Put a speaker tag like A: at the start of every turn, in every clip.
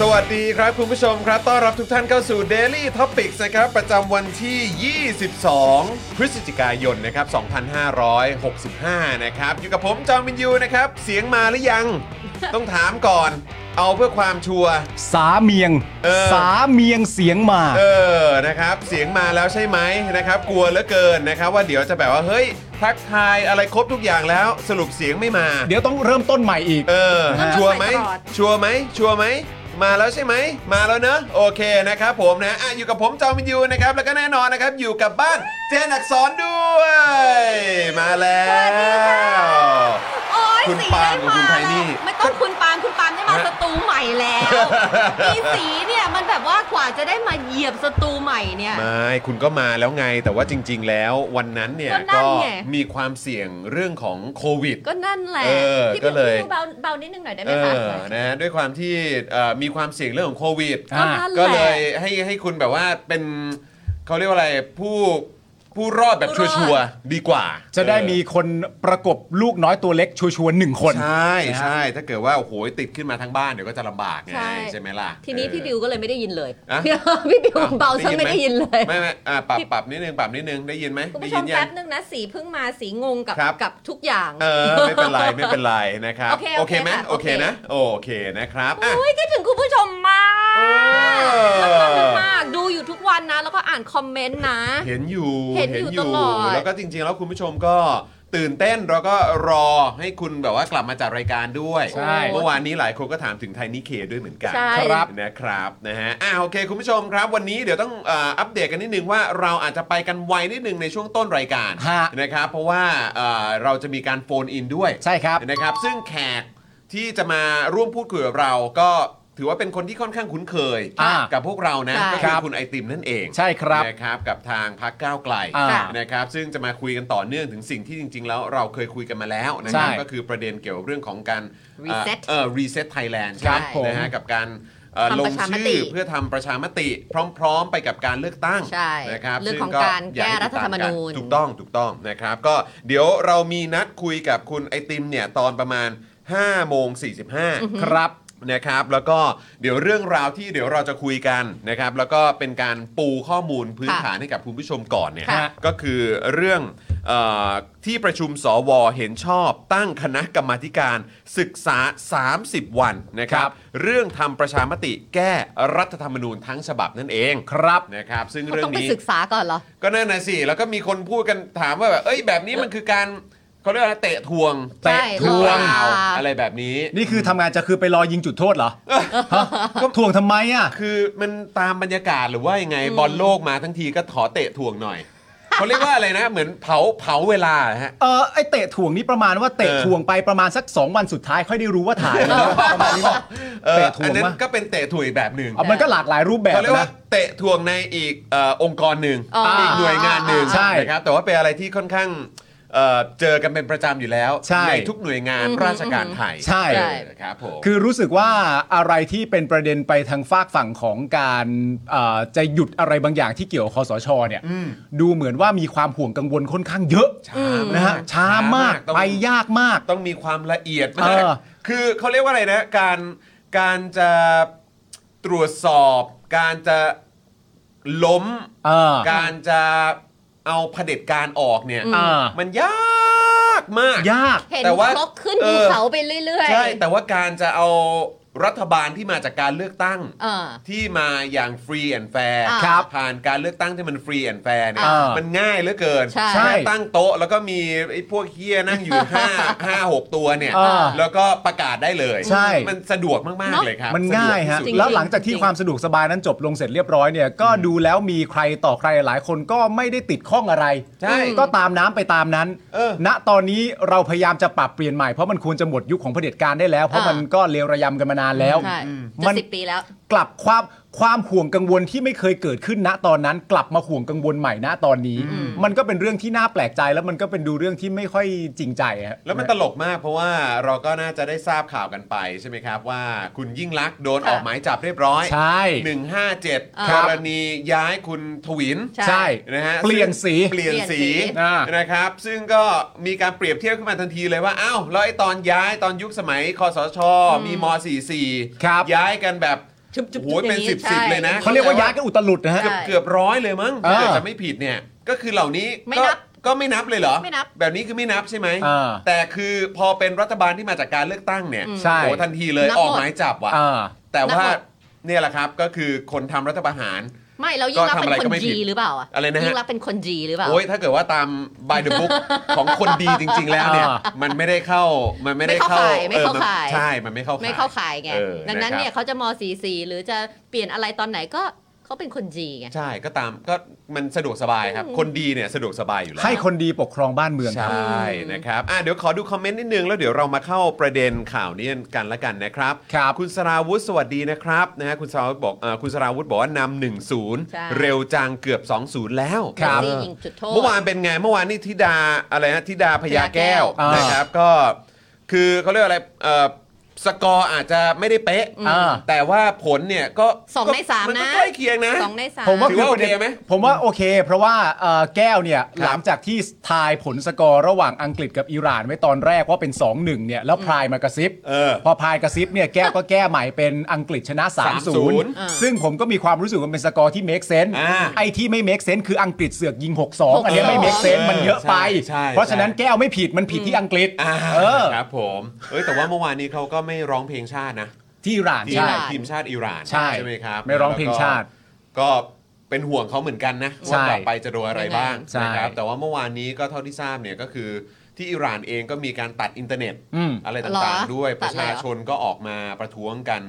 A: สวัสดีครับคุณผู้ชมครับ ต้อนรับทุกท่านเข้าสู่ Daily Topics นะครับ ประจำวันที่ 22 พฤศจิกายนนะครับ 2565 นะครับ อยู่กับผมจอห์นวินยูนะครับ เสียงมาหรือยัง ต้องถามก่อน เอาเพื่อความชัวร์
B: สาเมียง
A: เออ
B: สาเมียงเสียงมา
A: เออ นะครับ เสียงมาแล้วใช่ไหมนะครับ กลัวเหลือเกินนะครับ ว่าเดี๋ยวจะแบบว่า เฮ้ย ทักทายอะไรครบทุกอย่างแล้ว สรุปเสียงไม่มา
B: เดี๋ยวต้องเริ่มต้นใหม่อีก
A: เออ
C: เริ่มต้น
A: ชัวร์ไหม
C: ใหม่ตลอด
A: ชัวร์ไหม ชัวร์ไหม มาแล้วใช่ไหม มาแล้วเนอะ โอเคนะครับผมนะอ่ะอยู่กับผมจอมินยูนะครับ แล้วก็แน่นอนนะครับ อยู่กับบ้านเจนอักษรด้วย มาแล้ว
C: โอ้ย
A: คุณ
C: สี
A: ปาล์ม
C: ได้
A: กับคุณไทนี่
C: ไม่ต้องคุณปาล์มคุณปาล์มได้มา
A: ฮะ
C: สตูใหม่แล้วนี่สีเนี่ยมันแบบว่ากว่าจะได้มาเหยียบสตูใหม่เนี่ย
A: ไม่ คุณก็มาแล้วไง แต่ว่าจริง ๆ แล้ววันนั้นเนี่ย
C: ก็นั่
A: ก็
C: นไง
A: มีความเสี่ยงเรื่องของโควิด
C: ก็นั่นแหละ
A: เออ
C: พี่
A: ก็เลย
C: พี่เบาเบานิดนึงหน่อยได้ไห
A: เอ
C: มคะ
A: อ นะฮะด้วยความที่เอ่อมีความเสี่ยงเรื่องของโควิด
B: อ่ะ
C: ก็นั่นแหละ
A: ก็เลยให้ให้คุณแบบว่าเป็นเขาเรียกว่าอะไรผู้ผู้รอดแบบ
C: ผู้
A: ชัว
C: รอด
A: ร์ๆดีกว่า
B: จะได้
A: เออ
B: มีคนประกบลูกน้อยตัวเล็กชัวร์ๆหนึ่งคน
A: ใช่ใช่ถ้าเกิดว่าโอ้โหติดขึ้นมาทั้งบ้านเดี๋ยวก็จะลำบากไง
C: ใช่
A: ใช่ไหมล่ะ
C: ทีนี้
A: เออ
C: พี่ดิวก็เลยไม่ได้ยินเลย
A: อะ
C: พี่ดิว
A: อ้ว
C: เบาซะไม่ได้ยินเลย
A: ไม่ไม่อ่ะปรับปรับนิดนึงปรับนิดนึงได้ยินไหม
C: คุณ
A: ได้
C: ผู้ช
A: ยิ
C: ม
A: ยั
C: แป๊บนึงนะสีเพิ่งมาสีงงกับ
A: ครับ
C: กับทุกอย่าง
A: เออไม่เป็นไรไม่เป็นไรนะครับ
C: โอเค
A: โอ
C: โอ
A: เค
C: เค
A: ไหม
C: ค่ะ
A: โอ
C: โอ
A: เค
C: เค
A: นะโอเคนะครับอ่ะ
C: โอ้ยคิดถึงคุณผู้ชมมาก
A: เออ
C: แล้วก็มากดูอยู่ทุกวันนะ แล้วก็อ่านคอมเมนต์นะ
A: เห็นอยู่
C: เห็นอยู่ตลอด
A: แล้วก็จริงๆ แล้วคุณผู้ชมก็ตื่นเต้นแล้วก็รอให้คุณแบบว่ากลับมาจัดรายการด้วย
B: ใช่
A: เมื่อวานนี้หลายคนก็ถามถึงไทนี่เคด้วยเหมือนกัน
C: ใช่
B: ครับ
A: นะครับนะฮะอ่าโอเค คุณผู้ชมครับ วันนี้เดี๋ยวต้องเอ่ออัปเดตกันนิดนึงว่าเราอาจจะไปกันไวนิดนึงในช่วงต้นรายการ
B: ฮะ
A: นะครับเพราะว่าเอ่อเราจะมีการโฟนอินด้วย
B: ใช่ครับ
A: นะครับซึ่งแขกที่จะมาร่วมพูดคุยกับเราก็ถือว่าเป็นคนที่ค่อนข้างคุ้นเคย
B: อ่า
A: กับพวกเรานะ
C: ใช่
A: ก็คื
B: ครั
A: อบ คุณไอติมนั่นเอง
B: ใช่ครับ
A: นะครับกับทางพักก้าวไกล
B: อ่า
A: นะครับซึ่งจะมาคุยกันต่อเนื่องถึงสิ่งที่จริง ๆ แล้วเราเคยคุยกันมาแล้วนะครับ
B: ใช่
A: ก็คือประเด็นเกี่ยวกับเรื่องของการ
C: Reset
A: เอ่อรีเซ็ตไทยแลนด์ใช่
B: ครั
A: ไหม
B: บผม
A: นะฮะกับการเอ่อ
C: ทำ
A: ล
C: ประ
A: ง
C: ชามติ
A: ชื่อเพื่อทำประชามติ พร้อม ๆ ไปกับการเลือกตั้ง
C: ใช่
A: นะครับ
C: เรื่องของ
A: ซึ่
C: การ
A: ย
C: แก้
A: ให้
C: รัฐ
A: ติด
C: ธรรม
A: ตกั
C: นูญ
A: ถูกต้อง ถูกต้องนะครับ ก็เดี๋ยวเรามีนัดคุยกับคุณไอติมเนี่ย ตอนประมาณ5โมง45
B: ครับ
A: นะครับ แล้วก็เดี๋ยวเรื่องราวที่เดี๋ยวเราจะคุยกันนะครับ แล้วก็เป็นการปูข้อมูลพื้น
C: ค่ะ
A: ฐานให้กับคุณผู้ชมก่อนเนี่ย
C: ค่ะ
A: ก็คือเรื่องเออที่ประชุมสวเห็นชอบ ตั้งคณะกรรมาธิการศึกษา 30 วันนะครับ
B: ครับ
A: เรื่องทำประชามติแก้รัฐธรรมนูญทั้งฉบับนั่นเอง
B: ครับ
A: นะครับ ซึ่ง
C: เขา
A: เรื่อ
C: ต้องงไป
A: นี้
C: ศึกษาก่อนเหรอ
A: ก็นั่นน่ะสิ แล้วก็มีคนพูดกันถามว่าแบบ เอ้ย แบบนี้มันคือการเขาเรียกว่าอะไรเตะทวง
B: เตะทวง
A: หรือเปล่า
C: อ่า
A: อะไรแบบนี้
B: นี่คือทำงานจะคือไปรอยิงจุดโทษเหรอฮะ
A: ก็
B: ทวงทำไมอ่ะ
A: คือมันตามบรรยากาศหรือว่ายังไงบอลโลกมาทั้งทีก็ขอเตะทวงหน่อย เขาเรียกว่าอะไรนะ เหมือนเผาเผาเวลาฮะ
B: เออไอเตะถ่วงนี่ประมาณว่าเตะ
A: เออ
B: ถ่วงไปประมาณสัก 2 วันสุดท้ายค่อยได้รู้ว่าถ่ายแล้ว นะประมาณนี้ป่ะ
A: เออ
B: เตะถ่
A: อั
B: วน ง
A: นั้น
B: ว่ะ
A: ก็เป็นเตะทวงอีกแบบหนึ่ง
B: อ่ะมันก็หลากหลายรูปแบบ
A: เขาเรียกว่า
B: นะ
A: เตะทวงในอีกเอ่อองค์กรหนึ่ง
C: อ๋ออี
A: อีกหน่วยงานหนึ่ง
B: ใช่
A: นะครับแต่ว่าเป็นอะไรที่ค่อนข้างเอ่อเจอกันเป็นประจำอยู่แล้ว
B: ใช่
A: ทุกหน่วยงานราชการไทย
B: ใช่
C: ใช่
A: นะครับผม
B: คือรู้สึกว่าอะไรที่เป็นประเด็นไปทางฝากฝั่งของการเอ่อจะหยุดอะไรบางอย่างที่เกี่ยวกับคอสชเนี่ยดูเหมือนว่ามีความห่วงกังวลค่อนข้างเยอะ
A: ช้ามาก
B: นะฮะช้ามาก
A: ต้อง
B: ไปยากมาก
A: ต้องมีความละเอียด
B: เอ
A: มาก
B: อ
A: คือเขาเรียกว่าอะไรนะ การการจะ ตรวจสอบการจะล้ม
B: เออ
A: การจะเอาเผด็จการออกเนี่ย
B: อ่ามั
A: มันยากมาก
B: ยาก
C: เห็น
A: แต่ว่า
C: ครกขึ้น
A: เอ
C: ภู
A: อ
C: เขาไปเรื่อยๆ
A: ใช่ แต่ว่าการจะเอารัฐบาลที่มาจากการเลือกตั้ง
C: เออ
A: ที่มาอย่างฟรีแอนแฟร์
C: อ่า
B: ครับ
A: ผ่านการเลือกตั้งที่มันฟรีแอนแฟร์เนี่ย
B: อ่ามั
A: มันง่ายเหลือเกิน
C: ใช่
B: ใช่
A: ตั้งโต๊ะ แล้วก็มีไอ้พวกเฮียนั่งอยู่ 5 5 6 ตัวเนี่ย
B: อ่า
A: แล้วก็ประกาศได้เลย
B: ใช่
A: มันสะดวกมากๆเลยครับ
B: มันง่ายฮะ
A: สดวก
C: จ
A: ที่สุด
C: ริงๆ
B: แล้วหลังจากที่
C: จริง
B: ความสะดวกสบายนั้นจบลงเสร็จเรียบร้อยเนี่ยก็ดูแล้วมีใครต่อใครหลายคนก็ไม่ได้ติดข้องอะไร
A: ใช่
B: ก็ตามน้ำไปตามนั้น
A: เออ
B: ณตอนนี้เราพยายามจะปรับเปลี่ยนใหม่เพราะมันควรจะหมดยุคของเผด็จการได้แล้ว เพราะ
C: อ่ามั
B: มันก็เลวระยำกันมานานแล้ว
C: ใช่
B: มั
C: จะ
B: น
C: สิบปีแล้ว
B: กลับความความห่วงกังวลที่ไม่เคยเกิดขึ้นณตอนนั้น กลับมาห่วงกังวลใหม่ณตอนนี้ มันก็เป็นเรื่องที่น่าแปลกใจแล้วมันก็เป็นดูเรื่องที่ไม่ค่อยจริงใจฮะ
A: แล้วมันตลกมากเพราะว่าเราก็น่าจะได้ทราบข่าวกันไปใช่ไหมครับ ว่าคุณยิ่งลักษณ์โดน
C: ค่ะ
A: ออกหมายจับเรียบร้อย
B: ใช่
A: 157
C: ค
A: ก
C: รับ
A: รณีย้ายคุณทวิน
C: ใช่
B: ใช่
A: นะฮะ
B: เปลี่ยนสี
A: เปลี่ยนสี
C: เปลี่ยนสี
B: อ่าน
A: นะครับ ซึ่งก็มีการเปรียบเทียบขึ้นมาทันทีเลยว่าอ้าวแล้วไอ้ตอนย้ายตอนยุคสมัยคอสช มีม .44
B: ครับ
A: ย้ายกันแบบ
C: จุ๊บๆๆ
A: โอ้โหเป็น
C: อาง
A: สิบสิบ
C: ใช่
A: เลยนะ
B: เขาเรียกว่าย้ายกันอุตลุดนะฮะ
C: ใช่
A: เกือบร้อยเลยมั้ง
B: เออ
A: ถ้าเกิดจะไม่ผิดเนี่ย ก็คือเหล่านี้
C: ไม่
A: ก็
C: นับ
A: ก็ไม่นับเลยเหรอ
C: ไม่นับ
A: แบบนี้คือไม่นับใช่ไหม
B: อ่า
A: แต่คือพอเป็นรัฐบาลที่มาจากการเลือกตั้งเนี่ย
B: ใช่
A: โอ้ทันทีเลย
C: นับหม
A: อ
C: ด
A: อกหมายจับว่ะ
B: อ่า
A: แต่ว่า
C: นับหมด
A: เนี่ยแหละครับก็คือคนทำรัฐประหาร
C: ไม่เรายิ่งรัก
A: ก็ทำ
C: เป็
A: อะไร
C: นค
A: ก็
C: น
A: ไม่ผิด
C: จีหรือเปล่าอะ
A: อะไรนะฮะ
C: ยิ่งรักเป็นคนจีหรือเปล่า
A: โอ้ยถ้าเกิดว่าตาม by the book ของคนดีจริง ๆ แล้วเนี่ย
B: อ่า
A: มันไม่ได้เข้ามันไม่ได้เข้า
C: ไม่เข้าข่าย
A: เออมันใช่มันไม่เข้าข่าย
C: ไม่เข้าขายไง
A: เออ
C: ดังนั้น
A: นะครับ
C: เนี่ยเขาจะม .44 หรือจะเปลี่ยนอะไรตอนไหนก็เขาเป็นคนจีไง
A: ใช่ก็ตามก็มันสะดวกสบายครับ คนดีเนี่ยสะดวกสบายอยู่แล้ว
B: ให้คนดีปกครองบ้านเมือง
A: ใช
B: ครับ
A: ่นะครับอ่ะเดี๋ยวขอดูคอมเมนต์นิดนึง แล้วเดี๋ยวเรามาเข้าประเด็นข่าวนี้กันละกันนะครับ
B: ครับ
A: คุณสราวุธสวัสดีนะครับนะฮะคุณสราวุธบอกเอ่อคุณสราวุธบอกว่านำหนึ่งศูนย์
C: ใช่
A: เร็วจังเกือบสองศูนย์แล้ว
B: ครับ
C: ที่ยิงจุดโทษ
A: เมื่อวานเป็นไงเมื่อวานนี่ธิดาอะไรฮะธิดาพยาแก้ว
B: อ่าน
A: นะครับก็คือเขาเรียกอะไรเอ่อสกอร์อาจจะไม่ได้เป๊ะ
B: อ่า
A: แต่ว่าผลเนี่ยก็
C: สองในสามนะ
A: นก็ใกล้เคียงนะ
C: สองในสาม
B: ผมว่า
A: ถือว่า
B: ประด็น
A: โอเคไหม
B: ผมว่าโอเค เพราะว่าเอ่อแก้วเนี่ย
A: ครับ
B: หลังจากที่ทายผลสกอร์ระหว่างอังกฤษกับอิหร่านไว้ตอนแรกว่าเป็น 2-1เนี่ยแล้วพรายมากระซิบ
A: เออ
B: พอพรายกระซิบเนี่ยแก้วก็แก้ใหม่เป็นอังกฤษชนะ
A: 3-0
B: 3-0 ซึ่งผมก็มีความรู้สึกว่าเป็นสกอร์ที่ make sense
A: อ่า
B: ไอ้ที่ไม่ make sense คืออังกฤษเสือกยิง 6-2 อันเนี้ยไม่ make sense มันเยอะไป
A: ใช่ใช่
B: เพราะฉะนั้นแก้วไม่ผิดมันผิดที่อังกฤษ
A: อ่า
B: เออ
A: ครับผมเอ้ยแต่ว่าเมื่อวานนี้เขาก็ไม่ร้องเพลงชาตินะ
B: ที่อิหร่าน
A: ที่
B: ใช่
A: ทีมชาติอิหร่าน
B: ใช่
A: ไหมครับ
B: ไม่ร้องเพลงชาติ
A: แล้วก็ก็เป็นห่วงเขาเหมือนกันนะ
B: ใช่
A: ว่ากลับไปจะโดนอะไรบ้าง
B: ใช่
A: นะครับแต่ว่าเมื่อวานนี้ก็เท่าที่ทราบเนี่ยก็คือที่อิหร่านเองก็มีการตัดอินเทอร์เน็ต
B: อืม
A: อะไร
C: เหร
A: ต่าง
C: อ
A: ๆด้วย
C: ตัด
A: ประ
C: เลยเหรอ
A: ชาชนก็ออกมาประท้วงกัน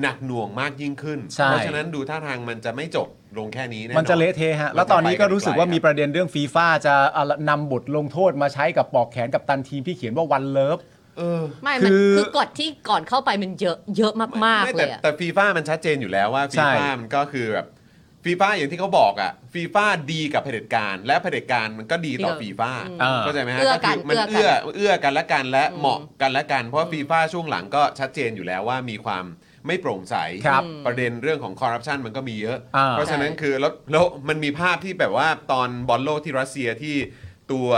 A: หนักหน่วงมากยิ่งขึ้น
B: ใช่
A: เพราะฉะนั้นดูท่าทางมันจะไม่จบลงแค่นี้แน่นอน
B: มันจะเละเทะฮะ แล้วตอนนี้ก็รู้สึกว่ามีประเด็นเรื่องฟีฟ่าจะเอาละนำบทลงโทษมาใช้กับปอกแขนกับตันทีมที่เขียนว่าวันเลิฟ
C: ไม่มัน
B: คือ
C: คือกฎที่ก่อนเข้าไปมันเยอะเยอะมาก
A: ไม่
C: ๆเล
A: แต่
C: ยอะ
A: แต่ฟีฟ่ามันชัดเจนอยู่แล้วว่าฟี
B: ใช่
A: ฟ่ามันก็คือแบบฟีฟ่าอย่างที่เขาบอกอ่ะฟีฟ่าดีกับเผด็จการและเผด็จการมันก็ดีต่อ
C: เออ
A: ฟีฟ่า
B: อ่า
A: เข้าใจไหมฮะ
C: เอื้อกัน
A: คืมัน
C: เอื้
A: เอื้อ
C: อ
A: เอื้อกันและกันและ
C: อืม
A: เหมาะกันและกันเพราะฟีฟ่าช่วงหลังก็ชัดเจนอยู่แล้วว่ามีความไม่โปร่งใส
B: ครับ
A: ประเด็นเรื่องของคอร์รัปชันมันก็มีเยอะ
B: อ่า
A: เพราะฉะนั้น
C: ใช่
A: คือแล้วแล้วมันมีภาพที่แบบว่าตอนบอลโลกที่รัสเซียที่ตัว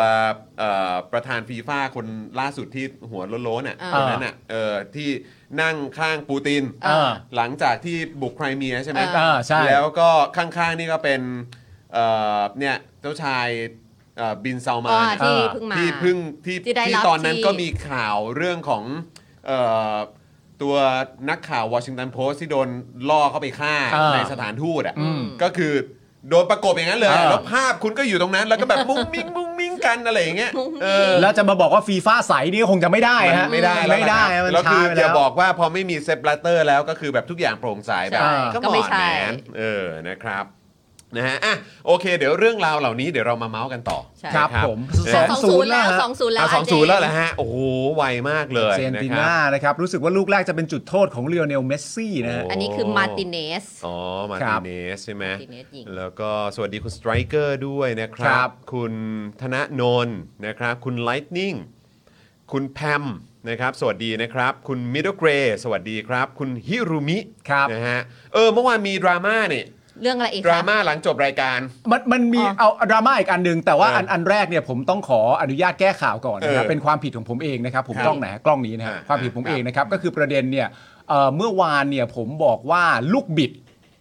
A: เอ่อประธานฟีฟ่าคนล่าสุดที่หัวโล้นๆอ่ะ
C: อ่า
A: คนนั้นอ่ะเออที่นั่งข้างปูติน
C: เออ
A: หลังจากที่บุกไครเมียใช่ไหม
C: เอ
B: อ่าใช่
A: แล้วก็ข้างๆนี่ก็เป็นเอ่อเนี่ยเจ้าชายเอ่อบินซาวมา
C: อ่าน ที่
B: อ่า
C: เพิ่งมา
A: ที่เพึ่งที่
C: ที่ได้
A: ที่
C: รับ
A: ตอนนั้น
C: ที่
A: ก็มีข่าวเรื่องของเอ่อตัวนักข่าววอชิงตันโพสต์ที่โดนล่อเข้าไปฆ่า
B: อ่า
A: ในสถานทูตอ่ะ
B: อืม
A: ก็คือโดนประกบอย่างนั้นเลย
B: อ่า
A: แล้วภาพคุณก็อยู่ตรงนั้น แล้วก็แบบมุ้งมิ้งมุ้งมิ้งกันอะไรอย่างเงี้ยเออ
B: แล้วจะมาบอกว่าฟีฟ่าใสนี่ก็คงจะไม่ได้ฮะ
A: ไม่ได้แล้ว
B: ไม่ได้
A: นะค
B: ฮะ
A: รับ
B: มัน
A: แล้ว
B: ช้า
A: คือ
B: ไป
A: อย่า
B: แล้ว
A: บอกว่าพอไม่มีเซฟลัตเตอร์แล้วก็คือแบบทุกอย่างโปร่งใสแบบ
C: ใช่ก็
A: ก็
C: ไม่
A: ไม่
C: ใช่
A: ใช่เออนะครับนะฮะอ่ะโอเค เดี๋ยวเรื่องราวเหล่านี้เดี๋ยวเรามาเมาส์กันต่อ
C: ใช่
B: ครับ
A: นะ
B: ผม
A: นะ
C: สอ
A: ฮะ
C: งศูนย์แล้ว
B: ฮะ
C: สองศูนย์แล้ว
A: อ่ะสองศูนย์
C: ะ
A: แล้
C: เจ
A: วเหรอฮะโอ้โหไวมากเลย
B: เซนติ
A: ะ
B: น่า
A: ครับ
B: นะครับรู้สึกว่าลูกแรกจะเป็นจุดโทษของเรียวเนลเมสซี่นะฮะ
C: อันนี้คือมาร์ติเนส
A: อ๋อมา
B: ครั
A: ติ
B: บ
A: เนสใช่ไหม
C: มาร์ติเนสยิง
A: แล้วก็สวัสดีคุณสไตรเกอร์ด้วยนะค
B: ค
A: รั
B: รับ บ
A: คุณธนนนท์นะครับ คุณไลท์นิ่ง คุณแพมนะครับ สวัสดีนะครับ คุณมิดเดิลเกรสวัสดีครับ คุณฮิรุมิ
B: ครับ
A: นะฮะเออเมื่อวานมีดราม่าเนี่ย
C: เรื่องอะไรอีก
A: ดรา
C: คะ
A: ม่าหลังจบรายการ
B: มันมันมี
C: อ๋อ
B: เอาดราม่าอีกอันหนึ่งแต่ว่า
A: เอออั
B: อันอันแรกเนี่ยผมต้องขออนุญาตแก้ข่าวก่อนนะครับ
A: เออ
B: เป็นความผิดของผมเองนะครับผม
A: ครับ
B: กล้องไหนฮะกล้องนี้นะ
A: อ่า
B: ฮะความผิดผม
A: ครับ
B: เองนะครับก็คือประเด็นเนี่ย เอ่อเมื่อวานเนี่ยผมบอกว่าลูกบิด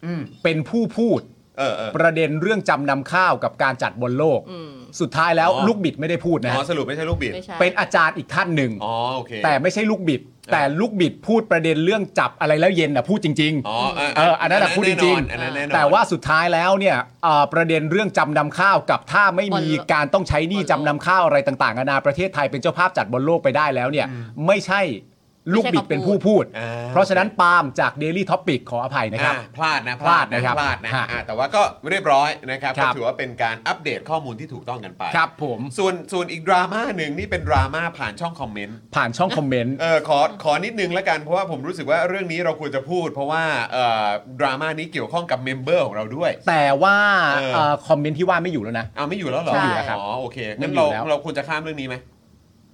A: อืม
B: เป็นผู้พูด
A: เออเออ
B: ประเด็นเรื่องจำนำข้าวกับการจัดบอลโลก
C: อืม
B: สุดท้ายแล้ว
A: อ๋อ
B: ลูกบิดไม่ได้พูดนะ
A: อ๋อสรุปไม่ใช่ลูกบิด
C: ไม่ใช่
B: เป็นอาจารย์อีกท่านหนึ่ง
A: อ๋อโอเค
B: แต่ไม่ใช่ลูกบิด แต่ลูกบิดพูดประเด็นเรื่องจับอะไรแล้วเย็นน่ะพูดจริง
A: อ๋อเออ
B: เอออันนั้นน่ะพูดจริง
A: ๆอันนั้นแน่นอน
B: แต่ว่าสุดท้ายแล้วเนี่ยเอ่อประเด็นเรื่องจำนำข้าวกับถ้าไม่มี
C: บอลโลก
B: การต้องใช้หนี้จำนำข้าวอะไรต่างๆนานาประเทศไทยเป็นเจ้าภาพจัดบอลโลกไปได้แล้วเนี่ยไม่ใช่ลูกบิดเป็นผู้พูด
A: อ่า
B: เพราะฉะนั้นปาล์มจาก Daily Topic ขออภัยนะครับ
A: อ่าพลาดนะ
B: พลาดนะครับ
A: พลาดนะ
B: ฮะ
A: อ่าแต่ว่าก็เรียบร้อยนะครับ
B: ครั
A: ก็
B: บ
A: ถือว่าเป็นการอัปเดตข้อมูลที่ถูกต้องกันไป
B: ครับผม
A: ส่วนส่วนอีกดราม่าหนึ่งนี่เป็นดราม่าผ่านช่องคอมเมนต์
B: ผ่านช่องคอมเมนต์
A: เออขอขอนิดนึงแล้วกันเพราะว่าผมรู้สึกว่าเรื่องนี้เราควรจะพูด เพราะว่าเอ่อดราม่านี้เกี่ยวข้องกับเมมเบอร์ของเราด้วย
B: แต่ว่า
A: เออ
B: เอ่อคอมเมนต์ที่ว่าไม่อยู่แล้วนะ
A: เอาไม่อยู่แล้วเหรอ
C: ใช่
A: อ๋อโอเคงั้น
B: ไม่อยู่
A: เรา
B: แล้ว
A: เราควรจะข้ามเรื่องนี้ไหม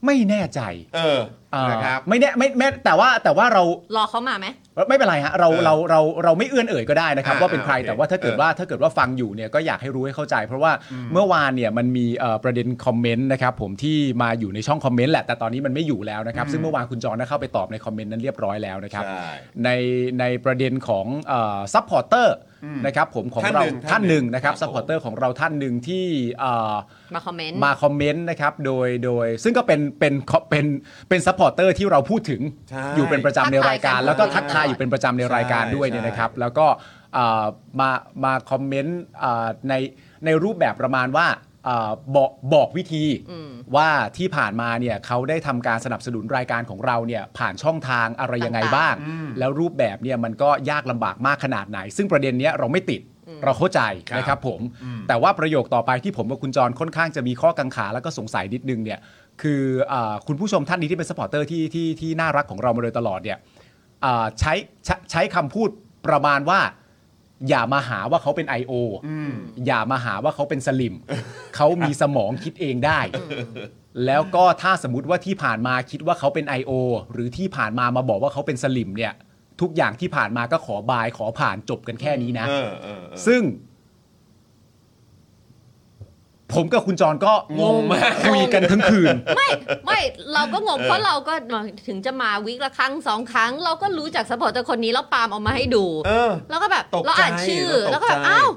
B: ไม่แน่ใจ
A: เออ
B: เอ่อ
A: นะครับ
B: ไม่แน่ไม่แม่แต่ว่าแต่ว่าเรา
C: รอเขามาไหม
B: ไม่เป็นไรฮะเรา
A: เออ
B: เราเราเราไม่เอื้อนเอ่ยก็ได้นะครับ
A: อ่า
B: ว่าเป็นใคร
A: โอเค
B: แต่ว่าถ้าเกิด
A: เออ
B: ว่าถ้าเกิดว่าฟังอยู่เนี่ยก็อยากให้รู้ให้เข้าใจ เพราะว่าเมื่อวานเนี่ยมันมีเอ่อประเด็นคอมเมนต์นะครับผมที่มาอยู่ในช่องคอมเมนต์แหละแต่ตอนนี้มันไม่อยู่แล้วนะครับ ซึ่งเมื่อวานคุณจอห์นได้เข้าไปตอบในคอมเมนต์นั้นเรียบร้อยแล้วนะครับ
A: ใช่
B: ในในประเด็นของซัพพอร์เตอร์นะครับผมของเรา
A: ท่านหนึ่ง
B: ท่านหนึ่
A: ท่า
B: ง
A: นหนึ่ง
B: นะครับ
A: ครับผม
B: ซัพพอร์เตอร์ของเราท่านหนึ่งที่เอ่อ
C: มาคอมเมนต์
B: มาคอมเมนต์นะครับโดยโดยซึ่งก็เป็นเป็นเป็นเป็นซัพพอร์เตอร์ที่เราพูดถึง
A: ใช่
B: อยู่เป็นประจำในรายการ
C: ทักทายกัน
B: แล้วก็ทักทายอยู่เป็นประจำในรายการ
A: ใช่
B: ด้วยเนี่ยนะครับ
A: ใช่
B: แล้วก็เอ่อมามาคอมเมนต์เอ่อในในรูปแบบประมาณว่าเอ่อบอกบอกวิธีว่าที่ผ่านมาเนี่ยเขาได้ทำการสนับสนุนรายการของเราเนี่ยผ่านช่องทางอะไรยังไงบ้าง แล้วรูปแบบเนี่ยมันก็ยากลำบากมากขนาดไหน ซึ่งประเด็นเนี้ยเราไม่ติดเราเข้าใจนะครับผม แต่ว่าประโยคต่อไปที่ผมกับคุณจรค่อนข้างจะมีข้อกังขาแล้วก็สงสัยนิดนึงเนี่ยคือเออคุณผู้ชมท่านนี้ที่เป็นสปอร์เตอร์ที่ที่ที่น่ารักของเรามาโดยตลอดเนี่ยเอ่อใช้ใช้ใช้คำพูดประมาณว่า อย่ามาหาว่าเขาเป็น I.O. อย่ามาหาว่าเขาเป็นส ลิม เขามีสมองคิดเองได้ แล้วก็ถ้าสมมติว่าที่ผ่านมาคิดว่าเขาเป็น I.O. หรือที่ผ่านมามาบอกว่าเขาเป็นสลิมเนี่ยทุกอย่างที่ผ่านมาก็ขอบายขอผ่านจบกันแค่นี้นะ
A: เออเออเออ
B: ซึ่ง ผมกับคุณจรก็
A: งงมาก
B: คุยกันทั้งคืน
C: ไม่ไม่เราก็งงเพราะเราก็ถึงจะมาวิกละครั้งสองครั้ง เราก็รู้จากสปอร์ตเตอร์คนนี้แล้วปาล์มเอามาให้ดู
A: เออ
C: แล้วก็แบบ
A: ตกใจ
C: เราอ่านชื่อแล้
A: เราตกใจ
C: วก็แบบอ้าว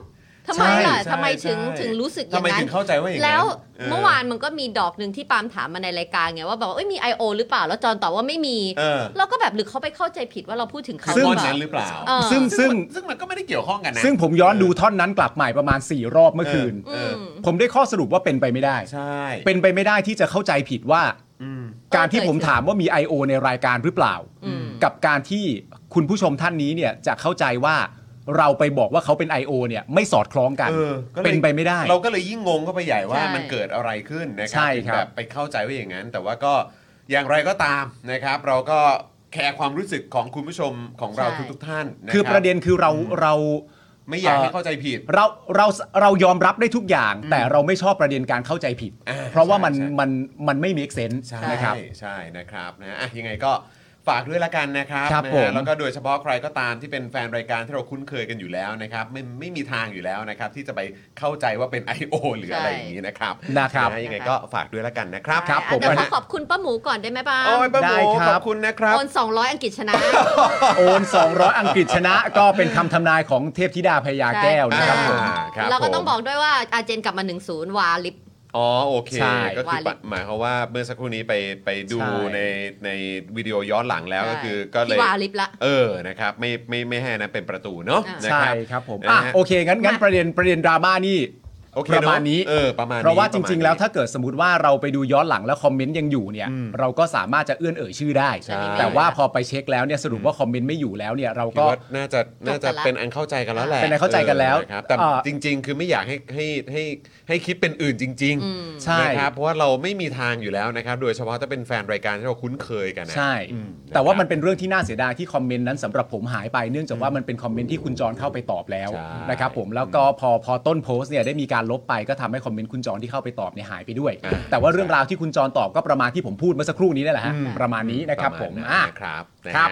C: ทำไมล่ะ
A: ใช่
C: ทำไมถึง
A: ใช่
C: ถึงรู้สึกอย่าง
A: ทำไม
C: นั้
A: ถึ
C: น
A: งเข้าใจว่าอย่างนั้น
C: แล้ว
A: เออ
C: เมื่อวานมันก็มีดอกหนึ่งที่ปาล์มถามมาในรายการไงว่าแบบว่าเอ้ยมี I.O. หรือเปล่าแล้วจอนตอบว่าไม่มี
A: เออ
C: เราก็แบบหรือเขาไปเข้าใจผิดว่าเราพูดถึงเขา
A: ซึ่ง
C: ห
A: ท่
C: รือ
A: อน
C: เป
A: นั้น
C: ล่า
A: หรือเปล่า
C: เออ
B: ซึ่งซึ่ง
A: ซึ่งมันก็ไม่ได้เกี่ยวข้องกันนะ
B: ซึ่งผมย้อนดูท่อนนั้นกลับใหม่ประมาณ 4 รอบเมื่อคืน
A: เออ
C: ม
B: ผมได้ข้อสรุปว่าเป็นไปไม่ได้
A: ใช่
B: เป็นไปไม่ได้ที่จะเข้าใจผิดว่า
A: อืม
B: การที่ผมถามว่ามี I.O. ในรายการหรือเปล่า
C: อืม
B: กับการที่คุณผู้ชมท่านนี้เนี่ยจะเข้าใจว่าเราไปบอกว่าเขาเป็น I.O. เนี่ยไม่สอดคล้องกัน
A: ออก็ลย
B: เป็นไปไม่ได้
A: เราก็เลยยิ่งงงเข้าไปใหญ่ว่า
C: ใช่
A: มันเกิดอะไรขึ้นนะครั
B: ใช่
A: ถึง
B: ครับ
A: แบบไปเข้าใจว่าอย่างนั้น แต่ว่าก็อย่างไรก็ตามนะครับ เราก็แคร์ความรู้สึกของคุณผู้ชมของเรา
C: ใช่
A: ทุกๆท่านน
B: คือ
A: คบ
B: ประเด็นคือเราเรา
A: ไม่อยากให้
B: เอ่อ
A: เข้าใจผิด
B: เราเราเรายอมรับได้ทุกอย่าง แต่เราไม่ชอบประเด็นการเข้าใจผิด
A: อ่า
B: เพราะว่ามัน
A: ใช่
B: มันมันไม่ make sense
A: ใช่
B: นะครับ
A: ใช่นะครับนะอ่ะยังไงก็ฝากด้วยละกันนะครับ
B: ครับ
A: นะ
B: ผ
A: ฮะ
B: ม
A: แล้วก็โดยเฉพาะใครก็ตามที่เป็นแฟนรายการที่เราคุ้นเคยกันอยู่แล้วนะครับไม่ไม่มีทางอยู่แล้วนะครับ ที่จะไปเข้าใจว่าเป็น I.O. หรืออะไร
C: ใช่
A: อย่างนี้นะครับ
B: นะครับ
A: ฮยังไงก็ฝากด้วยละกันนะครับ
B: ครับผม
C: แต่ขอขอบคุณป้าหมูก่อนได้ไหมปาล์ม
A: โอ้ยป้าห
B: ได้
A: มู
B: ครั
A: ข
B: บ
A: อบคุณนะครับ
C: โอน200 อังกฤษ ชนะ
B: โอน 200 อังกฤษชนะ ก็เป็นคำทำนายของเทพธิดาพญาแก้ว
C: ใช่
B: นะครับผม
A: อ่าครับ
C: เราก็
A: ผม
C: ต้องบอกด้วยว่าอาเจนกลับมา 1-0 วาลิป
A: อ๋อโอเค
B: ใช่
A: ก็คือ
C: วาลิป
A: หมายความว่าเมื่อสักครู่นี้ไปไปดู
B: ใช่
A: ในในวิดีโอย้อนหลังแล้ว
C: ใช่
A: ก็คือก็เลย
C: ที่วาลิปละ
A: เออนะครับไม่ไม่ไม่ให้นะเป็นประตูเนาะ
C: อ่า
A: นะ
B: ใช่
A: ครับ
B: ครับผม
A: นะ
B: อ่ะ
A: ฮะ
B: โอเคงั้นงั้น
C: มา
B: ประเด็นประเด็นดราม่านี่
A: โอเค
B: ประมาณ
A: อ
B: นี้
A: เออประมาณนี้
B: เพราะว่าจ
A: ปม
B: ริ
A: ณ
B: ง ๆ
A: นี้
B: แล้วถ้าเกิดสมมติว่าเราไปดูย้อนหลังแล้วคอมเมนต์ยังอยู่เนี่ย เราก็สามารถจะเอื้อนเอ่ยชื่อได้
A: ใช่
B: แต่ว่าพอไปเช็คแล้วเนี่ยสรุปว่าคอมเมนต์ไม่อยู่แล้วเนี่ยเรา
A: คิด
B: ก็
A: ว่าน่าจะน่าจะ
C: จบกันละ
A: เป็นอันเข้าใจกันแล้วแหละ
B: เป็นอันเข้าใจกันแล้ว
A: เออะครับแต่
B: เอ่อ
A: จริง ๆ คือไม่อยากให้ให้ให้ให้คิดเป็นอื่นจริง
C: อืม
B: ใช่
A: นะครับเพราะว่าเราไม่มีทางอยู่แล้วนะครับ โดยเฉพาะถ้าเป็นแฟนรายการที่เราคุ้นเคยกันนะ
B: ใช่
A: อืม
B: แต่ว่ามั
A: ะครั
B: น
A: บ
B: เป็นเรื่องที่น่าเสียดายที่คอมเมนต์นั้นสำหรับผมหายไปเนื่องจากว่ามันเป็นคอมเมนต์ที่คุณจรเข้าไปตอบแล้ว
A: ใช่
B: นะครับผมแล้วก็พอพอต้นโพสต์เนี่ยได้มีการลบไปก็ทำให้คอมเมนต์คุณจรที่เข้าไปตอบเนี่ยหายไปด้วย แต่ว่าเรื่องราวที่คุณจรตอบก็ประมาณที่ผมพูดเมื่อสักครู่นี้นั่นแหละฮะประมาณนี้นะครับ
A: ป
B: ผ
A: มาณ
B: ม
A: นั้น
B: อ่ะ
A: นะครับนะครับ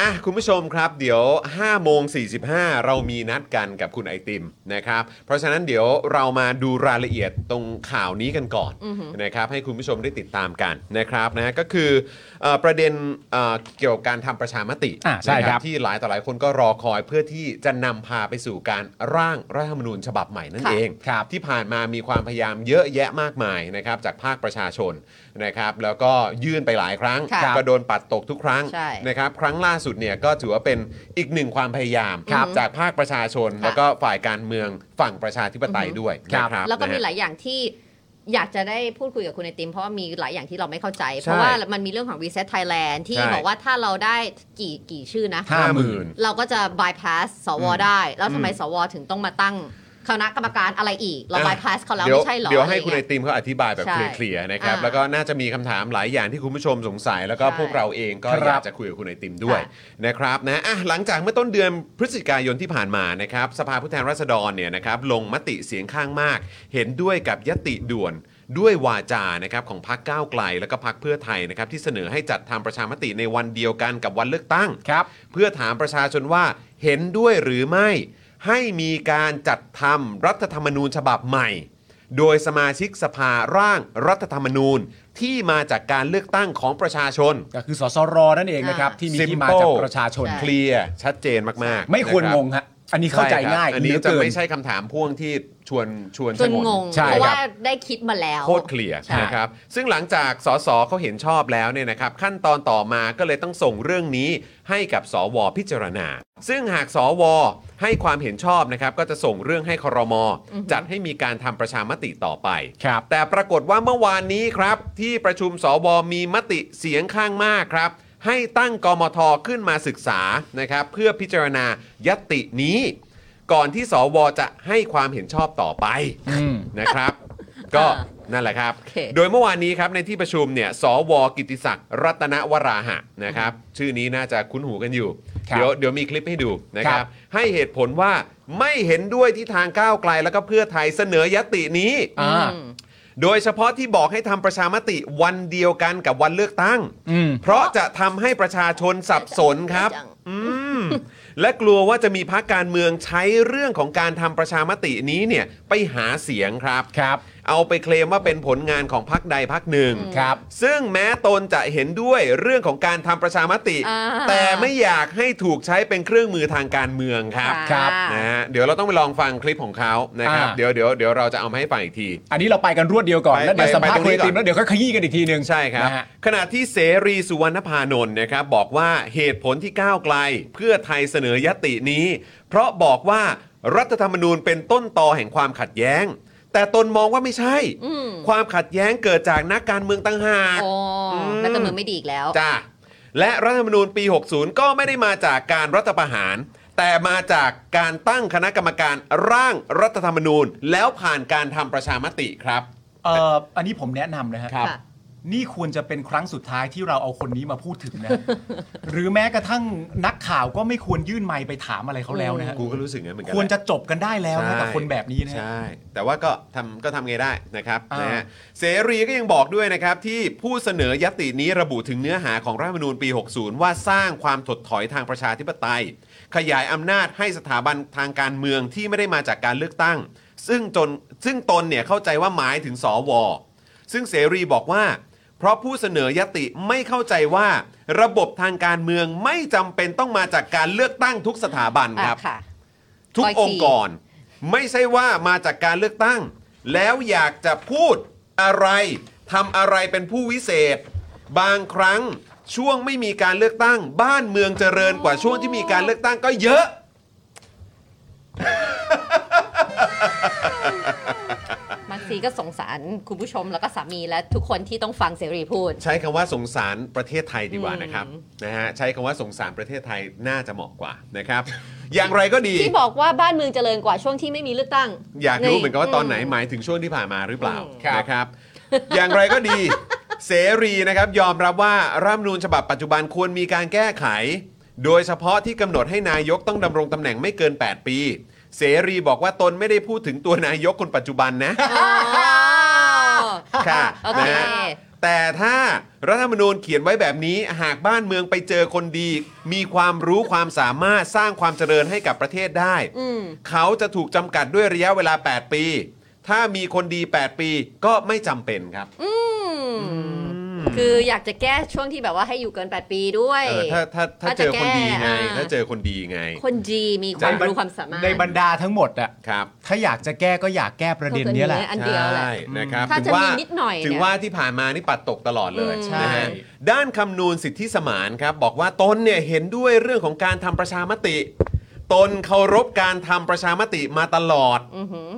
A: อ่ะคุณผู้ชมครับเดี๋ยว5โมง45 เรามีนัดกันกับคุณไอติมนะครับเพราะฉะนั้นเดี๋ยวเรามาดูรายละเอียดตรงข่าวนี้กันก่อนนะครับให้คุณผู้ชมได้ติดตามกันนะครับนะก็คือเอ่อประเด็นเอ่อเกี่ยวกับการทำประชามติ
B: อ่ะใช่
A: นะครับ ที่หลายต่อหลายคนก็รอคอยเพื่อที่จะนำพาไปสู่การร่างรัฐธรรมนูญฉบับใหม่นั่น
C: ค่ะ
A: เอง
B: ครับ
A: ที่ผ่านมามีความพยายามเยอะแยะมากมายนะครับจากภาคประชาชนนะครับแล้วก็ยื่นไปหลายครั้ง
C: ค่ะ
A: ก็โดนปัดตกทุกครั้ง
C: ใช่
A: นะครับครั้งล่าสุดเนี่ยก็ถือว่าเป็นอีกหนึ่งความพยายาม
C: ครับ
A: จากภาคประชาชน
C: ค่ะ
A: แล้วก็ฝ่ายการเมืองฝั่งประชาธิปไตยด้วย
B: ครับ
A: นะครับ
C: แล้วก็มี
A: นะฮะ
C: หลายอย่างที่อยากจะได้พูดคุยกับคุณไอติม เพราะว่ามีหลายอย่างที่เราไม่เข้าใจ
A: ใช่
C: เพราะว่ามันมีเรื่องของ Reset Thailand ที่
A: ใช่
C: บอกว่าถ้าเราได้กี่กี่ชื่อนะ
B: ห้าหมื่น
C: เราก็จะ bypass สวได้ แล้วทำไมสวถึงต้องมาตั้งคณะกรรมการอะไรอีก เรา
A: อ่ะ
C: bypass เขาแล้ว
A: เดี๋ยว
C: ไม่ใช่หรอ
A: เดี๋ยวให้คุณ
C: ะ
A: ไอ
C: รเงี้
A: ติมเขาอธิบายแบบ
C: ใช่
A: เคลียร์ๆนะครับ
C: อ่า
A: แล้วก็น่าจะมีคำถามหลายอย่างที่คุณผู้ชมสงสัย แล้วก็
C: ใช่
A: พวกเราเองก็
B: ค
A: อ
B: รับ
A: ยากจะคุยกับคุณไอติมด้วยนะครับนะอ่ะหลังจากเมื่อต้นเดือนพฤศจิกายนที่ผ่านมานะครับสภาผู้แทนราษฎรเนี่ยนะครับลงมติเสียงข้างมาก เห็นด้วยกับยติด่วนด้วยวาจานะครับของพรรคก้าวไกล และก็พรรคเพื่อไทยนะครับที่เสนอให้จัดทำประชามติในวันเดียวกันกับวันเลือกตั้ง
B: ครับ
A: เพื่อถามประชาชนว่าเห็นด้วยหรือไม่ ให้มีการจัดทำรัฐธรรมนูญฉบับใหม่ โดยสมาชิกสภาร่างรัฐธรรมนูญที่มาจากการเลือกตั้งของประชาชน
B: ก็คือสสรนั่นเองนะครับ
C: อ่า
B: ที่มี
A: Simple
B: ที่มาจากประชาชน
C: ใช่
A: เคลียร์ชัดเจนมากๆ
B: ไม่ควร
A: นะ
B: ง
A: บ
B: งฮะอันนี้เข้าใจ
A: ช่ครับ
B: ง่าย
A: อันนี้
B: เหลือ
A: จะ
B: เกิ
A: ไม่ใช่คำถามพ่วงที่ชวนชวน
C: จนงง
A: ใช่
C: เพราะ
A: ค
C: ว่า
A: รับ
C: ได้คิดมาแล้ว
A: โคตรเคลียร์
C: ใช่
A: นะครับ ซึ่งหลังจากสสเขาเห็นชอบแล้วเนี่ยนะครับ ขั้นตอนต่อมาก็เลยต้องส่งเรื่องนี้ให้กับสวพิจารณา ซึ่งหากสวให้ความเห็นชอบนะครับ ก็จะส่งเรื่องให้ครม จัดให้มีการทำประชามติต่อไป
B: ครับ
A: แต่ปรากฏว่าเมื่อวานนี้ครับ ที่ประชุมสวมีมติเสียงข้างมากครับ ให้ตั้งกมทขึ้นมาศึกษานะครับ เพื่อพิจารณายตินี้ ก่อนที่สวจะให้ความเห็นชอบต่อไป
B: อืม
A: นะครับ ก็
C: อ่า
A: นั่นแหละครับ
C: โอเค
A: โดยเมื่อวานนี้ครับในที่ประชุมเนี่ยสวกิติศักดิ์รัตนวราหะนะครับ ชื่อนี้น่าจะคุ้นหูกันอยู่
B: ครับ
A: เดี๋ยวเดี๋ยวมีคลิปให้ดูนะค
B: ครั
A: รับ
B: บ
A: ให้เหตุผลว่าไม่เห็นด้วยที่ทางก้าวไกลแล้วก็เพื่อไทยเสนอยตินี้
B: อ่า
C: อืม
A: โดยเฉพาะที่บอกให้ทำประชามติวันเดียวกันกับวันเลือกตั้ง
B: อืม
A: เพราะจะทำให้ประชาชนสับสนครับ
C: จัง
A: อืม และกลัวว่าจะมีพรรคการเมืองใช้เรื่องของการทำประชามตินี้เนี่ยไปหาเสียงครับ
B: ครับ
A: เอาไปเคลมว่าเป็นผลงานของพรรคใดพรรคหนึ่ง
B: ครับ
A: ซึ่งแม้ตนจะเห็นด้วยเรื่องของการทำประชามติ
C: อ่า
A: แต่ไม่อยากให้ถูกใช้เป็นเครื่องมือทางการเมืองครับ
C: ค่ะ
B: ครับ
A: นะฮะเดี๋ยวเราต้องไปลองฟังคลิปของเขานะครับ
B: อ่า
A: เดี๋ยวเดี๋ยวเดี๋ยวเราจะเอามาให้ฟังอีกที
B: อันนี้เราไปกันรวดเดียวก่อน
A: ไป
B: แล้วเดี๋ยว
A: ไป
B: สัมภา
A: ไป
B: ษณ์
A: ตรง
B: คุ
A: นี้
B: ย
A: ก่อน
B: ติมแล้วเดี๋ยวก็ขยี้กันอีกทีหนึ่ง
A: ใช่ครับ
B: นะฮะ
A: ขณะที่เสรีสุวรรณพานนท์นะครับบอกว่าเหตุผลที่ก้าวไกล เพื่อไทยเสนอยตินี้ เพราะบอกว่ารัฐธรรมนูญเป็นต้นตอแห่งความขัดแย้ง แต่ตนมองว่าไม่ใช่
C: อืม
A: ความขัดแย้งเกิดจากนักการเมืองต่างหาก
C: โอ้นักการเมืองไม่ดีอีกแล้ว
A: จ้าและรัฐธรรมนูญปี 60 ก็ไม่ได้มาจากการรัฐประหาร แต่มาจากการตั้งคณะกรรมการร่างรัฐธรรมนูญ แล้วผ่านการทำประชามติครับ
B: เอ่ออันนี้ผมแนะนำนะฮะ
C: ครับค่ะ
B: นี่ควรจะเป็นครั้งสุดท้ายที่เราเอาคนนี้มาพูดถึงนะ หรือแม้กระทั่งนักข่าวก็ไม่ควรยื่นไมค์ไปถามอะไรเขาแล้วนะฮะ
A: กูก็รู้สึกงั้นเหมือนกั
B: ควร
A: แหล
B: จะจบกันได้แล้วนะกับคนแบบนี้นะฮะ
A: ใช่ แต่ว่าก็ทำก็ทำไงได้นะครับ
B: อ่าน
A: นะฮะเสรีก็ยังบอกด้วยนะครับ ที่ผู้เสนอยตินี้ระบุถึงเนื้อหาของรัฐธรรมนูญปี 60 ว่าสร้างความถดถอยทางประชาธิปไตย ขยายอำนาจให้สถาบันทางการเมืองที่ไม่ได้มาจากการเลือกตั้ง ซึ่งจนซึ่งตนเนี่ยเข้าใจว่าหมายถึงสว ซึ่งเสรีบอกว่า เพราะผู้เสนอยติไม่เข้าใจว่า ระบบทางการเมืองไม่จำเป็นต้องมาจากการเลือกตั้งทุกสถาบัน
C: อ่ะ
A: ครับ
C: ค่ะ
A: ทุก
C: ร้อยสี่
A: องค์กร ไม่ใช่ว่ามาจากการเลือกตั้ง แล้วอยากจะพูดอะไรทำอะไรเป็นผู้วิเศษ บางครั้งช่วงไม่มีการเลือกตั้ง บ้านเมืองเจริญกว่าช่วงที่มีการเลือกตั้งก็เยอะ
C: บางทีก็สงสารคุณผู้ชมแล้วก็สามีและทุกคนที่ต้องฟังเสรีพูด
A: ใช้คำว่าสงสารประเทศไทยดีกว่านะครับ
C: อืม
A: นะฮะใช้คำว่าสงสารประเทศไทยน่าจะเหมาะกว่านะครับ อย่างไรก็ดี
C: ที่บอกว่าบ้านเมืองเจริญกว่าช่วงที่ไม่มีเลือกตั้ง
A: อยากรู้เหมือนกันว่าตอนไหนหมายถึงช่วงที่ผ่านมาหรือเปล่า
B: ครับ
A: นะครับ อย่างไรก็ดี เสรีนะครับยอมรับว่ารัฐธรรมนูญฉบับปัจจุบันควรมีการแก้ไข โดยเฉพาะที่กำหนดให้นายกต้องดำรงตำแหน่งไม่เกิน 8 ปี เสรีบอกว่าตนไม่ได้ พูดถึงตัวนายกคนปัจจุบันนะ
C: อ๋อ
A: ค่ะ
C: โอเค
A: นะฮะ แต่ถ้ารัฐธรรมนูญเขียนไว้แบบนี้ หากบ้านเมืองไปเจอคนดี มีความรู้ความสามารถสร้างความเจริญให้กับประเทศได้
C: อืม
A: เขาจะถูกจำกัดด้วยระยะเวลา 8 ปี ถ้ามีคนดี 8 ปีก็ไม่จำเป็นครับ
C: คืออยากจะแก้ช่วงที่แบบว่าให้อยู่เกิน 8 ปีด้วย
A: เออถ้าถ้าถ้า
C: ถ้า
A: เจอคนดีไง
C: จะแก้อ่า
A: ถ้าเจอคนดีไง
C: คนจีมีความรู้ความสามารถ
B: ในบรรดาทั้งหมดอะ
A: ครับ
B: ถ้าอยากจะแก้ก็อยากแก้ประเด็นเนี้ยแหละ
C: อันเดียวแหละ
A: ใช่นะครับ
C: ถ้าจะ
A: งว่
C: นิดหน่อยเนี่ย
A: ถึงว่าที่ผ่านมานี่ปัดตกตลอดเลย
C: อืม
B: ใช่
A: นะฮะด้านคำนูนสิทธิสมานครับ บอกว่าตนเนี่ยเห็นด้วยเรื่องของการทำประชามติ ตนเคารพการทำประชามติมาตลอด
C: อือหือ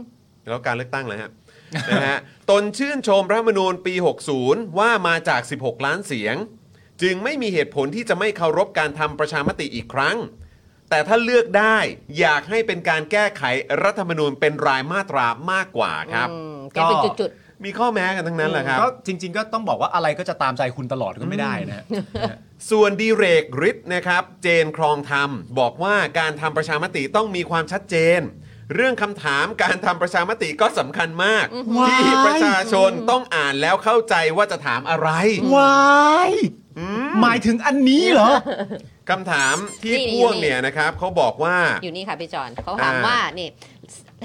A: แล้วการเลือกตั้งเลยฮะ นะฮะตนชื่นชมรัฐธรรมนูญปี 60 ว่ามาจาก 16 ล้านเสียง จึงไม่มีเหตุผลที่จะไม่เคารพการทำประชามติอีกครั้ง แต่ถ้าเลือกได้อยากให้เป็นการแก้ไขรัฐธรรมนูญเป็นรายมาตรามากกว่าครับ
C: อืมแกเป็น
B: ก็
C: จุด
A: มีข้อแม้กันทั้งนั้นแหละครับ
B: ก็จริง ๆ ก็ต้องบอกว่าอะไรก็จะตามใจคุณตลอดก็ไม่ได้นะฮะ
A: ส่วนดีเรกฤทธิ์นะครับ เจนครองธรรม บอกว่าการทำประชามติต้องมีความชัดเจน เรื่องคำถามการทำประชามติก็สำคัญมาก ที่
B: ว้าย
A: ประชาชนต้องอ่านแล้วเข้าใจว่าจะถามอะไร
B: ว้ายหมายถึงอันนี้เหรอ
A: คำถามที่
C: นี่นี่
A: พ่วง
C: นี่
A: เนี่ยนะครับเขาบอกว่า
C: ๆ อยู่นี่ค่ะพี่จอนเขาถาม
A: อ่า
C: ว่านี่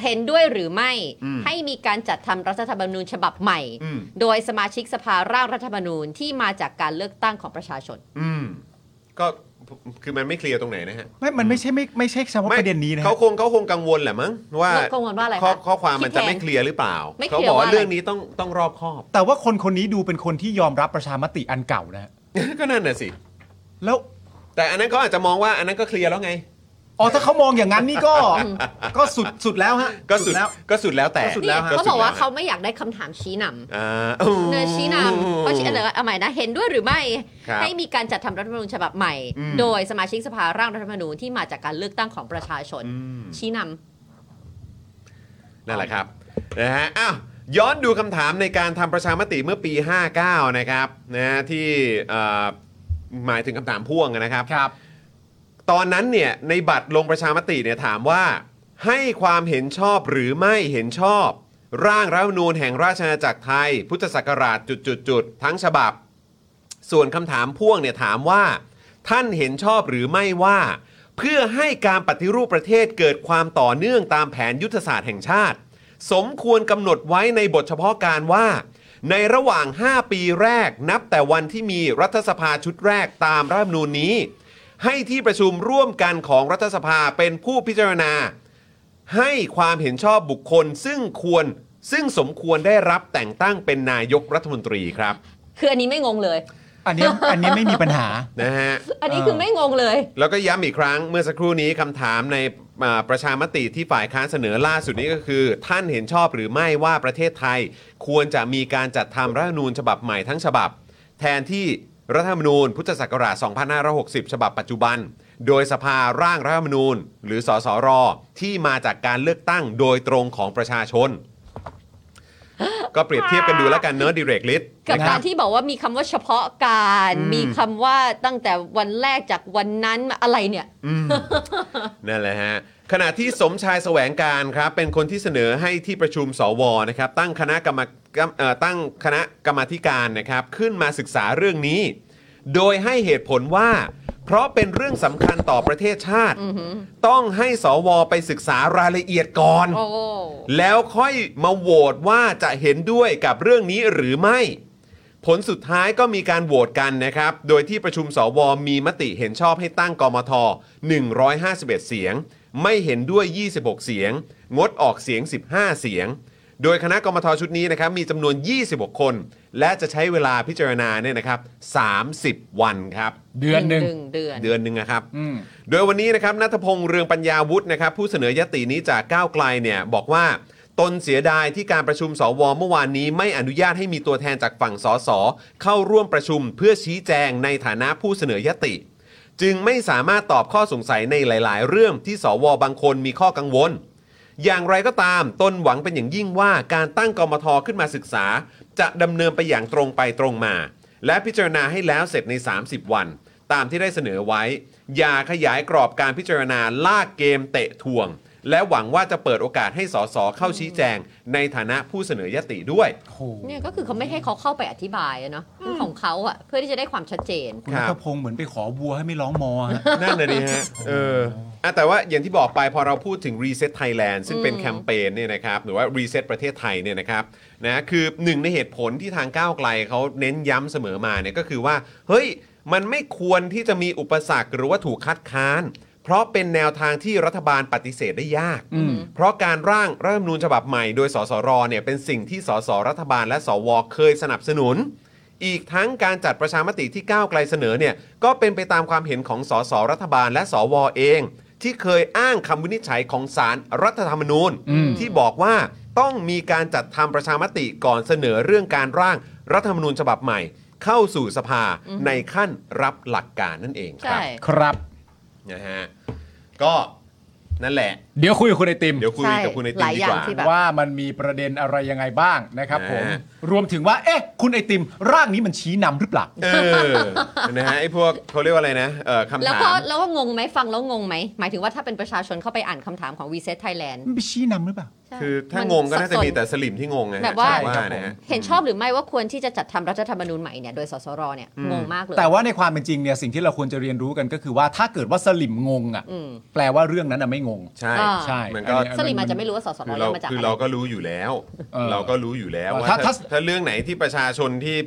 C: เห็นด้วยหรือไม่
A: อืม
C: ให้มีการจัดทำรัฐธรรมนูญฉบับใหม่
A: อืม
C: โดยสมาชิกสภาร่างรัฐธรรมนูญที่มาจากการเลือกตั้งของประชาชน
A: อืมก็คือมันไม่เคลียร์ตรงไหนนะฮะ
B: ไม่ มันไม่ใช่ไม่ไม่ใช่เฉพาะประเด็นนี้นะฮะ
A: เขาคงเขาคงกังวลแหละมั้งว่า
C: กังวลว่าอะไรคะ
A: ข้อข้อความมัน
C: คิ
A: จะ
C: ดแพง
A: ไม่เคลียร์หรือเปล่า
C: ไม่เคลียร์
A: เขาบอกว่า
C: ว่าอะไร
A: เรื่องนี้ต้องต้องรอบคอบ
B: แต่ว่าคนคนนี้ดูเป็นคนที่ยอมรับประชามติอันเก่านะฮะ
A: ก็นั่นน่ะสิ
B: แล้ว
A: แต่อันนั้นเขาอาจจะมองว่าอันนั้นก็เคลียร์แล้วไง
B: อ๋อ ถ้าเขามองอย่างนั้นนี่ก็ ก็สุดสุดแล้วฮะ
A: ก็สุด
B: แล้ว
A: ก็สุดแล้วแต่
B: ก็สุดแล้วฮะ
C: เขาบอกว่า
A: ฮะ
C: เขาไม่อยากได้คำถามชี้นำ
A: อ่า
C: เนอชี้นำเขาชี้อะไรเอาใหม่นะเห็นด้วยหรือไม่
A: ครับ
C: ให้มีการจัดทำรัฐธรรมนูญฉบับใหม่
A: อืม
C: โดยสมาชิกสภาร่างรัฐธรรมนูญที่มาจากการเลือกตั้งของประชาชน
A: อืม
C: ชี้นำ
A: นั่นแหละครับนะฮะอ้าวย้อนดูคำถามในการทำประชามติเมื่อปี 59 นะครับนะฮะที่เอ่อหมายถึงคำถามพ่วงนะครับ
B: ครับ
A: ตอนนั้นเนี่ยในบัตรลงประชามติเนี่ยถามว่า ให้ความเห็นชอบหรือไม่เห็นชอบ ร่างรัฐธรรมนูญแห่งราชอาณาจักรไทย พุทธศักราชจุดๆๆทั้งฉบับ ส่วนคำถามพ่วงเนี่ยถามว่า ท่านเห็นชอบหรือไม่ว่า เพื่อให้การปฏิรูปประเทศเกิดความต่อเนื่องตามแผนยุทธศาสตร์แห่งชาติ สมควรกำหนดไว้ในบทเฉพาะการว่า ในระหว่าง 5 ปีแรกนับแต่วันที่มีรัฐสภาชุดแรกตามรัฐธรรมนูญนี้ ให้ที่ประชุมร่วมกันของรัฐสภาเป็นผู้พิจารณา ให้ความเห็นชอบบุคคลซึ่งควรซึ่งสมควรได้รับแต่งตั้งเป็นนายกรัฐมนตรีครับ
C: คืออันนี้ไม่งงเลย
B: อันเนี้ยอันเนี้ยไม่มีปัญหา
A: นะฮะ
C: อันนี้คือไม่งงเลย
A: แล้วก็ย้ำอีกครั้งเมื่อสักครู่นี้คำถามในอ่าประชามติที่ฝ่ายค้านเสนอล่าสุดนี้ก็คือ ท่านเห็นชอบหรือไม่ว่าประเทศไทย ควรจะมีการจัดทำรัฐธรรมนูญฉบับใหม่ทั้งฉบับ แทนที่รัฐธรรมนูญพุทธศักราช 2560 ฉบับปัจจุบัน โดยสภาร่างรัฐธรรมนูญ หรือสสรที่มาจากการเลือกตั้งโดยตรงของประชาชน ก็เปรียบเทียบกันดูแล้วกันเนอะดิเรกลิส
C: กับ
B: นะครับ
C: การที่บอกว่ามีคำว่าเฉพาะการ
A: อืม
C: มีคำว่าตั้งแต่วันแรกจากวันนั้นอะไรเนี่ย
A: นั่นแหละฮะขณะที่สมชายแสวงการครับเป็นคนที่เสนอให้ที่ประชุมสวนะครับตั้งคณะกรรมเอ่อตั้งคณะกรรมาธิการนะครับขึ้นมาศึกษาเรื่องนี้ โดยให้เหตุผลว่า เพราะเป็นเรื่องสำคัญต่อประเทศชาติ ต้องให้สวไปศึกษารายละเอียดก่อน
C: โอ้
A: แล้วค่อยมาโหวตว่าจะเห็นด้วยกับเรื่องนี้หรือไม่ ผลสุดท้ายก็มีการโหวตกันนะครับ โดยที่ประชุมสวมีมติเห็นชอบให้ตั้งกมท 151 เสียง ไม่เห็นด้วย 26 เสียง งดออกเสียง 15 เสียง โดยคณะกมทชุดนี้นะครับมีจำนวน 26 คน และจะใช้เวลาพิจารณาเนี่ยนะครับ30 วันครับ
B: เดือนหนึ่ง
C: เดือน
A: เดือนหนึ่งนะครับ
B: อืม
A: โดยวันนี้นะครับนัทพงษ์เรืองปัญญาวุฒินะครับผู้เสนอยตินี้จากก้าวไกลเนี่ยบอกว่า ตนเสียดายที่การประชุมสวเมื่อวานนี้ไม่อนุญาตให้มีตัวแทนจากฝั่งสสเข้าร่วมประชุมเพื่อชี้แจงในฐานะผู้เสนอยติ จึงไม่สามารถตอบข้อสงสัยในหลาย ๆ เรื่องที่สวบางคนมีข้อกังวล อย่างไรก็ตามตนหวังเป็นอย่างยิ่งว่าการตั้งกมทขึ้นมาศึกษา จะดำเนินไปอย่างตรงไปตรงมา และพิจารณาให้แล้วเสร็จใน 30 วัน ตามที่ได้เสนอไว้ อย่าขยายกรอบการพิจารณาลากเกมเตะทวง และหวังว่าจะเปิดโอกาสให้สสเข้าชี้แจง ในฐานะผู้เสนอยติด้วย
B: โอ้โห
C: เนี่ยก็คือเขาไม่ให้เขาเข้าไปอธิบายอะเนาะเรื่องของเขาอะเพื่อที่จะได้ความชัดเจน
B: คุณนัทพงศ์เหมือนไปขอวัวให้ไม่ร้องมอฮะ
A: นั่นเลยดีฮะ เอออ่ะแต่ว่าอย่างที่บอกไปพอเราพูดถึง Reset Thailand ซึ่งเป็น
C: อืม
A: แคมเปญเนี่ยนะครับ หรือว่า Reset ประเทศไทยเนี่ยนะครับ นะคือหนึ่งในเหตุผลที่ทางก้าวไกลเขาเน้นย้ำเสมอมาเนี่ยก็คือว่า เฮ้ย มันไม่ควรที่จะมีอุปสรรคหรือว่าถูกคัดค้าน เพราะเป็นแนวทางที่รัฐบาลปฏิเสธได้ยาก
B: อืม
A: เพราะการร่างรัฐธรรมนูญฉบับใหม่โดยสสรเนี่ยเป็นสิ่งที่สสรัฐบาลและสวเคยสนับสนุน อีกทั้งการจัดประชามติที่ก้าวไกลเสนอเนี่ยก็เป็นไปตามความเห็นของสสรัฐบาลและสวเอง ที่เคยอ้างคำวินิจฉัยของศาลรัฐธรรมนูญ
B: อืม
A: ที่บอกว่าต้องมีการจัดทำประชามติก่อนเสนอเรื่องการร่างรัฐธรรมนูญฉบับใหม่ เข้าสู่สภาในขั้นรับหลักการนั่นเองค
C: ใช่
A: รับ
B: ครับ
A: นะฮะก็นั่นแหละ
B: เดี๋ยวคุยกับคุณไอติม
A: เดี๋ยวคุย
C: ใช่
A: กับคุณไอติ
C: ห
A: ม
C: ลาย
A: ดี
C: อย่าก ง
A: ว่า
C: ที่ แบบ
B: ว่ามันมีประเด็นอะไรยังไงบ้างนะครับผม
A: นะ
B: รวมถึงว่า เอ๊ะ คุณไอติม ร่างนี้มันชี้นำหรือเปล่า
A: เออ นะฮะไอ้พวกเขาเรียกว่าอะไรนะเออคำ
C: แล้ว
A: ถา
C: พอ
A: ม
C: แล้วงงไหมฟังแล้วงงไหมหมายถึงว่าถ้าเป็นประชาชนเข้าไปอ่านคำถามของ Reset Thailand
B: มันไปชี้นำหรือเปล่า
C: ใช่
A: คือถ้า
C: มัน
A: งงก็น่าจะ
C: สับสน
A: มีแต่สลิมที่งงไงฮะ
C: แบบว่า
A: ใช่ว่านะฮะ
C: เห็นชอบหรือไม่ว่าควรที่จะจัดทำรัฐธรรมนูญใหม่เนี่ยโดยสสรเนี่ย
A: อืม
C: งงมากเลย
B: แต่ว่าในความเป็นจริงเนี่ยสิ่งที่เราควรจะเรียนรู้กันก็คือว่าถ้าเกิดว่าสลิมงงอ่ะ
C: อืม
B: แปลว่าเรื่องนั้นน่ะไม่งง
A: ใช่
C: อ่า
B: ใช่
A: มันก็
B: อั
C: สลิมอาจจะไม่รู้ว่าสสร
A: คื
C: เรียก
A: อเรา
C: มาจาก
A: คือ
C: อะไร
A: เราก็รู้อยู่แล้ว
B: เออ
A: เราก็รู้อยู่แล้ว
B: เออ
A: ว่า
B: ถ้า
A: ถ้า
B: ถ้า
A: ถ้าเรื่องไหนที่ประชาชนที่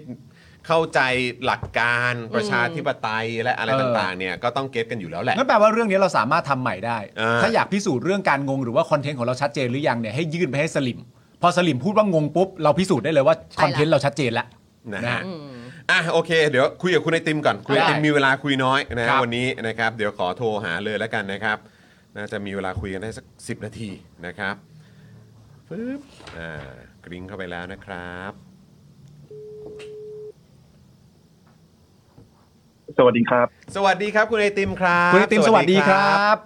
A: เข้าใจหลักการประชาธิปไตยและอะไรต่างๆ เนี่ยก็ต้องเก็ตกันอยู่แล้วแหละ
B: งั้นแปลว่าเรื่องนี้เราสามารถทำใหม่ได้
A: อ่า
B: ถ้าอยากพิสูจน์เรื่องการงงหรือว่าคอนเทนต์ของเราชัดเจนหรือยังเนี่ยให้ยื่นไปให้สลิม พอสลิมพูดว่างงปุ๊บเราพิสูจน์ได้เลยว่า
C: ใช่
B: คอนเทนต์เราชัดเจนแล้ว
A: นะฮะ
C: อืม
A: อ่ะโอเค เดี๋ยวคุยกับคุณไอติมก่อนคุณไอติม
B: ได้
A: มีเวลาคุยน้อยนะครับ วันนี้นะครับ เดี๋ยวขอโทรหาเลยแล้วกันนะครับ น่าจะมีเวลาคุยกันได้สัก 10 นาทีนะครับปึ๊บอ่ากริ้งเข้าไปแล้วนะครับ
D: สวัสดีครับ
A: สวัสดีครับ คุณไอติมครับ
B: คุณไอติมสวัสดีครับ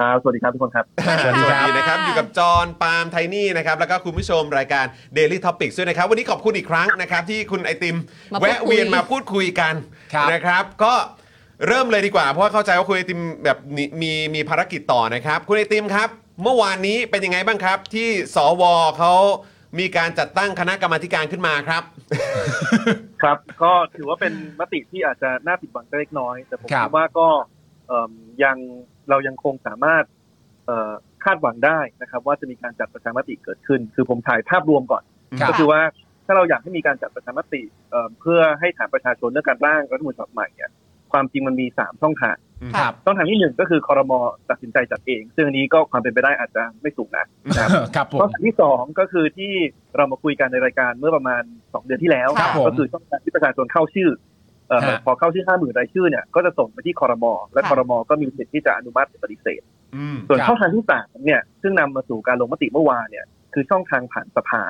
D: ครับ สวัสดีครับทุกคนครับ
A: สวัสดีครับส
C: สวัส
A: วัสดี
C: ดี
A: นะค
C: ครั
A: รับบ อยู่กับจอห์นปาล์มไทนี่นะครับแล้วก็คุณผู้ชมรายการ Daily Topics ด้วยนะครับ วันนี้ขอบคุณอีกครั้งนะครับที่คุณไอติมแวะเวียนมาพูดคุยกัน
B: ครับ
A: นะครับ ก็เริ่มเลยดีกว่า เพราะว่าเข้าใจว่าคุณไอติมแบบมีมีมีภารกิจต่อนะครับ คุณไอติมครับ เมื่อวานนี้เป็นยังไงบ้างครับ ที่สวเขามีการจัดตั้งคณะกรรมาธิการขึ้นมาครับ
D: ครับ ก็ถือว่าเป็นมติที่อาจจะน่าผิดหวังเล็กน้อย แต่ผม
B: ครั
D: คิ
B: บ
D: ดว่าก็เอิ่มยังเรายังคงสามารถเอ่อคาดหวังได้นะครับ ว่าจะมีการจัดประชามติเกิดขึ้น คือผมถ่ายภาพรวมก่อน
B: ครับ
D: ก็คือว่าถ้าเราอยากให้มีการจัดประชามติเอิ่มเพื่อให้ถามประชาชนเรื่องการร่างรัฐธรรมนูญฉบับใหม่เนี่ยความจริงมันมีสามช่องทาง
B: ครับ
D: ช่องทางที่หนึ่งก็คือคอรมอตัดสินใจจัดเอง ซึ่งอันนี้ก็ความเป็นไปได้อาจจะไม่สูงนะ
B: ครับผ
D: ข้อ
B: ม
D: สที่สองก็คือที่เรามาคุยกันในรายการเมื่อประมาณสองเดือนที่แล้ว
B: ครับผม
D: ก็คือช่องทางที่ประชาชนเข้าชื่อเอ่อ
B: ฮะ
D: พอเข้าชื่อห้าหมื่นรายชื่อเนี่ยก็จะส่งไปที่คอรมอและ
C: ค่ะ
D: คอรมอก็มีสิทธิ์ที่จะอนุมัติหรือปฏิเสธ
A: อืม
D: ส่วน
B: ครับ
D: ช่องทางที่สามเนี่ยซึ่งนำมาสู่การลงมติเมื่อวานเนี่ยคือช่องทางผ่านสภา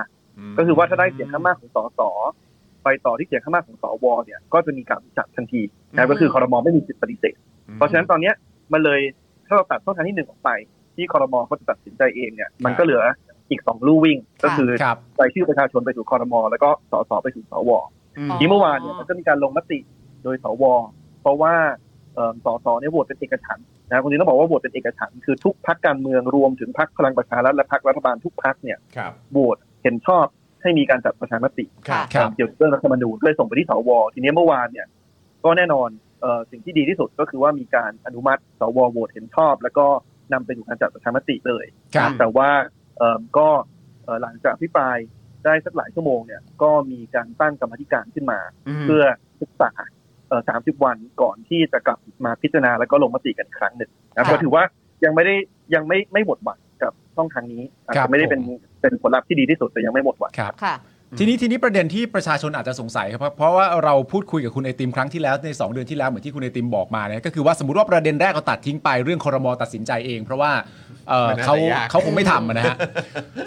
D: ก็คือว่าถ้าได้เสียงข้างมากของสสไปต่อที่เสียงข้างมากของสวเนี่ยก็จะมีการจัดทันทีนะก็คือคอรมอไม่มีสิทธิ์ปฏิเสธ เพราะฉะนั้นตอนเนี้ยมันเลยถ้าเราตัดช่องทางที่หนึ่งออกไป ที่คอรมอเขาจะตัดสินใจเองเนี่ยมันก็เหลืออีกสองลู่วิ่ง ก็คือ
B: ครับ
D: รายชื่อประชาชนไปสู่คอรมอแล้วก็สสไปสู่สว
A: อืม
C: อ๋อ
D: ทีเมื่อวานเนี่ยมันก็มีการลงมติโดยสวเพราะว่าเอิ่มสสเนี่ยโหวตเป็นเอกฉันท์นะคุณจริงต้องบอกว่าโหวตเป็นเอกฉันท์คือทุกพักการเมืองรวมถึงพักพลังประชารัฐและพักรัฐบาลทุกพักเนี่ย
A: ครับ
D: โหวตเห็นชอบให้มีการจัดประชามติ
C: ค่ะ
B: ครับ
D: เกี่ยวกับเรื่องรัฐธรรมนูญก็เลยส่งไปที่สวทีนี้เมื่อวานเนี่ย ก็แน่นอนเอ่อสิ่งที่ดีที่สุดก็คือว่ามีการอนุมัติสวโหวตเห็นชอบ แล้วก็นำไปสู่การจัดประชามติเลย
B: ครับ
D: แต่ว่าเอ่อก็เอ่อหลังจากพิปรายได้สักหลายชั่วโมงเนี่ยก็มีการตั้งกรรมาธิการขึ้นมา เพื่อศึกษาสามสิบวันก่อนที่จะกลับมาพิจารณาแล้วก็ลงมติกันอีกครั้งหนึ่งนะครับ
C: ค่ะ
D: ก็ถือว่ายังไม่ได้ยังไม่ไม่หมดหวังกับช่องทางนี้อาจ
B: ครั
D: จะ
B: บ
D: ไม่ได้เป็น
B: ผม
D: เป็นผลลัพธ์ที่ดีที่สุดแต่ยังไม่หมดหวัง
B: ครับ
C: ค่ะ
B: ทีนี้ทีนี้ประเด็นที่ประชาชนอาจจะสงสัยครับเพราะว่าเราพูดคุยกับคุณไอติมครั้งที่แล้วใน 2 เดือนที่แล้วเหมือนที่คุณไอติมบอกมาเนี่ยก็คือว่าสมมติว่าประเด็นแรกเขาตัดทิ้งไปเรื่องคอรมอตัดสินใจเอง เพราะว่าเอ่อ
A: มันน่าจะ
B: เขา
A: ยาก
B: เขาคงไม่ทำอะนะ ฮะ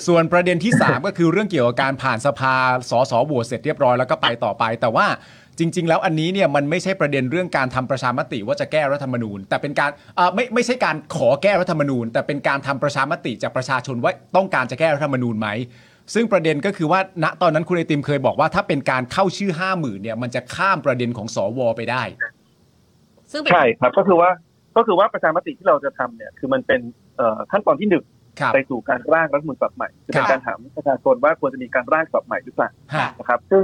B: ส่วนประเด็นที่ 3 ก็คือเรื่องเกี่ยวกับการผ่านสภาสสโหวตเสร็จเรียบร้อยแล้วก็ไปต่อไป แต่ว่าจริง ๆ แล้วอันนี้เนี่ยมันไม่ใช่ประเด็นเรื่องการทำประชามติว่าจะแก้รัฐธรรมนูญ แต่เป็นการเอ่อไม่ไม่ใช่การขอแก้รัฐธรรมนูญ แต่เป็นการทำประชามติจากประชาชนว่าต้องการจะแก้รัฐธรรมนูญไหม ซึ่งประเด็นก็คือว่าณตอนนั้นคุณไอติมเคยบอกว่าถ้าเป็นการเข้าชื่อ5 0,000ื่นเนี่ยมันจะข้ามประเด็นของสวไปได้
C: ซึ่งเป็น
D: ใช่ครับก็คือว่าก็คือว่าประชามติที่เราจะทำเนี่ยคือมันเป็นเอ่อขั้นตอนที่หนึ่ง
B: ครับ
D: ไปสู่การร่างรัฐธรรมนูญฉบับใหม่จะเป็น
B: ครับ
D: การถามประชาชนว่าควรจะมีการร่างฉบับใหม่หรือเปล่า
B: ฮะ
D: นะครับซึ่ง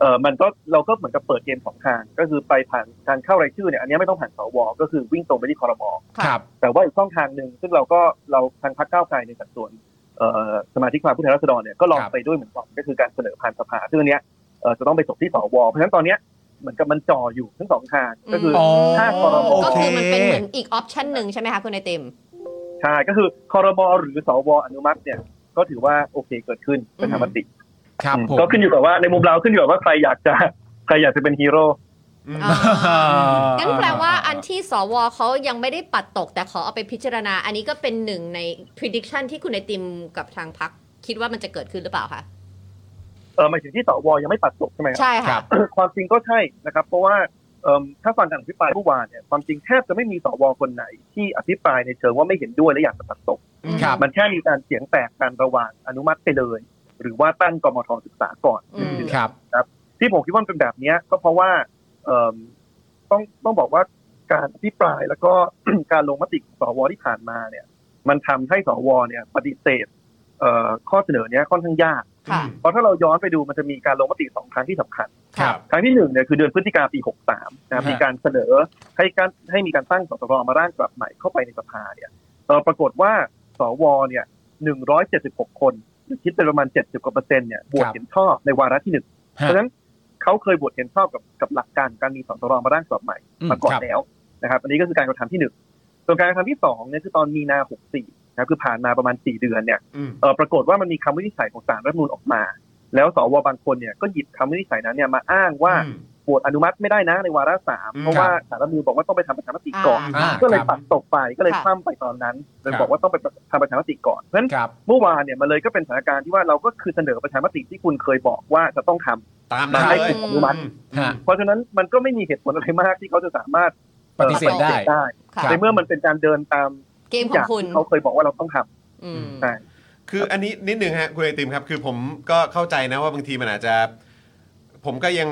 D: เออมันก็เราก็เหมือนกับเปิดเกมสองทาง ก็คือไปผ่านทางเข้ารายชื่อเนี่ยอันนี้ไม่ต้องผ่านสวก็คือวิ่งตรงไปที่คอรมอ
B: ครับ
D: แต่ว่าอีกช่องทางหนึ่งซึ่งเราก็เราทางพรรคก้าวไกลในสัดส่วนเอ่อสมาชิกสภาผู้แทนราษฎรเนี่ยก็ลอง
B: ครับ
D: ไปด้วยเหมือนกันก็คือการเสนอผ่านสภาซึ่งอันเนี้ยเอ่อจะต้องไปจบที่สวเพราะฉะนั้นตอนเนี้ยเหมือนกับมันจ่ออยู่ทั้งสองทางก็คืออ
B: อ
D: ถ้าครม
C: ก็คือมันเป็นเหมือน
B: โ
C: อีกออปชันหนึ่งใช่ไหมคะคุณไอติม
D: ใช่ก็คือคอรมอหรือสวอนุมัติเนี่ยก็ถือว่าโอเคเกิดขึ้นเป็นธรรมติ
B: อเคครับผม
D: ก็ขึ้นอยู่กับว่าในมุมเราขึ้นอยู่กับว่าใครอยากจะใครอยากจะเป็นฮีโร่
A: อืม
C: อ่า งั้นแปลว่าอันที่สวเขายังไม่ได้ปัดตกแต่ขอเอาไปพิจารณา อันนี้ก็เป็นหนึ่งใน prediction ที่คุณไอติมกับทางพักคิดว่ามันจะเกิดขึ้นหรือเปล่าคะ
D: เออหมายถึงที่สวยังไม่ปัดตกใช่ไหมครับ
C: ใช่
B: ครั
C: ค่ะ
B: บ
D: ความจริงก็ใช่นะครับ เพราะว่าเอิ่มถ้าฟังการอภิปรายเมื่อวานเนี่ยความจริงแทบจะไม่มีสวคนไหน ที่อภิปรายในเชิงว่าไม่เห็นด้วยและอยากจะปัดตก
B: ครับ
D: มันแค่มีการเสียงแตกกันระหว่างอนุมัติไปเลย หรือว่าตั้งกมทศึกษาก่อนหนึ่ง
C: อืม
D: เดือน
B: ครับ
D: ที่ผมคิดว่ามันเป็นแบบเนี้ยก็เพราะว่าเอิ่มต้องต้องบอกว่าการอภิปรายแล้วก็ การลงมติของสวที่ผ่านมาเนี่ย มันทำให้สวเนี่ยปฏิเสธเอ่อข้อเสนอเนี้ยค่อนข้างยาก
C: ค่ะ
D: เพราะถ้าเราย้อนไปดูมันจะมีการลงมติสองครั้งที่สำคัญ
B: ครับ
D: ครั้งที่หนึ่งเนี่ยคือเดือนพฤศจิกาปี 63 นะครับ
B: ฮะ
D: มีการเสนอให้การให้มีการตั้งสสรมาร่างกลับใหม่เข้าไปในสภาเนี่ยเออปรากฏว่าสวเนี่ย 176 คนหรือคิดเป็นประมาณ 70กว่าเปอร์เซ็นต์เนี่ยโหวตเห็นชอบในวาระที่หนึ่งเพ
B: ฮะ
D: ราะฉะนั้นเขาเคยโหวตเห็นชอบกับกับหลักการการมีสสรมาร่างกลับใหม่มาก่อน
B: ครับ
D: แล้วนะครับ อันนี้ก็คือการกระทำที่หนึ่งส่วนการกระทำที่สองเนี่ยคือตอนมีนา 64 นะครับคือผ่านมาประมาณ 4 เดือนเนี่ย
A: อืม
D: เออปรากฏว่ามันมีคำวินิจฉัยของศาลรัฐธรรมนูญออกมา แล้วสวบางคนเนี่ยก็หยิบคำวินิจฉัยนั้นเนี่ยมาอ้างว่า
A: อืม
D: โหวตอนุมัติไม่ได้นะในวาระสาม
A: อืม
D: เพราะว่าสารรัฐธรรมนูญบอกว่าต้องไปทำประชามติก่อน
B: อ่า
D: ก็เลย
B: ครับ
D: ปัดตกไปก็เลย
C: ค่ะ
D: ข้ามไปตอนนั้นเลย
B: ครับ
D: บอกว่าต้องไปทำประชามติก่อนเพราะฉะนั้น
B: ครับ
D: เมื่อวานเนี่ยมันเลยก็เป็นสถานการณ์ที่ว่าเราก็คือเสนอประชามติที่คุณเคยบอกว่าจะต้องทำ
A: ตามนั้น
D: มาให้
A: เลย
D: ผมอนุมัติ
A: อื
B: ฮะ
D: เพราะฉะนั้นมันก็ไม่มีเหตุผลอะไรมากที่เขาจะสามารถ
B: ปฏิเสธได้
D: ได้
C: ค่ะ
B: รับ
D: ในเมื่อมันเป็นการเดินตาม
C: เกมขอ
D: จาง ก
C: คุณ
D: ที่เขาเคยบอกว่าเราต้องท
C: อืม
D: ำใช่
A: คืออันนี้นิดหนึ่งฮะคุณไอติมครับ คือผมก็เข้าใจนะว่าบางทีมันอาจจะ ผมก็ยัง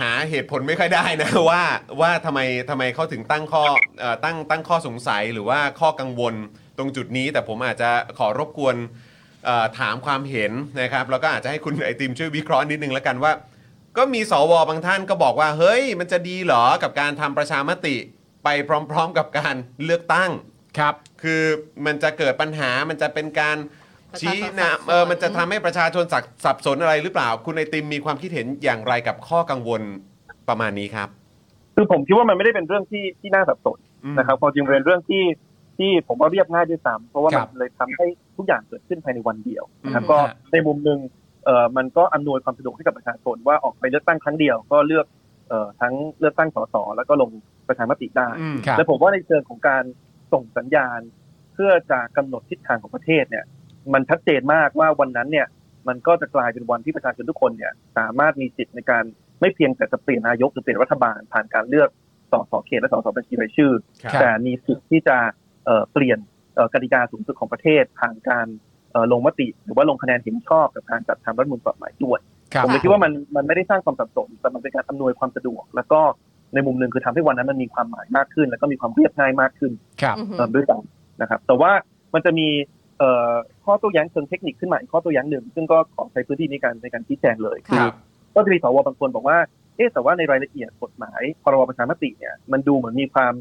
A: หาเหตุผลไม่ค่อยได้นะ ว่าว่าทำไมทำไมเขาถึงตั้งข้อเอ่อตั้งตั้งข้อสงสัยหรือว่าข้อกังวลตรงจุดนี้ แต่ผมอาจจะขอรบกวนเอ่อถามความเห็นนะครับ แล้วก็อาจจะให้คุณไอติมช่วยวิเคราะห์นิดนึงแล้วกันว่า ก็มีสวบางท่านก็บอกว่า เฮ้ย มันจะดีเหรอกับการทำประชามติไปพร้อม ๆ กับการเลือกตั้ง
B: ครับ
A: คือมันจะเกิดปัญหา มันจะเป็นการ
C: ประชาชน
A: ชี้
C: สับสน
A: นำเออ มันจะทำให้ประชาชนสับสับสนอะไรหรือเปล่า คุณไอติมมีความคิดเห็นอย่างไรกับข้อกังวลประมาณนี้ครับ
D: คือผมคิดว่ามันไม่ได้เป็นเรื่องที่ที่น่าสับสน
A: อืม
D: นะครับความจริงมันเป็นเรื่องที่ที่ผมว่าเรียบง่ายด้วยซ้ำเพราะว่า
B: ค
D: มั
B: รั
D: น
B: บ
D: เลยทำให้ทุกอย่างเกิดขึ้นภายในวันเดียวนะครับ
B: อืม
D: ก็
B: ฮะ
D: ในมุมหนึ่งเอ่อมันก็อำนวยความสะดวกให้กับประชาชนว่าออกไปเลือกตั้งครั้งเดียว ก็เลือกเอ่อทั้งเลือกตั้งสสแล้วก็ลงประชามติได้
A: อืม
B: ครับ
D: และผมว่าในเชิงของการส่งสัญญาณ เพื่อจะกำหนดทิศทางของประเทศเนี่ย มันชัดเจนมากว่าวันนั้นเนี่ยมันก็จะกลายเป็นวันที่ประชาชนทุกคนเนี่ย สามารถมีสิทธิ์ในการไม่เพียงแต่จะเปลี่ยนนายกหรือเปลี่ยนรัฐบาล ผ่านการเลือกสสเขตและสสบัญชีรายชื่อ
A: ครับ
D: แต่มีสิทธิ์ที่จะเอ่อเปลี่ยนเอ่อกติกาสูงสุดของประเทศผ่านการเอ่อลงมติ หรือว่าลงคะแนนเห็นชอบกับการจัดทำรัฐธรรมนูลฉบับใหม่ด้วย
B: ครับ
D: ผมเลยคิดว่ามันมันไม่ได้สร้างความสับสนแต่มันเป็นการอำนวยความสะดวก แล้วก็ในมุมหนึ่งคือทำให้วันนั้นมันมีความหมายมากขึ้น แล้วก็มีความเรียบง่ายมากขึ้น
B: ครับ
C: อือหือ
D: เอ่อด้วยกันนะครับ แต่ว่ามันจะมีเอ่อข้อโต้แย้งเชิงเทคนิคขึ้นมาอีกข้อโต้แย้งหนึ่ง ซึ่งก็ขอใช้พื้นที่ในการในการชี้แจงเลย
B: ครับ
D: ก็จะมีสวบางคนบอกว่าเอ๊ะแต่ว่าในรายละเอียดกฎหมายพรบประชามติเนี่ยมันดูเหมือนมีความ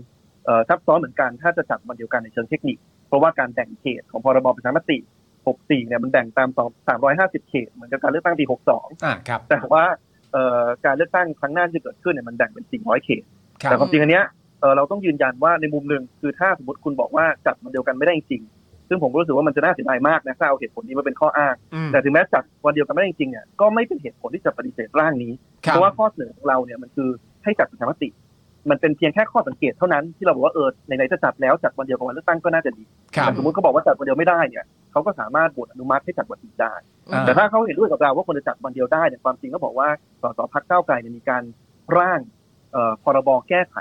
D: เอ่อซับซ้อนเหมือนกันถ้าจะจัดวันเดียวกันในเชิงเทคนิค เพราะว่าการแบ่งเขตของพรบประชามติ 64 เนี่ยมันแบ่งตาม2 350 เขตเหมือนกับการเลือกตั้งปี 62
B: อ่าครับ
D: แต่ว่าเอ่อการเลือกตั้งครั้งหน้าที่จะเกิดขึ้นเนี่ยมันแบ่งเป็น 400 เขต
B: ครับ
D: แต่ความจริงอันเนี้ยเอ่อเราต้องยืนยันว่าในมุมหนึ่งคือถ้าสมมติคุณบอกว่าจัดมันเดียวกันไม่ได้จริงๆซึ่งผมก็รู้สึกว่ามันจะน่าเสียดายมากนะถ้าเอาเหตุผลนี้มาเป็นข้ออ้าง
A: อืม
D: แต่ถึงแม้จัดวันเดียวกันไม่ได้จริงๆเนี่ยก็ไม่เป็นเหตุผลที่จะปฏิเสธร่างนี้
B: ครั
D: เพ
B: บ
D: ราะว่าข้อเสนอของเราเนี่ยมันคือให้จัดประชามติ มันเป็นเพียงแค่ข้อสังเกตเท่านั้นที่เราบอกว่าเออไหนๆจะจัดแล้วจัดวันเดียวกับวันเลือกตั้งก็น่าจะดี
B: ครับ
D: แต่สมมติเขาบอกว่าจัดวันเดียวไม่ได้เนี่ยเขาก็สามารถบทอนุมัติให้จัดวันอื่นได้
B: อ่า
D: แต่ถ้าเขาเห็นด้วยกับเราว่าควรจะจัดวันเดียวได้เนี่ยความจริงก็บอกว่าสสพักเก้าวไกลเนี่ยมีการร่างเอ่อพรบแก้ไข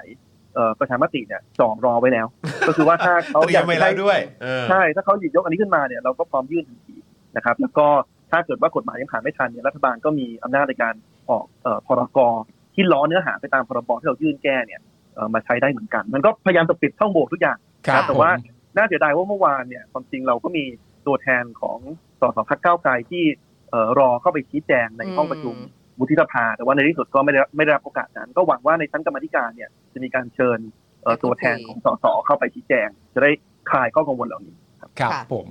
D: เอ่อประชามติเนี่ยจ่อรอไว้แล้ว ก็คือว่าถ้าเขา
A: เตรียมไว้แล้วด้วยเออ
D: ใช่ถ้าเขาหยิบยกอันนี้ขึ้นมาเนี่ยเราก็พร้อมยื่นทันทีนะครับแล้วก็ถ้าเกิดว่ากฎหมายยังผ่านไม่ทันเนี่ยรัฐบาลก็มีอำนาจในการออกเอ่อพรกที่ล้อเนื้อหาไปตามพรบที่เรายื่นแก้เนี่ยเอ่อมาใช้ได้เหมือนกัน มันก็พยายามจะปิดช่องโหว่ทุกอย่าง
B: ครับ
D: แต่ว่า
B: ผม
D: น่าเสียดายว่าเมื่อวานเนี่ยความจริงเราก็มีตัวแทนของสสพักเก้าวไกลที่เอ่อรอเข้าไปชี้แจงในห้องประชุม วุฒิสภาแต่ว่าในที่สุดก็ไม่ได้ไม่ได้รับโอกาสนั้น ก็หวังว่าในชั้นกรรมาธิการเนี่ยจะมีการเชิญเอ่อ
C: ไปพูดคุย
D: ตัวแทนของสสเข้าไปชี้แจง จะได้คลายข้อกังวลเหล่านี้
B: ครับ
C: ค่ะ
B: ผม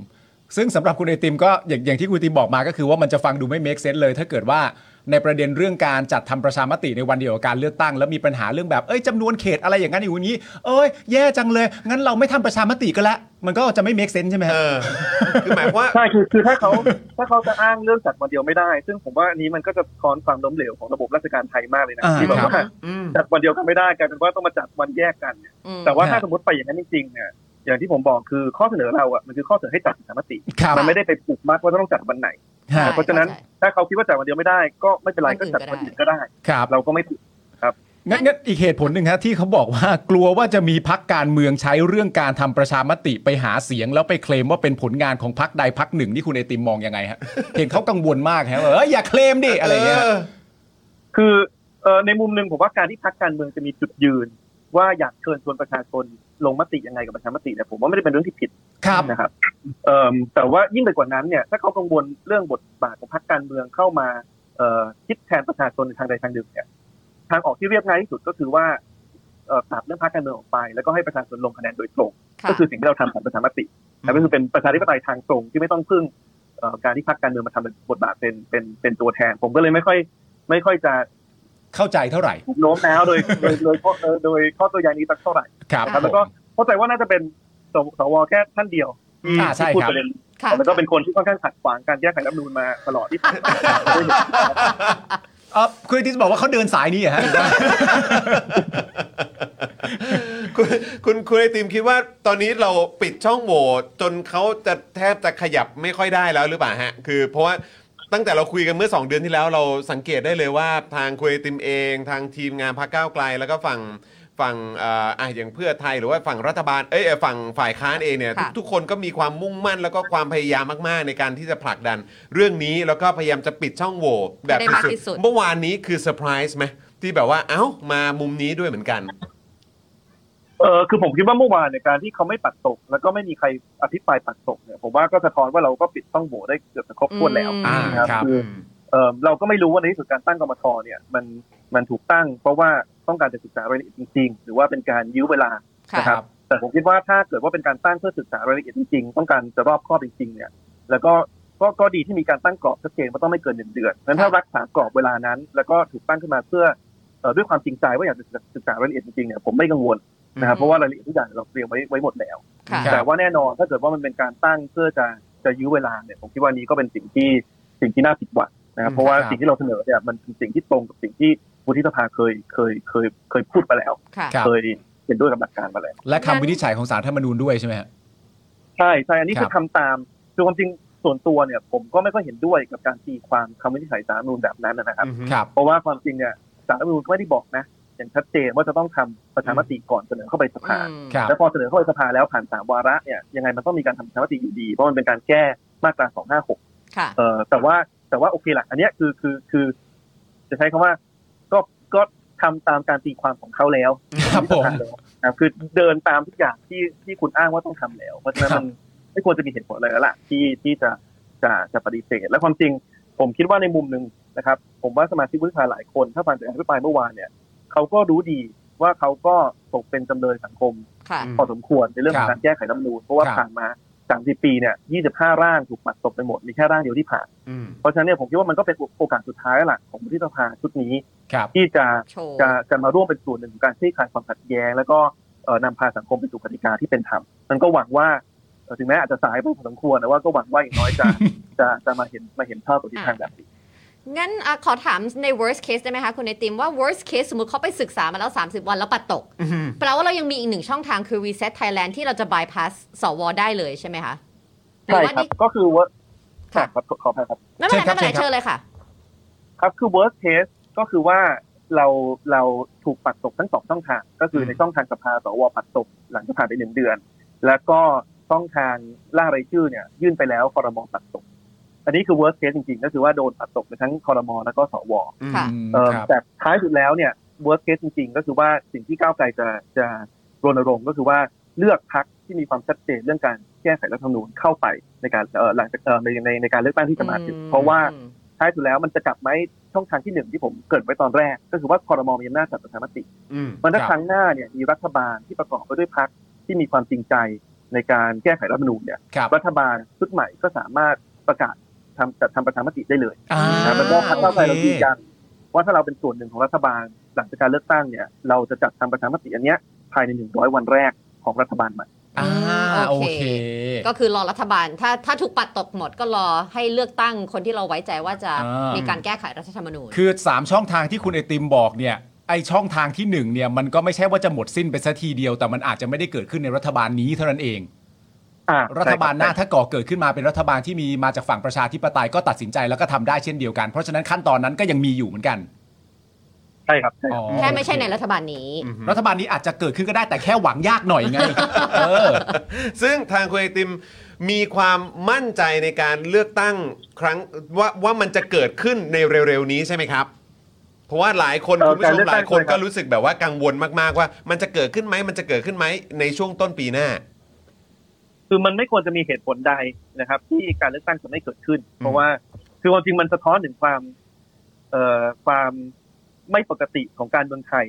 B: ซึ่งสำหรับคุณไอติมก็อย่างอย่างที่คุณไอติมบอกมาก็คือว่ามันจะฟังดูไม่ make sense เลย ถ้าเกิดว่าในประเด็นเรื่องการจัดทำประชามติในวันเดียวกับการเลือกตั้ง แล้วมีปัญหาเรื่องแบบเอ้ยจำนวนเขตอะไรอย่างนั้นอย่างนี้ เอ้ยแย่จังเลย งั้นเราไม่ทำประชามติก็แล้วมันก็จะไม่ make sense ใช่ไหม
A: เอ
B: ฮะ
A: อ คือหมายความว่า
D: ใช่คือคือ ถ้าเขา ถ้าเขาจะอ้างเรื่องจัดวันเดียวไม่ได้ ซึ่งผมว่าอันนี้มันก็จะสะท้อนความล้มเหลวของระบบราชการไทยมากเลยนะ
B: อ่า
D: ที่แบบ
B: ครับ
D: ว่า
A: อืม
D: จัดวันเดียวกันไม่ได้กลายเป็นว่าต้องมาจัดวันแยกกัน
C: อืม
D: แต่ว่าถ้า
B: ฮะ
D: สมมติไปอย่างนั้นจริงๆเนี่ยอย่างที่ผมบอกคือข้อเสนอเราอ่ะมันคือข้อเสนอให้จัดสามติ
B: ครับ
D: มันไม่ได้ไปปลุกมัดว่าต้องจัดวันไหน
B: ฮะ
C: ใช่
D: เพราะฉะนั้น
C: ใช่
D: ถ้าเขาคิดว่าจัดวันเดียวไม่ได้ ก็ไม่เป็นไรก็จัดวันอื่นก็ได้
B: ครับ
D: เราก็ไม่ติด
B: งั้นงั้นอีกเหตุผลหนึ่งฮะที่เขาบอกว่ากลัวว่าจะมีพักการเมืองใช้เรื่องการทำประชามติไปหาเสียง แล้วไปเคลมว่าเป็นผลงานของพักใดพักหนึ่งนี่คุณไอติมมองยังไงฮะ เห็นเขากังวลมากฮะว่าเอออย่าเคลมดิอะไรอย่างเงี้ยฮะ
D: คือเอ่อในมุมหนึ่งผมว่าการที่พักการเมืองจะมีจุดยืน ว่าอยากเชิญชวนประชาชนลงมติยังไงกับประชามติเนี่ยผมว่าไม่ได้เป็นเรื่องที่ผิด
B: ครับ
D: นะครับเอ่มแต่ว่ายิ่งไปกว่านั้นเนี่ยถ้าเขากังวลเรื่องบทบาทของพักการเมืองเข้ามาเอ่อคิดแทนประชาชนในทางใดทางหนึ่งเนี่ยทางออกที่เรียบง่ายที่สุดก็คือว่าเอ่อตัดเรื่องพักการเมืองออกไป แล้วก็ให้ประชาชนลงคะแนนโดยตรง
C: ค่ะ
D: ก็คือสิ่งที่เราทำผ่านประชามตินะก็คือเป็นประชาธิปไตยทางตรงที่ไม่ต้องพึ่งเอ่อการที่พรรคการเมืองมาทำเป็นบทบาทเป็นเป็นเป็นตัวแทน ผมก็เลยไม่ค่อย ไม่ค่อยจะ
B: เข้าใจเท่าไหร่
D: โน้มน้าวโดยโดยโดยข้อเอ่อโดยข้อตัวอย่างนี้สักเท่าไหร่
B: ครับ
D: ครับ แล้วก็เข้าใจว่าน่าจะเป็นสวสวแค่ท่านเดียว
B: อ่าใช่
D: ที่พูด
B: ครับ
D: ประเด็น
C: ค่ะ
D: แล้วก็เป็นคนที่ค่อนข้างขัดขวางการแก้ไขรัฐธรรมนูญมาตลอดที่ผ่านมา
B: เออคุณไอติมจะบอกว่าเขาเดินสายนี้เหรอฮะ
A: คุณคุณคุณไอติมคิดว่าตอนนี้เราปิดช่องโหว่จนเขาจะแทบจะขยับไม่ค่อยได้แล้วหรือเปล่าฮะ คือเพราะว่าตั้งแต่เราคุยกันเมื่อ 2 เดือนที่แล้วเราสังเกตได้เลยว่าทางคุณไอติมเอง ทางทีมงานพรรคก้าวไกล แล้วก็ฝั่งฝั่งเอ่ออ่ะอย่างเพื่อไทยหรือว่าฝั่งรัฐบาลเอ้ยเอ่อฝั่งฝ่ายค้านเองเนี่ย
C: ค่ะ
A: ทุกๆคนก็มีความมุ่งมั่นแล้วก็ความพยายามมากๆ ในการที่จะผลักดัน เรื่องนี้แล้วก็พยายามจะปิดช่องโหว่แบบ
C: ให้ได้มากที่สุ
A: สุด
C: ด
A: ๆเมื่อวานนี้คือเซอร์ไพรส์ไหมที่แบบว่าเอ้ามามุมนี้ด้วยเหมือนกัน
D: เออคือผมคิดว่าเมื่อวานเนี่ยการที่เขาไม่ปัดตก แล้วก็ไม่มีใครอภิปรายปัดตกเนี่ยผมว่าก็สะท้อนว่าเราก็ปิดช่องโหว่ได้เกือบจะครบถ้วนแล้ว
C: อืม
B: อ่า
D: นะครับ
B: ครับ
D: คือเอ่อเราก็ไม่รู้ว่าในที่สุดการตั้งกรมทเนี่ยมันมันถูกตั้ง เพราะว่าต้องการจะศึกษารายละเอียดจริงๆ หรือว่าเป็นการยื้อเวลา
C: ค่ะ
D: นะครับ แต่ผมคิดว่าถ้าเกิดว่าเป็นการตั้งเพื่อศึกษารายละเอียดจริงๆ ต้องการจะรอบคอบจริงๆเนี่ย แล้วก็ก็ก็ดีที่มีการตั้งกรอบชัดเจนว่าต้องไม่เกินหนึ่งเดือนนั้นถ้ารักษากรอบเวลานั้น แล้วก็ถูกตั้งขึ้นมาเพื่อเอ่อด้วยความจริงใจว่าอยากจะศึกษารายละเอียดจริงๆเนี่ยผมไม่กังวลนะครับ
C: อืม
D: เพราะว่ารายละเอียดทุกอย่างเราเตรียมไว้ไว้หมดแล้ว
C: ค่ะ
B: รับ
D: แต่ว่าแน่นอนถ้าเกิดว่ามันเป็นการตั้งเพื่อจะจะยื้อเวลาเนี่ยผมคิดว่านี้ก็เป็นสิ่งที่สิ่งที่น่าผิดหวังนะครับเพราะว่า
B: ครับ
D: สิ่งที่เราเสนอเนี่ยมันเป็นสิ่งที่ตรงกับสิ่งที่วุฒิสภาเคยเคยเคยเคยพูดมาแล้ว
C: ค่ะ
B: ครับ
D: เคยเห็นด้วยกับหลักการมาแล้ว
B: และคำวินิจฉัยของสารรัฐธรรมนูญด้วยใช่ไหมฮะ
D: ใช่ใช่อันนี้
B: ครั
D: คื
B: บ
D: อทำตามคือความจริงส่วนตัวเนี่ยผมก็ไม่ค่อยเห็นด้วยกับการตีความคำวินิจฉัยสารรัฐธรรมนูญแบบนั้นนะครับ
B: ครับ
D: เพราะว่าความจริงเนี่ยสารรัฐธรรมนูญก็ไม่ได้บอกนะอย่างชัดเจนว่าจะต้องทำประชามติก่อนเสนอเข้าไปสภา
C: อืม
B: ครับ
D: แล้วพอเสนอเข้าไปสภาแล้วผ่านสามวาระเนี่ยยังไงมันต้องมีการทำประชามติอยู่ดี เพราะมันเป็นการแก้มาตรา 256
C: ค่ะ
D: เอ่อแต่ว่าแต่ว่าโอเคละอันเนี้ยคือคือคือ จะใช้คำว่าก็ก็ทำตามการตีความของเขาแล้ว
B: ครับผม
D: นะครับคือเดินตามทุกอย่างที่ที่คุณอ้างว่าต้องทำแล้ว เพราะฉะนั้น
B: ครั
D: มั
B: บ
D: นไม่ควรจะมีเหตุผลอะไรแล้วล่ะที่ที่จะจะจะปฏิเสธและความจริง ผมคิดว่าในมุมหนึ่งนะครับ ผมว่าสมาชิกวุฒิสภาหลายคนถ้าฟังจากการอภิปรายเมื่อวานเนี่ยเขาก็รู้ดีว่าเขาก็ตกเป็นจำเลยสังคม
C: ค่ะ
D: พอสมควรในเรื่องขอ
B: ครั
D: งกา
B: บ
D: รแก้ไขรัฐธรรมนูญเพราะว่า
B: ครับ
D: ผ่านมา 30 ปีเนี่ย25 ร่างถูกปัดตกไปหมด มีแค่ร่างเดียวที่ผ่าน
A: อืม
D: เพราะฉะนั้นเนี่ยผมคิดว่ามันก็เป็นโอกาสสุดท้ายหลักของวุฒิสภาชุดนี้
B: ครับ
D: ที่จะ
C: โชว์
D: จะจะมาร่วมเป็นส่วนหนึ่งของการคลี่คลายความขัดแย้ง แล้วก็เอ่อนำพาสังคมไปสู่กติกาที่เป็นธรรมมันก็หวังว่าเอ่อถึงแม้อาจจะสายไปพอสมควรแต่ว่าก็หวังว่าอย่างน้อยจะ จะจะมาเห็นมาเห็นภาพกับทิศทางแบบนี้
C: งั้นอ่ะขอถามใน worst case ได้ไหมคะคุณไอติมว่า worst case สมมติเขาไปศึกษามาแล้ว 30 วันแล้วปัดตก แปลว่าเรายังมีอีกหนึ่งช่องทางคือ reset Thailand ที่เราจะ bypass สวได้เลยใช่ไหมคะหอ
D: ใช่
C: ว่า
D: ครับ
C: นี่
D: ก็คือว่า
C: ค่ะ
D: ครับขอขออภัยครับ
C: ไม่เป็นไร
B: ใช่ครั
C: ไม่
B: บ
C: เป็นไรเชิ
B: ใช่ครับ
C: ญเลยค่ะ
D: ครับคือ worst case ก็คือว่าเราเราถูกปัดตกทั้งสองช่องทาง ก็คือในช่องทางสภาสวปัดตกหลังจากผ่านไปหนึ่งเดือน แล้วก็ช่องทางล่างรายชื่อเนี่ยยื่นไปแล้วคอรมอปัดตก อันนี้คือ worst case จริงๆ ก็คือว่าโดนปัดตกไปทั้งคอรมอแล้วก็สว
C: ค่ะ
B: อืม
D: เอิ่ม
B: ครับ
D: แต่ท้ายสุดแล้วเนี่ย worst case จริงๆ ก็คือว่าสิ่งที่ก้าวไกลจะจะรณรงค์ก็คือว่าเลือกพักที่ ที่มีความชัดเจนเรื่องการแก้ไขรัฐธรรมนูญเข้าไปในการเอ่อหลังจากเอ่อในในในการเลือกตั้งที่จะมาถึงเพราะว่า ท้ายสุดแล้วมันจะกลับไหมช่องทางที่หนึ่งที่ผมเกริดไว้ตอนแรก ก็คือว่าคอรมอมีอำนาจจัดประชามติ
A: อืม
D: มันถ้า
B: ครับ
D: ครั้งหน้าเนี่ยมีรัฐบาลที่ประกอบไปด้วยพรรคที่มีความจริงใจในการแก้ไขรัฐธรรมนูญเนี่ย
B: ครับ
D: รัฐบาลชุดใหม่ก็สามารถประกาศทำจัดทำประชามติได้เลย
B: อ่า
D: นะครับแล้วก็พรรคเก้าวไกลเรา
B: โอค
D: ยืนยันว่าถ้าเราเป็นส่วนหนึ่งของรัฐบาลหลังจากการเลือกตั้งเนี่ยเราจะจัดทำประชามติอันเนี้ยภายในหนึ่งร้อยวันแรกของรัฐบาลใหม่
B: อ่าโอเค
C: ก็คือรอรัฐบาล ถ้าถ้าถูกปัดตกหมดก็รอให้เลือกตั้งคนที่เราไว้ใจว่าจะ
B: อ่ามี
C: มีการแก้ไขรัฐธรรมนูญ
B: คือ 3 ช่องทางที่คุณไอติมบอกเนี่ยไอช่องทางที่หนึ่งเนี่ยมันก็ไม่ใช่ว่าจะหมดสิ้นไปซะทีเดียว แต่มันอาจจะไม่ได้เกิดขึ้นในรัฐบาลนี้เท่านั้นเอง
D: อ่า
B: รัฐบาลห
D: ใช่
B: น้า
D: ค
B: ถ้าก่อเกิดขึ้นมาเป็นรัฐบาลที่มีมาจากฝั่งประชาธิปไตยก็ตัดสินใจแล้วก็ทำได้เช่นเดียวกัน เพราะฉะนั้นขั้นตอนนั้นก็ยังมีอยู่เหมือนกัน
D: ใช่ครับใช่ค
B: อ๋
D: รับ
B: อ
C: แค่ไม่ใช่ในรัฐบาลนี้
B: รัฐบาลนี้อาจจะเกิดขึ้นก็ได้แต่แค่หวังยากหน่อยไง เออ
A: ซึ่งทางคุณไอติมมีความมั่นใจในการเลือกตั้งครั้งว่าว่ามันจะเกิดขึ้นในเร็วๆนี้ใช่ไหมครับ เพราะว่าหลายคน
D: เอ่อ
A: คุณ
D: การ
A: ผู้ชม
D: เลือก
A: ห
D: ตั้
A: ลาง ยคน
D: ใช่ไหมค
A: ก็
D: รับ
A: รู้สึกแบบว่ากังวลมากๆว่า มันจะเกิดขึ้นไหมมันจะเกิดขึ้นไหมในช่วงต้นปีหน้า
D: คือมันไม่ควรจะมีเหตุผลใดนะครับ ที่การเลือกตั้งจะไม่เกิดขึ้น เพราะว่าคือความจริงมันสะท้อนถึงความ เอ่อความไม่ปกติของการเมืองไทย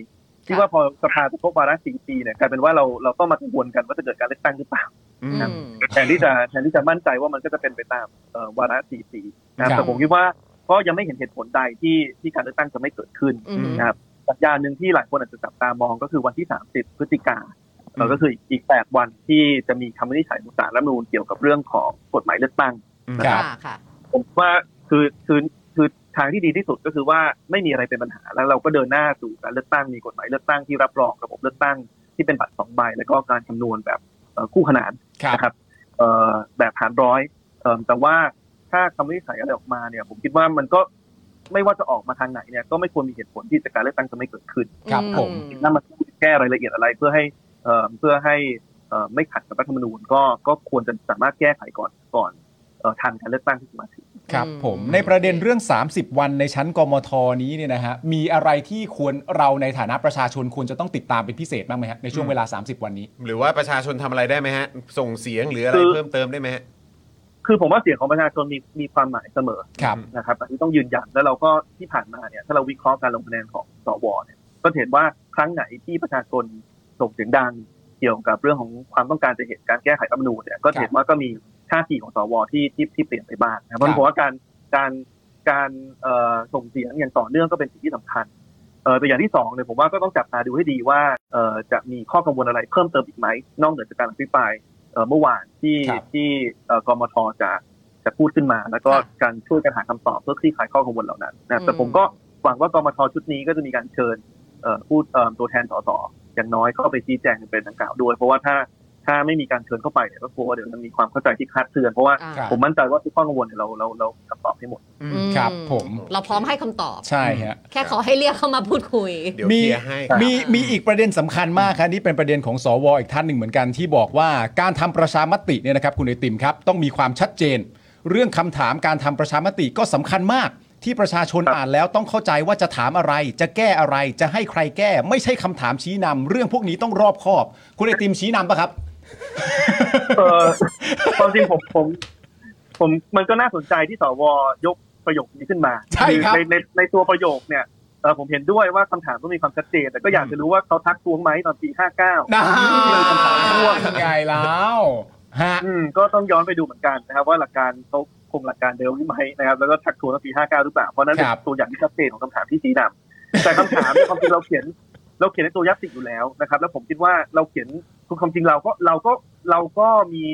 D: ที่ว่าพอสภาจะครบวาระสี่ปีเนี่ยกลายเป็นว่าเราเราต้องมากังวลกันว่าจะเกิดการเลือกตั้งหรือเปล่า
A: อืม
C: อืม
D: แทนที่จะแทนที่จะมั่นใจว่ามันก็จะเป็นไปตามเอ่อวาระสี่ปีนะครับ
B: ครับ
D: แต่ผมคิดว่าก็ยังไม่เห็นเหตุผลใดที่ที่การเลือกตั้งจะไม่เกิดขึ้น
C: อืม
D: นะครับสัญญาณหนึ่งที่หลายคนอาจจะจับตามองก็คือวันที่สามสิบพฤศจิกา เราก็คืออีก 8 วันที่จะมีคำวินิจฉัยของศาลรัฐธรรมนูญเกี่ยวกับเรื่องของกฎหมายเลือกตั้ง
B: ครั
C: ค่ะ
B: บ
C: ค่ะ
D: ผมว่าคือคือคือทางที่ดีที่สุดก็คือว่าไม่มีอะไรเป็นปัญหาแล้วเราก็เดินหน้าสู่การเลือกตั้งมีกฎหมายเลือกตั้งที่รับรองระบบเลือกตั้งที่เป็นบัตรสองใบ แล้วก็การคำนวณแบบเอ่อคู่ขนาน
B: ครับ
D: นะครับเอ่อแบบหารร้อยเอิ่มแต่ว่าถ้าคำวินิจฉัยอะไรออกมาเนี่ย ผมคิดว่ามันก็ไม่ว่าจะออกมาทางไหนเนี่ยก็ไม่ควรมีเหตุผลที่จะการเลือกตั้งจะไม่เกิดขึ้น
B: ครับผม
D: ถ้ามันแก้รายละเอียดอะไรเพื่อให้เอ่อเพื่อให้เอ่อไม่ขัดกับรัฐธรรมนูญก็ก็ควรจะสามารถแก้ไขก่อนก่อนเอ่อทันการเลือกตั้งที่จะมาถึง
B: ครับผม
C: อืม
B: ในประเด็นเรื่อง 30 วันในชั้นกมทนี้เนี่ยนะฮะมีอะไรที่ควรเราในฐานะประชาชนควรจะต้องติดตามเป็นพิเศษบ้างไหมฮะในช่วงเวลา 30 วันนี้
A: หรือว่าประชาชนทำอะไรได้ไหมฮะ ส่งเสียงหรืออะไรเพิ่มเติมได้ไหมฮะ
D: คือผมว่าเสียงของประชาชนมีมีความหมายเสมอ
B: ครับ
D: นะครับอันนี้ต้องยืนยันแล้วเราก็ที่ผ่านมาเนี่ยถ้าเราวิเคราะห์การลงคะแนนของสวเนี่ยก็เห็นว่าครั้งไหนที่ประชาชนส่งเสียงดังเกี่ยวกับเรื่องของความต้องการจะเห็นการแก้ไขรัฐธรรมนูญเนี่ยก็เห็นว่าก็มีท่าทีของสวที่ที่ที่เปลี่ยนไปบ้างนะครับเพราะฉะนั้นผมว่าการการ การเอ่อส่งเสียงอย่างต่อเนื่องก็เป็นสิ่งที่สำคัญเอ่อแต่อย่างที่สองเนี่ยผมว่าก็ต้องจับตาดูให้ดีว่าเอ่อจะมีข้อกังวลอะไรเพิ่มเติมอีกไหมนอกเหนือจากการอภิปรายเอ่อเมื่อวานที่
B: ครับ
D: ที่เอ่อกมทจะจะพูดขึ้นมา แล้วก็
C: ครับ
D: การช่วยกันหาคำตอบเพื่อคลี่คลายข้อกังวลเหล่านั้นนะแต่
C: อืม
D: ผมก็หวังว่ากมทชุดนี้ก็จะมีการเชิญเอ่อผู้เอ่อตัวแทนสสอย่างน้อยเข้าไปชี้แจงเป็นดังกล่าวด้วยเพราะว่าถ้าถ้าไม่มีการเชิญเข้าไปเนี่ยก็กลัวว่าเดี๋ยวมันมีความเข้าใจที่คลาดเคลื่อนเพราะว่า
C: อ่า
B: ครับ
D: ผมมั่นใจว่าทุกข้อกังวลเนี่ยเราเราเราคำตอบให้หมด
C: อืม
B: ครับผม
C: เราพร้อมให้คำตอบ
B: ใช่ฮะ
C: แค่ขอให้เรียกเข้ามาพูดคุย
A: เดี๋ยว
B: มี
A: เคลียร์ให้ครับ
B: มีมีอีกประเด็นสำคัญมากครับนี่เป็นประเด็นของสวอีกท่านหนึ่งเหมือนกันที่บอกว่าการทำประชามติเนี่ยนะครับคุณไอติมครับต้องมีความชัดเจน เรื่องคำถามการทำประชามติก็สำคัญมาก ที่ประชาชน
D: ครับ
B: อ่านแล้วต้องเข้าใจว่าจะถามอะไร จะแก้อะไรจะให้ใครแก้ ไม่ใช่คำถามชี้นำเรื่องพวกนี้ต้องรอบคอบ คุณไอติมชี้นำปะครับ
D: เออความจริงผมผม ผมมันก็น่าสนใจที่สวยกประโยคนี้ขึ้นมา
B: ใช่ครับ
D: ในในในตัวประโยคเนี่ยเออผมเห็นด้วยว่าคำถามต้องมีความชัดเจน แต่ก็อยากจะรู้ว่าเขาทักท้วงไหมตอนปีห้าเก้า
B: น่า
D: ที่เป็นคำถามท้วง
B: ไงแล้วฮะ
D: อืมก็ต้องย้อนไปดูเหมือนกันนะครับ ว่าหลักการเขาคงหลักการเดิมหรือไม่นะครับ แล้วก็ทักท้วงตอนปีห้าเก้าหรือเปล่าเพราะฉะนั้น
B: ครับ
D: เป็นตัวอย่างที่ชัดเจนของคำถามที่ชี้นำแต่คำถามเนี่ยความจริงเราเขียน เราเขียนในตัวยัตติอยู่แล้วนะครับ แล้วผมคิดว่าเราเขียนคือความจริงเราก็เราก็เราก็มี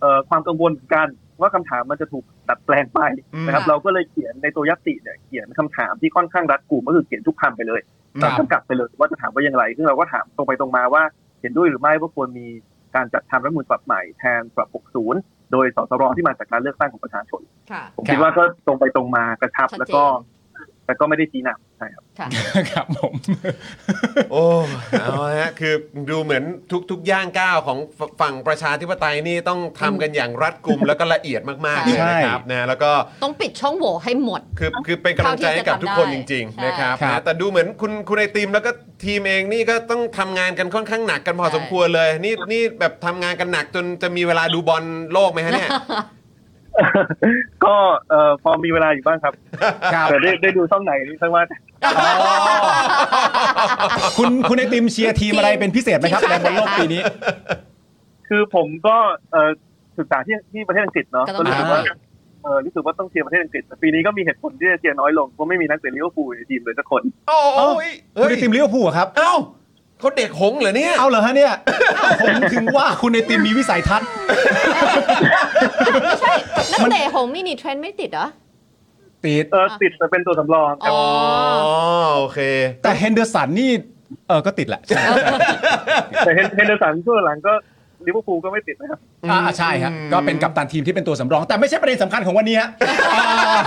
D: เอ่อความกังวลเหมือนกัน ว่าคำถามมันจะถูกตัดแปลงไปนะครับ
C: อืม
D: เราก็เลยเขียนในตัวยัตติเนี่ยเขียนคำถามที่ค่อนข้างรัดกุมก็คือเขียนทุกคำไปเลย
B: ครับ
D: กำกับไปเลยว่าจะถามว่าอย่างไร ซึ่งเราก็ถามตรงไปตรงมาว่าเห็นด้วยหรือไม่ว่าควรมีการจัดทำรัฐธรรมนูลปรับใหม่แทนปรับ 60 โดยสสรที่มาจากการเลือกตั้งของประชาชน
C: ค่ะ
D: ผม
B: ครับ
D: คิดว่าก็ตรงไปตรงมากระชับ
C: ชัดเจน
D: แล้วก็ แต่ก็ไม่ได้ชี้นำใช่ครับ
C: ค่ะ
B: ครับผม
A: โอ้เอาละฮะคือดูเหมือนทุกทุกย่างก้าวของฝฝั่งประชาธิปไตยนี่ต้องทำกันอย่างรัดกุมแล้วก็ละเอียดมากๆเลย
B: ใช่
A: นะครับนะแล้วก็
C: ต้องปิดช่องโหว่ให้หมด
A: คือคือเป็นกำลังใจให้กับทุกคนจริง
C: ใช่
A: ๆ นะครับ
B: ครับ
A: นะแต่ดูเหมือนคุณคุณไอติมแล้วก็ทีมเองนี่ก็ต้องทำงานกันค่อนข้างหนักกันพอสมควรเลย นี่นี่แบบทำงานกันหนักจนจะมีเวลาดูบอลโลกไหมฮะเนี่ย
D: ก็เอ่อพอมีเวลาอยู่บ้างครับ
B: ครับ
D: แต่ได้ได้ดูช่องไหนนี่ทั้งว่า
B: คุณคุณไอติมเชียร์ทีมอะไรเป็นพิเศษไหมครับ
C: ทีม
B: ใน
C: ชาติ
B: บอลโลก
C: ไหนคะ
B: ปีนี้
D: คือผมก็เอ่อศึกษาที่ที่ประเทศอังกฤษเนาะ
C: ก็ต้
D: ก็
C: อง
D: รู้
C: มา
D: สึกว่าเออรู้สึกว่าต้องเชียร์ประเทศอังกฤษแต่ปีนี้ก็มีเหตุผลที่จะเชียร์น้อยลงเพราะไม่มีนักเตะลิเวอร์พูลในทีมเลยสักคน
A: โอ้ย
B: คุ
A: เฮ้
B: ณ
A: ย
B: ไอติมลิเวอร์พูลเหรอครับ
A: เอ้าเขาเด็กหงส์เหรอเนี่ย
B: เอาเหรอฮะเนี่ย ผมถึงว่าคุณไอติมมีวิสัยทัศน์
C: ไม่ใช่ นักเตะหงส์มินิเทรนด์ไม่ติดเหรอ
B: ติด
D: เออติดแต่เป็นตัวสำรองครับ
C: อ๋อ
A: อ๋อโอเค
B: แต่เฮนเดอร์สันนี่ เออก็ติดแหละใช่
D: แต่เฮนเฮนเดอร์สันช่วงหลังก็ลิเวอร์พูลก็ไม่ติดนะครับ
B: อ่าใช่ครับ ก็เป็นกัปตันทีมที่เป็นตัวสำรอง แต่ไม่ใช่ประเด็นสำคัญของวันนี้ ฮะอ่า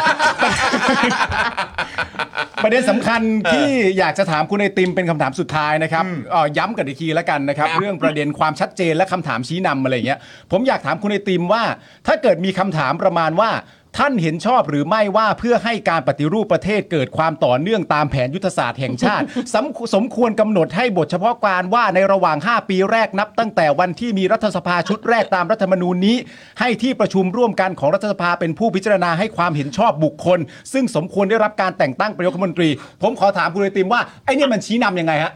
B: ประเด็นสำคัญที่อยากจะถามคุณไอติมเป็นคำถามสุดท้ายนะครับเอ่อย้ำกันอีกทีแล้วกันนะครับ
A: ครับ
B: เรื่องประเด็นความชัดเจนและคำถามชี้นำอะไรอย่างเงี้ย ผมอยากถามคุณไอติมว่า ถ้าเกิดมีคำถามประมาณว่า ท่านเห็นชอบหรือไม่ว่าเพื่อให้การปฏิรูปประเทศเกิดความต่อเนื่องตามแผนยุทธศาสตร์แห่งชาติ สมสมควรกำหนดให้บทเฉพาะการว่าในระหว่าง 5 ปีแรกนับ ตั้งแต่วันที่มีรัฐสภาชุดแรกตามรัฐธรรมนูญนี้ ให้ที่ประชุมร่วมกันของรัฐสภาเป็นผู้พิจารณาให้ความเห็นชอบบุคคล ซึ่งสมควรได้รับการแต่งตั้งเป็นนายกรัฐมนตรี ผมขอถามคุณไอติมว่าไอเนี่ยมันชี้นำยังไงฮะ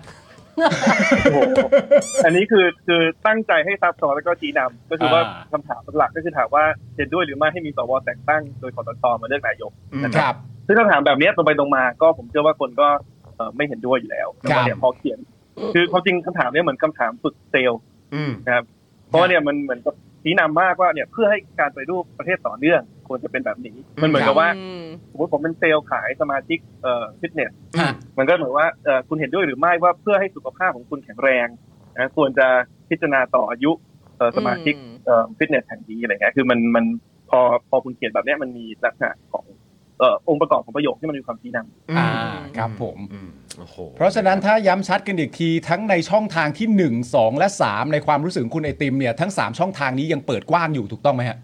D: โอ้โหอันนี้คือคือตั้งใจให้ซับซ้อนแล้วก็ชี้นำก็คือว่า
B: อ่า
D: คำถามหลักก็คือถามว่าเห็นด้วยหรือไม่ให้มีสวแต่งตั้งโดยคอสชมาเลือกนายก
B: ครับ
D: ซึ่งคำถามแบบเนี้ยตรงไปตรงมาก็ผมเชื่อว่าคนก็เอ่อไม่เห็นด้วยอยู่แล้วแต่ว่าเนี่ย
B: ครับ
D: พอเขียน คือความจริงคำถามเนี้ยเหมือนคำถามสุดเซลล์
A: อืม
D: นะครับ เพราะว่าเนี่ยมันเหมือนกับชี้นำมากว่าเนี่ยเพื่อให้การไปฏิรูปประเทศต่อเนื่องควรจะเป็นแบบนี้ มันเหมือนกับว่า
C: อืม
D: สมมติผมเป็นเซลล์ขายสมาชิกเอ่อฟิตเนส
B: ฮะ
D: มันก็เหมือนว่าเอ่อคุณเห็นด้วยหรือไม่ว่าเพื่อให้สุขภาพของคุณแข็งแรงนะควรจะพิจารณาต่ออายุเอ่อสมาชิก เอ่อฟิตเนสแห่งนี้อะไรเงี้ย คือมันมันพอพอคุณเขียนแบบเนี้ยมันมีลักษณะของเอ่อองค์ประกอบของประโยคที่มันมีความชี้นำ
B: อ่าครับผม
A: อืมโอ้โห
B: เพราะฉะนั้นถ้าย้ำชัดกันอีกทีทั้งในช่องทางที่ 1 2 และ 3 ในความรู้สึกของคุณไอติมเนี่ยทั้ง 3 ช่องทางนี้ยังเปิดกว้างอยู่ถูกต้องไหมฮะ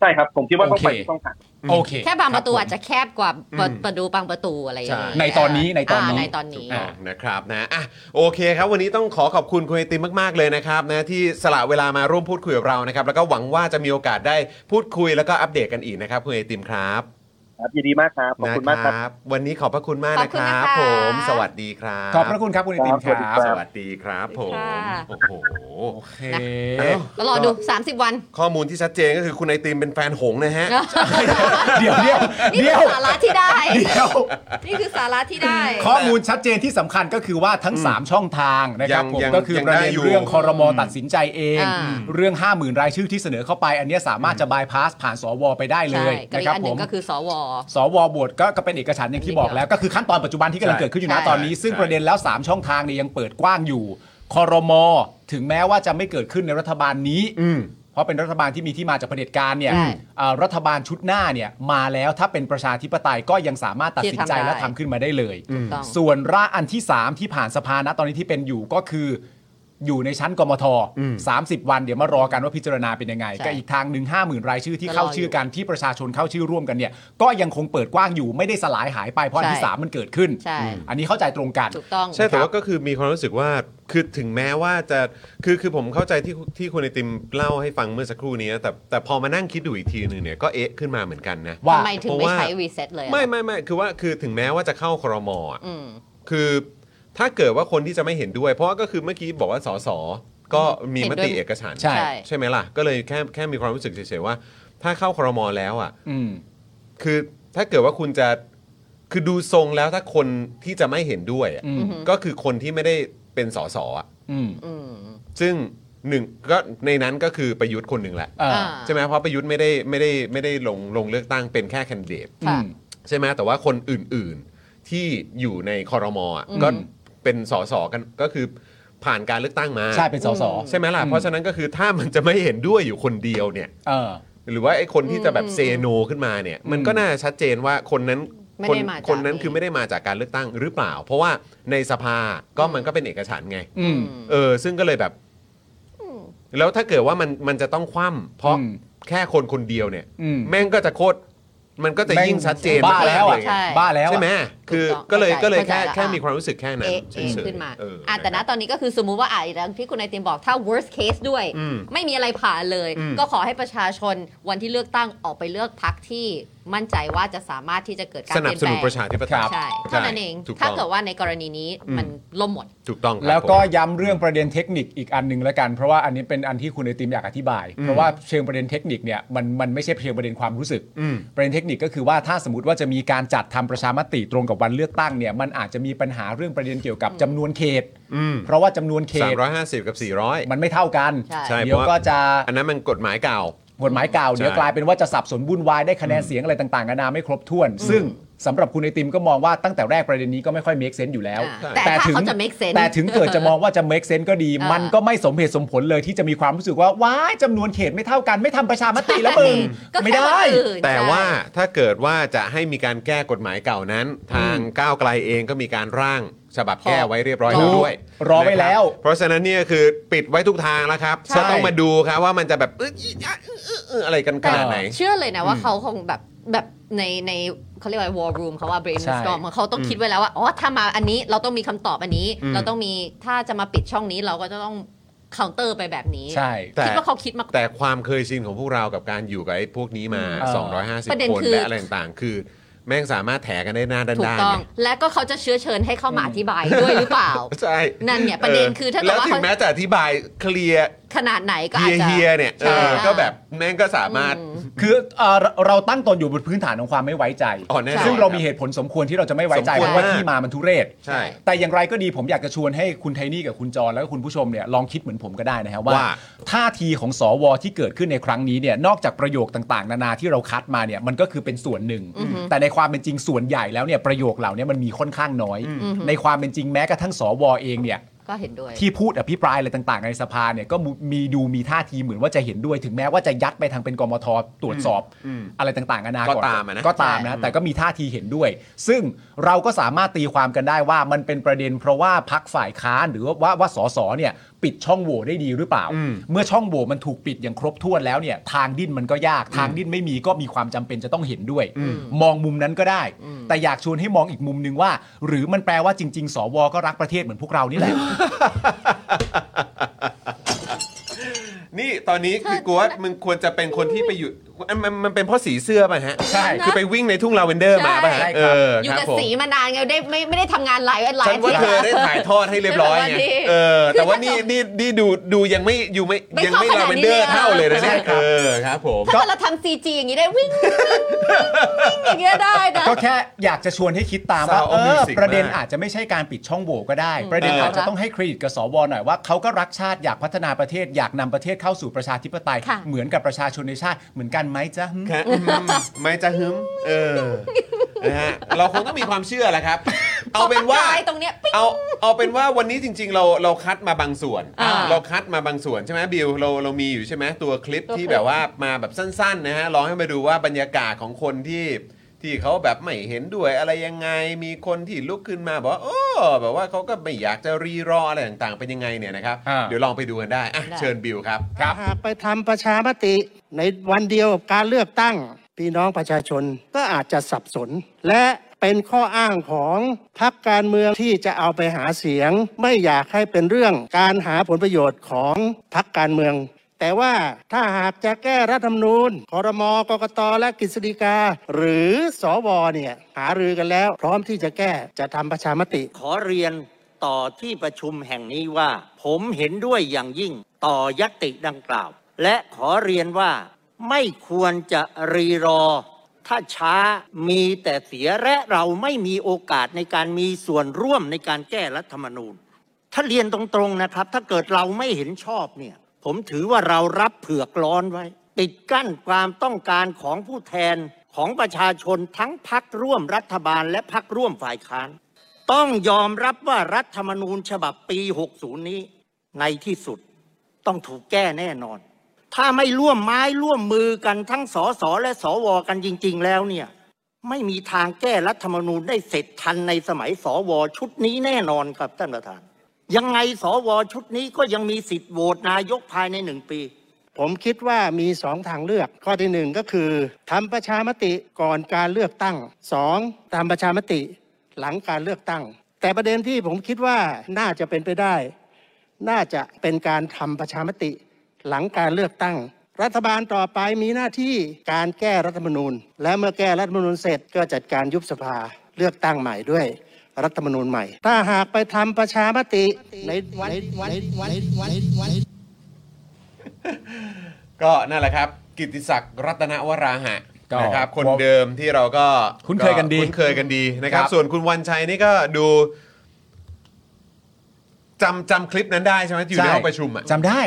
D: ใช่ครับ ผมคิดว่าต้องไป
B: โอเค
D: ที่ช่องทาง
B: โอเค
C: แค่บางประตู
B: ผม
C: อาจจะแคบกว่าประประตูบางประตูอะไรอย่างเงี้ย
B: ใช่ในตอนนี้ในตอนนี้
C: าในตอนนี้
A: ถูกต้องนะครับนะอ่ะโอเคครับวันนี้ต้องขอขอบคุณคุณไอติมมากๆเลยนะครับนะที่สละเวลามาร่วมพูดคุยกับเรานะครับ แล้วก็หวังว่าจะมีโอกาสได้พูดคุยแล้วก็อัปเดตกันอีกนะครับคุณไอติมครับ
D: ครับยินดีมากครับ ขอบคุณมากครับ
A: นะวันนี้ขอบพระคุณมาก
C: ขอ
A: นะ
C: บคุ
A: ค
C: ณ
A: รับ
C: นะคะ
A: ผม สวัสดีครับ
B: ขอบพระคุณครับคุณไอติมค
D: ครั
B: รั
D: บบ
A: ส
D: รับ
A: วัสดีครับผม
C: ค่ะ
A: โอ้โห
B: โอเค
A: เอ้า
C: แล้วรอดู 30 วัน
A: ข้อมูลที่ชัดเจนก็คือคุณไอติมเป็นแฟนหงส์นะฮะ
B: เดี๋ยวเดี๋ยว
C: นี่
B: เดี๋
C: คื
B: ย
C: อ
B: ว
C: สาระที่ได้
B: เดี๋ยว
C: นี่คือสาระที่ได้
B: ข้อมูลชัดเจนที่สำคัญก็คือว่าทั้ง 3 ช่องทางนะครั
A: ยั
B: บ
A: ง
B: ผม
A: ยัง
B: ก็คือ
A: ยัง
B: ประเด็
A: ได้
B: น
A: อยู่
B: เรื่องคอรมอตัดสินใจเอง
C: อ่า
B: เรื่อง 5 0,000 รายชื่อที่เสนอเข้าไป อันเนี้ยสามารถจะบายพาสผ่านสวไปได้เล
C: ใช่
B: ย
C: กับอี
B: นะค
C: ก
B: รับ
C: อันห
B: ผ
C: นึ่
B: ม
C: งก็คือสว
B: สวโหวตก็ก็เป็นเอกฉันท์อย่างที่บอกแล้วก็คือขั้นตอนปัจจุบันที่กำลังเกิดขึ้นอยู่นะ
C: ใช่
B: ตอนนี้ ซึ่ง
A: ใช่
B: ประเด็นแล้ว 3 ช่องทางเนี่ยยังเปิดกว้างอยู่คอรมอถึงแม้ว่าจะไม่เกิดขึ้นในรัฐบาลนี้
A: อืม
B: เพราะเป็นรัฐบาลที่มีที่มาจากเผด็จการเนี่ย
C: ใช่
B: เอ่อรัฐบาลชุดหน้าเนี่ยมาแล้วถ้าเป็นประชาธิปไตยก็ยังสามารถตัดสิน
C: ที่ทำ
B: ใจ
C: ได้
B: และทำขึ้นมาได้เลย
C: ถูกต้อง
B: ส่วนร่างอันที่ 3 ที่ผ่านสภานะตอนนี้ที่เป็นอยู่ก็คืออยู่ในชั้นกมท30 วันเดี๋ยวมารอกันว่าพิจารณาเป็นยังไง
C: ใช่
B: ก็อีกทางหนึ่งห้าหมื่นรายชื่อที่
C: ก็รอ
B: เข้าชื่อกันที่ประชาชนเข้าชื่อร่วมกันเนี่ย ก็ยังคงเปิดกว้างอยู่ไม่ได้สลายหายไปเพราะอันที่
C: ใช่
B: สามมันเกิดขึ้น
C: ใช่
B: อันนี้เข้าใจตรงกัน
C: ถูกต้อง
A: ใช่แต่ว่าก็คือมีความรู้สึกว่าคือถึงแม้ว่าจะคือคือผมเข้าใจที่ที่คุณไอติมเล่าให้ฟังเมื่อสักครู่นี้นะแต่แต่พอมานั่งคิดดูอีกทีหนึ่งเนี่ยก็เอ๊ะขึ้นมาเหมือนกันนะ
B: ว่า
C: ทำไมถึง
A: เพราะ
C: ไม่
A: ว่า
C: ใช้รีเซ็ตเลยอะ
A: ไม่ไม่ไม่คือว่าคือถึงแม้ว่าจะเข้าครมอะ
C: อืม
A: คือถ้าเกิดว่าคนที่จะไม่เห็นด้วย เพราะว่าก็คือเมื่อกี้บอกว่าสสก็มีม
C: เห็น
A: ติ
C: ด้วย
A: เอกฉันท์
B: ใช่
A: ใช่ไหมล่ะ ก็เลยแค่แค่มีความรู้สึกเฉยๆว่า ถ้าเข้าครมแล้วอ่ะ
B: อืม
A: คือถ้าเกิดว่าคุณจะคือดูทรงแล้วถ้าคนที่จะไม่เห็นด้วยอะ
B: อืม
A: ก็คือคนที่ไม่ได้เป็นสสอ่ะ
B: อืม
C: อืม
A: ซึ่งหนึ่งก็ในนั้นก็คือประยุทธ์คนหนึ่งแหละ
B: เอ่อ
C: อ่า
A: ใช่ไหมเพราะประยุทธ์ไม่ได้ไม่ได้ไม่ได้ลงลงเลือกตั้งเป็นแค่แคนดิเดต
B: อืม
A: ใช่ไหมแต่ว่าคนอื่นๆที่อยู่ในคอรมอะ
C: อืม
A: ก็เป็นสสกันก็คือผ่านการเลือกตั้งมา
B: ใช่เป็นสส
A: ใช่ไหมล่ะ
B: อืม
A: เพราะฉะนั้นก็คือถ้ามันจะไม่เห็นด้วยอยู่คนเดียวเนี่ย
B: เออ
A: หรือว่าไอ้คนที่จะแบบ
C: อืม
A: เซโนขึ้นมาเนี่ย
B: อืม
A: มันก็น่าชัดเจนว่าคนนั้น
C: ไม่
A: คน
C: ได้มาจาก
A: คนนั้นคือไม่ได้มาจากการเลือกตั้งหรือเปล่า เพราะว่าในสภาก็มันก็เป็นเอกฉันท์ไง
B: อืม
A: เออ ซึ่งก็เลยแบบ
C: อืม
A: แล้วถ้าเกิดว่ามันมันจะต้องคว่ำเพราะ
B: อืม
A: แค่คนคนเดียวเนี่ย
B: อืม
A: แม่งก็จะโคตรมันก็จะยิ่งชัดเจน
B: บ้า
A: มา
B: แล้ว
A: กๆ
B: อ่ะ
A: เย
C: ใช่
B: บ้าแล้ว
A: ใช่ไหม
B: อ่ะ
A: คือ
C: ถูกต้อง
A: ก็เลย
C: เข้าใจ
A: ก็เลยแค่
C: เข้าใจละ
A: แค่มีความรู้สึกแค่นั้น
C: เอ๊ะ
A: เฉ
C: เอ๊ะ
A: ยๆ
C: ขึ้นมา
A: เออ
C: อ่ะแต่ณตอนนี้ก็คือสมมุติว่าอ่ะอย่างที่คุณไอติมบอกถ้า worst case ด้วย
A: อืม
C: ไม่มีอะไรผ่านเลย
A: อืม
C: ก็ขอให้ประชาชนวันที่เลือกตั้งออกไปเลือกพักที่มั่นใจว่าจะสามารถที่จะเกิดการ
A: ส
C: เป
A: นับ
C: ลี่ยน
A: ส
C: แปล
A: นุน
C: ง
A: ประชาธิปไตย
C: ใช่เท่านั้นเอง
A: ถูก
C: ถ้า
A: ต้อง
C: เกิดว่าในกรณีนี้
A: อืม
C: มันล่มหมด
A: ถูกต้องครับ
B: แล้วก็
A: ผม
B: ย้ำเรื่องประเด็นเทคนิคอีกอันหนึ่งแล้วกัน เพราะว่าอันนี้เป็นอันที่คุณไอติมอยากอธิบาย เพราะว่าเชิงประเด็นเทคนิคเนี่ยมันมันไม่ใช่เพียงประเด็นความรู้สึก
A: อืม
B: ประเด็นเทคนิคก็คือว่าถ้าสมมติว่าจะมีการจัดทำประชามติตรงกับวันเลือกตั้งเนี่ยมันอาจจะมีปัญหาเรื่องประเด็นเกี่ยวกับจำนวนเขต
A: อืม
B: เพราะว่าจำนวนเข
A: สาม
B: ต
A: ร้อยห้าสิบกับสี่ร้อย
B: มันไม่เท่ากัน
C: ใช่
A: ใช่
B: เดี๋ยวก็จะ
A: อันนั้นมันกฎหมายเก่า
B: กฎหมายเก่าเดี๋ยว
A: ใช่
B: กลายเป็นว่าจะสับสนวุ่นวายได้คะแนนเสียงอะไรต่างๆนานาไม่ครบถ้วน ซึ่งสำหรับคุณไอติมก็มองว่าตั้งแต่แรกประเด็นนี้ก็ไม่ค่อย make sense อยู่แล้ว
C: อ่าแต่ถ้าเขาจะ make sense
B: แต่ถึงเกิดจะมองว่าจะ make sense ก็ดี
C: เออ
B: มันก็ไม่สมเหตุสมผลเลยที่จะมีความรู้สึกว่าว้ายจำนวนเขตไม่เท่ากันไม่ทำประชามติแล้วมึง
C: ก็
B: ไม่
C: แค่
B: ได้
C: วันอื่น
A: แต่
C: ใช่
A: ว่าถ้าเกิดว่าจะให้มีการแก้กฎหมายเก่านั้น ทางก้าวไกลเองก็มีการร่างฉบับแก้ไว้เรียบร้อยแล้วด้วย
B: รอไว้
A: นะครับ
B: แล้ว
A: เพราะฉะนั้นเนี่ยคือปิดไว้ทุกทางแล้วครับ
C: ใช่
A: จะต้องมาดูครับว่ามันจะแบบอื้ออี้อ่ะอื้ออื้ออื้ออะไรกันข
C: แต่
A: นาดไหน
C: เชื่อเลยนะว่าเขาคงแบบแบบในในเขาเรียกว่า war room เขาว่า brainstorm
B: ใช่
C: เขาต้องคิดไว้แล้วว่าอ๋อถ้ามาอันนี้เราต้องมีคำตอบอันนี้
A: อืม
C: เราต้องมีถ้าจะมาปิดช่องนี้เราก็จะต้อง counter ไปแบบนี้
B: ใช่
A: แต่
C: คิดว่าเขาคิดมา
A: แต่ความเคยชินของพวกเรากับการอยู่กับไอ้พวกนี้มา
B: เออ
A: 250
C: ประเด็น
A: คน
C: คือ
A: และอะไรต่างๆ คือ แม่งสามารถแถกันได้หน้าด้าน
C: ถูก
A: ๆ
C: ต้อง
A: ไง
C: และก็เขาจะเชื้อเชิญให้เข้ามาอธิบายด้วยหรือเปล่า
A: ใช่
C: นั่นเนี่ยประเด็นคือถ้าเกิ
A: แล้
C: ด
A: ว
C: ว่า
A: ถึ
C: เขา
A: งแม้จะอธิบายเคลียร์
C: ขนาดไหนก็
A: เฮี
C: อาจ
A: ย
C: จะ
A: เฮียๆเนี่ย
C: ใช่
A: เออก็แบบแม่งก็สามารถ
C: อืม
B: คือเอ่อเราเราตั้งตนอยู่บนพื้นฐานของความไม่ไว้ใจ
A: อ๋อแน่นอน
B: ซึ่งเรา
A: ครับ
B: มีเหตุผลสมควรที่เราจะไม่ไว้ใจ
A: สม
B: เพ
A: ควร
B: ราะว่า
A: ว่า
B: ที่มามันทุเรศ
A: ใช่
B: แต่อย่างไรก็ดีผมอยากจะชวนให้คุณไทนี่กับคุณจรแล้วก็คุณผู้ชมเนี่ยลองคิดเหมือนผมก็ได้นะฮะว่า
A: ว่า
B: ท่าทีของสวที่เกิดขึ้นในครั้งนี้เนี่ยนอกจากประโยคต่างๆ นานาที่เราคัดมาเนี่ยมันก็คือเป็นส่วนหนึ่ง แต่ในความเป็นจริงส่วนใหญ่แล้วเนี่ยประโยคเหล่านี้มันมีค่อนข้างน้อย
C: อืม
B: ในความเป็นจริงแม้กระทั่งสวเองเนี่ย
C: ก็เห็นด้วย
B: ที่พูดอภิปรายอะไรต่างๆ ในสภาเนี่ยก็มีดูมีท่าทีเหมือนว่าจะเห็นด้วย ถึงแม้ว่าจะยัดไปทางเป็นกมทตรวจสอบอะไรต่างๆนานา
A: ก็
B: อน
A: ตามอะนะ
B: ก็ ก็ตามนะแต่ก็มีท่าทีเห็นด้วย ซึ่งเราก็สามารถตีความกันได้ว่ามันเป็นประเด็น เพราะว่าพักฝ่ายค้านหรือว่าว่าว่าสสเนี่ยปิดช่องโหว่ได้ดีหรือเปล่า เมื่อช่องโหว่มันถูกปิดอย่างครบถ้วนแล้วเนี่ยทางดิ้นมันก็ยากทางดิ้นไม่มีก็มีความจำเป็นจะต้องเห็นด้วย มองมุมนั้นก็ได้ แต่อยากชวนให้มองอีกมุมหนึ่งว่า หรือมันแปลว่าจริง ๆ สวก็รักประเทศเหมือนพวกเรานี่แหละ
A: นี่ตอนนี้คือกวดมึงควรจะเป็นคนที่ไปอยู่อันมันมันเป็นเพราะสีเสื้อป่ะฮะ
B: ใช่
A: คือไปวิ่งในทุ่งลาเวนเดอร์มาป่ะฮะ
B: ใช่ครับ
A: เออ
C: อ
A: อยู่ ค
C: กั
A: รั
C: บบ
A: ผม
C: สีมานานไงได้ไม่ไม่ได้ทำงานหลายหลาย
A: ฉัน
C: อา
A: ว่า
C: ทิตย์
A: เธอ
C: แล้ว
A: ได้ถ่ายทอดให้เรียบร้อย
C: เรียบ
A: ไง
C: ร้อยดี
A: เออ แต่ว่า
C: คือ
A: นี่นี่นี่ดูดูยังไม่อยู่ไม่
C: ไม่
A: ยังไม่
C: เข้าขนาด
A: ลาเวน
C: นี้
A: เดอร์
C: เลยอะ
A: เท่าเลยนะเนี่ยเออครับผม
C: ถ้าเกิดเราทำซีจีอย่างนี้ได้วิ่งวิ่งวิ่งอย่างเงี้ยได้นะ
B: ก็แค่อยากจะชวนให้คิดตามว่า
A: Sound of
B: เออ
A: Music
B: ประเด็น
A: มาก
B: อาจจะไม่ใช่การปิดช่องโหว่ก็ได้ ประเด็น
A: เอออ
B: อาจจะต้องให้เครดิตกับสวหน่อยว่าเขาก็รักชาติอยากพัฒนาประเทศอยากนำประเทศเข้าสู่ประชาธิปไตย
C: ค่ะ
B: เหมือนกับประชาชนในชาติเหมือนกันไหมจ๊ะ
A: ครับอืมไม่จะฮึมเออนะฮะเราคงต้องมีความเชื่อแหละครับ เอาเป็นว่า
C: ขปกยตรงเนี้ยปิ๊ง
A: เอาเอาเป็นว่าวันนี้จริง ๆ เราเราคัดมาบางส่วน
C: อ่า
A: เราคัดมาบางส่วนใช่ไหมบิวเราเรามีอยู่ใช่ไหมตัวคลิป
C: ตัว
A: ที่
C: คลิป
A: แบบว่ามาแบบสั้น ๆ นะฮะลองให้มาดูว่าบรรยากาศของคนที่ที่เขาแบบไม่เห็นด้วยอะไรยังไง มีคนที่ลุกขึ้นมาบอกว่าโอ้แบบว่าเขาก็ไม่อยากจะรีรออะไรต่างๆเป็นยังไงเนี่ยนะครับ
B: อ่า
A: เดี๋ยวลองไปดูกันได้อ่ะเชิญบิวครับ
E: หากไปทำประชามติในวันเดียวกับการเลือกตั้ง พี่น้องประชาชนก็อาจจะสับสน และเป็นข้ออ้างของพรรคการเมืองที่จะเอาไปหาเสียง ไม่อยากให้เป็นเรื่องการหาผลประโยชน์ของพรรคการเมือง แต่ว่าถ้าหากจะแก้รัฐธรรมนูญคอรมอกกตและกฤษฎีกา หรือสอวอเนี่ยหารือกันแล้ว พร้อมที่จะแก้จะทำประชามติ
F: ขอเรียนต่อที่ประชุมแห่งนี้ว่า ผมเห็นด้วยอย่างยิ่งต่อยติดังกล่าว และขอเรียนว่า ไม่ควรจะรีรอ ถ้าช้ามีแต่เสียและเราไม่มีโอกาสในการมีส่วนร่วมในการแก้รัฐธรรมนูญ ถ้าเรียนตรงๆนะครับ ถ้าเกิดเราไม่เห็นชอบเนี่ย ผมถือว่าเรารับเผือกร้อนไว้ ปิดกั้นความต้องการของผู้แทนของประชาชนทั้งพักร่วมรัฐบาลและพักร่วมฝ่ายค้าน ต้องยอมรับว่ารัฐธรรมนูญฉบับปี 60 นี้ ในที่สุดต้องถูกแก้แน่นอน ถ้าไม่ร่วมไม้ร่วมมือกันทั้งสสและสวกันจริง ๆ แล้วเนี่ย ไม่มีทางแก้รัฐธรรมนูญได้เสร็จทันในสมัยสวชุดนี้แน่นอนครับท่านประธาน ยังไงสวชุดนี้ก็ยังมีสิทธิ์โหวตนายกภายในหนึ่งปี
E: ผมคิดว่ามีสองทางเลือก ข้อที่หนึ่งก็คือทำประชามติก่อนการเลือกตั้งสองทำประชามติหลังการเลือกตั้ง แต่ประเด็นที่ผมคิดว่าน่าจะเป็นไปได้ น่าจะเป็นการทำประชามติหลังการเลือกตั้ง รัฐบาลต่อไปมีหน้าที่การแก้รัฐธรรมนูญ และเมื่อแก้รัฐธรรมนูญเสร็จก็จัดการยุบสภาเลือกตั้งใหม่ด้วย รัฐธรรมนูญใหม่ ถ้าหากไปทำประชามติในวันวันวันวันวัน
A: ก็นั่นแหละครับกิตติศักดิ์รัตนวราหะ
B: ก็
A: นะครับคนเดิมที่เราก็
B: คุ้นเคยกันดี
A: คุ้นเคยกันดีนะครับ
B: ครับ
A: ส่วนคุณวันชัยนี่ก็ดูจำจำคลิปนั้นได้ใช่ไหมที่อยู่ในห้องประชุมอ่ะ
B: จำได้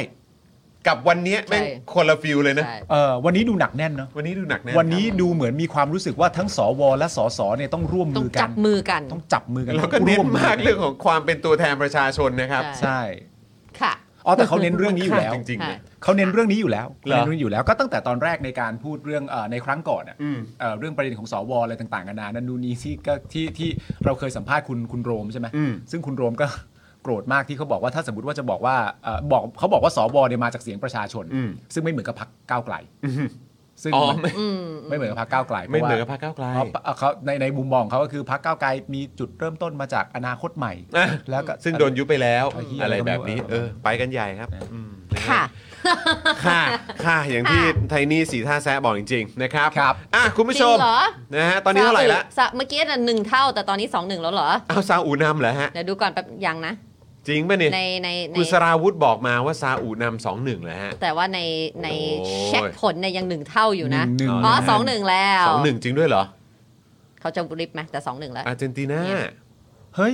A: กับวันเนี้ยแม่ง
C: ใช่
A: คนละฟิลเลยนะ
C: ใช่
B: เอ่อวันนี้ดูหนักแน่นเนาะ
A: วันนี้ดูหนักแน่
B: วันนี้ดูเหมือนมีความรู้สึกว่าทั้งสวและสสเนี่ยต้องร่วม
C: ต้อ
B: มื
C: ง
B: อกั
C: จั
B: น
C: บมือกัน
B: ต้องจับมือกัน
A: แล้วก็เน้น
B: ร่ว
A: มากเรื่องของความเป็นตัวแทนประชาชนนะครับ
C: ใช่
B: ใช่
C: ค่ะ
B: อ๋อแต่เขาเน้นเรื่องนี้อยู่แล้ว
A: จริงๆ
C: ใช่
A: เลย
B: เขาเน้นเรื่องนี้อยู่แล้ว
A: เหรอ
B: เน้นเรื่องนี้อยู่แล้วก็ตั้งแต่ตอนแรกในการพูดเรื่องเอ่อในครั้งก่อนอะ
A: อืม
B: เอ่อเรื่องประเด็นของสวอะไรต่างๆกันานานั่นดูนนี่ที่ก็ที่ที่เราเคยสัมภาษณ์คุณคุณโรมใช่ไหม
A: อืม
B: ซึ่งคุณโรมก็ โกรธมากที่เขาบอกว่าถ้าสมมติว่าจะบอกว่าเอ่อบอกเขาบอกว่าสวเนี่ยมาจากเสียงประชาชน ซึ่งไม่เหมือนกับพรรคก้าวไกล ซึ่ง
A: อ๋อ
B: มัน
A: ไม่
C: อืม
B: ไม่เหมือนกับพรรคก้าวไกล
A: ไม่เหมือนกับ
B: พราะว่า
A: พรรคก้าวไกล
B: อ๋อเอ่อเขาในในมุมมองเขาก็คือพรรคก้าวไกลมีจุดเริ่มต้นมาจากอนาคตใหม่
A: อ่ะ
B: แล้วก็
A: ซึ่งโดนยุบไปแล้ว
B: ไอ้เหี้ย
A: อะไรแบบนี้
B: ไม่รู้อะ
A: เออ ไปกันใหญ่ครับอืมนฮ
C: ค่ะ
A: ค่ะค่ะ อย่างที่
C: ค่ะ
A: ไทนี่สีท่าแซะบอกจริง ๆ นะครับ
B: ครับ
A: อ่ะ คุณผู้ชม
C: จริงเหรอ
A: นะฮะ ตอนนี้เท่าไหร่ละ
C: ซาอุเมื่อกี้น่ะหนึ่งเท่าแต่ตอนนี้สองหนึ่งแล้วเหรอ
A: อ้าวซาอูนำเหรอฮะ
C: เดี๋ยวดูก่อนแป๊บยังนะ
A: จริงป่ะเนี่ย
C: ในในใน
A: คุณสราวุธบอกมาว่าซาอูนำสองหนึ่งเหรอฮะ
C: แต่ว่าในใน
A: โอ้ย
C: เช็คผลเนี่ยยังหนึ่งเท่าอยู่นะ
B: หนึ่ง
C: อ๋อ
B: นะ
C: สองหนึ่งแล้ว
A: สองหนึ่งจริงด้วยเหรอ
C: เขาจะริบไหมแต่สองหนึ่งแล้ว
A: อาร์เจนตินา
C: เนี่ย
B: เฮ้ย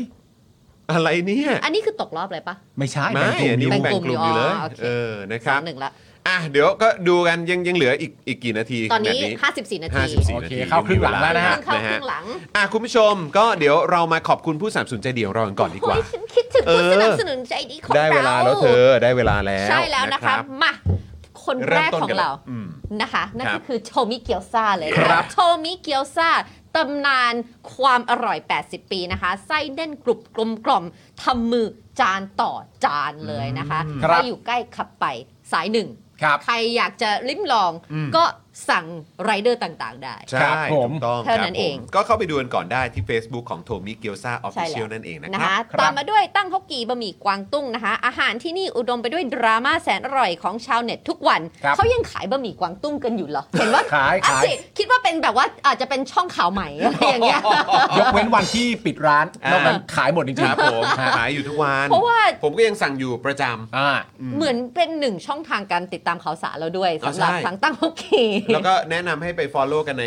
A: อะไรเนี่ย
C: อันนี้คือตกรอบเลยปะ
B: ไม่ใช่
A: ไม่
B: แบ่งกลุ่
A: อันนี้
B: ม
C: แบ่
A: แบ่ง
C: ง
A: ก
C: กลุ่
A: ลุ่ม
C: ม
A: อยู่เลย
C: อ๋อโอเค
A: เออ นะค
C: ส
A: รั
C: อบ งหนึ่งละ
A: อ่ะ เดี๋ยวก็ดูกันยังยังเหลืออีกอีกกี่นาที
C: ตอนนี้
A: แบบ
C: 54 นาที
A: ห้าสิบสี่
B: โอ
A: นา
B: เค
A: ที
B: เข้าครึ่งหลังแล้วนะฮะ
C: เพิ่งเข้า
A: นะ
C: ค
A: ฮะ
C: รึ่งหลัง
A: อ่ะคุณผู้ชมก็เดี๋ยวเรามาขอบคุณผู้สนับสนุนใจเดียวเรากันก่อนดีก
C: โอ้
A: ว่า
C: ยฉันคิดถึงผู้
A: เออ
C: สนับสนุนใจดีของเรา
A: ได้เวลาแล้วเธอได้เวลาแล้ว
C: ใช่แล้วนะคะ
A: รับ
C: มาคนแรกของเรา
A: อืม
C: นะคะ นั่น
A: ครั
C: ก็
A: บ
C: คือโชมิเกียวซาเลย
A: ครั
C: นะะ
A: บ
C: โชมิเกียวซาตำนานความอร่อย 80 ปีนะคะ ไส้แน่นกรุบกลมกล่อมทำมือจานต่อจานเลยนะคะ
B: ครับ
C: ใครอยู่ใกล้ขับไปสายหนึ่ง
B: ครับ
C: ใครอยากจะลิ้มลองก็สั่งไรเดอร์ต่างๆได้
A: ใช่
B: ครับ
A: ถู
B: ผ
A: ก
B: ม
A: ต้อง
C: เท่า
A: ครับ
C: นั้น
A: ผ
C: เอ
A: ม
C: ง
A: ก็เข้าไปดูกันก่อนได้ที่ Facebook ของโทมิเกียวซาออฟ
C: ใช่
A: ฟิเชียล
C: แล้ว
A: นั่นเองนะค
C: นะ
A: รั
C: คะ
A: บ
B: ครับ
C: ตามมาด้วยตั้งฮกกีบะหมี่กวางตุ้งนะคะ อาหารที่นี่อุดมไปด้วยดราม่าแสนอร่อยของชาวเน็ตทุกวัน
B: ครับ
C: เขายังขายบะหมี่กวางตุ้งกันอยู่เหรอ เห็นว่า
B: ขาย
C: อ่ะ
B: ขาย
C: สิคิดว่าเป็นแบบว่าอาจจะเป็นช่องข่าวใหม่อะไรอย่าง เงี้ย
B: ยกเว้นวันที่ปิดร้าน
A: อ่าน น
B: อกนั้นขายหมดจริ
A: ค
B: ง
A: รับ
B: ๆ
A: ผม
B: ฮะ
A: ขายอยู่ทุกวัน
C: เพราะว่า
A: ผมก็ยังสั่งอยู่ประจ
B: อ่า
C: เหมือนเป็นหนึ่งช่องทางการติดตามข่าวสารเราด้วย
A: อ๋อ
C: สำหรับ
A: ใช่
C: ทางตั้งฮกกี
A: ำแล้วก็แนะนำให้ไป Follow กันใน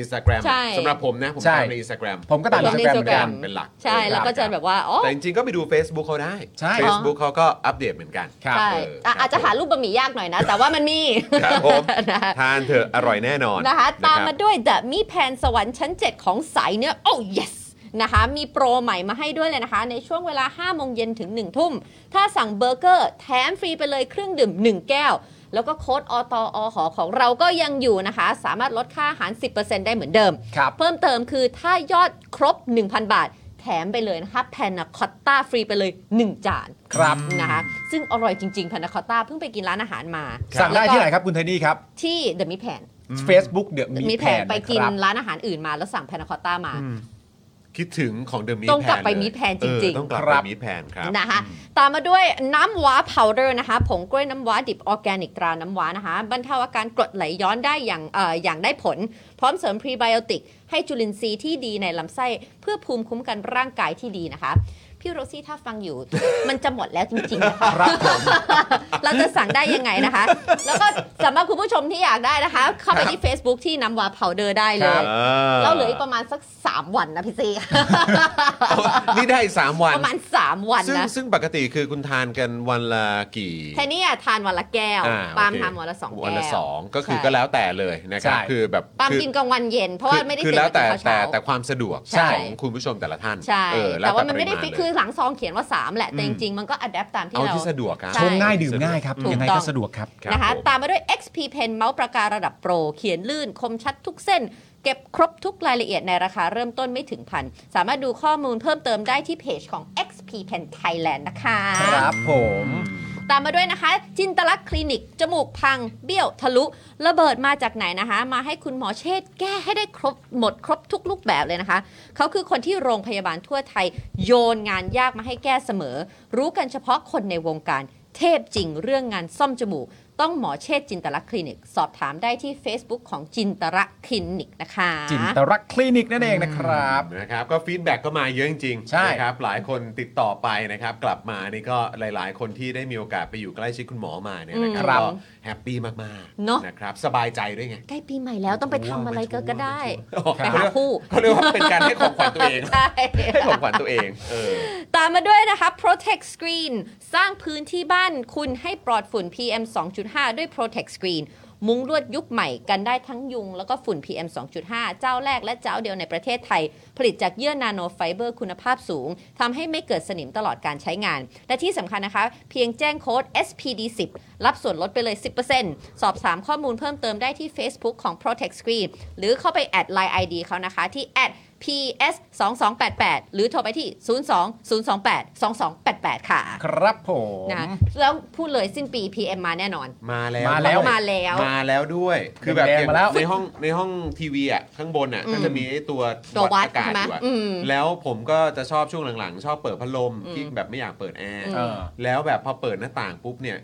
A: Instagram
C: ใช่
A: สำหรับผมนะ ผม
B: ใช่
A: ตามใน Instagram
B: ผมก็ตาม
C: ล
B: อิ
C: ง
B: น
C: ใน
B: สตาแกรมเหมือ
C: Instagram
B: นกัน
A: เป็นหลัก
C: ใช่แล้วก็จะแบบว่าอ๋อ
A: แต่จริงๆ ก็ไปดู Facebook เขาได้
B: ใช่
A: Facebook เขาก็อัปเดตเหมือนกัน
B: ครับ
C: ใช่
A: เ
C: อ่ะอาจจะหา
A: ลูก
C: รูปบะหมี่ยากหน่อยนะ แต่ว่ามันมี
A: ครับผม
C: นะคะ
A: ทานเถอะอร่อยแน่นอน
C: นะคะตาม
A: นะ
C: มา
A: ครับ
C: ด้วย The มีแผนสวรรค์ชั้น 7 ของสายเนื้อ โอ้ yes นะคะ มีโปรใหม่มาให้ด้วยเลยนะคะ ในช่วงเวลา 5 โมงเย็นถึง 1 ทุ่ม ถ้าสั่งเบอร์เกอร์ แถมฟรีไปเลยเครื่องดื่ม 1 แก้ว แล้วก็โค้ดอตอหอของเราก็ยังอยู่นะคะ สามารถลดค่าอาหาร 10%ได้เหมือนเดิม
B: ครับ
C: เพิ่มเติมคือถ้ายอดครบ 1,000 บาท แถมไปเลยนะคะแพนนาคอตต้าฟรีไปเลย 1 จาน
B: ครับ
C: นะคะซึ่งอร่อยจริงๆแพนนาคอตต้าเพิ่งไปกินร้านอาหารมา
B: สั่งได้
C: แล้วก็
B: ที่ไหนครับคุณไทนี่ครับ
C: ที่ The มีแผน
B: Facebook เดอะ
C: มี
B: มี
C: แผ
B: แผ
C: น
B: น
C: ไปกิน
B: ครับ
C: ร้านอาหารอื่นมาแล้วสั่งแพนนาคอตต้ามา
A: คิดถึงของเดอะมี
C: ต้องกลับไป Meat Pan จริงๆ
A: ต้องกลับ
B: ค
A: ไป
B: รับ
A: มีแพนครับ
C: นะคะตามมาด้วยน้ำว้าพาวเดอร์นะคะผงกล้วยน้ำว้าดิบออร์แกนิกตราน้ำว้านะคะบรรเทาอาการกรดไหลย้อนได้อย่างเอ่ออย่างได้ผล พร้อมเสริมพรีไบโอติก ให้จุลินทรีย์ที่ดีในลำไส้ เพื่อภูมิคุ้มกันร่างกายที่ดีนะคะ พี่โรซี่ถ้าฟังอยู่ มันจะหมดแล้วจริงๆนะคะ เราจะสั่งได้ยังไงนะคะ แล้วก็สำหรับคุณผู้ชมที่อยากได้นะคะ เข้าไปที่ Facebook ที่น้ำว้าพาวเดอร์ได้เลย
A: เอ
C: เราเหลืออีกประมาณสัก 3 วันนะพี่ซี
A: นี่ได้อีกสามวัน
C: ประมาณ 3 วัน
A: ซึ่ง
C: นะ
A: ซึ่งปกติคือคุณทานกันวันละกี่
C: เทนนี่อะทานวันละแก้ว
A: อ่
C: ปาล์ม
A: โอเค
C: ทานวันละสองแก้ว
A: วันละสองก็คือ
C: ใช่
A: ก็แล้วแต่เลยนะครับ
B: ใช่
A: คือแบบ
C: ปาล์ม
A: คือ
C: กินกลางวันเย็น เพราะว่าไม่ได้
A: คือ
C: ตื่น
A: แล้วแต่
C: มากิน
A: แต่
C: ข้าว
A: แต่
C: เช้า
A: ความสะดวก
C: ใช่
A: ของคุณผู้ชมแต่ละท่าน
C: ใช่
A: เออล้
C: แต่ว่ามัน
A: ป
C: ไม่
A: ริ
C: ได้
A: ณ
C: ฟิกคือ หลังซองเขียนว่า 3 แหละ แต่จริงๆ มันก็อัดแอปตามที่
A: เอา
C: เรา
A: ที่สะดวกครับ
C: ใช่
B: ชงง่ายดื่มง่ายครับ
C: ถูก
B: ยังไง
C: ต้
B: ก็
C: อง
B: สะดวกครับ
A: ครับ
C: นะคะ
A: ผม
C: ตามมาด้วย XP Pen เมาส์ปากการะดับโปร เขียนลื่นคมชัดทุกเส้น เก็บครบทุกรายละเอียดในราคาเริ่มต้นไม่ถึงพัน สามารถดูข้อมูลเพิ่มเติมได้ที่เพจของ XP Pen Thailand นะคะ
B: ครับผม
C: ตามมาด้วยนะคะ จินตลักษณ์คลินิก จมูกพัง เบี้ยวทะลุ ระเบิดมาจากไหนนะคะ มาให้คุณหมอเชษฐ์แก้ให้ได้ครบหมดครบทุกรูปแบบเลยนะคะ เขาคือคนที่โรงพยาบาลทั่วไทย โยนงานยากมาให้แก้เสมอ รู้กันเฉพาะคนในวงการ เทพจริงเรื่องงานซ่อมจมูก ต้องหมอเชษฐ์จินตลักษณ์คลินิก สอบถามได้ที่ Facebook ของจินตลักษณ์คลินิกนะคะ
B: จินตรักษณ์คลินิกนั่นเองนะครับ
A: นะครับก็ฟีดแบ็กก็มาเยอะจริง
B: ใช่
A: ๆนะครับหลายคนติดต่อไปนะครับ กลับมานี่ก็หลาย ๆ คนที่ได้มีโอกาสไปอยู่ใกล้ชิดคุณหมอมาเนี่ยนะค
C: ครั
A: รับบ ก็แฮปปี้มาก
C: เนอะ
A: ๆนะครับสบายใจด้วยไง
C: ใกล้ปีใหม่แล้วต้องไปทำอะไรก็ก็ได้
A: โอ้โห
C: ไปหาคู่
A: เขาเรียกว่าเป็นการให้ของขวัญตัวเอง
C: ใช่
A: ให้ของขวัญตัวเองเออ
C: ตามมาด้วยนะคะ Protect Screen สร้างพื้นที่บ้านคุณให้ปลอดฝุ่น PM 2.5 ด้วย Protect Screen มุ้งลวดยุคใหม่กันได้ทั้งยุง แล้วก็ฝุ่น PM 2.5 เจ้าแรกและเจ้าเดียวในประเทศไทย ผลิตจากเยื่อนาโนไฟเบอร์คุณภาพสูงทำให้ไม่เกิดสนิมตลอดการใช้งาน และที่สำคัญนะคะ เพียงแจ้งโค้ด SPD10 รับส่วนลดไปเลย 10%สอบถามข้อมูลเพิ่มเติมได้ที่ Facebook ของ Protect Screen หรือเข้าไปแอด Line ID เขานะคะที่แอด PS 2 2 8 8 หรือโทรไปที่ 02 028 2288 ค่ะ
B: ครับผม
C: นะแล้วพูดเลยสิ้นปี PM มาแน่นอน
A: มาแล้ว
B: มาแล้ว
C: มาแล้ว
A: มาแล้วด้วย คือแบบ
B: แดงๆมาแล้ว
A: ในห้องในห้องทีวีอ่ะข้างบนอ่ะ
C: อืม
A: ก็จะมีไอ้ตัว
C: ตัววัด
A: อากาศ
C: ใช่ไหม
A: อยู่อะ
C: อืม
A: แล้วผมก็จะชอบช่วงหลังๆ ชอบเปิดพัดลม
C: อืม
A: ที่แบบไม่อยากเปิดแอร์
C: อืม
B: เออ
A: แล้วแบบพอเปิดหน้าต่างปุ๊บเนี่ย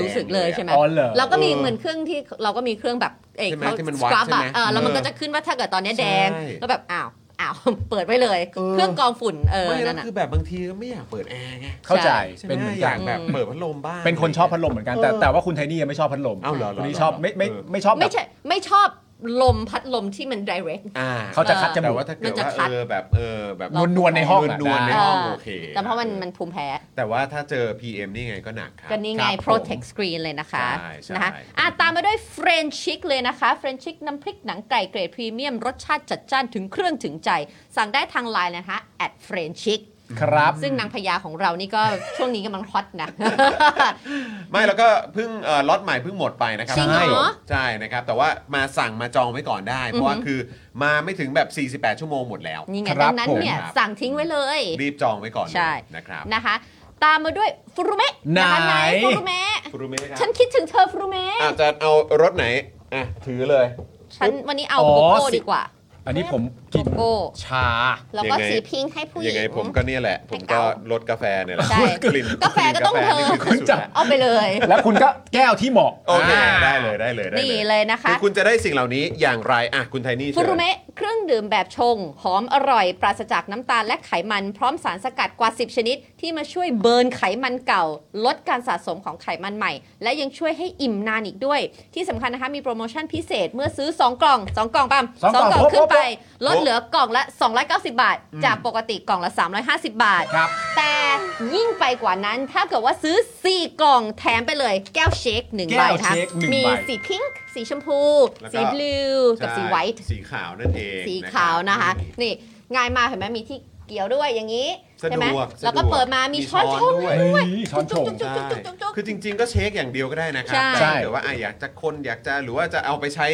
C: รู้สึกเลย
A: แดงอะ
C: ใช่ไหม
B: อ๋อเหรอ
C: เราก็มี
A: เออ
C: เหมือนเครื่องที่เราก็มีเครื่องแบบเอก
A: ใช่ไหมที่มัน
C: ส
A: วัด
C: ครับ
A: ใช่ไหม
C: เออแล้วมัน
A: เออ
C: ก็จะขึ้นว่าถ้าเกิดตอนเนี้ยแดง
A: ใช่
C: แล้วแบบ อ้าว อ้าว เปิดไว้เลย
A: เออ
C: เครื่องกรองฝุ่นเออ
A: ไม่แล้
C: นั่
A: วน
C: น่ะ
A: คือแบบบางทีก็ไม่อยากเปิดแอร์ไง
B: เข้าใจ
A: ใช่ไหม
B: เป็นเหมือน
A: อ
B: กั
A: ยาน กแบบเปิดพัดลมบ้าง
B: เป็นคนชอบพัดลมเหมือนกันแต่แต่ว่าคุณไทนี่ยังไม่ชอบพัดลม
A: อ้าวเหรอเหรอ
B: คนนี้ชอบไม่ไม่
A: เออ
B: ไม่ชอบแบ
C: ไม่
B: บ
C: ใช่ ไม่ชอบลมพัดลมที่มัน direct
A: อ่
B: เขาจะคัดจมูก
A: แต่ว่าถ้าเกิด
C: มันจะ
A: ว่า
C: คัด
A: เออแบบเออแบบ
B: นวลนวลๆในห้องอะ
A: นวลๆในห้อง
C: เออ
A: โอเค
C: แต่เพราะมันมันภูมิแพ้
A: แต่ว่าถ้าเจอ PM นี่ไงก็หนักครับ
C: ก็นี่ไง
B: ครับผม
C: protect screen เลยนะคะ
A: ใช่ใช่
C: นะคะ
A: ใช่
C: อ่ะตามมาด้วย French chic เลยนะคะ French chic น้ำพริกหนังไก่เกรดพรีเมียม รสชาติจัดจ้านถึงเครื่องถึงใจ สั่งได้ทางไลน์นะคะ at French chic
B: ครับ
C: ซึ่งนางพญาของเรานี่ก็ ช่วงนี้กำลังฮอตนะ
A: ไม่แล้วก็เพิ่งเอ่อล็อตใหม่เพิ่งหมดไปนะครับ
C: จริงเหรอ
A: ใช่ใช่นะครับ แต่ว่ามาสั่งมาจองไว้ก่อนได้ เพราะว่าคือมาไม่ถึงแบบ 48 ชั่วโมงหมดแล้ว
C: นี่ไง
B: ครั
C: ดั
B: บ
C: งนั้น
B: ผม
C: เนี่ย
A: ครับ
C: สั่งทิ้งไว้เลย
A: รีบจองไว้ก่อนเลย
C: ใช่
A: นะครับ
C: นะคะ ตามมาด้วยฟรุเมะนะคะ
B: ไหน
C: ฟรุเมะ
A: คุณรู้ไหมครั
C: ฉันคิดถึงเธอฟรุเมะ
A: อาจจะเอารถไหนอ่ะถือเลย
C: ฉันวันนี้เอา
B: อ๋อ
C: โกโก้
B: สิ
C: ดีกว่า
B: อันนี้ผมกิน
C: โกโก้
B: ชา
C: แล้วก็สีพิงค์ให้ผู้ห
A: ยัง
C: ญิ
A: ไงผมก็เนี่ยแหละ ผมก็ลดกาแฟเนี่ยแหละ
C: ใช่
A: กลิ่น
C: กาแฟก็ต้องเธอ
A: กลิ่นกาแฟนี่คือที่สุดแล้ว
C: เอาไปเลย
B: แล้วคุณก็แก้วที่เหมาะ
A: โอเค
B: า
A: ได้เลยได้เลยได้
C: นี่เลยนะคะ
A: อคุณจะได้สิ่งเหล่านี้อย่างไรอ่ะคุณไทนี่
C: ฟู
A: เชิญ
C: รุเมะเครื่องดื่มแบบชง หอมอร่อย ปราศจากน้ำตาลและไขมัน พร้อมสารสกัดกว่า 10 ชนิด ที่มาช่วยเบิร์นไขมันเก่า ลดการสะสมของไขมันใหม่ และยังช่วยให้อิ่มนานอีกด้วย ที่สำคัญนะคะ มีโปรโมชั่นพิเศษเมื่อซื้อ 2 กล่อง 2 กล่องปั๊ม
B: สองกล่
C: สองกล่อ
B: อง
C: ง
B: ครบ
C: ขึ้นไป
A: ค
C: ล
A: รบ
C: ดเหลือกล่องละ 290 บาท จากปกติกล่องละ 350 บาท
B: ครับ
C: แต่ยิ่งไปกว่านั้นถ้าเกิดว่าซื้อ 4 กล่องแถมไปเลยแก้วเชคหนึ่ง
B: แก้
C: ใบ
B: ว
C: นะคะ
B: เชคหนึ่ง
C: มี
B: ใบ
C: สีพิงค์สีชมพู
A: แล้วก็
C: สีบลูกับสี
A: ใช่
C: ไวท์
A: สีขาวนั่นเอง
C: สี
A: รับ
C: ขาวนะคะ
A: อืม
C: นี่ง่ายมากเห็นไหมมีที่เกี่ยวด้วยอย่างนี้
A: สะ
C: ใช่
A: ด
C: ไหม
A: วกสะดวก
C: แล้วก็เปิดมามีช้อนชง
A: ด้วย
B: เฮ้ยช้อนชง
C: จุ๊กจุ๊กจุ๊กจุ๊กจุ๊กจุ๊ก
A: คือจริง ๆ ก็เช็คอย่างเดียวก็ได้นะครั
C: ใช่
A: แต่ว่าอ่ะอยากจะคนอยากจะหรือว่าจะเอาไปใช้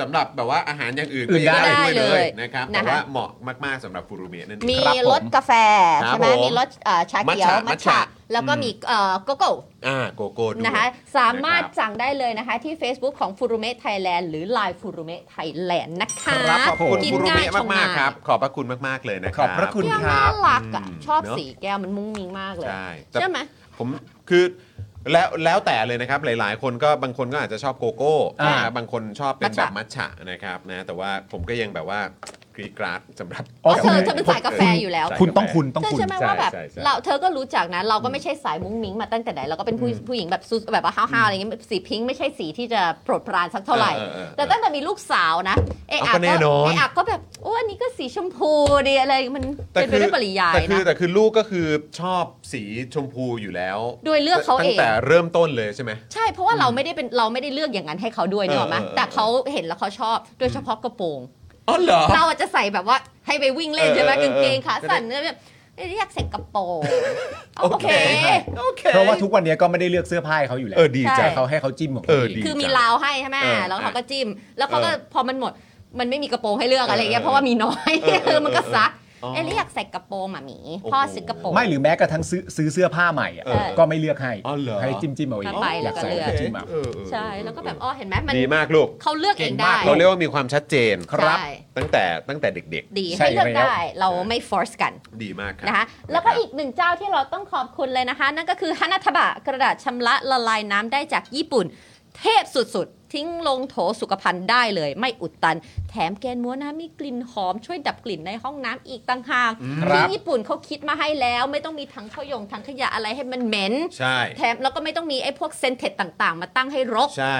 A: สำหรับแบบว่าอาหารอย่างอื่น
B: อื่นได้
A: ด้วย
C: ได้
A: เล
C: เลยย
A: นะครับ
C: นะคะ
A: แต่ว่าเหมาะมากๆสำหรับฟูรูเมะนั่นเอง
C: มี
B: ครับผม
C: รสกาแฟ
A: ครั
C: ใช่
A: บ
C: ไหม
A: ผม
C: มีรสเอ่อชาเขียว
A: มั
C: มั
A: ทฉะมัท
C: ท
A: ฉะ
C: ฉะแล้วก็
A: อืม
C: มีเอ่อโกโก้
A: อ่าโกโก้ด้วย
C: นะคะ สามารถ
A: นะครับ
C: สั่งได้เลยนะคะ ที่ Facebook ของฟูรูเม t ไทยแลนด์หรือ Line ฟูรูเม t ไทยแลนด์นะคะ
B: ครับ
A: ขอบคุณ
C: กิน
A: ฟูรู
C: ง่าย
A: เมะ
C: ชง
A: มาก
C: ง่าย
A: ๆครับขอบพระคุณมากๆเลยนะค
B: ข
A: รั
B: อบ บพระคุณ
C: แก้วน่ารักอ่ะ
A: อืม
C: ชอบ
A: เนอะ
C: สีแก้วมันมุ้งมิ้งมากเลย
A: ใช่แต่
C: ใช่ไหม
A: ผมคือแล้วแล้วแต่เลยนะครับหลาย ๆ คนก็บางคนก็อาจจะชอบโกโก้
B: อ่า
A: นะครับบางคนชอบเป็น
C: มัทฉะ
A: แบบมัทฉะนะครับนะแต่ว่าผมก็ยังแบบว่ากรีดกราดสำหรับ
C: อ๋อเธอเธอเป็นสายกาแฟอยู่แล้ว
B: คุณต้องคุณต้อง
C: เธอ
B: คุณ
C: ใช่ไหมว่าแบบ
A: ใช่ใช่
C: เราเธอก็รู้จักนะเราก็ไม่ใช่สายมุ้งมิ้งมาตั้งแต่ไหนเราก็เป็นผู้ผู้หญิงแบบซุสแบบว่าห้าวๆอะไรเงี้ยสีพิงค์ไม่ใช่สีที่จะโปรดปรานสักเท่าไหร่
A: ออเออเออ
C: แต่ตั้งแต่มีลูกสาวนะเอะ
A: เอา
C: อะ
A: ก็แน่นอน
C: เอะอะก็แบบโอ้อันนี้ก็สีชมพูดีอะไรมัน
A: แต่
C: เป็นไป
A: คือ
C: ด้วยปริยาย
A: แต่คื
C: นะ
A: อแต่คือลูกก็คือชอบสีชมพูอยู่แล้ว
C: ด้วยเลือกเขาเอง
A: ตั้งแต่เริ่มต้นเลยใช่ไหม
C: ใช่เพราะว่าเราไม่ได้เป็นเราไม่ได้เลือกอย่างนั้นให้เขาด้วยเนกอะไหม
A: เออเออ
C: แต่เขาเห็นแล้วเขาชอบโดยเฉพาะกระโปรง
A: อ๋อเหรอ
C: เราอาจจะใส่แบบว่าให้ไปวิ่งเล่นใช่ไห
A: เออเออก
C: มางเกงขาสั้น
A: ก็ได้
C: แล้วแบบ เรียกเสกกระโปรง
A: โอเค
C: โอเค
B: เพราะว่าทุกวันนี้ก็ไม่ได้เลือกเสื้อผ้าให้เขาอยู่แล้ว
A: เออดี
C: ใช่
A: จัง
B: เขาให้เขาจิ้มของ
A: เออ
B: เขาเอง
A: ดี
C: คือ
A: จัง
C: มีลาวให้ใช่ไหม
A: เออ
C: แล้วเขาก็จิ้ม แล้วเขาก็พอมันหมด มันไม่มีกระโปรงให้เลือกอะไรอย่างเงี้ย
A: เออ
C: เพราะว่ามีน้อย
A: เออเออเออ
C: มันก็ซัก
A: อ๋อ
C: เอ้ยเรียกใส่กระโปรงหมาหมี
A: โอ้โห
C: พ่อซื้อกระโปรง
B: ไม่หรือแม้กระทั่งซื้อซื้อเสื้อผ้าใหม่อะ
C: เออ
B: ก็ไม่เลือกให้
A: อ๋อเหรอ
B: ให้จิ้มจิ้มเอาเอง
C: ถ้าไป
B: อยากใส่
C: เลื
B: ก็จิ้มเอา
A: เออเออ
C: ใช่ แล้วก็แบบ อ๋อ เห็นไหมมัน
A: ดีมากลูก
C: เขาเลือกเองได้
A: เราเรียกว่ามีความชัดเจน
B: ครับ
C: ใช่
A: ตั้งแต่ตั้งแต่เด็ก
C: ดี
B: ใช่
C: ให้เลือก
B: แล้ว
C: ได้ เราไม่ force กัน
A: ๆ ดีมากครั
C: นะคะแล้วก็อีกหนึ่งเจ้าที่เราต้องขอบคุณเลยนะคะ นั่นก็คือฮานาทบะกระดาษชำระละลายน้ำได้จากญี่ปุ่น เทพสุดๆ ทิ้งลงโถสุขภัณฑ์ได้เลย ไม่อุดตัน แถมแกนม้วนนะมีกลิ่นหอมช่วยดับกลิ่นในห้องน้ำอีกต่างหาก
B: ครับ
C: ที่ญี่ปุ่นเขาคิดมาให้แล้ว ไม่ต้องมีทั้งขยงทั้งขยะอะไรให้มันเหม็น
A: ใช่
C: แถมแล้วก็ไม่ต้องมีไอ้พวกเซนเทตต่างๆ มาตั้งให้รก
A: ใช่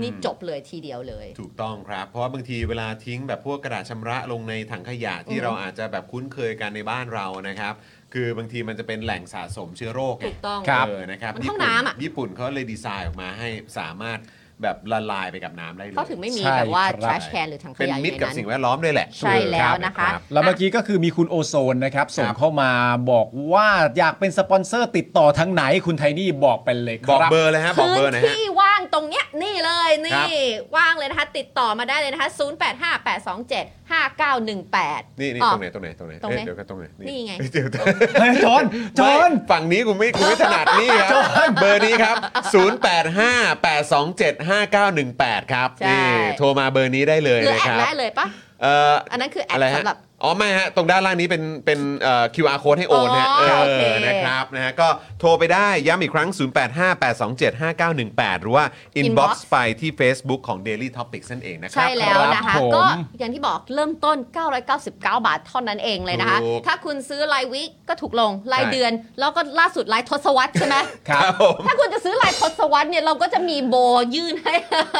C: นี่
A: อืม
C: จบเลยทีเดียวเลย
A: ถูกต้องครับ เพราะว่าบางทีเวลาทิ้งแบบพวกกระดาษชำระลงในถังขยะที่เราอาจจะแบบคุ้นเคยกันในบ้านเรานะครับ คือบางทีมันจะเป็นแหล่งสะสมเชื้อโรคไง
C: ถูกต้อง
B: ครับ
A: เออนะครับ
C: มัน
A: ญี่
C: ห้อง
A: ปุ่
C: น้ำอะ
A: ญี่ปุ่นเขาเลยดีไซน์ออกมาให้สามารถแบบละลายไปกับน้ำได้เลย
C: เขาถึงไม่มี
B: ใช่
C: แบบว่า
B: ครับ
C: trash can หรือถังข
A: เป็น
C: ยะอยู่
A: มิตรกับ
C: ในนั้น
A: สิ่งแวดล้อมด้วยแหละ
C: ใช่แล้วนะคะ
A: รับ
B: แล้วเมื่อกี้ก็คือมีคุณโอโซนนะครับ ส่งเข้ามาบอกว่าอยากเป็นสปอนเซอร์ติดต่อทางไหนคุณไทนี่บอกไปเลย
A: บ
B: ครั
A: อกเบอร์เลยฮะ บอก
C: พื้
A: เบอร์
C: น
A: นะฮะ
C: ที่ว่างตรงเนี้ยนี่เลย
A: ครั
C: นี่
A: บ
C: ว่างเลยนะคะ ติดต่อมาได้เลยนะคะ 0 8 5 8 2 7 5 9 1 8
A: นี่นี่
C: อ๋อ
A: ตรงไหนตรงไหนตรงไหน
C: ตรงไหน
A: เอ๊ะเดี๋ยวกันตรงไหน
C: นี่ไง
A: เดี๋ยวนะ
B: เฮ้ยจอนจอน
A: ไม่ฝั่งนี้กูไม่กูไม่ถนัดนี่ครับเบอร์นี้ครับ 0858275918 ครับ
C: ใช่
A: นี่โทรมาเบอร์นี้ได้เลย
C: หรือ
A: นะ
C: แอด
A: ครับ
C: ได้เลยปะ
A: เอ่อ
C: อันนั้นคือแอ
A: อะ
C: ด
A: ไรฮะ
C: สำหรับ
A: อ๋อไม่ฮะ ตรงด้านล่างนี้เป็นเป็นเอ่อ QR code ให้โอนฮะ
C: อ๋อโอเค
A: นะครับนะฮะก็โทรไปได้ย้ำอีกครั้ง 0858275918 หรือว่า inbox
C: inbox
A: ไปที่ Facebook ของ Daily Topics นั่นเองนะครับ
C: ใช่แล้วนะ
B: ครั
C: คะ
B: บผม
C: ก็อย่างที่บอกเริ่มต้น 999 บาทเท่านั้นเองเลยนะคะ
A: ถูก
C: ถ้าคุณซื้อรายวิก็ถูกลงราย
A: ใช่
C: เดือน แล้วก็ล่าสุดรายทศวรรษใช่ไหม
A: ครับผม
C: ถ้าคุณจะซื้อรายทศวรรษเนี่ยเราก็จะมีโบยื่นให้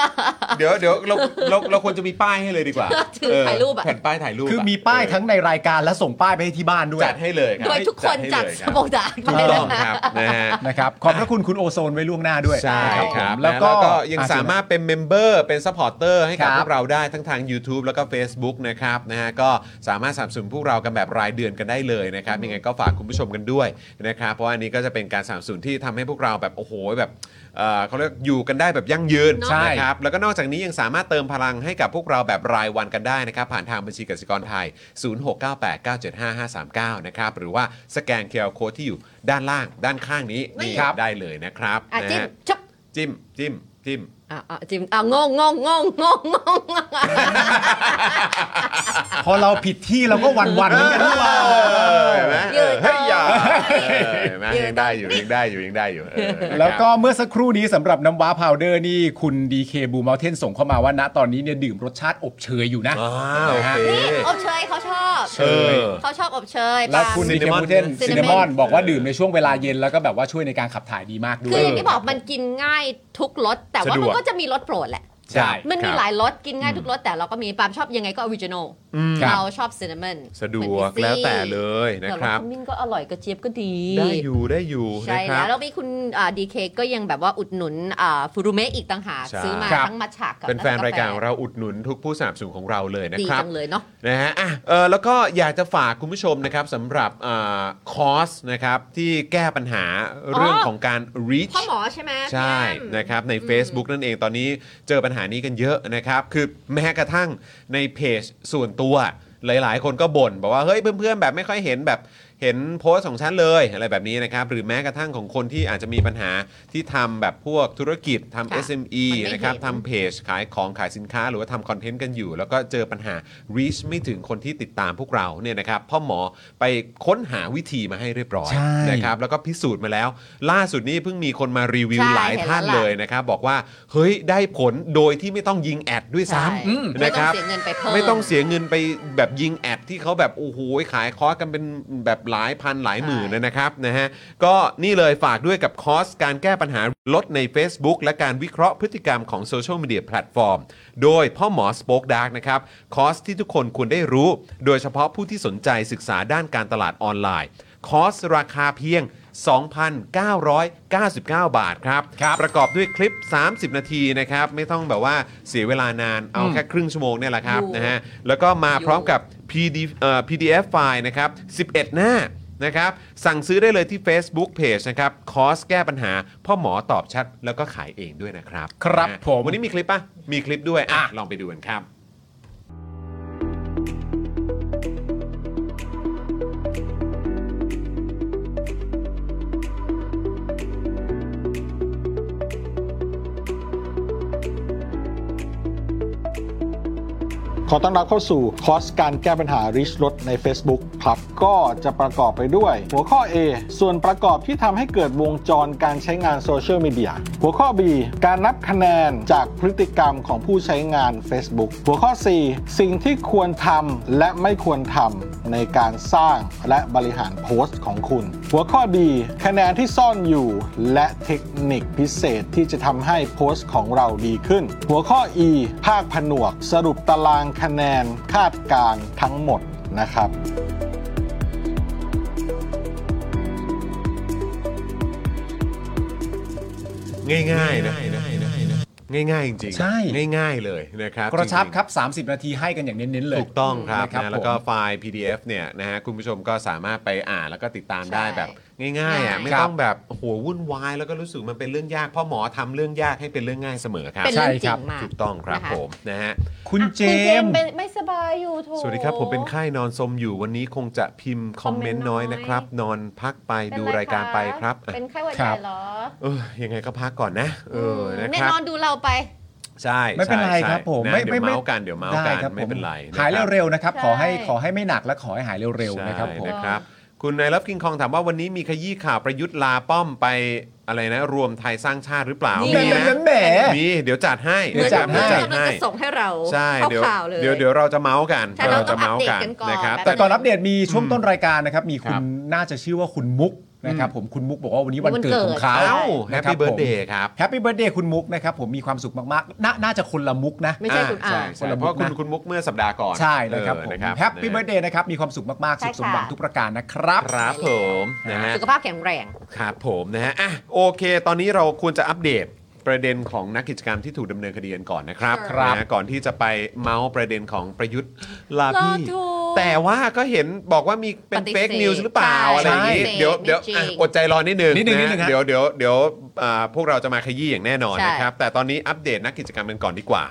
A: เดี๋ยวเดี๋ยวเราเราเราควรจะมีป้ายให้เลยดีกว่า
C: ถือถ่ายรูปอะ
A: เแผ่นป้ายถ่ายรูปะ
B: คือมีป้ายทั้งในรายการและส่งป้ายไปให้ที่บ้านด้วย
A: จัดให้เลยรับ
C: โดยทุกคนจัด
A: ให้
C: ส
A: เลยครับ
C: ปงดาร์
A: ถู
C: ไป
A: ก
C: เล
A: ต้
C: ย
A: อง
C: นะ
A: ครับนะฮะ
B: นะครับขอบพระคุณคุณโอโซนไว้ล่วงหน้าด้วย
A: ใช่
B: นะครับ แล้วก็
A: นะยังสามารถเป็นเมมเบอร์เป็นซัพพอร์เตอร์ให้กับ
B: ค
A: พ
B: รับ
A: วกเราได้ทั้งทาง YouTube แล้วก็ Facebook นะครับนะฮะก็สามารถสนับสนุนพวกเรากันแบบรายเดือนกันได้เลยนะครับยังไงก็ฝากคุณผู้ชมกันด้วยนะครับเพราะว่าอันนี้ก็จะเป็นการสนับสนุนที่ทำให้พวกเราแบบโอ้โหแบบเอ่อเขาเรียกอยู่กันได้แบบยั่งยืน
C: เนอะ
B: ใช่
A: นะครับแล้วก็นอกจากนี้ยังสามารถเติมพลังให้กับพวกเราแบบรายวันกันได้นะครับผ่านทางบัญชีกสิกรไทย 0698975539นะครับหรือว่าสแกนเคอร์โคที่อยู่ด้านล่างด้านข้างนี้นี่
B: ครับ
A: ได้เลยนะครับ
C: อ่ะจิ้ม
A: นะฮะ
C: ชุบ
A: จิ้มจิ้มจิ้ม
C: อ่ะอ่ะจิมอ่ะงงงงงงงงงง
B: พอเราผิดที่เราก็หวันวันๆเหมือนกันด้วย
A: เห็นไหมเออเฮ้ยอย่าเออเห็นไหมยังได้อยู่ยังได้อยู่ยังได้อยู่เออนะครับ
B: แล้วก็เมื่อสักครู่นี้สำหรับน้ำว้าพาวเดอร์นี่คุณ DK Blue Mountain ส่งเข้ามาว่าณตอนนี้เนี่ยดื่มรสชาติอบเชยอยู่นะ
A: อ่าโอเค
B: นะฮะ
C: นี่อบเชยเขาชอบ
A: เออ
C: เขาชอบอบเชย
B: แล้ว
C: ปาล์ม
B: คุณ DK
A: Cinnamon
B: Mountain
C: นะ
B: ซินนามอน
C: Cinnamon
B: บอกว่าดื่มในช่วงเวลาเย็นแล้วก็แบบว่าช่วยในการขับถ่ายดีมากด้ว
C: คือ
B: ย
C: อย่างที่บอกมันกินง่ายทุกรสแต่ว่า
A: สะด
C: มั
A: วก
C: นก็จะมีรสโปรดแหละ
B: ใช่
C: มันมี
A: ครับ
C: หลายรสกินง่ายทุกรสแต่เราก็มีปาล์มชอบยังไงก็ออริจินอล
B: ครับ
C: เราชอบซินนามอน
A: สะดวกแล้วแต่เลยนะ
C: แต่
A: ค
C: ว่า
A: รับ
C: ขมิ้นก็อร่อยกระเจี๊ยบก็ดี
A: ได้อยู่ได้อยู่
C: ใช่
A: นะ
C: แล้
A: ครั
C: ว
A: บ
C: แล้วมีคุณดีเคก็ยังแบบว่าอุดหนุนฟูรุเมะอีกต่างหาก
A: ใช่
C: ซื้อมา
B: ครับ
C: ทั้งมัทฉะกับ
A: เป็นแฟนรายการของเราอุดหนุนทุกผู้สนับสนุนของเราเลยนะ
C: ดี
A: ครับ
C: จังเลยเนาะ
A: นะฮะอ่ะเออแล้วก็อยากจะฝากคุณผู้ชมนะครับสำหรับอาคอร์สนะครับที่แก้ปัญหาเรื่อง
C: อ๋อ
A: ของการ reach
C: พ่อหมอใช่ไหม
A: ใช่
C: พี่แอม
A: นะครับใน Facebook นั่นเองตอนนี้เจอปัญหานี้กันเยอะนะครับ คือแม้กระทั่งในเพจส่วนตัว หลาย ๆ คนก็บ่นบอกว่าเฮ้ยเพื่อนๆแบบไม่ค่อยเห็นแบบเห็นโพสต์ของฉันเลยอะไรแบบนี้นะครับ หรือแม้กระทั่งของคนที่อาจจะมีปัญหาที่ทำแบบพวกธุรกิจทำ
C: ค่ะ
A: SME
C: มันไม่เห็น
A: นะครับทำ ทำเพจขายของขายสินค้าหรือว่าทำคอนเทนต์กันอยู่ แล้วก็เจอปัญหา reach ไม่ถึงคนที่ติดตามพวกเราเนี่ยนะครับพ่อหมอไปค้นหาวิธีมาให้เรียบร้อย
B: ใช่
A: นะครับแล้วก็พิสูจน์มาแล้ว ล่าสุดนี้เพิ่งมีคนมารีวิว
C: ใช่
A: หลายท่าน
C: เห็นแล้วล่ะ
A: เลยนะครับบอกว่าเฮ้ยได้ผลโดยที่ไม่ต้องยิงแอดด้วยซ้
C: ใช่
A: ำ
C: ไม่
A: นะค
C: ต้อง
A: รับ
C: เสียเงินไปเพิ่ม
A: ไม่ต้องเสียเงินไปแบบยิงแอดที่เขาแบบโอ้โหขายคอร์สกันเป็นแบบหลายพันหลายหมื่นเลยนะครับนะฮะก็นี่เลยฝากด้วยกับคอร์สการแก้ปัญหาลดใน Facebook และการวิเคราะห์พฤติกรรมของโซเชียลมีเดียแพลตฟอร์มโดยพ่อหมอสป็อกดาร์กนะครับคอร์สที่ทุกคนควรได้รู้ โดยเฉพาะผู้ที่สนใจศึกษาด้านการตลาดออนไลน์ คอร์สราคาเพียง 2,999 บาทครับ ประกอบด้วยคลิป 30 นาทีนะครับ ไม่ต้องแบบว่าเสียเวลานานเอาแค่ครึ่งชั่วโมงเนี่ยแหละครับ
C: อยู่
A: นะฮะ แล้วก็มาพร้อมกับ PD เอ่อ PDF ไฟล์นะครับ 11 หน้า นะครับ สั่งซื้อได้เลยที่ Facebook Page นะครับคอร์สแก้ปัญหา พ่อหมอตอบชัดแล้วก็ขายเองด้วยนะครับ
B: ครับ
A: นะ
B: ผม
A: วันนี้มีคลิปปะมีคลิปด้วยอ่ะลองไปดูกันครับ
G: ขอต้อนรับเข้าสู่คอร์สการแก้ปัญหาริชรถใน Facebook ครับ ก็จะประกอบไปด้วย หัวข้อ A ส่วนประกอบที่ทำให้เกิดวงจรการใช้งานโซเชียลมีเดียหัวข้อ B การนับคะแนนจากพฤติกรรมของผู้ใช้งาน Facebook หัวข้อ C สิ่งที่ควรทำและไม่ควรทำในการสร้างและบริหารโพสต์ของคุณ หัวข้อ D คะแนนที่ซ่อนอยู่ และเทคนิคพิเศษที่จะทำให้โพสต์ของเราดีขึ้น หัวข้อ E ภาคผนวก สรุปตารางคะแนนคาดการณ์ทั้งหมดนะครับ
A: ง่ายๆนะง่ายๆจริงๆ
B: ใช่
A: ง่าย ๆ เลยนะครับ
B: กระชับ
A: จงๆ
B: ครับ 30 นาทีให้กันอย่างเน้นๆเลย
A: ถูกต้องครับ
B: นะ
A: นะแล้วก็
B: ผม
A: ไฟล์ PDF เนี่ยนะฮะคุณผู้ชมก็สามารถไปอ่านแล้วก็ติดตามได้แบบง่ายๆอ่ะ
C: ใช่
A: ไม่ต้องแบบโอ้โหวุ่นวายแล้วก็รู้สึกมันเป็นเรื่องยากเพ่อหมอทำเรื่องยากให้เป็นเรื่องง่ายเสมอครับ
C: เป็นเรื่องจ
B: ใช่ค
C: ริ
B: รับ
C: งมาก
A: ถูกต้องครับ
C: นะคะ
A: ผมนะฮะ
B: คุณเจ
C: คุณ
B: มส์
C: เป็นไม่สบายอยู่โถ
A: สวัสดีครับผมเป็นไข้นอนสมอยู่วันนี้คงจะพิมพ์คอมเมนต์น้อย
C: คอมเมนต์น้อย
A: นะครับ นอนพักไป
C: เป็น
A: ดู
C: อะ
A: รายการไปครับ
C: ะเป็นไข้หวัดใหญ่เหรอ
A: เออยังไงก็พักก่อนนะเออนะ
C: เนี่ย
A: ครับ
C: นอนดูเราไป
A: ใช่
B: ไม่เป็นไร
A: ใช่
B: ครับผม
A: นะ
B: ไม่
A: เดี๋ย
B: ไม่
A: ว
B: ไม่
A: เมาส์กันเดี๋ยวเมาส์กัน
B: ด้ครับผ
A: ไม่เป็นไรนะ
B: หาย
A: คบ
B: เร็วๆนะครับ ขอให้
C: ใช่
B: ขอให้ไม่หนักและขอให้หายเร็วๆนะครับผ
A: ใช่
B: ม
A: นะครับคุณนายรับกิงคองถามว่าวันนี้มีขยี้ข่าวประยุทธ์ลาป้อมไปอะไรนะ รวมไทยสร้างชาติหรือเปล่า
C: นี่
A: มี
B: แหม่แหม่
A: นะ
B: แหม่
A: มีเดี๋ยวจัดให้
C: เหมือน
B: จั
C: คุณ
B: ดให้
C: ผู้ช
A: จั
C: ม
A: ด
C: กำลัง
A: ให้
C: จะส่งให้เรา
A: ใช่
C: เข้า
A: เดี๋ยว
C: ข่าวเลย
A: เดี๋ยวเดี๋ยวเราจะเมาส์กัน
C: ใช่เราต้อง
A: เมาส์กัน
C: อัปเดตกันก่อน
A: นะครับ
C: แบบ
B: แต่ก่อนอัปเดตมีช่วงต้นรายการนะครับ มีคุ
A: ครั
B: ณ
A: บ
B: น่าจะชื่อว่าคุณมุกนะครับผมคุณมุกบอกว่าวันนี้วัน
C: วันเกิด
B: เกิดของเขา
A: เอ้าแฮป
B: นะค
A: ปี้เบิร์ดเด
B: ผม
A: ย์ครับ
B: แฮปปี้เบิร์ดเดย์คุณมุกนะครับ ผมมีความสุขมากๆนาน่าจะคนละมุกนะ
C: ไม่ใช่คุณอา
A: ใช่ใช่เพราะคุณคุณมุกเมื่อสัปดาห์ก่อน
B: ใช่นะครับ
A: เอ
B: ผ
A: อ
B: ม
A: นะครับ
B: แฮปปี้เบิร์ดเดย์นะครับ มีความสุขมากๆ
C: ใช่
B: สุขสมหวัง
C: ค่ะ
B: ทุกประการนะครับ
A: ครับผมนะฮะ
C: สุขภาพแข็งแรง
A: ครับผมนะฮะอ่ะโอเค ตอนนี้เราควรจะอัปเดตประเด็นของนักกิจกรรมที่ถูกดำเนินคดีกันก่อนนะครับ
C: ครับ
A: นะฮะก่อนที่จะไปเมาส์ประเด็นของประยุทธ์ลาพี่
C: ลาถูก
A: แต่ว่าก็เห็นบอกว่ามีเป็น
C: ปฏิเสธ
A: เฟกนิวส์หรือเปล่า
C: ใช่
A: อะไรอย่าง
C: ป
A: นี้
C: ฏิเสธ
A: เดี๋ยวเดี๋ยว
C: ไม่จริง
A: อ่ะอดใจรอนิดนึง
B: นิดนึงนิดนึง
A: ะ
B: ฮะ
A: เดี๋ยวเดี๋ยวเดี๋ยวอ่าพวกเราจะมาขยี้อย่างแน่นอน
C: ใช่
A: นะครับ แต่ตอนนี้อัปเดตนักกิจกรรมกันก่อนดีกว่า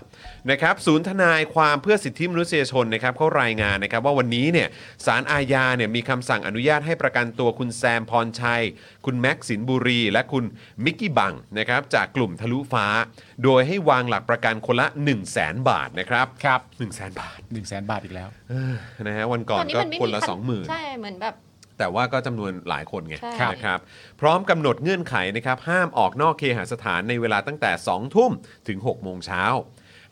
A: นะครับศูนย์ทนายความเพื่อสิทธิมนุษยชนนะครับเขารายงานนะครับว่าวันนี้เนี่ยศาลอาญาเนี่ยมีคำสั่งอนุญาตให้ประกันตัวคุณแซมพรชัย คุณแม็กซ์สินบุรี และคุณมิกกี้บังนะครับจากกลุ่มทะลุฟ้า โดยให้วางหลักประกันคนละ 1 0 0 0 0แบาทนะครับ
B: ครับ
A: 1 0 0 0 0 0 บาท
B: 1นึ่งแสนบาทอีกแล้ว
A: เออนะฮะวันก่อนก็คนละ 20,000
C: ใช่เหมือนแบบ
A: แต่ว่าก็จำนวนหลายคนไง
C: ใช่
A: นะครับ พร้อมกำหนดเงื่อนไขนะครับ ห้ามออกนอกเคหสถานในเวลาตั้งแต่ 2 ทุ่มถึง 6 โมงเช้า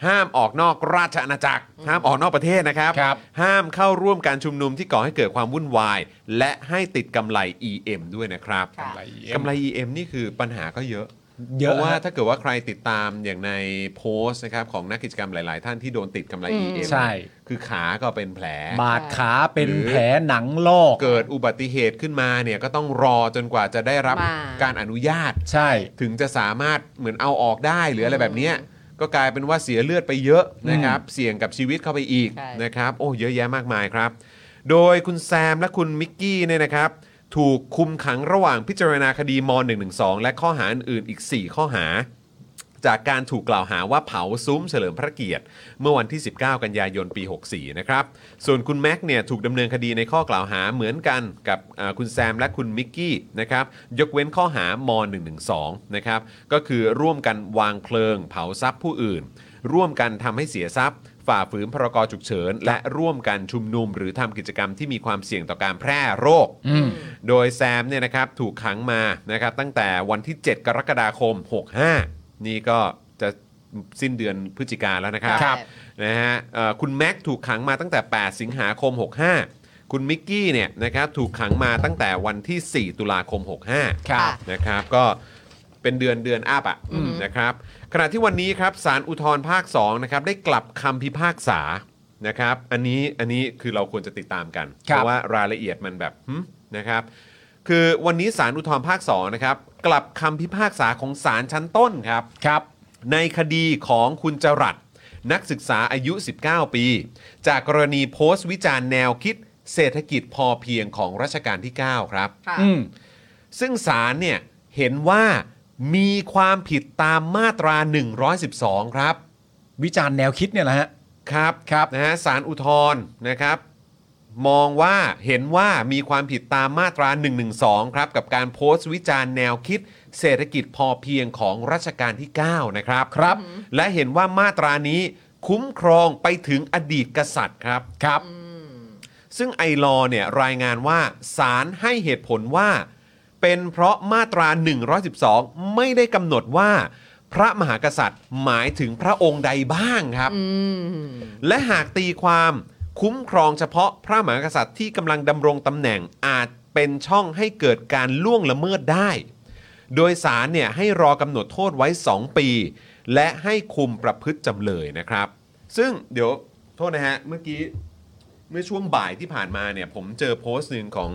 A: ห้ามออกนอกราชอาณาจักร ห้ามออกนอกประเทศนะครับ
B: ครับ
A: ห้ามเข้าร่วมการชุมนุมที่ก่อให้เกิดความวุ่นวาย และให้ติดกำไร EM ด้วยนะครับ
C: ค่ะ
A: กำไร EM นี่คือปัญหาก็เยอะ
B: เย
A: เพ
B: อะ
A: ราะว่า
B: ฮะ
A: ถ้าเกิดว่าใครติดตามอย่างในโพสต์นะครับของนักกิจกรรมหลาย ๆ ท่านที่โดนติดกำไร EM
B: ใช่
A: คือขาก็เป็นแผล
B: บาดขาเป็นแผลหนังลอก
A: เกิดอุบัติเหตุขึ้นมาเนี่ยก็ต้องรอจนกว่าจะได้รับ
C: มา
A: การอนุญาต
B: ใช่
A: ถึงจะสามารถเหมือนเอาออกได้หรืออะไรแบบเนี้ยก็กลายเป็นว่าเสียเลือดไปเยอะนะครับ เสี่ยงกับชีวิตเข้าไปอีก
C: ใช่
A: นะครับ โอ้เยอะแยะมากมายครับ โดยคุณแซมและคุณมิกกี้เนี่ยนะครับ ถูกคุมขังระหว่างพิจารณาคดีม .112 และข้อหาอื่นๆอีก 4 ข้อหา จากการถูกกล่าวหาว่าเผาซุ้มเฉลิมพระเกียรติ เมื่อวันที่ 19 กันยายนปี 64 นะครับ ส่วนคุณแม็กเนี่ยถูกดำเนินคดีในข้อกล่าวหาเหมือนกันกับเอ่อคุณแซมและคุณมิกกี้นะครับ ยกเว้นข้อหาม112 นะครับ ก็คือร่วมกันวางเพลิง เผาทรัพย์ผู้อื่น ร่วมกันทำให้เสียทรัพย์ ฝ่าฝืนพรกฉุกเฉิน และร่วมกันชุมนุม หรือทำกิจกรรมที่มีความเสี่ยงต่อการแพร่โรค โดยแซมเนี่ยนะครับถูกขังมานะครับตั้งแต่วันที่ 7 กรกฎาคม 65 นี่ก็จะสิ้นเดือนพฤศจิกาแล้วนะครับ
C: ครับ
A: นะฮะเอ่อคุณแม็กถูกขังมาตั้งแต่ 8 สิงหาคม 65 คุณมิกกี้เนี่ยนะครับถูกขังมาตั้งแต่วันที่ 4 ตุลาคม 65
B: ครับ
A: นะครับก็เป็นเดือนเดือนอัพอ่ะนะครับขณะที่วันนี้ครับสารอุทธรภาค2นะครับได้กลับคำพิพากษานะครับอันนี้อันนี้คือเราควรจะติดตามกัน
B: ครั
A: เพ
B: บ
A: ราะว่ารายละเอียดมันแบบหึนะครับคือวันนี้สารอุทธรภาค2นะครับกลับคำพิพากษาของศาลชั้นต้นครับ
B: ครับ
A: ในคดีของคุณจรัตนักศึกษาอายุ 19 ปี จากกรณีโพสต์วิจารณ์แนวคิด เศรษฐกิจพอเพียงของรัชกาลที่ 9 ครับ
C: ค่ะ
B: อืม
A: ซึ่งศาลเนี่ยเห็นว่ามีความผิดตามมาตรา 112 ครับ
B: วิจารณ์แนวคิดเนี่ยแหละฮะ
A: ครับ
B: ครับ
A: นะฮะสารอุทธรณ์นะครับ มองว่าเห็นว่ามีความผิดตามมาตรา 112 ครับ กับการโพสต์วิจารณ์แนวคิด เศรษฐกิจพอเพียงของรัชกาลที่ 9 นะครับ
B: ครับ
A: และเห็นว่ามาตรานี้คุ้มครองไปถึงอดีตกษัตริย์ครับ
B: ครับ
A: ซึ่งไอลอว์เนี่ยรายงานว่าศาลให้เหตุผลว่า เป็นเพราะมาตรา 112 ไม่ได้กำหนดว่า พระมหากษัตริย์หมายถึงพระองค์ใดบ้างครับ และหากตีความคุ้มครองเฉพาะพระมหากษัตริย์ที่กำลังดำรงตำแหน่งอาจเป็นช่องให้เกิดการล่วงละเมิดได้ โดยสารเนี่ยให้รอกำหนดโทษไว้ 2 ปี และให้คุมประพฤติจำเลยนะครับ ซึ่งเดี๋ยวโทษนะฮะ เมื่อกี้ เมื่อช่วงบ่ายที่ผ่านมาเนี่ยผมเจอโพสต์หนึ่งของ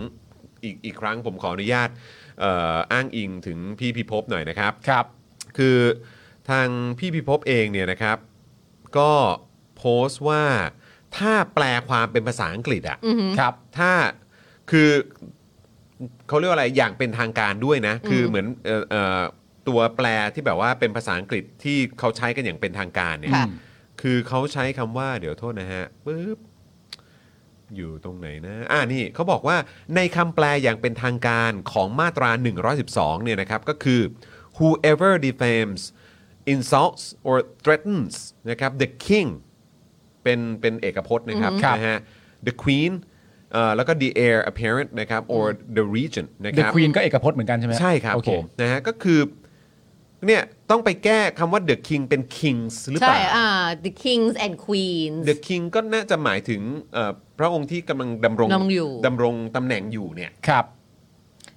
A: อีกอีกครั้งผมขออนุญาตเอ่ออ้างอิงถึงพี่พิภพหน่อยนะครับ
B: ครับ
A: คือทางพี่พิภพเองเนี่ยนะครับ ก็โพสต์ว่าถ้าแปลความเป็นภาษาอังกฤษอะ
B: ครับ
A: ถ้าคือเขาเรียกว่าอะไรอย่างเป็นทางการด้วยนะ คือเหมือนเอ่อเอ่อตัวแปลที่แบบว่าเป็นภาษาอังกฤษที่เขาใช้กันอย่างเป็นทางการเนี่ย
C: ค่ะ
A: คือเขาใช้คำว่าเดี๋ยวโทษนะฮะปึ๊บอยู่ตรงไหนนะอ่านี่เขาบอกว่าในคำแปลอย่างเป็นทางการของมาตรา 112 เนี่ยนะครับ ก็คือ whoever defames insults or threatens นะครับ the king เป็นเป็นเอกพจน์นะครับ
B: ครับ
A: นะฮะ the queen เอ่อแล้วก็ the heir apparent นะครับ or the regent นะค
B: The
A: รับ
B: Queen ก็เอกพจน์เหมือนกันใช่ไหม
A: ใช่ครับ
B: โอเ
A: ผมนะฮะก็คือเนี่ยต้องไปแก้คำว่า the king เป็น kings หรือเป
C: ใช่
A: ล่า
C: อ่า the kings and queens
A: the king ก็น่าจะหมายถึงเอ่อพระองค์ที่กำลังดำรง
C: ดำรงอยู่
A: ดำรงตำแหน่งอยู่เนี่ย
B: ครับ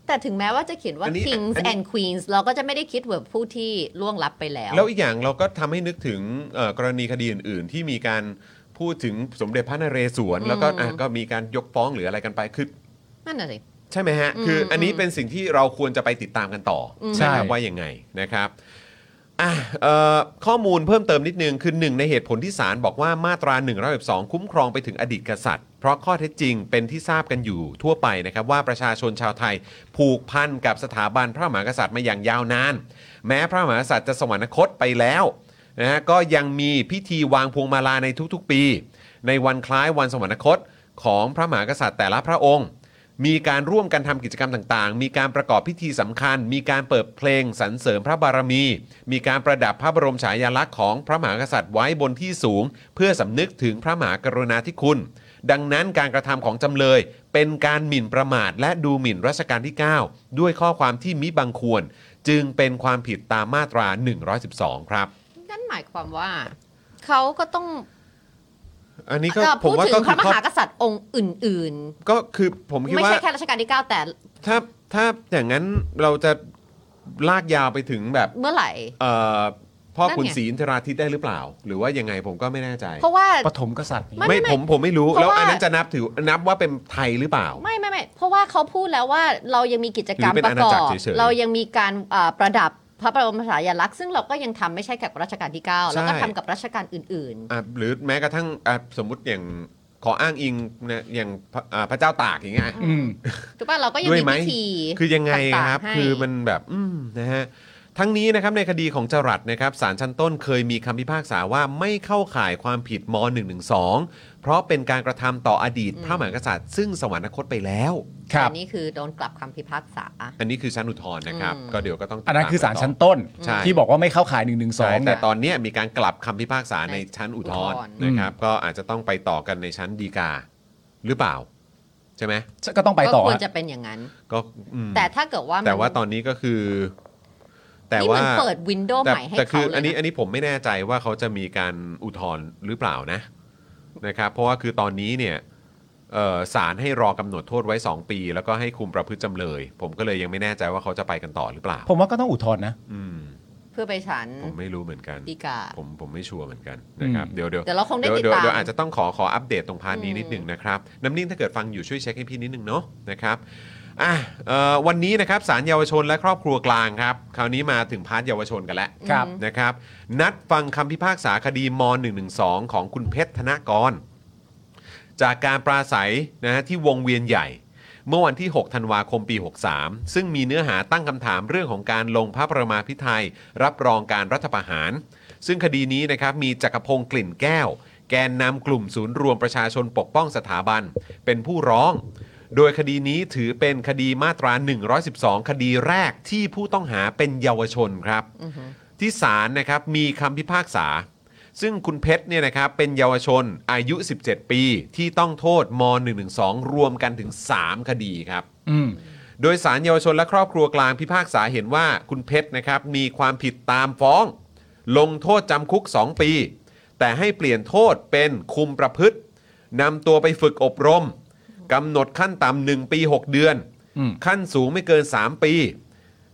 C: แต่ถึงแม้ว่าจะเขียนว่า
A: อันนี้
C: kings
A: อันนี้
C: and queens เราก็จะไม่ได้คิดว่าผู้ที่ล่วงลับไปแล้ว
A: แล้วอีกอย่างเราก็ทำให้นึกถึงเอ่อกรณีคดีอื่น ๆ ที่มีการพูดถึงสมเด็จพระนเรศวรแล้วก็อ่ะก็มีการยกฟ้องหรืออะไรกันไปคือ
C: นั่นน่ะสิ
A: ใช่ไหมฮะ คืออันนี้เป็นสิ่งที่เราควรจะไปติดตามกันต่ออ
B: ใช่
A: นะครับว่ายังไงนะครับอ่ะเอ่อข้อมูลเพิ่มเติมนิดนึง คือหนึ่งในเหตุผลที่ศาลบอกว่ามาตรา1นึคุ้มครองไปถึงอดีตกษัตริย์ เพราะข้อเท็จจริงเป็นที่ทราบกันอยู่ทั่วไปนะครับ ว่าประชาชนชาวไทยผูกพันกับสถาบันพระมหากษัตริย์มาอย่างยาวนาน แม้พระมหากษัตริย์จะสวรรคตไปแล้วนะฮะก็ยังมีพิธีวางพวงมาลาในทุกๆปี ในวันคล้ายวันสวรรคตของพระมหากษัตริย์แต่ละพระองค์ มีการร่วมกันทำกิจกรรมต่างๆ มีการประกอบพิธีสำคัญ มีการเปิดเพลงสรรเสริมพระบารมี มีการประดับพระบรมฉายาลักษณ์ของพระมหากษัตริย์ไว้บนที่สูง เพื่อสำนึกถึงพระมหากรุณาธิคุณ ดังนั้นการกระทำของจำเลยเป็นการหมิ่นประมาทและดูหมิ่นรัชกาลที่ 9 ด้วยข้อความที่มิบังควร จึงเป็นความผิดตามมาตรา 112 ครับ
C: นั่นหมายความว่า เขาก็ต้อง
A: อันนี้ก็
C: เอ่อ
A: ผม
C: พูด
A: ว่า
C: ถึ
A: ก็
C: งพ
A: คื
C: ระม
A: อครอบ
C: หากษัตริย์องค์อื่น
A: ก็คือผม
C: ๆ
A: คิด
C: ไม่
A: ว่า
C: ใช่แค่รัชกาลที่ 9 แต่
A: ถ้าถ้าอย่างนั้นเราจะลากยาวไปถึงแบบ
C: เมื่อไหร่
A: เอ่อพ่อ
C: นั่นไง
A: คุณศรีอินทราทิตได้หรือเปล่า หรือว่ายังไงผมก็ไม่แน่ใจ
C: เพราะว่า
B: ปฐมกษัตริย์
C: ไม่
A: ผมผมไม่รู้
C: เพราะ
A: แล้วอัน
C: ว่า
A: นั้นจะนับถือนับว่าเป็นไทยหรือเปล่า
C: ไม่ไม่ไม่เพราะว่าเขาพูดแล้วว่าเรายังมีกิจกรรม
A: หรือเป็
C: ป
A: น
C: ระ
A: อาณาก
C: อ
A: จักร
C: บ
A: เฉยๆ
C: เรายังมีการเอ่อประดับพระบรมฉายาลักษณ์ซึ่งเราก็ยังทำไม่ใช่แค่กับรัชกาลที่ 9 แล้วก็
A: ใช่
C: ทำกับรัชกาลอื่น
A: อ่ะหรือแม้กระทั่งอ่ะสมมติอย่างขออ้างอิงนะอย่างพระอ่าพระเจ้าตากอย่างเงี้ย
B: อืม
C: ๆ ถูกป่ะเราก็ยัง
A: ด้วย
C: มี
A: ไหม
C: พิธี
A: คือยังไง
C: ต่าๆ
A: ครับ
C: ให้
A: คือมันแบบอืมนะฮะทั้งนี้นะครับในคดีของจรัสนะครับศาลชั้นต้นเคยมีคำพิพากษาว่าไม่เข้าข่ายความผิดม .112 เพราะเป็นการกระทำต่ออดีตพระมหากษัตริย์ ซึ่งสวรรคตไปแล้ว
B: ครับ
C: อันนี้คือโดนกลับคำพิพากษา
A: อันนี้คือชั้นอุทธรณ์นะครับ
C: อืม
A: ก็เดี๋ยวก็ต้องติด
B: อันนั้น
A: ตม
B: คือสาร
A: กัต่
B: ชั้นต้น
A: ใช่
B: ที่บอกว่าไม่เข้าขาย1นึงหนึ่งสอ
A: ใช่
B: ง
A: แต่
B: เนี่ย
A: ตอนเนี้ยมีการกลับคำพิพากษาในชั้นอุทธรณ์
C: อุทธรณ์
A: นะครับ ก็อาจจะต้องไปต่อกันในชั้นฎีกา หรือเปล่า ใช่ไหม
B: ก็ต้องไป
C: ก็
B: ต่อ
C: ควร
B: ฮะ
C: จะเป็นอย่างนั้น
A: ก็อืม
C: แต่ถ้าเกิดว่ามัน
A: แต่ว่าตอนนี้ก็คือ แต่
C: นี่
A: ว่า
C: เหมันเปิดวินโดว์
A: แต่
C: ใหม่ให้
A: แต่
C: เขา
A: คือ
C: เลย
A: อันนี้
C: นะ
A: อันนี้ผมไม่แน่ใจว่าเขาจะมีการอุทธรณ์หรือเปล่านะนะครับ เพราะว่าคือตอนนี้เนี่ยเอ่อศาลให้รอกำหนดโทษไว้ 2 ปี แล้วก็ให้คุมประพฤติจำเลย ผมก็เลยยังไม่แน่ใจว่าเขาจะไปกันต่อหรือเปล่า
B: ผมว่าก็ต้องอุทธรณ์นะ
A: อืม
C: เพื่อไปฉัน
A: ผมไม่รู้เหมือนกัน
C: ดีกา
A: ผมผมไม่ชัวร์เหมือนกันนะครับ
B: อืม
A: เดี๋ยวเดี๋ยว
C: เดี๋ยวเราคงได้ติด
A: เยว
C: ตาม
A: เยวอาจจะต้องขอขออัปเดตตรงพาร์ทนี้นิดหนึ่งนะครับน้ำนิ่งถ้าเกิดฟังอยู่ช่วยเช็คให้พี่นิดหนึ่งเนาะนะครับอ่ะเอ่อวันนี้นะครับสารเยาวชนและครอบครัวกลางครับ คราวนี้มาถึงพาร์ทเยาวชนกันแล้ว
B: ครับ
A: นะครับ นัดฟังคำพิพากษาคดีม .112 ของคุณเพชรธนกร จากการปราศัยนะฮะที่วงเวียนใหญ่ เมื่อวันที่ 6 ธันวาคมปี 63 ซึ่งมีเนื้อหาตั้งคำถามเรื่องของการลงพระประมาพิไทยรับรองการรัฐประหาร ซึ่งคดีนี้นะครับมีจักรพงศ์กลิ่นแก้ว แกนนำกลุ่มศูนย์รวมประชาชนปกป้องสถาบัน เป็นผู้ร้อง โดยคดีนี้ถือเป็นคดีมาตรา 112 คดีแรกที่ผู้ต้องหาเป็นเยาวชนครับ ที่ศาลนะครับมีคำพิพากษา ซึ่งคุณเพชรเนี่ยนะครับเป็นเยาวชนอายุ 17 ปี ที่ต้องโทษม .112 รวมกันถึง 3 คดีครับ
B: อืม
A: โดยสารเยาวชนและครอบครัวกลางพิพากษาเห็นว่าคุณเพชรนะครับมีความผิดตามฟ้อง ลงโทษจำคุก 2 ปี แต่ให้เปลี่ยนโทษเป็นคุมประพฤตินำตัวไปฝึกอบรมกำหนดขั้นต่ำ1ปี 6 เดือน
B: อืม
A: ขั้นสูงไม่เกิน 3 ปี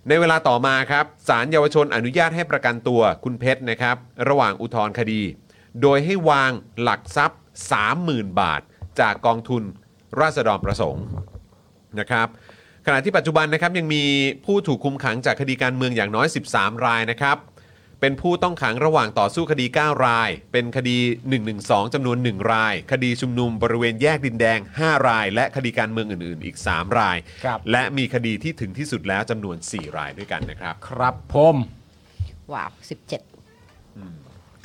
A: ในเวลาต่อมาครับสารเยาวชนอนุญาตให้ประกันตัวคุณเพชรนะครับ ระหว่างอุทธรณ์คดี โดยให้วางหลักทรัพย์ 30,000 บาท จากกองทุนราษฎรประสงค์ นะครับขณะที่ปัจจุบันนะครับยังมีผู้ถูกคุมขังจากคดีการเมืองอย่างน้อย 13 รายนะครับ เป็นผู้ต้องขังระหว่างต่อสู้คดี 9 ราย เป็นคดี 112จำนวน 1 ราย คดีชุมนุมบริเวณแยกดินแดง 5 ราย และคดีการเมืองอื่น ๆ อีก 3 ราย
B: ครับ
A: และมีคดีที่ถึงที่สุดแล้วจำนวน 4 รายด้วยกันนะครับ
B: ครับผม
C: ว้าวสิบเจ็ด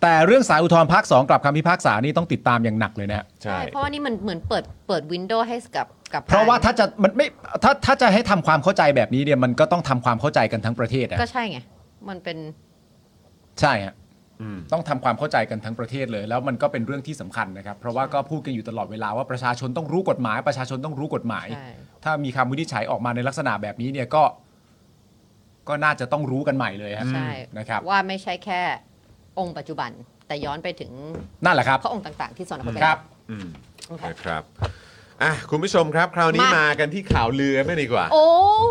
B: แต่เรื่องสายอุทธรณ์ภาค 2 กลับคำพิพากษานี่ต้องติดตามอย่างหนักเลยนะฮะ
A: ใช่
C: เพราะว่านี่มันเหมือนเปิดเปิดวินโดว์ให้กับกับ
B: เพราะว่า
C: การ
B: ถ้าจะมันไม่ถ้าถ้าจะให้ทำความเข้าใจแบบนี้เนี่ยมันก็ต้องทำความเข้าใจกันทั้งประเทศอะ
C: ก็ใช่ไง มันเป็น
B: ใช่ฮะ
A: อืม
B: ต้องทำความเข้าใจกันทั้งประเทศเลย แล้วมันก็เป็นเรื่องที่สำคัญนะครับ เพราะว่าก็พูดกันอยู่ตลอดเวลาว่าประชาชนต้องรู้กฎหมาย ประชาชนต้องรู้กฎหมาย
C: ใช่
B: ถ้ามีคำวินิจฉัยออกมาในลักษณะแบบนี้เนี่ยก็ ก็น่าจะต้องรู้กันใหม่เลยฮะ
C: ใช่
B: นะครับ
C: ว่าไม่ใช่แค่องค์ปัจจุบัน แต่ย้อนไปถึง
B: นั่นแหละครับ
C: พระองค์ต่างๆ ที่สอนเราไป
B: ครับ
A: อืม
C: โอเค
A: นะครับอ่ะคุณผู้ชมครับคราวนี้
C: มาม
A: มากันที่ข่าวลือกันไม่ดีกว่า
C: โอ้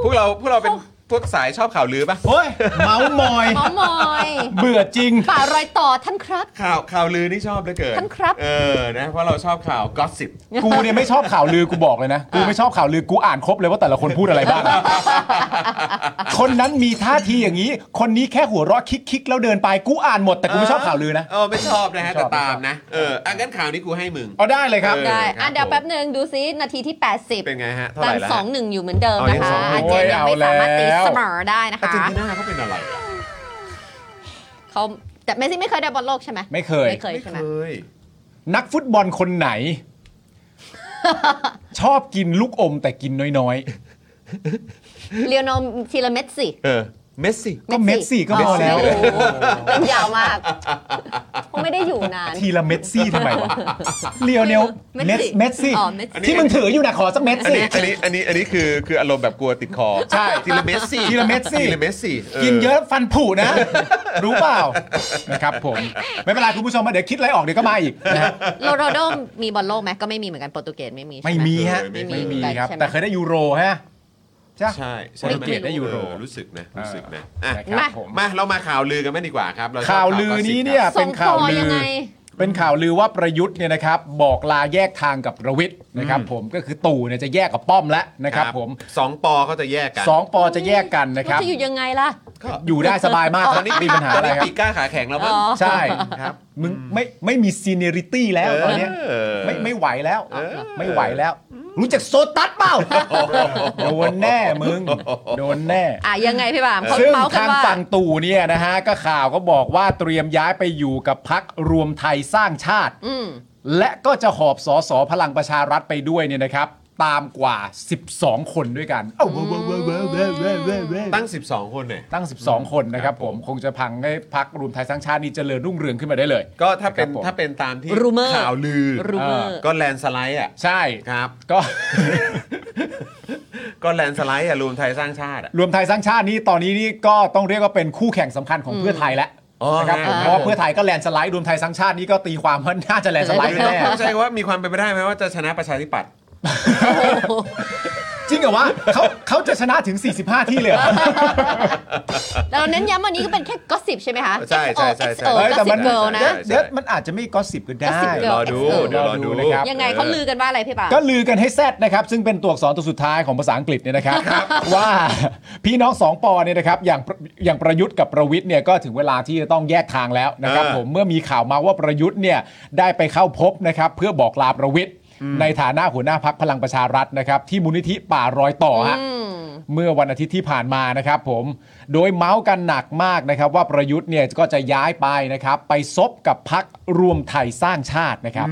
A: พวกเราพวกเราเป็นพวกสายชอบข่าวลือปะ
B: โอ้ยเมาส์มอย
C: หมอมอย
B: เบื่อจริง
C: ป่ารอยต่อท่านครับ
A: ข่าวข่าวลือนี่ชอบเหลือเกิน
C: ท่านครับ
A: เออนะเพราะเราชอบข่าวกอสซิป
B: กูเนี่ยไม่ชอบข่าวลือกูบอกเลยนะ กูไม่ชอบข่าวลือกูอ่านครบเลยว่าแต่ละคนพูดอะไรบ้าง คนนั้นมีท่าทีอย่างนี้ คนนี้แค่หัวเราะคิกๆแล้วเดินไปกูอ่านหมดแต่กูไม่ชอบข่าวลือนะ
A: เออไม่ชอบนะฮะ
B: ไม่ช
A: แต่
B: อบ
A: ตามนะเอออังั้นข่าวนี้กูให้มึง
B: เอาได้เลยครับ
A: เออ
C: ได้
A: ครั
C: อ่ะ
A: บ
C: เดี๋ยว
A: ผม
C: แป๊บหนึ่งดูซินาทีที่ 80
A: เป็นไงฮะเท่าไห
C: ตา
A: ร่
C: ม
A: แล้ว
C: สอ
A: ฮะ
C: งหนึ่งอยู่เหมือนเดิมนะ
A: เอายัง
C: คะ
A: สองห
C: อา
A: นึ่
C: ง ร์เจนยังไม่สามารถตี
B: โอ้ยเอาแล้ว
C: เสมอได้นะ
A: อา
C: คะ
A: ร์เจนติน่าเขาเป็นอะไรอะ
C: เขาแต่เมสซี่ไม่เคยได้บอลโลกใช่ไหม
B: ไม่เคย
C: ไม่เคย
A: ไม่
C: ใช่ไห
A: เค
C: ม
A: ย
B: นักฟุตบอลคน ไหน ชอบกินลูกอมแต่กินน้อย
C: เลียนอทีละเมสซี่
A: เออเมสซี่
B: ๆ ก็เม็ดสี่ก็พอแล้ว
C: โอ้โหเป็นยาวมากคงไม่ได้อยู่นาน
B: ทีละเม็ดซี่ทำไมวะเลียวเนล
C: เม็
B: เม็
C: ด
B: ด
C: ซี่
B: เม็ดซี่
C: อ๋อเม็ดซี่
B: ที่มึงถืออยู่นะขอสักเม็ด
A: อัน
B: ซี่
A: นี้อันนี้อันนี้อันนี้คือคืออารมณ์แบบกลัวติดคอ
B: ใช่
A: ทีละเมสซี่
B: ทีละเมสซี่
A: ทีละเมสซี่
B: กินเยอะฟันผุนะ รู้เปล่านะครับผมไม่เป็นไรคุณผู้ชมมาเดี๋ยวคิดอะไรออกเดี๋ยวก็มาอีกนะฮะ
C: โรนัลโดมีบอลโลกไหมก็ไม่มีเหมือนกันโปรตุเกสไม่มีใช่ห
B: ไม่มีฮะ
C: ไม่มี
B: ไม่มีครับ
C: ใช่ไหม
B: แต่เคยได้ยูโรฮะใช่
A: ใช่ใช่
B: โปรตุเกสได้ยูโร
A: เออรู้สึกนะรู้สึกนะอ่ะ
B: นะครับผม
A: มาเรามาข่าวลือกันไม่ดีกว่าครับเรชบ
B: ข่าวลือนี้เนี่ย
C: ส่
B: เป็น
C: ง
B: ข่าว
C: คอ
B: ลื
C: ยัง
B: อ
C: ไง
B: เป็นข่าวลือว่าประยุทธ์เนี่ยนะครับบอกลาแยกทางกับประวิทย์นะครับ ผมก็คือตู่เนี่ยจะแยกกับป้อมแล้ว
A: กอสซิป
B: นะครับ ผม
A: สองปอเขาจะแยกกัน
B: สองปอจะแยกกันนะครับ
C: มัจะอยู่ยังไงล่ะ
B: อยู่ได้สบายมากค
A: ต
B: รั
A: อบ นนี้
B: ไม่มีปัญหา
A: ตอ
B: อะ
A: น
B: ไร
A: นี้
B: ครับ
A: ปีกล้าขาแข็งแล้วมั้ง
C: อ๋อ
B: ใช่
A: ครับ
B: มึงไม่ไม่มีซีเนริตี้แล้วตอนเนี้ย
A: เออ
B: ไม่ไม่ไหวแล้ว ไม่ไหวแล้ว รู้จักโซตัสเปล่าโดนแน่มึง โดนแน่
C: อ่ะยังไงพี่บามเขา
B: ซึ่ง
C: เมาส์กัน
B: ทาง
C: ว่า
B: ฝั่งตู่เนี่ยนะฮะ ก็ข่าวก็บอกว่าเตรียมย้ายไปอยู่กับพักรวมไทยสร้างชาติ
C: อืม
B: และก็จะหอบสอสอพลังประชารัฐไปด้วยเนี่ยนะครับ ตามกว่า 12 คนด้วยกันเอ้าเว้ยเว้ยเว้ยเว้ยเว้ยเว้ยเว้ยเว้ย
A: ตั้ง 12 คนเนี่ย
B: ตั้ง 12 คนนะครับผมคงจะพังให้พักรวมไทยสร้างชาตินี่เจริญรุ่งเรืองขึ้นมาได้เลย
A: ก็ถ้าเป็น
B: ครับผม
A: ถ้าเป็นตามที่
C: Rumor
A: ข่าวลือ
C: รูเมอ
B: เอ
C: ร์
B: อ
A: ก็แลนด์สไลด์อ่ะ
B: ใช่
A: ครับ
B: ก็
A: ก็แลนด์สไลด์อ่ะรวมไทยสร้างชาติอ่ะ
B: รวมไทยสร้างชาตินี่ตอนนี้นี่ก็ต้องเรียกว่าเป็นคู่แข่งสำคัญของเพื่อไทยแล้ว
A: อ๋อ
B: นะครับผม
A: ครับ
B: เพราะว่าเพื่อไทยก็แลนด์สไลด์รวมไทยสร้างชาตินี่ก็ตีความว่าน่าจะแลนด์สไลด์
A: ต้อง
B: แน่
A: เข้าใจว่ามีความเป็นไปได้ไหมว่าจะชนะประชาธิปัตย์
B: จริงเหรอวะเขาเขาจะชนะถึง 45 ที่เลยเหรอ
C: แล้วเราเน้นย้ำวันนี้ก็เป็นแค่ก็สิบใช่ไหมคะ
A: ใช่ใช่ใช่
C: XO
A: ใช่
C: XO
B: เฮ้ยแต่มัน
C: Gossip Girl นะ
B: เดี๋ยวเดี๋ยวมันอาจจะไม่ก็สิบก็ได้
C: Gossip
A: ร
C: Girl
A: อดู
C: XO
A: เดี๋ยวรอดู
B: รอดูนะครับ
C: ยังไงเขาลือกันว่าอะไรพี่บาม
B: ก็ลือกันให้แซดนะครับ ซึ่งเป็นตัวอักษรตัวสุดท้ายของภาษาอังกฤษเนี่ยนะครับ ว่าพี่น้องสองปอเนี่ยนะครับอย่างอย่างประยุทธ์กับประวิทย์เนี่ยก็ถึงเวลาที่จะต้องแยกทางแล้วนะครับ
A: เออ
B: ผมเมื่อมีข่าวมาว่าประยุทธ์เนี่ยได้ไปเข้าพบนะครับ เพื่อบอกลาประวิทย์ ในฐานะหัวหน้าพักพลังประชารัฐนะครับ ที่มูลนิธิป่ารอยต่อฮะ
C: อืม
B: เมื่อวันอาทิตย์ที่ผ่านมานะครับผม โดยเมาส์กันหนักมากนะครับ ว่าประยุทธ์เนี่ยก็จะย้ายไปนะครับ ไปซบกับพักรวมไทยสร้างชาตินะครับ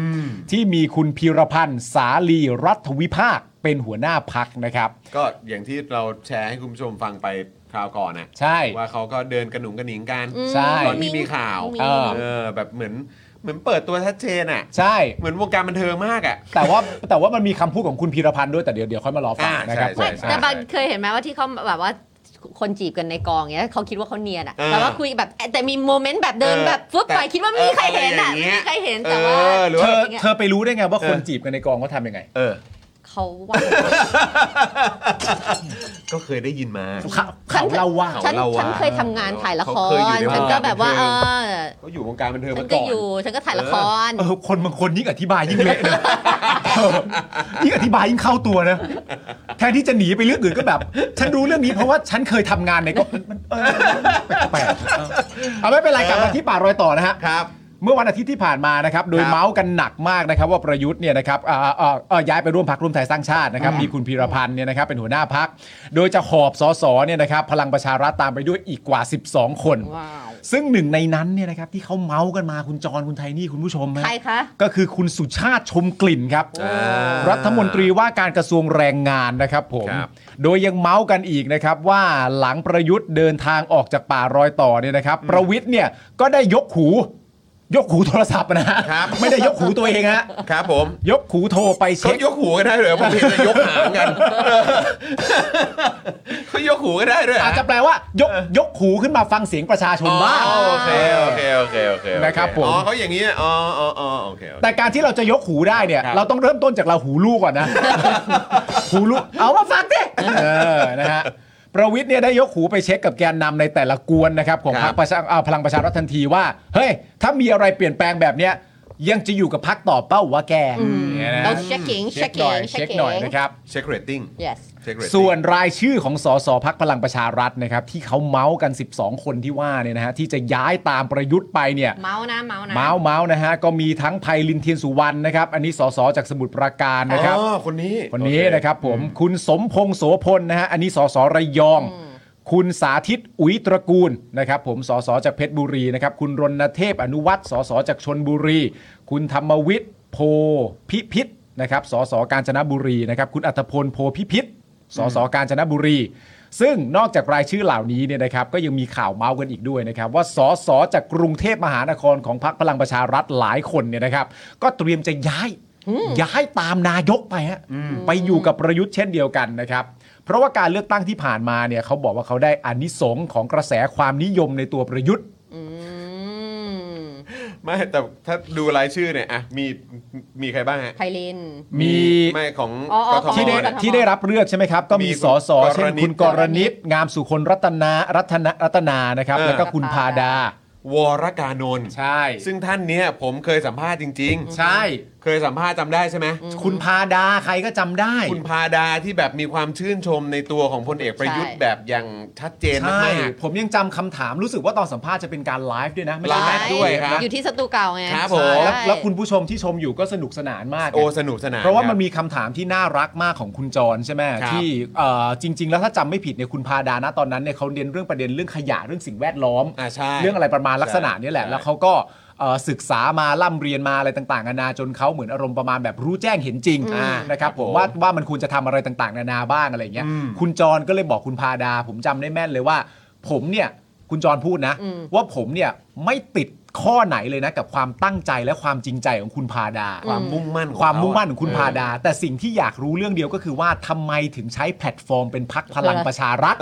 B: ที่มีคุณพีรพันธ์สาลีรัฐวิภาคเป็นหัวหน้าพักนะครับ
A: ก็อย่างที่เราแชร์ให้คุณผู้ชมฟังไปคราวก่อนนะ
B: ใช่
A: ว่าเขาก็เดินกระหนุงกระหนิงกัน
B: ใช่
A: ตอนที่มีข่าว
C: มี
B: เออ
A: เออแบบเหมือนเหมือนเปิดตัวชัดเจนอ่ะ
B: ใช่
A: เหมือนวงการบันเทิงมากอ่ะ
B: แต่ว่าแต่ว่ามันมีคำพูดของคุณพีรพันธ์ด้วยแต่เดี๋ยวเดี๋ยวค่อยมารอฟัง
A: อ่า
B: นะครับ
A: ใช่
B: ผ
A: ใช่
C: ไม่
A: ใช่
B: ม
C: แต่บางเคยเห็นไหมว่าที่เขาแบบว่าคนจีบกันในกองเนี้ยเขาคิดว่าเขาเนียนอะ
A: เออ
C: แต่ว่าคุยแบบแต่มีโมเมนต์แบบเดิน
A: เออ
C: แบบฟึบไป
A: แต่
C: คิดว่าไม่มีใครเห็นอะ
A: เอออะไรอย่างเงี้
C: ไม่
A: ย
C: มีใครเห็นแต่ว่า
A: เออหรือ
B: เธ
A: ว่า
B: อ
C: างงี้ย
B: เธอไปรู้ได้ไงว่าคนจีบกันในกองเขาทำยังไง
A: เออ
C: เขาว่า
A: ก็เคยได้ยินมา
B: เขาเขาเล่าว่า
C: ฉัน
A: เล่าว่า
C: ฉันเคยทำงานถ่ายละค
A: เขาเคยอยู่
C: ร
A: ใน
C: ฉันก็แบบว่า
A: เอ
C: เอ
A: อ
C: อ
A: เขาอยู่วงการบันเทิง
C: ฉั
A: มาน ก่
C: ก็
A: อน
C: อยู่ฉันก็ถ่ายละคร
B: เออคนบางคนยิ่งอธิบายยิ่งเละนะ เออยิ่งอธิบายยิ่งเข้าตัวนะแทนที่จะหนีไปเรื่องอื่นก็แบบ ฉันรู้เรื่องนี้เพราะว่าฉันเคยทำงานในก็มันเออแปลกๆเออเอาไม่เป็นไรกลับมาที่ป่ารอยต่อนะฮะ
A: ครับ
B: เมื่อวันอาทิตย์ที่ผ่านมานะครับ โดย
A: ครับ
B: เมาส์กันหนักมากนะครับ ว่าประยุทธ์เนี่ยนะครับอ่าอ่าอ่าย้ายไปร่วมพักร่วมไทยสร้างชาตินะครับ มีคุณพีรพันธ์เนี่ยนะครับเป็นหัวหน้าพัก โดยจะหอบสสเนี่ยนะครับ พลังประชารัฐตามไปด้วยอีกกว่า 12 คน
C: ว้าว
B: ซึ่งหนึ่งในนั้นเนี่ยนะครับที่เขาเมาส์กันมาคุณจรคุณไทนี่คุณผู้ชมฮะ
C: ใครคะ
B: ก็คือคุณสุชาติชมกลิ่นครับ
A: ารั
B: รัฐมนตรีว่าการกระทรวงแรงงานนะครับผม
A: ครับ
B: โดยยังเมาส์กันอีกนะครับว่าหลังประยุทธ์เดินทางออกจากป่ารอยต่อเนี่ยนะครับ ประวิทย์เนี่ยก็ได้ยกหู ยกหูโทรศัพท์นะฮะ
A: ครับ
B: ไม่ได้ยกหูตัวเองฮะ
A: ครับผม
B: ยกหูโทรไป
A: เขา
B: เช็ค
A: ยกหูกันได้เลยผมเห็นแต่ยกหางกันเขายกหูกันได้ด้วยเหร
B: อาจจะแปลว่ายกยกหูขึ้นมาฟังเสียงประชาชน
A: อ๋อ
B: บ้าง
A: โอเคโอเคโอเคโอเคโอเ
B: นะครับผม
A: อ๋อเขาอย่างนี้อ๋ออ๋ออ๋อโอเคโอเค
B: แต่การที่เราจะยกหูได้เนี่ย
A: ครับ
B: เราต้องเริ่มต้นจากเราหูลูกก่อนนะ หูลูกเอามาฟังดิเออนะฮะประวิทย์เนี่ยได้ยกหูไปเช็คกับแกนนำในแต่ละกวนนะครับ ของพรรคประชาอ่าพลังประชารัฐทันทีว่าเฮ้ยถ้ามีอะไรเปลี่ยนแปลงแบบเนี้ยยังจะอยู่กับพักต่อเป้าวะแกนี่ยนะ
C: เรา checking
B: เช็คหน่อย
C: checking
B: เช็คหน่อยนะครับ
A: เช็คเรตติ้ง
C: yes
A: เช็คเรตติ้ง
B: ส่วนรายชื่อของสสพักพลังประชารัฐนะครับที่เขาเมาส์กัน 12 คนที่ว่าเนี่ยนะฮะที่จะย้ายตามประยุทธ์ไปเนี่ย
C: เมาส์นะเมาส์นะ
B: เมาส์เมาส์นะฮะ ก็มีทั้งไพลินเทียนสุวรรณนะครับ อันนี้สสจากสมุทรปราการนะครับ
A: อ๋อคนนี้
B: คนนี้
A: โอเ
B: นะครับผมคุณสมพงษ์โสพลนะฮะ อันนี้สสระยอง คุณสาธิตอุ๋ยตระกูลนะครับ ผมสสจากเพชรบุรีนะครับ คุณรณเทพอนุวัตรสสจากชนบุรี คุณธรรมวิทย์โพพิพิธนะครับสสกาญจนบุรีนะครับ คุณอัธพลโพพิพิธสสกาญจนบุรี ซึ่งนอกจากรายชื่อเหล่านี้เนี่ยนะครับ ก็ยังมีข่าวเมาส์กันอีกด้วยนะครับ ว่าสสจากกรุงเทพมหานครของพรรคพลังประชารัฐหลายคนเนี่ยนะครับ ก็เตรียมจะย้าย ย้ายตามนายกไปฮะไปอยู่กับประยุทธ์เช่นเดียวกันนะครับ เพราะว่าการเลือกตั้งที่ผ่านมาเนี่ยเขาบอกว่าเขาได้อานิสงส์ของกระแสความนิยมในตัวประยุทธ์
C: อืม
A: ไม่แต่ถ้าดูรายชื่อเนี่ยอ่ะมีมีใครบ้างฮะ
C: ไพลิน
B: มี
A: ไม่ของ
C: อ๋ออ๋
A: ก
C: อ
A: ท
C: ขอ
A: ม
C: ง
B: ที่ได้
A: เนี่ย
B: ที่ได้รับเลือกใช่ไหมครับ ก็มี
A: มี
B: สส
A: คุณ
B: เช่น
A: กรณิต
B: คุณกรณิตงามสุคนรัตนารัตนารัตนานะครับ
A: เออ
B: แล้วก็คุณพาดาว
A: รกานนท์
B: ใช่
A: ซึ่งท่านเนี้ยผมเคยสัมภาษณ์จริง
B: ใช่
A: ๆ เคยสัมภาษณ์จำได้ใช่ไหม
B: คุณพาดาใครก็จำได้
A: คุณพาดาที่แบบมีความชื่นชมในตัวของพลเอกประยุทธ์
C: ใช่
A: แบบอย่างชัดเจน
B: ใช่
A: มาก
B: ผมยังจำคำถามรู้สึกว่าตอนสัมภาษณ์จะเป็นการไลฟ์ด้วยนะไม่ใช่
A: ไลฟ์ด้วยครับ
C: อยู่ที่สตูเก่าไง
A: ครับผม
C: ใช่
B: แล้วแล้วคุณผู้ชมที่ชมอยู่ก็สนุกสนานมา
A: ๆ
B: กไง
A: โอ้สนุกสนาน
B: เพราะว่ามัน
A: คบ
B: มีคำถามที่น่ารักมากของคุณจรใช่ไหม
A: ครับ
B: ที่เอ่อจริง ๆ แล้วถ้าจำไม่ผิดเนี่ยคุณพาดานะตอนนั้นเนี่ยเขาเรียนเรื่องประเด็นเรื่องขยะเรื่องสิ่งแวดล้อม
A: อ่าใช่
B: เรื่องอะไรประมาณลักษณะเนี้แหละ
A: ใช่
B: แล้วเขาก็เอ่อศึกษามาล่ำเรียนมาอะไรต่างๆนานาจนเขาเหมือนอารมณ์ประมาณแบบรู้แจ้งเห็นจริงนะครับผมว่าว่ามันควรจะทำอะไรต่างๆ นานาบ้างอะไรอย่างเงี้ยคุณจรก็เลยบอกคุณพาดา ผมจำได้แม่นเลยว่า ผมเนี่ยคุณจรพูดนะ
C: อืม
B: ว่าผมเนี่ยไม่ติดข้อไหนเลยนะกับความตั้งใจและความจริงใจของคุณพาดา
A: ความมุ่งมั่นของ
B: ความมุ่งมั่นของคุณ
A: เ
B: พาดา แต่สิ่งที่อยากรู้เรื่องเดียวก็คือว่าทำไมถึงใช้แพลตฟอร์มเป็นพักพลังประชารัฐ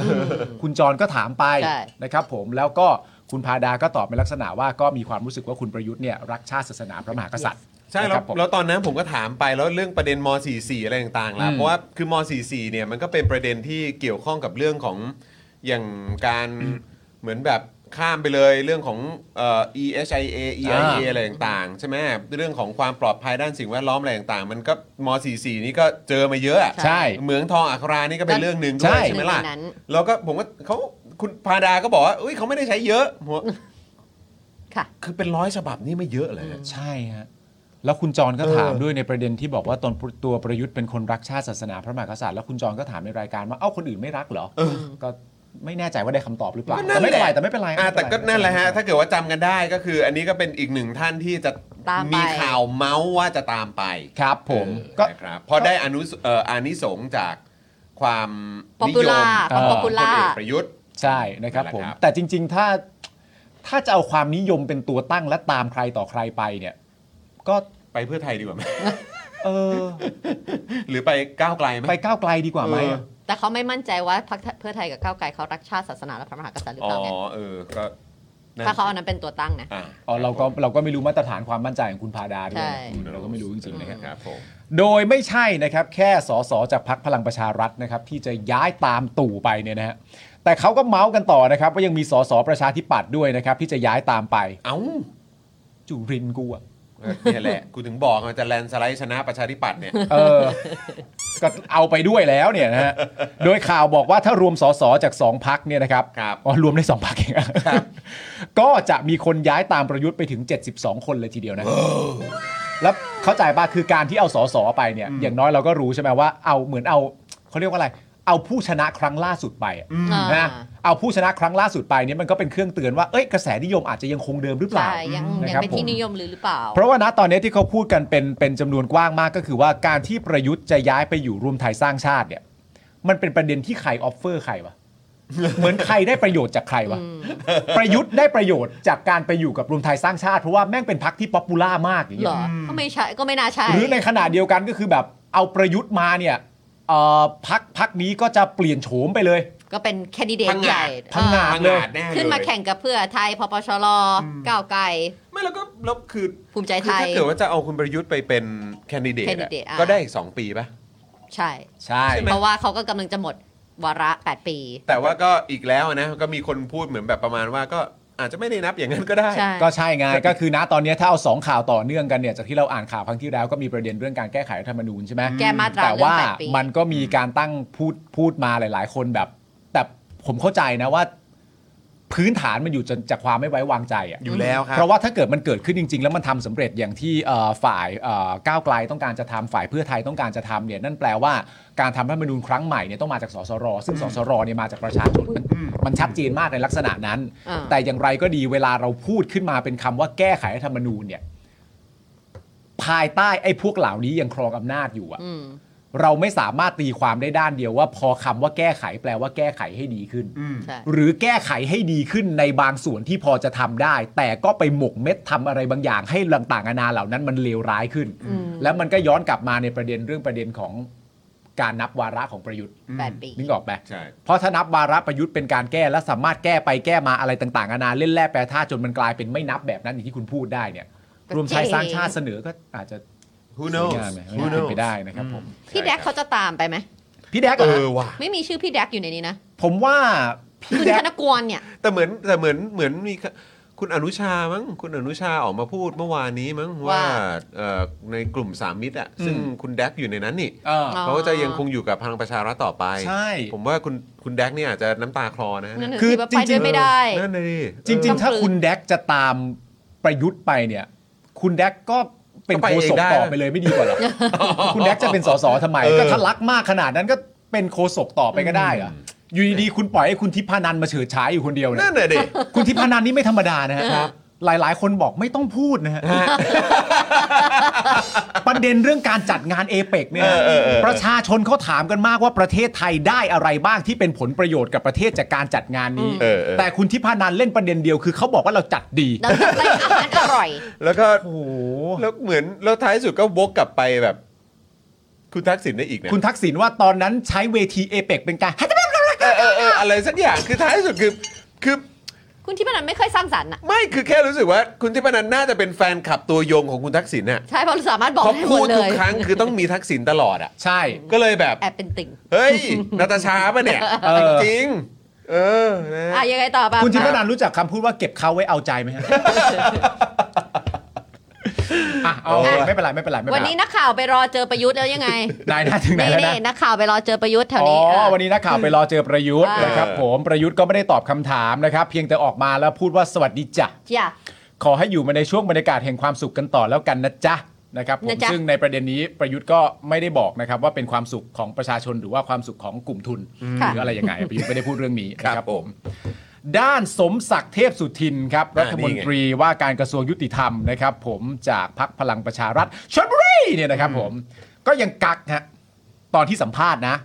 B: คุณจรก็ถามไป
C: ใช่
B: นะครับผมแล้วก็คุณพาดาก็ตอบในลักษณะว่าก็มีความรู้สึกว่าคุณประยุทธ์เนี่ยรักชาติศาสนาพระมหากษัตริย์
A: ใช่
B: นะ
A: แล้
B: คว รับผม
A: แล้วตอนนั้นผมก็ถามไปแล้วเรื่องประเด็นม .44 อะไรต่างๆล่ะ
B: อืม
A: เพราะว่าคือม .44 เนี่ยมันก็เป็นประเด็นที่เกี่ยวข้องกับเรื่องของอย่างการเหมือนแบบข้ามไปเลยเรื่องของเอ่อ EHIA EIA
B: อ่า
A: อะไรต่างๆ ใช่ไหมเรื่องของความปลอดภัยด้านสิ่งแวดล้อมอะไรต่างๆ มันก็ม .44 นี่ก็เจอมาเยอะอะ
B: ใช่
A: เหมืองทองอัครานี่ก็เป็นเรื่องหนึ่งด้วย
B: ใช่
A: ใช่ไหมล่ะ
C: หนึ่งในนั้น
A: แล้วก็ผมก็เขาคุณพาดาก็บอกว่าเอ้ยเขาไม่ได้ใช้เยอะผมว่า
C: ค่ะ
A: คือเป็นร้อยฉบับนี่ไม่เยอะเลยนะ
B: ใช่ฮะ แล้วคุณจรก็ถามด้วยในประเด็นที่บอกว่าตนตัวประยุทธ์เป็นคนรักชาติศาสนาพระมหากษัตริย์แล้วคุณจรก็ถามในรายการว่าเอ้าคนอื่นไม่รักเหรอก็ไม่แน่ใจว่าได้คำตอบหรือเปล่า
A: ก็นั่น
B: แต่ไม่เป็น
A: แหละ
B: ไรแต่ไม่เป็นไร
A: อ่าแต่ก็
B: ไม่เป็ไร
A: นั่นแหละฮะ ถ้าเกิดว่าจำกันได้ก็คือ อันนี้ก็เป็นอีกหนึ่งท่านที่จะ
C: ตามไป
A: มีข่าวเมาส์ว่าจะตามไป
B: ครับ ผม
A: ก็
B: ก็
A: ครับเพราะได้อนุสเอ่ออานิสงส์จากความนิย
C: Popular
A: ม
C: ความ
A: พ
C: popular
A: ลเอกประยุทธ์
B: ใช่นะครับผม
A: นั่นแหละครับ
B: แต่จริง ๆ ถ้าถ้าจะเอาความนิยมเป็นตัวตั้งและตามใครต่อใครไปเนี่ย ก็
A: ไปเพื่อไทยดีกว่าไหม
B: เออ
A: หรือไปก้าวไกลไหม
B: ไปก้าวไกลดีกว่าไหม
A: เออ
C: แต่เขาไม่มั่นใจว่าพรรคเพื่อไทยกับก้าวไกลเขารักชาติศาสนาและพระมหากษัตริย์หรือ
A: อ๋
C: เป
A: อ
C: ล่าไง
A: เออก็นั่น
C: ถ้าเขาเอานั้นเป็นตัวตั้งนะ
A: ะ
B: อ๋อเราก็เราก็ไม่รู้มาตรฐานความมั่นใจของคุณพาดาด้วย
C: ใช่
B: เราก็ไม่รู้จริงๆนะครับ
A: ครับผม
B: โดยไม่ใช่นะครับ แค่สสจากพักพลังประชารัฐนะครับ ที่จะย้ายตามตู่ไปเนี่ยนะฮะแต่เขาก็เมาส์กันต่อนะครับ ว่ายังมีสสประชาธิปัตย์ด้วยนะครับ ที่จะย้ายตามไป
A: เอ้า
B: จุรินทร์กูอะ
A: เนี่ยแหละ กูถึงบอกมันจะแลนสไลด์ชนะประชาธิปัตย์เนี่ย
B: เออ ก็เอาไปด้วยแล้วเนี่ยนะฮ ะโดยข่าวบอกว่าถ้ารวมสสจากสองพักเนี่ยนะครับ
A: ครับ
B: อ๋อรวมได้สองพักเองอะ
A: ครับ
B: ก็จะมีคนย้ายตามประยุทธ์ไปถึง 72 คนเลยทีเดียวนะ แล้วเข้าใจป่ะคือการที่เอาสสไปเนี่ย อย่างน้อยเราก็รู้ใช่ไหมว่าเอาเหมือนเอาเขาเรียกว่าอะไร เอาผู้ชนะครั้งล่าสุดไปอะ
C: อ่า
B: นะเอาผู้ชนะครั้งล่าสุดไปเนี่ยมันก็เป็นเครื่องเตือนว่าเอ้ยกระแสนิยมอาจจะยังคงเดิมหรือเปล่า
C: ใช่ยังยัง
B: นะครับ
C: เป็น
B: ผม
C: ที่นิยมหรือหรือเปล่า
B: เพราะว่าณตอนนี้ที่เขาพูดกันเป็นเป็นจำนวนกว้างมากก็คือว่าการที่ประยุทธ์จะย้ายไปอยู่รวมไทยสร้างชาติเนี่ย มันเป็นประเด็นที่ใครออฟเฟอร์ใครวะ เหมือนใครได้ประโยชน์จากใครวะ ประยุทธ์ได้ประโยชน์จากการไปอยู่กับรวมไทยสร้างชาติเพราะว่าแม่งเป็นพักที่ป๊อปปูล่ามากอย่าง
C: เหร
B: เงี้ย
C: อ ก็ไม่ใช่ก็ไม่น่าใช่
B: หรือในขณะเดียวกันก็คือแบบเอาประยุทธ์มาเนี่ยเอ่อพักพักนี้ก็จะเปลี่ยนโฉมไปเลย
C: ก็เป็นแคนดิเดต
A: พังงาด
C: ใหญ่
B: พังงาด
C: เอ
B: เล
A: พัง
B: ย
A: งาดแน่
C: อ
A: เลย
C: ขึ้นมาแข่งกับเพื่อไทยพปชรก้าวไกล
A: ไม่แล้วก็แล้วคือ
C: ภูมิใจ
A: คือ
C: ไทย
A: ถ้าเกิดว่าจะเอาคุณประยุทธ์ไปเป็นแคนดิเดต
C: candidate อ่ะ
A: ก็ได้อีก 2 ปีป่ะ
C: ใช่
B: ใช่
A: ใช่ไหม
C: เพราะว่าเขาก็กำลังจะหมดวาระ 8 ปี
A: แต่ว่าก็อีกแล้วนะ ก็มีคนพูดเหมือนแบบประมาณว่าก็อาจจะไม่ได้นับอย่างนั้นก็ได้
C: ใช่
B: ก็ใช่ไงก็คือนะตอนเนี้ยถ้าเอาสองข่าวต่อเนื่องกันเนี่ยจากที่เราอ่านข่าวครั้งที่แล้วก็มีประเด็นเรื่องการแก้ไขรัฐธรรมนูญใช่ไหม
C: แก้มาตรา
B: แต่ว่า
C: เรื่องแปดปี
B: มันก็มีการตั้งพูดพูดมาหลาย ๆ คนแบบ แต่ผมเข้าใจนะว่า พื้นฐานมันอยู่จนจากความไม่ไว้วางใจอ่ะ
A: อยู่แล้วครับ
B: เพราะว่าถ้าเกิดมันเกิดขึ้นจริง ๆ แล้วมันทำสำเร็จอย่างที่เอ่อฝ่ายเอ่อก้าวไกลต้องการจะทำฝ่ายเพื่อไทยต้องการจะทำเนี่ยนั่นแปลว่าการทำรัฐธรรมนูญครั้งใหม่เนี่ยต้องมาจากสสร ซึ่งสสรเนี่ยมาจากประชาชนมันมันชัดเจนมากในลักษณะนั้น
C: อ่า
B: แต่อย่างไรก็ดีเวลาเราพูดขึ้นมาเป็นคำว่าแก้ไขรัฐธรรมนูญเนี่ยภายใต้ไอ้พวกเหล่านี้ยังครองอำนาจอยู่อะ
C: อืม
B: เราไม่สามารถตีความได้ด้านเดียวว่า พอคำว่าแก้ไขแปลว่าแก้ไขให้ดีขึ้น
C: ใช่
B: หรือแก้ไขให้ดีขึ้นในบางส่วนที่พอจะทำได้ แต่ก็ไปหมกเม็ดทำอะไรบางอย่าง ให้ต่างๆนานาเหล่านั้นมันเลวร้ายขึ้น
C: อืม
B: แล้วมันก็ย้อนกลับมาในประเด็นเรื่องประเด็นของการนับวาระของประยุทธ์
C: แปดปี
B: นึกออกไหม
A: ใช่
B: เพราะถ้านับวาระประยุทธ์เป็นการแก้และสามารถแก้ไปแก้มาอะไรต่างๆนานาเล่นแร่แปรธาตุจนมันกลายเป็นไม่นับแบบนั้นอย่างที่คุณพูดได้เนี่ย
C: ก็
B: รวมไทย
C: เจ๋ง
B: สร้างชาติเสนอก็อาจจะ
A: Who
B: สวย
A: knows
B: งามไหม
A: Who
B: เป็น
A: knows
B: ไปได้นะครับผม
C: พี่แดกเขาจะตามไปไหม
B: พี่แดก
A: เอ
B: เหรอ
A: อ
B: ฮะ
A: ว่ะ
C: ไม่มีชื่อพี่แดกอยู่ในนี้นะ
B: ผมว่า
C: คุณ
B: พี่แด
C: ธ
B: ก
C: นกรเนี่ย
A: แต่เหมือนแต่เหมือนเหมือนมีคุณอนุชามั้งคุณอนุชาออกมาพูดเมื่อวานนี้มั้ง
C: ว่า
A: ว่าเอ่อในกลุ่มสามมิตรอ่ะซึ่งคุณแดกอยู่ในนั้นนี่
B: เออ
C: อ
A: เขาก็จะยังคงอยู่กับพลังประชารัฐต่อไป
B: ใช่
A: ผมว่าคุณคุณแดกเนี่ยอาจจะน้ำตาคลอนะ
C: นั่นน่ะ
B: คือ
C: สิว่าไป
B: จริ
C: ด้ว
B: ง
C: ย
B: ๆ
C: ไม่ได้
A: นั่นเลย
B: จริง ๆ ถ้าคุณแดกจะตามประยุทธ์ไปเนี่ย คุณแดกก็เป็นโฆษกต่อไปเลยไม่ดีกว่าเหรอคุณแดกจะเป็นสสทำไมก็ถ้ารักมากขนาดนั้นก็เป็นโฆษกต่อไปก็ได้เหรออยู่ดีๆคุณปล่อยให้คุณทิพานันมาเฉิดฉายอยู่คนเดียวเนี่ย
A: นั่นน่ะดิ
B: คุณทิพานันนี่ไม่ธรรมดานะฮะหลายหลาย ๆ คนบอกไม่ต้องพูดนะฮะ ประเด็นเรื่องการจัดงานเอเปกเนี่ย
A: เออเออเออ
B: ประชาชนเขาถามกันมากว่าประเทศไทยได้อะไรบ้างที่เป็นผลประโยชน์กับประเทศจากการจัดงานนี้
A: เออเออ
B: แต่คุณทิพานันเล่นประเด็นเดียวคือเขาบอกว่าเราจัดดี
C: เราจะได้อาหารอ ร่อย
A: แล้วก็
B: โอ้โห
A: แล้วเหมือนแล้วท้ายสุดก็วกกลับไปแบบ คุณทักษิณได้อีกนะ
B: คุณทักษิณว่าตอนนั้นใช้เวทีเอเปกเป็นการ
A: เออเออเอออะไรสักอย่างคือท้ายสุดคือคือ
C: คุณที่พนันไม่เคยสร้างสรรค์อ่ะ
A: ไม่คือแค่รู้สึกว่าคุณทิพนันน่าจะเป็นแฟนคลับตัวยงของคุณทักษิณน่ะ
C: ใช่เพราะเราสามารถบอก
A: เขา
C: ได้หม
A: พูด
C: ดเล
A: ทุก
C: ย
A: ครั้งคือต้องมีทักษิณตลอดอ่ะ
B: ใช่
A: ก็เลยแบบ
C: แอบเป็นติ่ง
A: เฮ้ย นาตาชาป่ะเนี่ย
B: เออ
A: จริง เออนะ
C: อ่ะยังไงต่อปะ
B: คุณทิพานันรู้จักคำพูดว่าเก็บเขาไว้เอาใจไหมฮะ อ่ะเอาโอเคไม่เป็นไรไม่เป็นไรไม่เป็
C: วัน น
B: ไร
C: นี้นักข่าวไปรอเจอประยุทธ์แล้วยังไง
B: นายหน้าถึงไหน
C: นี่
B: แล้ว
C: นี่
B: นะ
C: นักข่าวไปรอเจอประยุทธ์แถวนี้
B: อ๋อ
C: อ่ะ
B: วันนี้นักข่าวไปรอเจอประยุทธ์
C: อ่าน
B: นะครับผม ประยุทธ์ก็ไม่ได้ตอบคำถามนะครับ เพียงแต่ออกมาแล้วพูดว่าสวัสดีจ้ะ
C: จ้ะ
B: ขอให้อยู่มาในช่วงบรรยากาศแห่งความสุขกันต่อแล้วกันนะจ๊ะ นะครับผม
C: นะจ๊ะ
B: ซึ่งในประเด็นนี้ประยุทธ์ก็ไม่ได้บอกนะครับว่าเป็นความสุขของประชาชนหรือว่าความสุขของกลุ่มทุนหรืออะไรยังไงประยุทธ์ไม่ได้พูดเรื่องนี้ นะ
A: ค
B: ค
A: รั
B: รับบ
A: ผ
B: ผม ม ด้านสมศักดิ์เทพสุทินครับ รัฐมนตรีว่าการกระทรวงยุติธรรมนะครับ ผมจากพักพลังประชารัฐชลบุรีเนี่ยนะครับผมก็ยังกักฮะตอนที่สัมภาษณ์นะ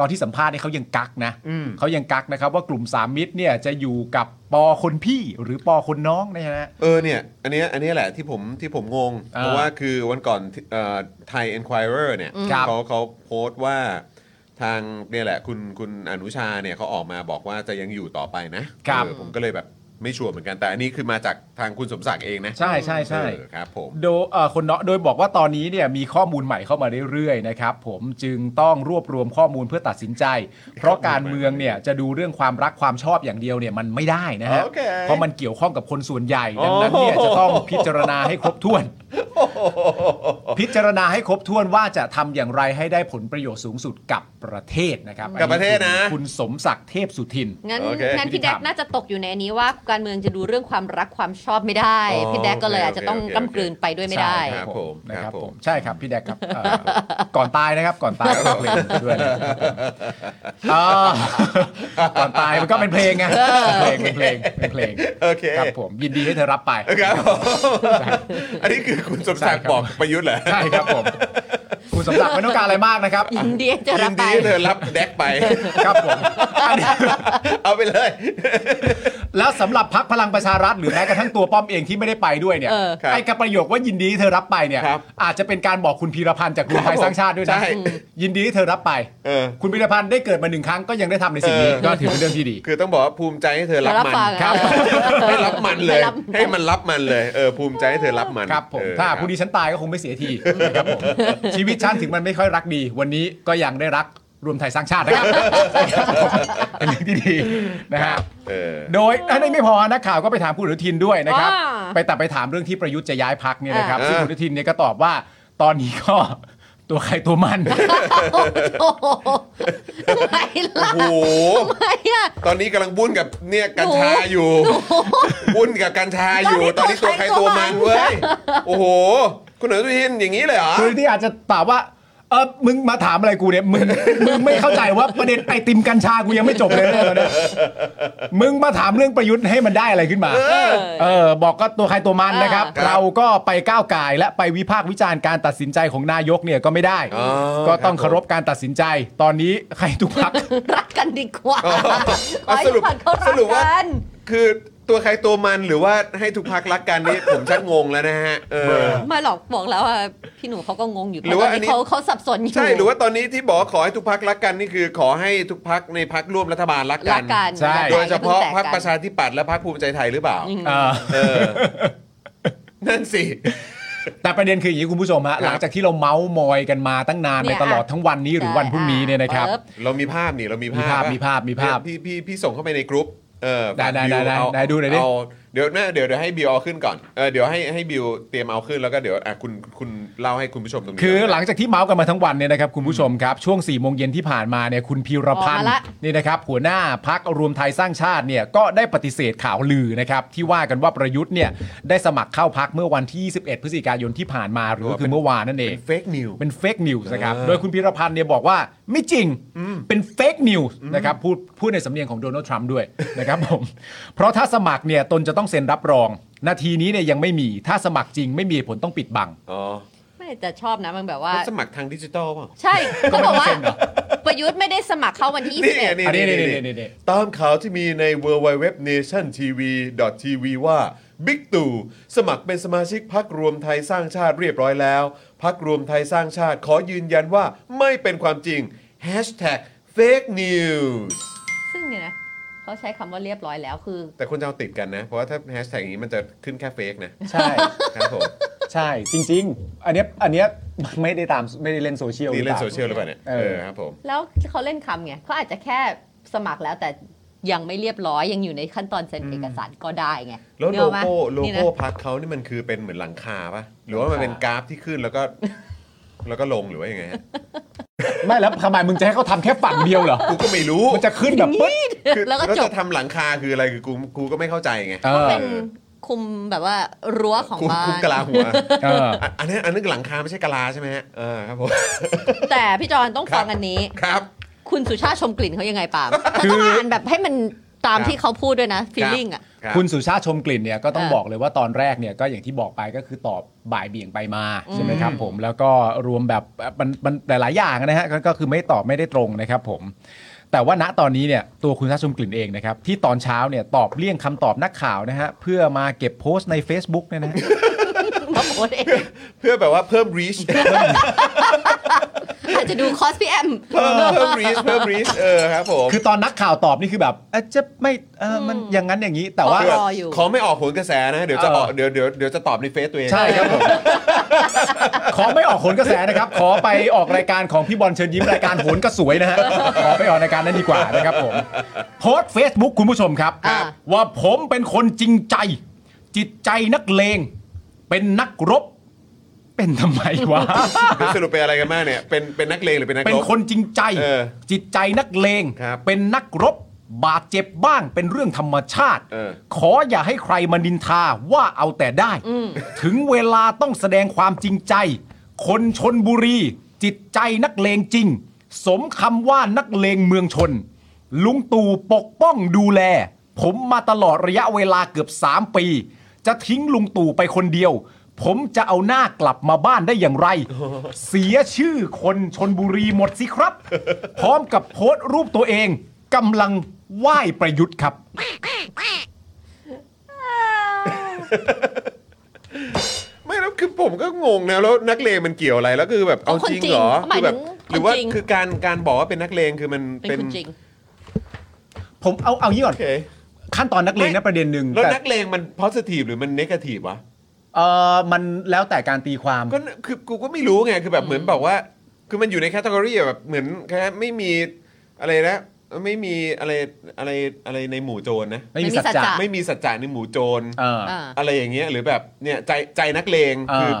B: ตอนที่สัมภาษณ์เนี่ยเขายังกักนะเขายังกักนะครับ ว่ากลุ่มสามมิตรเนี่ยจะอยู่กับปอคนพี่หรือปอคนน้องนะฮะ
A: เออเนี่ยอันเนี้ยอันเนี้ยแหละที่ผมที่ผมงง
B: อ่า
A: เพราะว่าคือวันก่อนไทยเอ็นควายเออ Thai Enquirer เนี่ย
B: ครับ
A: เขาเขาโพสต์ว่าทางเนี่ยแหละคุณคุณอนุชาเนี่ยเขาออกมาบอกว่าจะยังอยู่ต่อไปนะครับ เออผมก็เลยแบบไม่ชัวร์เหมือนกันแต่อันนี้คือมาจากทางคุณสมศักดิ์เองนะ
B: ใช่ใช่ใช่
A: เออครับผม
B: โดยเอ่อคนเนาะโดยบอกว่าตอนนี้เนี่ยมีข้อมูลใหม่เข้ามาเรื่อยๆนะครับผมจึงต้องรวบรวมข้อมูลเพื่อตัดสินใจ เพราะการเมืองเนี่ยจะดูเรื่องความรักความชอบอย่างเดียวเนี่ยมันไม่ได้นะฮะ
A: โอเค
B: เพราะมันเกี่ยวข้องกับคนส่วนใหญ่ดังนั้นเนี่ย
A: โอ้โห
B: จะต้องพิจารณาให้ครบถ้วน พิจารณาให้ครบถ้วนว่าจะทำอย่างไรให้ได้ผลประโยชน์สูงสุดกับประเทศนะครับ
A: กับประเทศนะ
B: คุณสมศักดิ์เทพสุทิน
C: งั้น
A: โอเค
C: งั้นพี่
B: พี่
C: แดก
B: ถาม
C: น่าจะตกอยู่ในอันนี้ว่าการเมืองจะดูเรื่องความรักความชอบไม่ได้
A: อ๋อ
C: พี่แดกก็เลยอาจจะต้อง
A: โอเคโอเค
C: กำกลืนไปด้วยไม่ได้
A: ใช่ ครับผม
B: นะ
A: ค
B: ค
A: รั
B: รั
A: บบ ผม
B: ผมใช่ครับพี่แดกครับเอ่อก่อนตายนะครับก่อนตาย ก็เพลงด้วยนะครับอ่าก่อนตายมันก็เป็นเพลงไงเป็นเพลงเป็นเพลงเป็นเพลง
A: โอเค
B: ครับผมยินดีให้เธอรับไป
A: ครับผมอันนี้คือคุณสมศักดิ์
B: ใช่ครับ
A: บอกประยุทธ์เหรอ
B: ใช่ครับผม คุณสมศักดิ์ไม่ต้องการอะไรมากนะครับ
C: อินเดียจะ
A: ยิ
C: รับ
A: น
C: ไป
A: ดีให้เธอรับ แดกไป
B: ครับผมอันนี้
A: เอาไปเลย
B: แล้วสำหรับพักพลังประชารัฐหรือแม้กระทั่งตัวป้อมเองที่ไม่ได้ไปด้วยเนี่ย
C: เออ
A: ครับ
B: ไอ้กับประโยคว่ายินดีให้เธอรับไปเนี่ย
A: ครับ
B: อาจจะเป็นการบอกคุณพีรพันธ์จากรวมไทยสร้างชาติด้วยนะ
A: ใช่
B: ยินดีให้เธอรับไป
A: เออ
B: คุณพิรพันธ์ได้เกิดมาหนึ่งครั้งก็ยังได้ทำในสิ่งนี้
A: เออ
B: ก็ถือเป็นเรื่องที่ดี
A: คือต้องบอกว่าภูมิใจให้เธอรับมัน
C: เธอรับฟัง
A: ครับ
C: เออ
A: ให้รับมันเลย
C: ให้รับ
A: ให้มันรับมันเลยเออภูมิใจให้เธอรับมัน
B: ครับผม
A: เออ
B: ถ้า
A: ครับ
B: พรุ่งนี้ฉันตายก็คงไม่เสียทีนะครับผม ชีวิตฉันถึงมันไม่ค่อยรักดี วันนี้ก็ยังได้รักรวมไทยสร้างชาตินะครับเป็นเรื่องที่ดีนะฮะ
A: เออ
B: โดยอันนี้ไม่พอนักข่าวก็ไปถามคุณอนุทินด้วยนะครับ
C: อ่า
B: ไปแต่ไปถามเรื่องที่ประยุทธ์จะย้ายพักเนี่ยนะครับ
A: อ่า
B: ซึ่งคุณอนุทินเนี่ยก็ตอบว่าตอนนี้ก็ตัวใครตัวมัน
C: โอ้โหทำไมล่ะ
A: โอ้โห
C: ทำไมอ่ะ
A: ตอนนี้กำลังบุ้นกับเนี่ยกัญชาอยู่บุ้นกับกัญชาอยู่ ต
C: ต
A: อ
C: อน นนี้
A: นี้ตัวใคร
C: ตั
A: ตัว ว
C: มั
A: มัน
C: น
A: เว้ยโอ้โห คุณอนุทินอย่างนี้เลยเหรอ
B: คือที่อาจจะตอบว่า เออมึงมาถามอะไรกูเนี่ย มึง มึงไม่เข้าใจว่าประเด็นไอติมกัญชากูยังไม่จบเลยนะตอนเนี้ยมึงมาถามเรื่องประยุทธ์ให้มันได้อะไรขึ้นมา เออ บอกก็ตัวใครตัวมันนะครับ
A: ครับ
B: เราก็ไปก้าวไก่ายและไปวิพากษ์วิจารณ์การตัดสินใจของนายกเนี่ยก็ไม่ได้
A: อ๋อ
B: ก็ต้องเคารพการตัดสินใจ ตอนนี้ใครทุกพัก
C: รักกันดีกว่า
A: อ๋อ
C: ขอ
A: เอา
C: ให้
A: สรุ
C: ทุกค
A: ป
C: นเขา
A: ส
C: รัก
A: รุปว่า
C: กัน
A: คือตัวใครตัวมันหรือว่าให้ทุกพักรักกันนี่ผมชักงงแล้วนะฮะเออ
C: ไม่หรอกบอกแล้วว่าพี่หนูเขาก็งงอยู่
A: หรือ
C: ต
A: ว่าอันนี้
C: เขาเขาสับสนอยู่
A: ใช่หรือว่าตอนนี้ที่บอกว่าขอให้ทุกพักรักกันนี่คือ ขอให้ทุกพักในพักร่วมรัฐบาลรักกั
C: รักกัน
B: ใช่
C: รักกัน
A: โดยเฉพาะ
C: อย่
A: พั
C: พิ่
A: ก
C: งแต
A: ประชาธิปัตย์และพักภูมิใจไทยหรือเปล่า
B: เออ
A: เออ นั่นสิ
B: แต่ประเด็นคืออย่างนี้คุณผู้ชมฮะหลังจากที่เราเมาส์มอยกันมาตั้งนานในตลอดทั้งวันนี้หรือวันพรุ่งนี้เนี่ยนะครับ
C: ออ
A: เรามีภาพนี่เรามีภาพ
B: มีภาพ
A: อะ
B: มีภาพมีภาพ
A: เนี่ยพี่พี่พี่ส่งเข้าไปในกรุ๊ปเออ
B: ได้ได้
A: ฝาก
B: ได้ได้
A: เา
B: ได้ดูหน่อยดิ
A: เาเดี๋ยวนะเดี๋ยวเดี๋ยวให้บิวเอาขึ้นก่อนเออเดี๋ยวให้ให้บิวเตรียมเอาขึ้นแล้วก็เดี๋ยวอ่ะคุณคุณเล่าให้คุณผู้ชมตรงนี้
B: คือหลังจากที่เมาส์กันมาทั้งวันเนี่ยนะครับคุณผู้ชมครับ ช่วง4ี่โมงเย็นที่ผ่านมาเนี่ยคุณพีรพัน
C: ออก
B: ธ์
C: มาละ
B: นี่นะครับหัวหน้าพักรวมไทยสร้างชาติเนี่ยก็ได้ปฏิเสธข่าวลือนะครับที่ว่ากันว่าประยุทธ์เนี่ยได้สมัครเข้าพักเมื่อวันที่ 21 พฤศจิกายนที่ผ่านมาหรือก็คือเมื่อวานนั่นเอง
A: เป็นเฟกนิว
B: เป็นเฟกนิวส์นะครับ
A: เออ
B: โดยคุณพิรพันธ์เนี่ยบอกว่าไม่จริง เป็นเฟกนิวส์นะครับ พูดพูดในสำเนียงของโดนัลด์ทรัมป์ด้วย นะครับผม เพราะถ้าสมัครเนี่ยตนจะต้องเซ็นรับรอง นาทีนี้เนี่ยยังไม่มี ถ้าสมัครจริงไม่มีเหตุผลต้องปิดบัง
A: อ๋อ
C: ไม่แต่ชอบนะมันแบบว่า
A: แล้วสมัครทางดิจิตอลเปล่า
C: ใช่เขาบอกว่า
B: ก็ไม่ต้องเซ็นเหรอ
C: ประยุทธ์ไม่ได้สมัครเข้าวันที่
A: นี่ไง
C: 21
A: นี่
B: อันนี้
A: นี่
B: นี่นี่นี่
A: นี่ตามข่าวที่มีใน w w w n a t i o n t v t v ว่าบิ๊กตู่สมัครเป็นสมาชิกพักรวมไทยสร้างชาติเรียบร้อยแล้ว พักรวมไทยสร้างชาติขอยืนยันว่าไม่เป็นความจริง Hashtag fake news
C: ซึ่งเนี่ยนะเขาใช้คำว่าเรียบร้อยแล้วคือ
A: แต่คุณจะเอาติดกันนะ เพราะว่าถ้าแฮชแท็กอย่างนี้มันจะขึ้นแค่เฟกนะ
B: ใช่
A: ครับผม
B: ใช่จริง ๆ อันเนี้ยอันเนี้ย ไม่ได้ตามไม่ได้เล่นโซเชียล
A: นี่เล่น
B: รืปา
A: โซเชียลหรือเปล่าเนี่ย
B: เอ
A: เอ
B: อ
A: อครับผม
C: แล้วเขาเล่นคำไงเขาอาจจะแค่สมัครแล้วแต่ยังไม่เรียบร้อยยังอยู่ในขั้นตอนเซ็นเอกสารก็ได้ไง
A: แล้ว
C: นึ
A: โล
C: กออกปะ
A: โก้โล
C: นี่นะ
A: โก้พักเขานี่มันคือเป็นเหมือนหลังคาปะหรือว่ามันเป็นกราฟที่ขึ้นแล้วก็ แล้วก็ลงหรือว่ายังไงฮะ
B: ไม่แล้วทำไมมึงจะให้เขาทำแค่ฝั่งเดียวเหรอ
A: กูก็ไม่รู้
B: มันจะขึ้นแบบปึ๊บ
A: คือ
C: แล้วก็จบ
A: จะทำหลังคาคืออะไรคือกูกูก็ไม่เข้าใจไง
B: เออ
C: เป็น คุมแบบว่ารั้วของ
A: คุม
C: บ้า
A: คุม
C: น
A: กะลาหัว
B: เออ
A: อ่ะอันนี้นอันนึงหลังคาไม่ใช่กะลาใช่ไหมฮะเออ ครับผม
C: แต่พี่จอนต้องฟัง
A: ครับ
C: อันนี้
A: ครับ
C: คุณสุชาติชมกลิ่นเขายังไงปาล์มเธ
B: คือ อ
C: ต้องอ่านแบบให้มันตาม
A: ครับ
C: ที่เขาพูดด้วยนะ ฟีลลิ่งอ่ะ
A: รับ
B: คุณสุชาติชมกลิ่นเนี่ยก็ต้อง
C: เออ
B: บอกเลยว่าตอนแรกเนี่ยก็อย่างที่บอกไปก็คือตอบบ่ายเบี่ยงไปมา
C: อืม
B: ใช่ไหมครับผมแล้วก็รวมแบบมันมันหลายๆอย่างนะฮะก็ก็คือไม่ตอบไม่ได้ตรงนะครับผม แต่ว่าณตอนนี้เนี่ยตัวคุณชาติชมกลิ่นเองนะครับที่ตอนเช้าเนี่ยตอบเลี่ยงคำตอบนักข่าวนะฮะเพื่อมาเก็บโพสต์ใน Facebook เนี่ยนะฮะ
C: มาโพสเอง
A: เพื่อแบบว่าเพิ่ม reach
C: อาจจะดูคอสพีเอ็ม
A: เพิ่มเพิ่ม reach เพิ่ม reach เออครับผม
B: คือตอนนักข่าวตอบนี่คือแบบอาจจะไม่เออมันอย่างนั้นอย่างนี้แต่ว่า
C: เพื่ รออยู่
A: ขอไม่ออกผลกระแสนะเดี๋ยวจะออก
B: เออ
A: เดี๋ยวเดี๋ยวเดี๋ยวจะตอบในเฟซตัวเอง
B: ใช่ครับผม ขอไม่ออกโหนกระแสนะครับ ขอไปออกรายการของพี่บอลเชิญยิ้มรายการโหนกระสวยนะฮะ ขอไปออกรายการนั้นดีกว่านะครับ ผม โพสต์ Facebook คุณผู้ชมครับ
C: อ่า
B: ว่าผมเป็นคนจริงใจ จิตใจนักเลง เป็นนักรบ เป็นทำไมวะ
A: คือสรุปเป็นอะไรกันบ้างเนี่ยเป็นเป็นนักเลงหรือเป็นนักรบ
B: เป็นคนจริงใจ
A: เออ
B: จิตใจนักเลง
A: ครับ
B: เป็นนักรบบาดเจ็บบ้าง เป็นเรื่องธรรมชาติ
A: เออ
B: ขออย่าให้ใครมานินทาว่าเอาแต่ได้ ถึงเวลาต้องแสดงความจริงใจ คนชนบุรี จิตใจนักเลงจริง สมคำว่านักเลงเมืองชน ลุงตู่ปกป้องดูแล ผมมาตลอดระยะเวลาเกือบ 3 ปี จะทิ้งลุงตู่ไปคนเดียว ผมจะเอาหน้ากลับมาบ้านได้อย่างไร เสียชื่อคนชนบุรีหมดสิครับ พร้อมกับโพสต์รูปตัวเองกำลังไหว้ประยุทธ์ครับ
A: ไม่แล้วคือผมก็งงนะแล้วนักเลงมันเกี่ยวอะไรแล้วคือแบบเอาจริงเหรอ
C: คนจริง
A: คือแบบ
C: หมายถึง
A: หรือว่า
C: คนจริง
A: คือการการบอกว่าเป็นนักเลงคือมัน
C: เป็น
A: เป็น
C: คุณจริง
B: ผมเอาเอางี้ก่อน
A: โอเค
B: ขั้นตอนนักเลง
A: ไม่
B: นะประเด็นหนึ่ง
A: แล้ว
B: แต่
A: นักเลงมัน positive หรือมัน negative วะ
B: เออมันแล้วแต่การตีความ
A: ก็น่ะคือกูก็ไม่รู้ไงคือแบบเหมือนแบบว่า คือมันอยู่ในแคตตาล็อแบบเหมือนแค่ไม่มีอะไรนะไม่มีอะไรอะไรอะไรในหมู่โจรนะ
B: ไม่มี
C: ไม่มี
B: สัจ
C: สัจ
B: จะ
C: จะ
A: ไม่มีสัจจะในหมู่โจร
B: เออ
C: อ่า
A: อะไรอย่างเงี้ยหรือแบบเนี่ยใจใจนักเลง
B: เอ
A: คือ
B: อ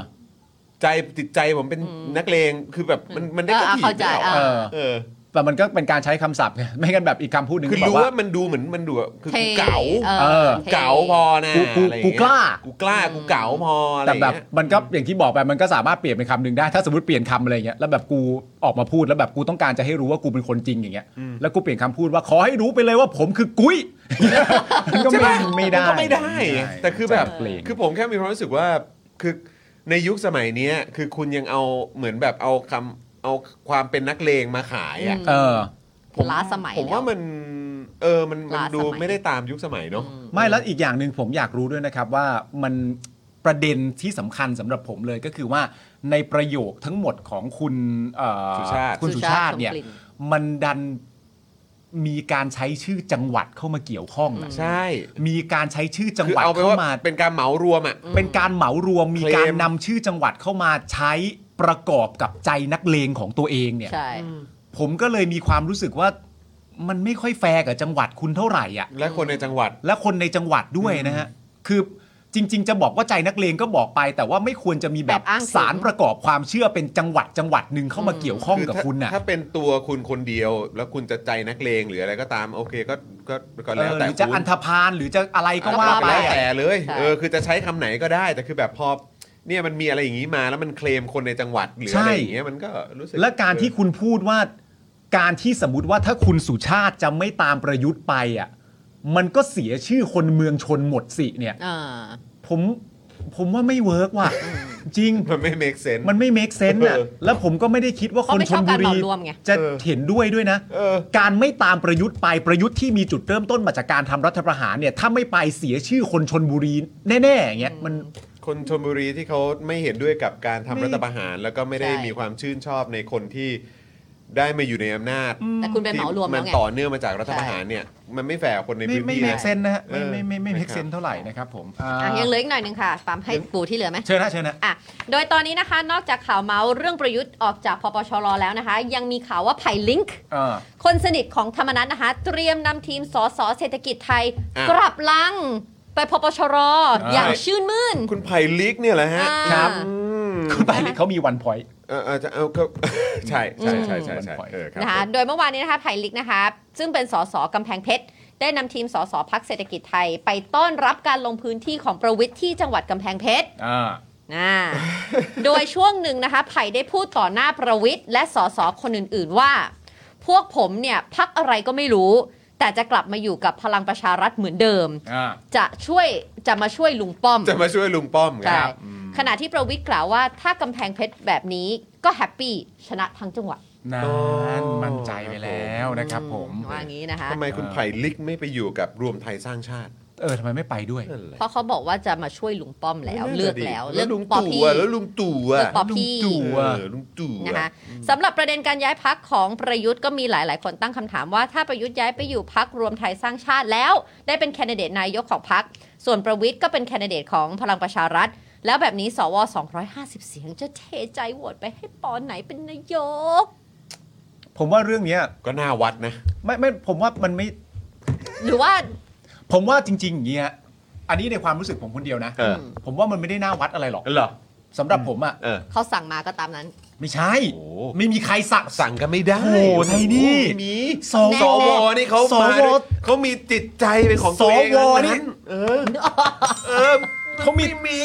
A: ใจจิตใจผมเป็นนักเลงคือแบบมันมันได้
C: เออก
A: ระ
C: อ่ะ
A: ถิ่
C: เข้าใจ
A: น
C: อ่ะ
B: เออ
A: เออ
B: แต่มันก็เป็นการใช้คำศัพท์ไง ไม่งั้นแบบอีกคำพูดหนึ่ง
A: คือ
B: บอก
A: รู้
B: ว่า
A: ว่ามันดูเหมือนมันดูแบบคือ
C: เท่
A: กูเก๋า
C: เออ
B: เออ
C: ท่
A: เก๋าพอนะ
B: กูกู
A: อะไรอย่งเงี้ย
B: กูกล้า
A: กูกล้ากูเก๋าพออะไรอ
B: แต่
A: ย่าง
B: แบบ
A: เงี้ย
B: มันก็อย่างที่บอกไปมันก็สามารถเปลี่ยนเป็นคำหนึ่งได้ ถ้าสมมติเปลี่ยนคำอะไรเงี้ยแล้วแบบกูออกมาพูดแล้วแบบกูต้องการจะให้รู้ว่ากูเป็นคนจริงอย่างเงี้ยแล้วกูเปลี่ยนคำพูดว่าขอให้รู้ไปเลยว่าผมคือกุ้ย มันก็
A: ใช่
B: ไม่
A: ปะ
B: ไม่ได้
A: นก็ไม่ได้ แต่คือแบบ
B: เปลี่ยน
A: คือผมแค่มีความรู้สึกว่าคือในยุคสมัยเนี้ยคือคุณยังเอาเหมือนแบบเอาคำเอาความเป็นนักเลงมาขายอ่ะ
C: อืม
B: เออ
A: ผม
C: ล้าสมัย
A: ผมว่า
C: แล้ว
A: มันเออมันมัน
C: ล้า
A: ดู
C: สมัย
A: ไม่ได้ตามยุคสมัยเนาะ
B: ไม่แล้วอีกอย่างหนึ่งผมอยากรู้ด้วยนะครับว่ามันประเด็นที่สำคัญสำหรับผมเลยก็คือว่าในประโยคทั้งหมดของคุณเอ่อ
A: สุชาติ
B: คุณสุชาติเนี่ย
C: สุชาติชมกลิ่
B: มันดันมีการใช้ชื่อจังหวัดเข้ามาเกี่ยวข้องอะ
A: ใช่
B: มีการใช้ชื่อจัง
A: คือ
B: หวัด
A: เอาไป
B: เข้า
A: ว่า
B: มา
A: เป็นการเหมารวมอ่ะ
B: เป็นการเหมารวมมี
A: เคลม
B: การนำชื่อจังหวัดเข้ามาใช้ประกอบกับใจนักเลงของตัวเองเนี่ย
C: ใช่
B: ผมก็เลยมีความรู้สึกว่ามันไม่ค่อยแฟร์กับจังหวัดคุณเท่าไหร่อ่ะ
A: และคนในจังหวัด
B: และคนในจังหวัดด้วยนะฮะ คือจริง ๆ จะบอกว่าใจนักเลงก็บอกไป แต่ว่าไม่ควรจะมีแบ
C: แบบ บอ้างถึง
B: สารประกอบความเชื่อเป็นจังหวัดจังหวัดหนึ่งเข้ามาเกี่ยวข้องกับ
A: ถ้า
B: คุณน่ะ
A: ถ้าเป็นตัวคุณคนเดียว แล้วคุณจะใจนักเลงหรืออะไรก็ตามโอเคก็ก็ก็
B: เอ
A: แล้ว
B: อห
A: แต่
B: รือจะ
A: คุณ
B: อันธพาลหรือจะอะไรก็ว่าไป
A: แล้ว
B: อะ
A: แต่เลย
C: ใช่
A: เออคือจะใช้คำไหนก็ได้ แต่คือแบบพอเนี่ยมันมีอะไรอย่างนี้มาแล้วมันเคลมคนในจังหวัดหรืออะไรอย่างเงี้ยมันก็รู้สึก
B: และการที่คุณพูดว่าการที่สมมติว่าถ้าคุณสุชาติจะไม่ตามประยุทธ์ไปอ่ะมันก็เสียชื่อคนเมืองชนหมดสิเนี่ย
C: อ่า
B: ผมผมว่าไม่เวิร์กว่ะจริง
A: มันไม่ make sense
B: มันไม่ make sense อ่ะ
A: เออ
B: แล้วผมก็ไม่ได้คิดว่าคนชนบุ
C: เขาไม่ชอบการเห
B: รี
C: มารวมไง
B: จะ
A: เออ
B: เห็นด้วยด้วยนะ
A: เออ
B: การไม่ตามประยุทธ์ไปประยุทธ์ที่มีจุดเริ่มต้นมาจากการทำรัฐประหารเนี่ย ถ้าไม่ไปเสียชื่อคนชนบุรีแน่ๆอย่างเงี้ยมัน
A: คนชมบุรีที่เขาไม่เห็นด้วยกับการทำ
B: ไม่
A: รัฐประหาร แล้วก็ไม่ได้
C: ใช่
A: มีความชื่นชอบในคนที่ได้มาอยู่ในอำนาจ
C: แต่คุณไปเหมารวม
A: มั
C: แล้
A: น
C: วไง
A: ต่อเนื่องมาจากรัฐประหารเนี่ยมันไม่แฟร์กับคนใน
B: ไม่
A: พื้น
B: ไม่
A: ที่
B: make
A: นะ
B: sense นะฮะไม่
A: เออ
B: ไม่ไม่ไม่ make
A: นะครับ
B: sense เท่าไหร่นะครับผมอ่า
C: อ่ะยังเหลืออีกหน่อยหนึ่งค่ะปาล์มให้ปูที่เหลือไหม
B: เชิญนะเชิญนะ
C: อ่ะโดยตอนนี้นะคะนอกจากข่าวเมาส์เรื่องประยุทธ์ออกจากพปชรแล้วนะคะ ยังมีข่าวว่าไผ่ลิงก์
B: อ่า
C: คนสนิทของธรรมนัฐนะคะ เตรียมนำทีมสสเศรษฐกิจไทย
A: อ่ะ
C: กลับลัง ไปพปชรอย่าง
A: ใช่
C: ชื่นมื่น
A: คุณไผ่ลิกเนี่ยแหละฮะ
C: อ่า
B: ครับ
A: อืม
B: คุณไปลิกเขามีวันพอย
A: เออเออจะเอาก็ ใช่ใช่ใช่ใช่
B: อืม
A: ใช่เออครับ
C: นะคะ
A: ผม
C: โดยเมื่อวานนี้นะคะไผ่ลิกนะคะ ซึ่งเป็นสสกำแพงเพชร ได้นำทีมสสพักเศรษฐกิจไทย ไปต้อนรับการลงพื้นที่ของประวิทย์ที่จังหวัดกำแพงเพชร
H: อ่า
C: นะโดยช่วงหนึ่งนะคะไผ่ได้พูดต่อหน้าประวิทย์และสสคนอื่น ๆ ว่า พวกผมเนี่ยพักอะไรก็ไม่รู้ แต่จะกลับมาอยู่กับพลังประชารัฐเหมือนเดิม
H: อ่า
C: จะช่วยจะมาช่วยลุงป้อม
A: จะมาช่วยลุงป้อมค
C: ใช่
A: รับ
C: ขณะที่ประวิทย์กล่าวว่า ถ้ากำแพงเพชรแบบนี้ก็แฮปปี้ชนะทั้งจังหวัด
B: นั่
A: โอ้
B: นมั่นใจไปแล้วนะครับผม
C: อืว่างี้นะคะ
A: ทำไมคุณไผ่ลิกไม่ไปอยู่กับรวมไทยสร้างชาติ
B: เออทำไมไม่ไปด้วย
A: นั่นแหละ
C: เพราะเขาบอกว่าจะมาช่วยลุงป้อมแล้วเลือกแล้ว
A: แล้
C: เลื
A: ว
C: อก
A: ลุง
C: ปอ
A: ตู่
C: พี่
A: อะแล้วลุงตู่อะ
C: เลือกปอพี่
A: ลุงตู่อะลุงตู่อ
C: นะคะสำหรับประเด็นการย้ายพักของประยุทธ์ก็มีหลาย ๆ คนตั้งคำถามว่าถ้าประยุทธ์ย้ายไปอยู่พักรวมไทยสร้างชาติแล้ว ได้เป็นแคนดิเดตนายกของพัก ส่วนประวิทย์ก็เป็นแคนดิเดตของพลังประชารัฐ แล้วแบบนี้สว 250 เสียงจะเทใจโหวตไปให้ปอนไหนเป็นนายก
B: ผมว่าเรื่องเนี้ย
A: ก็น่าวัดนะ
B: ไม่ไม่ผมว่ามันไม่
C: หรือว่า
B: ผมว่าจริงๆอย่างเงี้ยอันนี้ในความรู้สึกผมคนเดียวนะ
A: เออ
B: ผมว่ามันไม่ได้น่าวัดอะไรหรอก
A: เหรอ
B: สำหรับผมอ่ะ
A: เออ
C: เขาสั่งมาก็ตามนั้น
B: ไม่ใช่
A: โอ้
B: ไม่มีใครสั่ง
A: สั่งกันไม่ได้
B: โอ้โหไทยนี่
A: ไม่มี
B: สว
A: สวนี่เขา
B: สว
A: มาด้วยเขามีจิตใจเป็นของตัวเอง
B: สวนี่
A: ทั้งเออเออ
B: เขามี
A: ไม่มี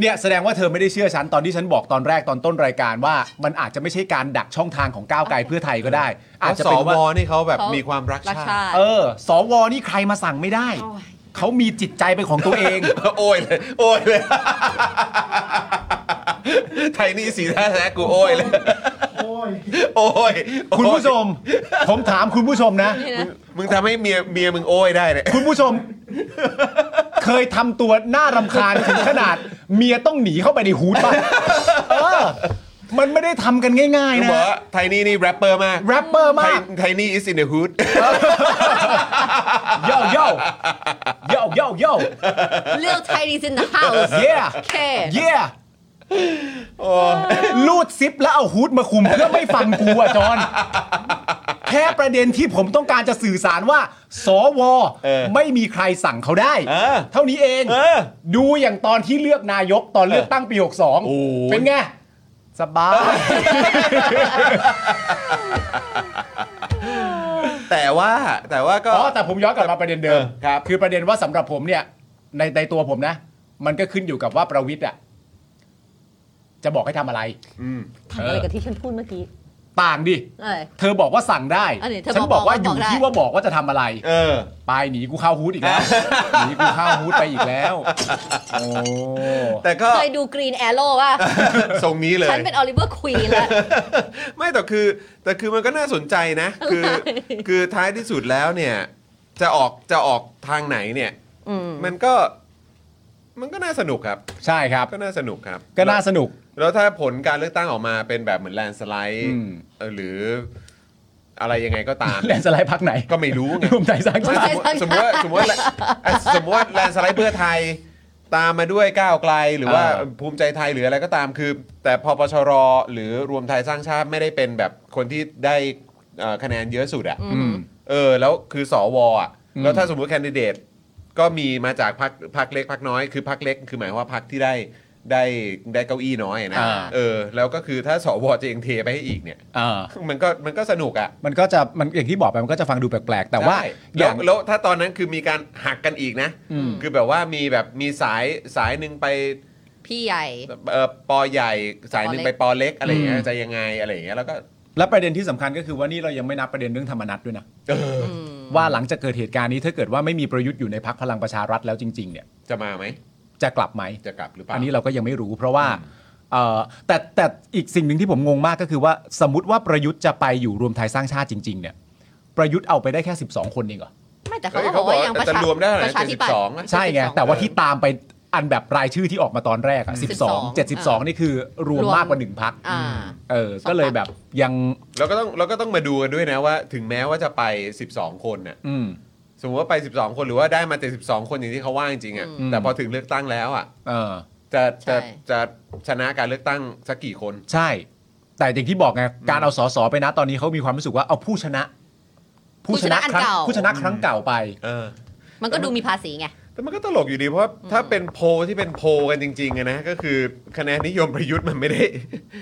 B: เนี่ยแสดงว่าเธอไม่ได้เชื่อฉันตอนที่ฉันบอกตอนแรกตอนต้นรายการว่า มันอาจจะไม่ใช่การดักช่องทางของก้าวไกลเพื่อไทยก็ได้ อา
A: อา
B: จ
A: จ
B: จะ
A: จะ
B: เป็น
A: ว
B: ว่า
A: นี่เขาแบบ
C: เขามี
A: มีความรัก
C: รัก
A: ชา
C: ชา
A: ติ
C: ติ
B: เออสวนี่ใครมาสั่งไม่ได้เขามีจิตใจเป็นของตัวเอง
A: โอ้ยเลยโอ้ยเลย ไทยนี่สีหน้าแท้กูโอ้ยเลยโอ้ยโอ้ย
B: คุณผู้ชม ผมถามคุณผู้ชมนะ
C: นี่นะ
A: มึงทำให้เมียเมียมึงโอ้ยได้เนี่ย
B: คุณผู้ชม เคยทำตัวน่ารำคาญถึงขนาด เมียต้องหนีเข้าไปในฮูดป่ะเออมันไม่ได้ทำกันง่าย
A: คือ
B: ๆ
A: บอก
B: นะ
A: ว่าไทยนี่นี่แรปเปอร์มาก
B: แรปเปอร์
A: ไท
B: มาย ก
A: ไทยนี่ is in the hood
B: โย่โย่โย่โย่โย่
C: เลือกไทยดีซินเฮาส์
B: yeah
C: โอเค
B: yeah ลูดซิปแล้วเอาฮูดมาคุมเพื่อไม่ฟังกูอ่ะจ อนแค่ประเด็นที่ผมต้องการจะสื่อสารว่า สว
A: เออ
B: ไม่มีใครสั่งเขาได้
A: เออ
B: เท่านี้เอง
A: เออ
B: ดูอย่างตอนที่เลือกนายกตอนเลือกตั้งปี
A: โอ้
B: 62
A: ย
B: เป็นไง สบาย
A: แต่ว่าแต่ว่าก็
B: อ๋อ แต่ผมย้อนกลับมาประเด็นเดิม
A: เออครับ
B: คือประเด็นว่าสำหรับผมเนี่ย ในในตัวผมนะ มันก็ขึ้นอยู่กับว่าประวิทย์อ่ะ จะบอกให้ทำอะไร
A: อืม
C: ทำอะไรกับที่ฉันพูดเมื่อกี้
B: ต่างดิ
C: เอ้ย
B: เธอบอกว่าสั่งได้
C: อันนี้เธอ
B: ฉัน
C: บบ อ
B: อก ก
C: ว่า
B: ว่าอยู่
C: บอกได้
B: ที่ว่าบอกว่าจะทำอะไร
A: เออ
B: ไปหนีกูเข้าฮูด อีกแล้ว หนีกูเข้าฮูดไปอีกแล้ว โอ้
A: แต่ก็
C: เคยดูกรีนแอโร่ป่ะ
A: ทรงนี้เลย
C: ฉันเป็นออลิเวอร์ควีนแล้ว
A: ไม่แต่คือ แต่คือมันก็น่าสนใจ นะ คือ คือท้ายที่สุดแล้วเนี่ย จะออกจะออกทางไหนเนี่ย
C: อืม
A: มันก็ มันก็น่าสนุกครับ
B: ใช่ครับ
A: ก็น่าสนุกครับ
B: ก็น่าสนุก
A: แล้วถ้าผลการเลือกตั้งออกมาเป็นแบบเหมือนแลนสไลด์
B: อืม
A: เออหรือ อะไรยังไงก็ตาม
B: แลนสไลด์พักไหน
A: ก็ไม่รู้ไง
B: รวมใจสร้างชาติ
A: สมมติว่าสมมติว่าอ่ะสมมติว่าแลนด์สไลด์เพื่อไทยตามมาด้วยก้าวไกลหรือว่า
B: เออ
A: ภูมิใจไทยหรืออะไรก็ตามคือ แต่พอปชรหรือรวมไทยสร้างชาติไม่ได้เป็นแบบคนที่ได้เอ่อคะแนนเยอะสุดอะ
C: อื
B: อืม
A: เออแล้วคือสวอ่ะ
B: อืม
A: แล้วถ้าสมมติแคนดิเดตก็มีมาจากพรรคพรรคเล็กพรรคน้อยคือพรรคเล็กคือหมายว่าพรรคที่ได้ได้ได้เก้าอี้น้อยนะ
C: อ่า
A: เออแล้วก็คือถ้าสวจะเองเทไปให้อีกเนี่ย
B: อ่า
A: มันก็มันก็สนุกอ่ะ
B: มันก็จะมันอย่างที่บอกไปมันก็จะฟังดูแปลกๆ แต่ว่า
A: ใช่
B: อ
A: แล้
B: ย่าว ง
A: แล้วถ้าตอนนั้นคือมีการหักกันอีกนะ
B: อืม
A: คือแบบว่ามีแบบมีสายสายหนึ่งไป
C: พี่ใหญ่
A: เอ่อปอใหญ่สายหนึ่งไปปอเล็กอะไรอย่างเงี้ย
B: อืม
A: จะยังไงอะไรอย่างเงี้ยแล้วก็
B: และประเด็นที่สำคัญก็คือว่านี่เรายังไม่นับประเด็นเรื่องธรรมนัตด้วยนะ
C: อืม
B: ว่าหลังจากเกิดเหตุการณ์นี้ถ้าเกิดว่าไม่มีประยุทธ์อยู่ในพักพลังประชารัฐแล้วจริง ๆ เนี่ย
A: จะมาไหม
B: จะกลับไหม
A: จะกลับหรือเปล่า
B: อันนี้เราก็ยังไม่รู้ เพราะว่าเอ่อแต่แต่อีกสิ่งหนึ่งที่ผมงงมากก็คือว่าสมมติว่าประยุทธ์จะไปอยู่รวมไทยสร้างชาติจริง ๆ เนี่ย ประยุทธ์เอาไปได้แค่ 12 คนเองเหรอ
C: ไม่แต่เขา
A: เฮ้ย
C: ก็บอก
A: เขาบอก
C: ว่ายังป
A: ว่า
C: ระ
A: จะ
C: ชาร
A: วมได้เท่าไห
C: ป
A: ร่
C: ระชา
A: เจ็ด
C: ธิ
A: สิ
C: ปั
A: บ
C: ต
A: ส
C: ย์
A: องอะ
B: ใช่ไง
C: 12
B: แต่ว่าที่ตามไปอันแบบรายชื่อที่ออกมาตอนแรกอะ
C: 12
B: 12 72 นี่คือรวมมากกว่าหนึ่งพัก
C: อ่า
B: เออก็เลยแบบยัง
A: เราก็ต้องเราก็ต้องมาดูกันด้วยนะว่า ถึงแม้ว่าจะไป 12 คนน่ะ
B: อืม
A: สมมติว่าไป 12 คนหรือว่าได้มา72คนอย่างที่เขาว่าจริงๆอ่ะ
B: อืม
A: แต่พอถึงเลือกตั้งแล้วอ่ะ
B: เออ
A: จะจะ
C: ใช่
A: จะชนะการเลือกตั้งสักกี่คน
B: ใช่ แต่อย่างที่บอกไง การเอาสอสอไปนะตอนนี้เขามีความรู้สึกว่าเอาผู้ชนะ
C: ผู้ชนะอัน
B: ครั้ง
C: เก่า
B: ผู้ชนะครั้งเก่าไป
A: เออ
C: มันก็ดูมีภาษีไง
A: แต่มันก็ตลกอยู่ดีเพราะว่าถ้าเป็นโพลที่เป็นโพลกันจริงๆอะนะก็คือคะแนนนิยมประยุทธ์มันไม่ได้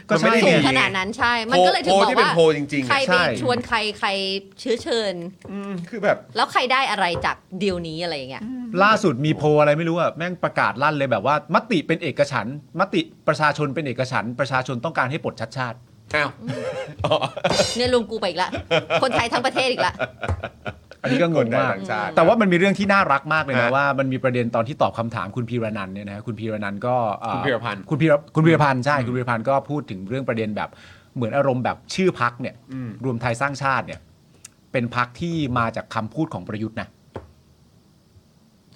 B: ก็
A: มันไม่ได้
B: ใช่
C: สู
A: ดี
C: งขนาดนั้นใช่ มันก็เลยถึง
A: โพ
C: บอ
A: ที่
C: ก
A: เป็น
C: ว่า
A: โพลจริงๆ
C: ใคร
A: อะ
C: ไป
B: ใช่
C: ชวนใครใครเชื้อเชิญ
A: อืมคือแบบ
C: แล้วใครได้อะไรจากดีลนี้อะไรอย่างเงี้ย
B: ล่าสุดมีโพลอะไรไม่รู้อะแม่งประกาศลั่นเลยแบบว่ามติเป็นเอกฉันท์มติประชาชนเป็นเอกฉันท์ประชาชนต้องการให้ปลดชัดชาติ
A: อ้าวอ๋อ
C: เนี่ยลุงกูไปอีกละ คนไทยทั้งประเทศอีกละ
B: อันนี้ก็งง
A: ค
B: มา
A: นไทย
B: ก
A: ต่างชาติ
B: แต่ว่ามันมีเรื่องที่น่ารักมากเลยนะ
A: ฮะ
B: ว่ามันมีประเด็นตอนที่ตอบคำถามคุณพีรนันท์เนี่ยนะคุณพีรนันท์ก็เอ่อ
A: คุณพีรพันธ์
B: คุณพีรคุณพีรพันธ์ใช่คุณพีรพันธ์ก็พูดถึงเรื่องประเด็นแบบเหมือนอารมณ์แบบชื่อพักเนี่ย รวมไทยสร้างชาติเนี่ย เป็นพักที่มาจากคำพูดของประยุทธ์นะ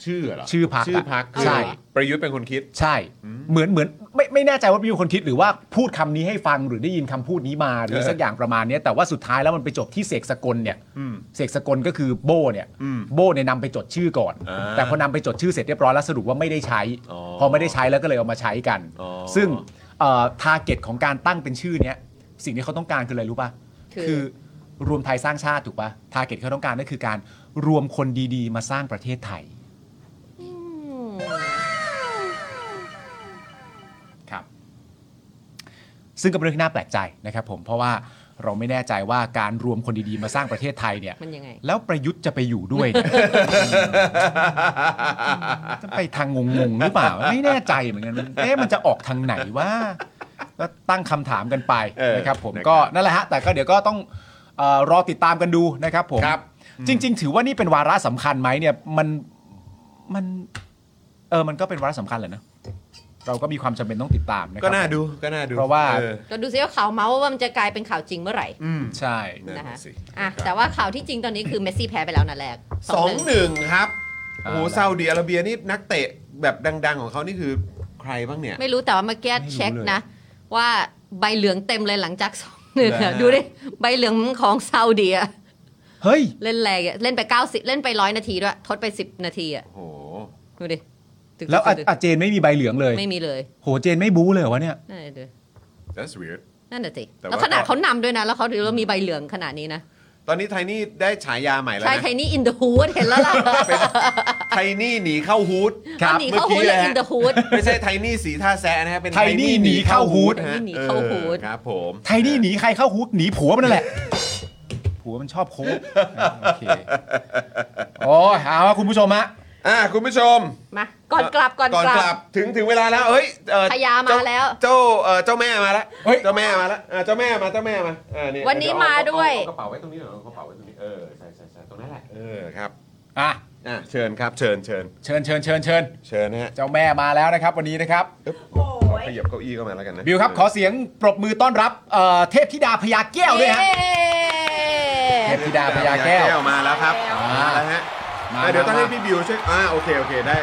A: ชื่อเหรอ
B: ชื่อพรรคอะ
A: ชื่อพัก
B: ใช่
A: ประยุทธ์เป็นคนคิด
B: ใช่ เหมือนเหมือนไม่ไม่แน่ใจว่ามีคนคิดหรือว่าพูดคำนี้ให้ฟังหรือได้ยินคำพูดนี้มาหรือ
A: เออ
B: สักอย่างประมาณเนี้ยแต่ว่าสุดท้ายแล้วมันไปจบที่เสกสกลเนี่ย
A: อืม
B: เสกสกลก็คือโบเนี่ย
A: อืม
B: โบเนี่ยนำไปจดชื่อก่อน
A: อ่า
B: แต่พอนำไปจดชื่อเสร็จเรียบร้อยแล้วสรุปว่าไม่ได้ใช้
A: อ๋อ
B: พอไม่ได้ใช้แล้วก็เลยเอามาใช้กัน
A: อ๋อ
B: ซึ่งทาร์เก็ตของการตั้งเป็นชื่อเนี้ยสิ่งที่เขาต้องการคืออะไรรู้ป่ะ
C: คือ
B: คือรวมไทยสร้างชาติถูกป่ะทาร์เก็ตเขาต้องการก็คือการรวมคนดีๆ มาสร้างประเทศไทยครับ ซึ่งก็เป็นเรื่องที่น่าแปลกใจนะครับผมเพราะว่าเราไม่แน่ใจว่าการรวมคนดีๆมาสร้างประเทศไทยเนี่ย
C: มันยังไง
B: แล้วประยุทธ์จะไปอยู่ ด้วยเนี่ย จะไปทางงงๆหรือเปล่า ไม่แน่ใจเหมือนกันเอ๊ะมันจะออกทางไหนว่าก็ตั้งคำถามกันไป
A: เออ
B: นะครับผม
A: นะครับ
B: ก็นั่นแหละฮะแต่ก็เดี๋ยวก็ต้องเอ่อรอติดตามกันดูนะครับผม
A: ครับ
B: จริง ๆ ถือว่านี่เป็นวาระสำคัญไหมเนี่ยมันมันเออมันก็เป็นวาระสำคัญแหละนะเราก็มีความจำเป็นต้องติดตามนะครับ
A: ก็น่าดูก็น่าดู
B: เพราะว่า
A: ออ
C: เราดูซิว่าข่าวเมาส์ว่ามันจะกลายเป็นข่าวจริงเมื่อไหร่
A: อืม
B: ใช่
A: นั่น
C: นะคะ
A: สิ
C: อ่ะ แต่ว่าข่าวที่จริงตอนนี้คือเมสซี่แพ้ไปแล้วนัดแรก
A: สอง
C: ห
A: ห
C: นึ่ง
A: นึ่งครับ
B: า
A: โอ้โหซาอุดีอาระเบียนี่นักเตะแบบดัง ๆ ของเขานี่คือใครบ้างเนี่ย
C: ไม่รู้แต่ว่าเมื่อกี้เช็คนะ ว่าใบเหลืองเต็มเลยหลังจากส องหนึ่ง
A: นะ
C: อะ
A: ฮะ
C: ดูดิ ใบเหลืองของซาอุดีอะ
B: เฮ้ย
C: เล่นแรงอะเล่นไป 90 เล่นไป 100 นาทีด้วย ทดไป 10 นาทีอะ
A: โอ้โห
C: ดูดิตึกๆๆๆ
B: แล้วอาอาเจนไม่มีใบเหลืองเลย
C: ไม่มีเลย
B: โหเจนไม่บู๊เลยเหรอวะเนี่ย
C: นั่นน่ะดิ
A: that's weird
C: นั่นน่ะสิ
A: แต่ว่า
C: แล้วขนาด
A: ก็
C: เขานำด้วยนะ แล้วเขาถือว่ามีใบเหลืองขนาดนี้นะ
A: ตอนนี้ไทนี่ได้ฉายาใหม่แล้ว
C: ใช่
A: นะ
C: ไทนี่อินเดอะฮูดเห็นแล้วล่ะ
A: ไทนี่หนีเข้าฮูด
C: อันนี้เขาฮูดเลยอินเดอะฮูด
A: ไม่ใช่ไทนี่สีท่าแซะนะฮะเป็น
B: ไทนี่
A: Tiny
B: หนีเข้าฮู้ด
A: ฮะ
C: หนีเข้าฮู้ด
A: เออครับผม
B: ไทนี่หนีใครเข้าฮุกหนีผัวมันนั่นแหละ ผัวมันชอบโค้กโอเคโอ้ยเอาละคุณผู้ชมฮะ
A: อ่ะคุณผู้ชม
C: มา ก่อนกลับก่อน
A: ก่อน
C: ก
A: ก
C: ลั
A: ลั
C: บ
A: บถึงถึงเวลาแล้วเอ้ยเอ่อ
C: พญามา
A: เจ้
C: แล้ว
A: เจ้าเอ่อเจ้าแม่มาแล้ว
B: เฮ้ย
A: เจ้าแม่มาแล้วอ่าเจ้าแม่มาเจ้าแม่มาอ่าเย
C: วันนี้
A: เอเอ
C: มาด้วย
A: เอเอากระเป๋าไว้ตรงนี้เหรอเอากระเป๋าไว้ตรงนี้เออใช่ใช่ใช่ตรงนั้นแหละเออครับ
B: อ่ะ
A: อ่ะเชิญครับเชิญเชิญ
B: เชิญเชิญเชิญเชิญ
A: เชิญนะฮะ
B: เจ้าแม่มาแล้วนะครับ วันนี้นะครับ
A: ขอขยับเก้าอี้เข้ามาแล้วกันนะ
B: บิวครับ ขอเสียงปรบมือต้อนรับเอ่อเทพธิดาพญาแก้วด้วยฮะ
C: เย้
B: เทพธิดาพญาแก้ว
A: มาแล้วครับ
B: มา
A: มาแล้วฮะ
B: มา
A: อ่ะเดี๋ยวต้อง
B: มา
A: ให้พี่บิวช่วยอ่าโอเคโอเคได้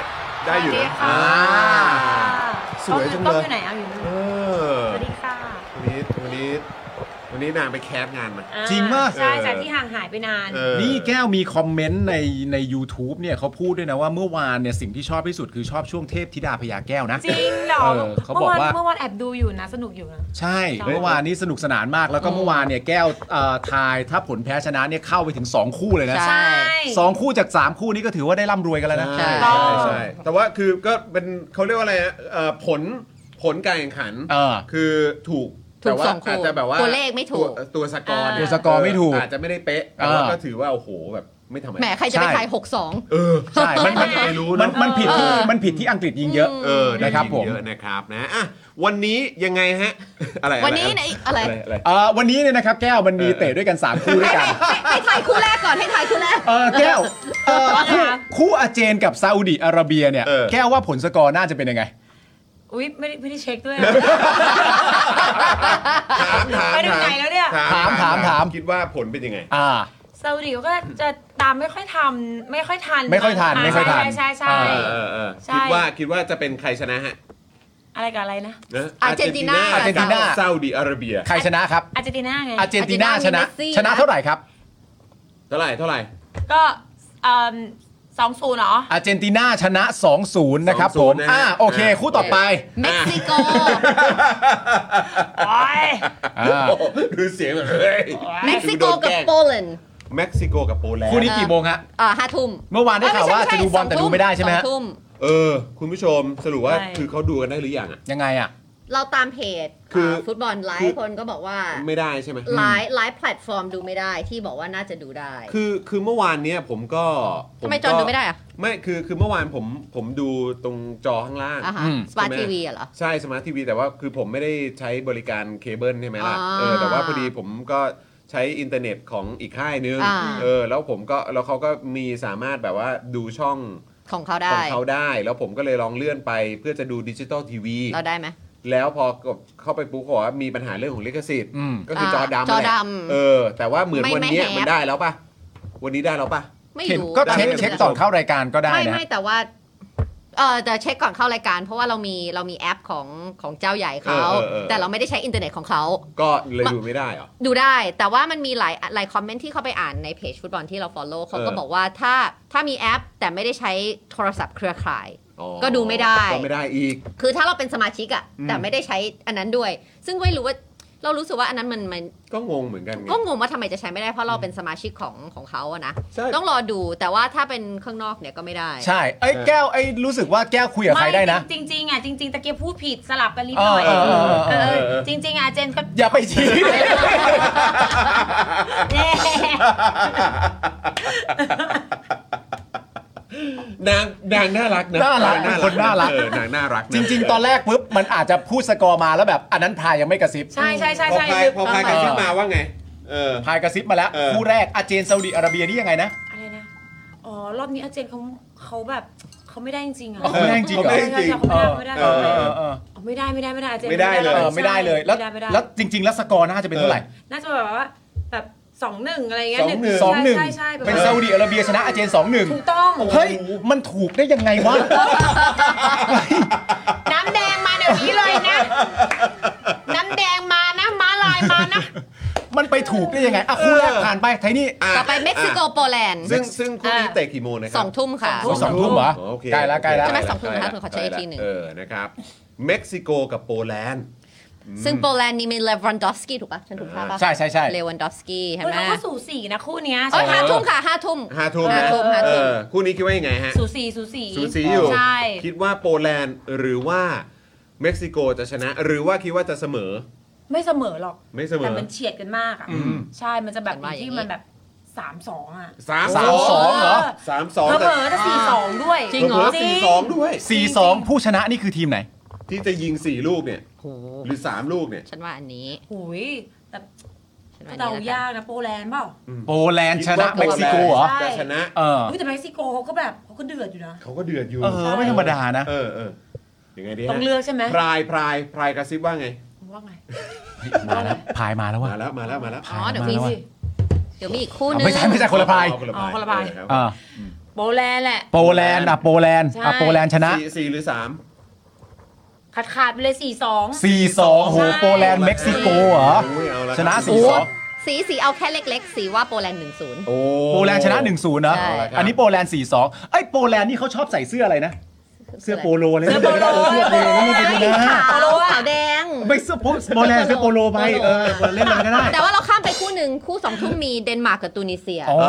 A: ได้อยู่นะอ่าสวยจังเลยเออ
H: สวัสดีค่ะ
A: วันนี้วันนี้วันนี้นางไปแคสงานมา
H: อ่า
B: จริงมาก
H: ใช่จาก
A: เออ
H: ที่ห่างหายไปนาน
A: เออ
B: นี่แก้วมีคอมเมนต์ในใน u t u b e เนี่ยเขาพูดด้วยนะว่าเมื่อวานเนี่ยสิ่งที่ชอบที่สุดคือชอบช่วงเทพธิดาพญาแก้วนะ
H: จริงเหรอ
B: เออเขาบอกว่า
H: เมื่อวันเมื่อวันแอบดูอยู่นะสนุกอยู่นะ
B: ใช่
H: ใช่
B: เมื่อวานนี้สนุกสนานมากแล้วก็เมื่อวานเนี่ยแก้วเอ่อทายถ้าผลแพ้ชนะเนี่ยเข้าไปถึง 2 คู่เลยนะ
C: ใช่
B: สองคู่จากสามคู่นี้ก็ถือว่าได้ร่ำรวยกันแล้วนะ
A: ใช่
C: ถูกต้อ
A: ใช่
C: ง
A: ใช่แต่ว่าคือก็เป็นเขาเรียกว่าอะไรนะเอ่อผลผลการแข่งขัน
B: เออ
A: คือถูก
C: ถู
A: แต่
C: ก
A: ว่า
C: สองคู่
A: อาจจะแบบว่า
C: ตัวเลขไม่ถูก
A: ตัวตัวสกอร์เนี่ย
B: ตัวสกอร์ไม่ถูก
A: อาจจะไม่ได้เป๊ะแต่ว่า
B: เออ
A: ก็ถือว่าโอ้โหแบบไม่ธรรม
C: แหม
A: ดา
C: ใครจะไป
B: ใช่
C: ทาย
A: เออ
B: ใช่มันมัน
A: ไม่รู้
B: มัน
A: เนาะ
B: มันผิดที่
C: เออ
B: มันผิดที่อังกฤษยิงเยอะ
A: เออ
B: นะครับ
A: ยิงเยอะนะครับนะอ่ะวันนี้ยังไงฮะ อะไร
C: 62 วันนี้
A: อะไร
C: ในอะไร
A: อะไรอะไร
B: เอ่อวันนี้เนี่ยนะครับแก้วมันมี
A: เออ
B: เตะด้วยกัน 3 คู่ด้วยกัน
C: ให้ให้ให้ทายคู่แรกก่อนให้ทายคู่แรก
B: เออแก้วเอ่อ
H: ว่าไง
B: คู่
H: คะ
B: คู่อาเจนกับซาอุดิอาระเบียเนี่ย
A: เออ
B: แก้วว่าผลสกอร์น่าจะเป็นยังไง
H: อุ๊ยไม่ได้ไม่ได้เช็คด้วย
A: ถามถาม
H: ไปถึงไหนแล้วเนี่ย
B: ถามถามถาม
A: คิดว่าผลเป็นยังไง
B: อ่า
H: ซาอุดิเขาก็จะตามไม่ค่อยทำไม่ค่อยทัน
B: ไม่ค่อยทันา ไม่ค่อยทัน
H: ใช่ใช่ใช่
A: เออเออเออ
H: ใช่
A: คิดว่าคิดว่าจะเป็นใครชนะฮะ
H: อะไรกับอะไรนะ
A: นะ
C: อาร์เจนตินา
A: อาร์เจนตินา
B: อาร์เจนตินา
A: ซาอุดิอาระเบีย
B: ใครชนะครับ
H: อาร์เจนตินาไง
B: อาเจนตินาชนะ
C: อาร์เจนตินามีเมสซี่นะ
B: ชนะเท่าไหร่ครับ
A: เท่าไหร่เท่าไหร่
H: ก็สองศูนย์เหรอ
B: อาร์เจนตินาชนะ 2-0 นะครับผม
A: 2-0นะฮะ
B: อ่าโอเค คู่ต่อไป
C: เม็กซิโก
H: โอ้ย
B: อ่า
A: โอ้โหดูเสียงแบบเฮ้ย
C: เม็กซิโกกับโปแลนด์
A: เม็กซิโกกับโปแลน
B: คู่นี้
A: ด์
B: กี่โมงฮะ
C: อ่าห้าทุ่ม
B: เมื่อวานได้ข่าวว่าจะดูบอลแต่ดูไม่ได้ใช่ไหม
C: ส
B: ฮะ
C: องทุ่ม
A: เออ คุณผู้ชมสรุปว่า
H: ใช่
A: คือเขาดูกันได้หรือยังอะ
B: ยังไงอ่ะ
C: เราตามเพจ
A: คือ
C: เอ่อฟุตบอลหลายคนก็บอกว่า
A: ไม่ได้ใช่ไหม
C: หลายหลายแพลตฟอร์มดูไม่ได้ที่บอกว่าน่าจะดูได้
A: คือคือเมื่อวานเนี้ยผมก็ผ
C: ทำไมจอ
A: ก็
C: ดูไม่ได้อะ
A: ไม่คือคือเมื่อวานผมผมดูตรงจอข้างล่าง
C: อ่าฮะ
B: อืม
C: สปาร์
A: ใช่ไหม
C: ทีวีเหรอ
A: ใช่สมาร์ททีวีแต่ว่าคือผมไม่ได้ใช้บริการเคเบิลใช่ไหมล่ะ
C: อ่า
A: เออแต่ว่าพอดีผมก็ใช้อินเทอร์เน็ตของอีกค่ายนึง
C: อ่า
A: เออแล้วผมก็แล้วเขาก็มีสามารถแบบว่าดูช่อง
C: ของเขา
A: ข
C: ได้
A: องเขาได้ แล้วผมก็เลยลองเลื่อนไปเพื่อจะดูดิจิตอลทีวี
C: เราได้ไหม
A: แล้วพอกดเข้าไปปุ๊บเขาบอกว่ามีปัญหาเรื่องของลิขสิทธิ์
B: อืม
A: ก็คืออาจอดำ
C: จอ
A: แหละ
C: ดำ
A: เออ แต่ว่าเหมือน
C: ไม่
A: วัน
C: ไม่
A: เนี้ย
C: แฮป
A: มันได้แล้วปะวันนี้ได้แล้วปะ
C: ไม่
B: เห็น
C: รู้
B: ก็
C: จำ
B: เช็ค
C: ไม่ได้
B: เช็คตอนเข้ารายการก็ได้
C: ไม่
B: นะ
C: ไม่แต่ว่าเออแต่เช็คก่อนเข้ารายการ เพราะว่าเรามีเรามีแอปของของเจ้าใหญ่เขา
A: เออเออเออ
C: แต่เราไม่ได้ใช้อินเทอร์เน็ตของเขา
A: ก็เลยดูไม่ได้เหรอ
C: ดูได้แต่ว่ามันมีหลายหลายคอมเมนต์ที่เข้าไปอ่านในเพจฟุตบอลที่เรา follow เขาก็
A: เออ
C: บอกว่าถ้าถ้ามีแอปแต่ไม่ได้ใช้โทรศัพท์เครือข่าย
A: อ๋อ
C: ก็ดูไม่ได้
A: ก็ไม่ได้อีก
C: คือถ้าเราเป็นสมาชิกอะ
A: อืม
C: แต่ไม่ได้ใช้อันนั้นด้วย ซึ่งไม่รู้ว่าเรารู้สึกว่าอันนั้นมันมัน
A: ก็งงเหมือนกันไง
C: ก็งงว่าทำไมจะใช้ไม่ได้เพราะเราเป็นสมาชิกของของเขาอะนะ
A: ใช่
C: ต้องรอดูแต่ว่าถ้าเป็นข้างนอกเนี่ยก็ไม่ได้
B: ใช่ไอ้ยแก้วไอ้รู้สึกว่าแก้วคุยกับใครได้นะ
H: จริงๆอ่ะจริงๆตะเกียบพูดผิดสลับกันนิดหน่อย
B: เออเออเออเออ
H: เออจริงๆอ่ะเจนก็
B: อย่าไปชี้
H: เย้
A: นางนางน่ารักนะ
B: น่ารัก
A: ง
B: คนน่ารัก
A: เออนางน่ารักะ
B: จริง ๆ ตอนแรกปุ๊บมันอาจจะพูดสกอร์มาแล้วแบบอันนั้นพายยังไม่กระซิบ
H: ใช่ใช่ใช่
A: พอ
H: ใช่
A: พายพอพายกันขึ้นมาว่าไง เออ
B: พายกระซิบมาแล้ว
A: เออ
B: คู่แรกอาเจนซาอุดิอาระเบียนี่ยังไงนะ
H: อะไรนะอ๋อรอบนี้อาเจนเขาเขาแบบเขาไม่ได้จริงๆอ่ะ
B: เขาไม่ได้จริงเหรอ
H: ใช่ใช่ใช่เขาไม่ได้
A: เอ
H: เขา
A: อ
H: ไม่
A: เอ
H: ได้
A: อ
B: เออ
H: เขาไม่ได้ไม่ได้ไม่ได้อาเจน
A: ไม่ได้เลย
B: เออไม่ได้เลยแล้ว
H: ไม่ได้ไม่ได้
B: แล้วจริง ๆ แล้วสกอร์น่าจะเป็นเท่าไหร่
H: น่าจะแบบว่าแบบสองหนึ่งอะไรเงี้ย
A: 2-1
H: ใช่
B: สองหนึ่ง
H: ใช่ใช่แบบ
B: เป็นซาอุดิอาระเบียชนะอาเจนสองหนึ่ง
H: ถูกต้อง
B: เฮ้ยมันถูกได้ยังไงวะ
H: น้ำแดงมาเดี๋ยวนี้เลย นะ น้ำแดงมานะม้าลายมานะ
B: มันไปถูกได้ยังไงอ่ะคู่แรกผ่านไปไทนี่
A: อ่ะ
C: ต่อไปเม็กซิโก
A: อ่ะ
C: โปแลนด์
A: ซึ่งซึ่งคู่นี้
H: อ่ะ
A: เตะกี่โมงนะค
C: ส
A: รั
C: องทุ่มค่ะ
B: โอ้สองทุ่มเหรอ
A: อ๋อโอเค
B: ใกล้ละใกล้ละ
C: ใช่ไหมสองทุ่มนะคะขอเช็คอีกทีหนึ่ง
A: เออนะครับเม็กซิโกกับโปแลนด์
C: ซึ่งโปแลนด์นี่มีเลวันดอฟสกี้ถูกปะฉันถูกท่าปะ
B: ใช่ใช่ใช่
C: เลวันดอฟสกี้เห็น
H: เฮ้ย
C: ไหม
H: เราก็สูสีนะคู่เนี้ย
C: เอ้ยห้าทุ่มค่ะห้าทุ่ม
A: ห้าทุ่ม
C: ห้า
A: นะ
C: ทุ่มห้าทุ่ม
A: เออคู่นี้คิดว่ายังไงฮะ
H: สูสีสูสี
A: สูสีอยู่
H: ใช่
A: คิดว่าโปแลนด์หรือว่าเม็กซิโกจะชนะ หรือว่าคิดว่าจะเสมอ
H: ไม่เสมอหรอก
A: ไม่เสมอ
H: แต่มันเฉียดกันมากอ่ะใช่มันจะแบบอยู่ที่มันแบบสามสองอ่ะ
A: สาม
B: สามสองเหรอ
A: สามสอง
H: เผ
A: แต่
H: ลอๆจะสี่สองด้วย
C: จริงเหรอ
A: เผลอๆสี่สองด้วย
B: สี่สองผู้ชนะนี่คือทีมไหน
A: ที่จะยิง 4 ลูกเนี่ย หรือ 3 ลูกเนี่ย
C: ฉันว่าอันนี้
H: หุยแต่
C: ฉันว่าอัน
H: เดา
C: นี้แล้วกัน
H: ยากนะโปแลนด์เปล่า
B: โปแลนด์ชนะเม็กซิโกเหรอ
H: ใช่
A: จะชนะ
B: เออ
H: อุ๊ยแต่เม็กซิโกเขาก็แบบเขาก็เดือดอยู่นะ
A: เขาก็เดือดอยู่
B: เออไม่ธรรมดานะ
A: เออเออยังไงดีฮะ
H: ต้องเลือกใช่ไหม
A: พรายพรายพรายกระซิบว่าไง
H: ว่าไง
B: มาแล้วพายมาแล้วว่ะ
A: มาแล้วมาแล้วมาแล้ว
C: อ๋อเดี๋ยวมีสิ เดี๋ยวมีอีกคู่นึง
B: ไม่ใช่ไม่ใช่คนละพาย
A: เอคนละพาย
H: อ๋อคนละพาย
A: เออรับ
B: อ่า
H: โปแลนด์แหละ
B: โปแลนด์อ่ะโปแลนด์อ่ะ
H: ใช่
B: โปแลนด์ชนะ
A: สี่สี่หรือสาม
H: ขาดขาดๆไปเลยสี่สอง
B: 4-2โหโปแลนด์เม็กซิโกเหรอ
A: ยเอาล
B: ชนะ
A: ครับ
C: โอ้
B: สี่สอง
C: สีสีเอาแค่เล็กๆ สีว่าโปแลนด์หนึ่งศูนย์
A: โอ้
B: โปแลนด์ชนะ 1-0นะ
C: ใช่
B: อันนี้โปแลนด์4-2ไอ้ยโปแลนด์นี่เขาชอบใส่เสื้ออะไรนะ เสื้อโปโลเลยเสื้อโปโลเสื้อโปโลนี่เป็นดูนะ
C: ขาวขาวแดง
B: ไม่เสื้อโปโปแลนด์เสื้อโปโลไปเออเล่นอะไรก็ได้
C: แต่ว่าเราข้ามไปคู่หนึ่งคู่สองทุ่มมีเดนมาร์กกับตูนิเซีย
B: อ๋อ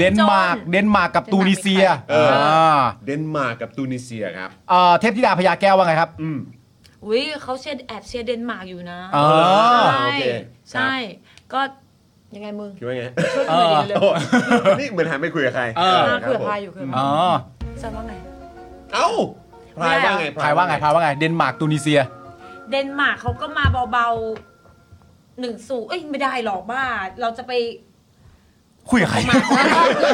B: เดนมาร์กเดนมาร์กกับตูนิเซีย
A: เอออ่
B: า
A: เดนมาร์กกับตูนิเซียครับ
B: เอ่อเทพธิดาพญาแก้วว่าไงครับ
A: อืม
H: อุ้ยเขาเชียร์แอบเชียร์เดนมาร์กอยู่นะ
B: อ๋อ
H: ใช่
A: โอเคครับ
H: ใช่ ก็ยังไงมึง
A: คิดว่าไง
H: ช่วยกูหน่อยดิ
B: เออ
H: เร็ว
A: โอ้นี่เหมือนหันไปคุยกับใคร
B: เออ
H: มา
A: ครั
H: คุย
A: บ
H: กับ
A: ผม
H: พายอยู่คุยกับพาย
B: อ๋อ
H: จะว่าไง
A: เอ้าพรายว่าไง
B: พายว่าไงพายว่าไง เดนมาร์กตูนิเซีย
H: เดนมาร์กเขาก็มาเบาๆหนึ่งสูเอ้ยไม่ได้หรอกบ้า เราจะไป
B: คุยกับใคร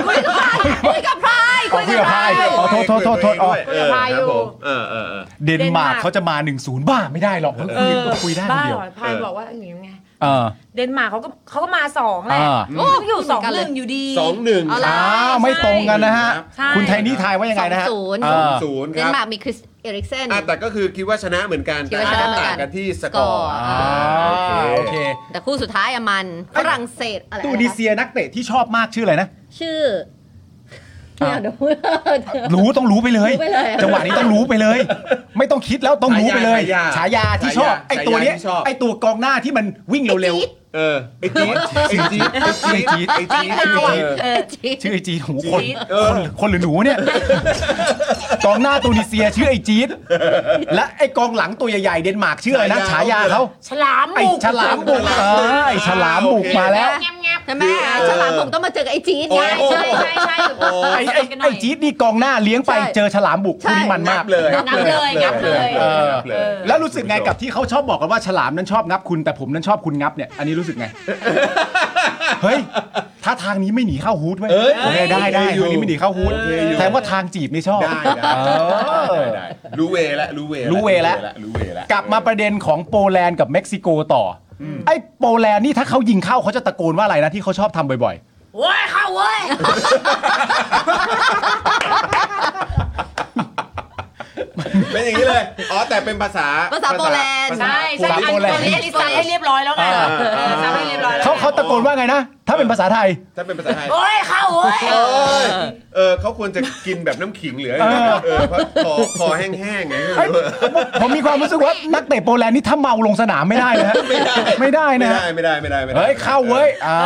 H: คุยกับพายคุยกับพาย
B: อ๋อคุยกับพายอ๋อโทษโทษโทษโทษอ๋อ
H: คุยกับพายอยู่
A: เครับผมเออเออเออ
B: เดนมาร์กเขาจะมา 1-0 บ้าไม่ได้หรอก
H: เออ
B: คุยได้คน
H: บ้า
B: เดี
H: เห
B: ย
H: ร
B: ว
H: อพาย
A: เออ
H: บอกว่าอย่างนี้ไง
B: เออ
H: เดนมาร์กเขาก็เขาก็มาสองแหละ
B: อ่า
H: โอ้ยอยู่สองหนึ่งอยู่ดี
A: สองหนึ่ง
C: เอาละ
B: อ้าวไม่ตรงกันนะฮะ
H: ใช่
B: คุณไทยนี่ทายว่ายังไงนะฮะ
C: สองศูนย์
B: เออ
A: ศูนย์
C: เด
A: คนรับ
C: มาร์กมีคริสเอริกเซน
A: อ่ะแต่ก็คือคิดว่าชนะเหมือนกัน
C: คิดว่าชนะเหมือนกัน
A: ต่างกันที่สกอ
C: สกอร์
A: ร์อ่า
B: โอเค
C: แต่คู่สุดท้ายอะมันฝรั่งเศสอะไร
B: ตู
C: นะ
B: นิ
C: คะ
B: เซียนักเตะที่ชอบมากชื่ออะไรนะ
C: ชื่อ เนี่ยเดี๋ยว
I: รู้ต้องรู้ไปเลย
C: รู้ไปเลย
I: จังหวะนี้ต้องรู้ไปเลย ไม่ต้องคิดแล้วต้องรู้ไปเลย
A: ฉา
B: ฉา
A: าย
B: ยาที่ชอบ
A: ฉายา
B: ไอ้ตัวเนี้ย
A: ที่ชอบ
B: ไอ้ตัวกองหน้าที่มันวิ่งเร็ว
A: เออไอ้จี๊ดไอ้จี๊ดไอ้จี๊ดไอ้จี๊ดไอ้จี๊ด
H: เออ
I: ๆชื่อไอจีดหูคน
H: จี๊ด
I: คน คนหรือหนูเนี่ย กองหน้าตูนิเซียชื่อไอจีด
B: ๆ และไอ้กองหลังตัวใหญ่ๆเดนมาร์กชื่ออะไรนะ
A: ฉา
B: ฉาาย
A: ยา
B: เขา
H: ฉลาม
B: ไอ้
H: บุก
B: ฉลามบุกเออไอ้ฉลามบุกมาแล้ว
H: แงบแงบ
C: ใช่ไหมฉลามผมต้องมาเจอกับไอ้จีด
A: โอ้
C: ไง
A: ย
H: ใช่ใช่ใช่
A: โอ้
B: ไอ้ไอ้ไอ้จี๊ดนี่กองหน่าเลี้ยงไป
C: ใช่
B: เจอฉลามบุก
C: ใช่
B: คู่นี้มันมาก
A: เลย
H: งับเลยงับเลย
B: เออ
A: งับเลย
B: แล้วรู้สึกไงกับที่เขาชอบบอกกันว่าฉลามนั้นชอบงับคุณแต่ผมนั้นชอบคุณงับเนี่ยอันนี้รู้สึกไง เฮ้ยถ้าทางนี้ไม่หนีเข้าฮูดเว้ย
A: เอ้ย
B: โอเคได้ได้
A: โอเคอยู่
B: ทางนี้ไม่หนีเข้าฮูด
A: โอเคอยู่
B: แต่ว่าทางจีบไม่ชอบ
A: ได้ได้ได้ได้รู้เวแล้วรู้เว
B: รู้เวแล้ว
A: รู้เวแล้ว
B: กลับมาประเด็นของโปแลนด์กับเม็กซิโกต่ออไอ้โปแลนด์นี่ถ้าเขายิงเข้าเขาจะตะโกนว่าอะไรนะที่เขาชอบทำบ่อย
H: โอ้ยเข้าเว้ย
A: เป็นอย่างนี้เลยอ๋อแต่เป็นภาษา
C: ภาษาโปแลนด์
A: ภาษา
H: ใช่ใช่อันนี้อันนี้ซักให้เรียบร้อยแล้วไงเออซักให้เรียบร้อย
B: ๆ
H: แล้ว
B: เขาเขาตะโกนว่าไงนะถ้าเป็นภาษาไทย
A: ถ้าเป็นภาษาไทย
H: โอ้ยเข้าเว้ย
A: เอยเออเขาควรจะกินแบบน้ำขิงเหลืออะไรนะเออเพราะคอคอแห้งๆไงไม่รู้อะ
B: ผมมีความรู้สึกว่านักเตะโปแลนด์นี่ถ้าเมาลงสนามไม่ได้นะฮะไม่ได้
A: ไม่
B: นะ
A: ได้
B: ฮะ
A: ไม่ได้ไม่ได้ไม่ได้
B: เฮ้ยเข้าเว้ยอ่า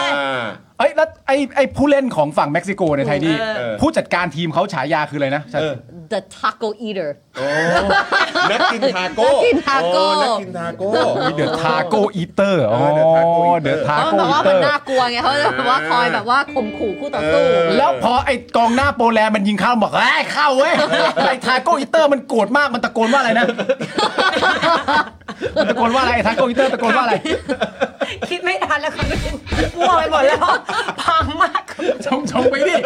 A: อ่า
B: เอ้ยแล้วไอ้ไอ้ผู้เล่นของฝั่งเม็กซิโกในยไทยดี
A: เออ
B: ผู้จัดการทีมเขาฉายาคืออะไรนะ
A: เออ
C: The Taco Eater
A: โอ้นักกินทาโก้
C: นักกินทาโก้
A: อ้นักกินทาโก้
B: เดอะทาโกอีเตอร์อ๋อ
A: เออ The Taco Eater
B: เดอะทา
C: เพราะ
B: โก
C: มันแบบว่ามั
B: อีเตอน ร์
C: น่ากลัวไงเขาจะแบบว่าคอยแบบว่าข่มขู่คู่ต่อสู้
A: เออ
B: แล้วพอไอ้กองหน้าโปแลนด์มันยิงเข้าบอกเอ้ยเข้าเว้ยไอ้ทาโกอีเตอร์มันโกรธมากมันตะโกนว่าอะไรนะ มันตะโกนว่าอะไรไอ้ทาโกอีเตอร์ตะโกนว่าอะไร
H: คิดไม่ทันแล้วค่ะมั่วไปหมดแล้ว พังมาก
B: ชงชงๆไปดิ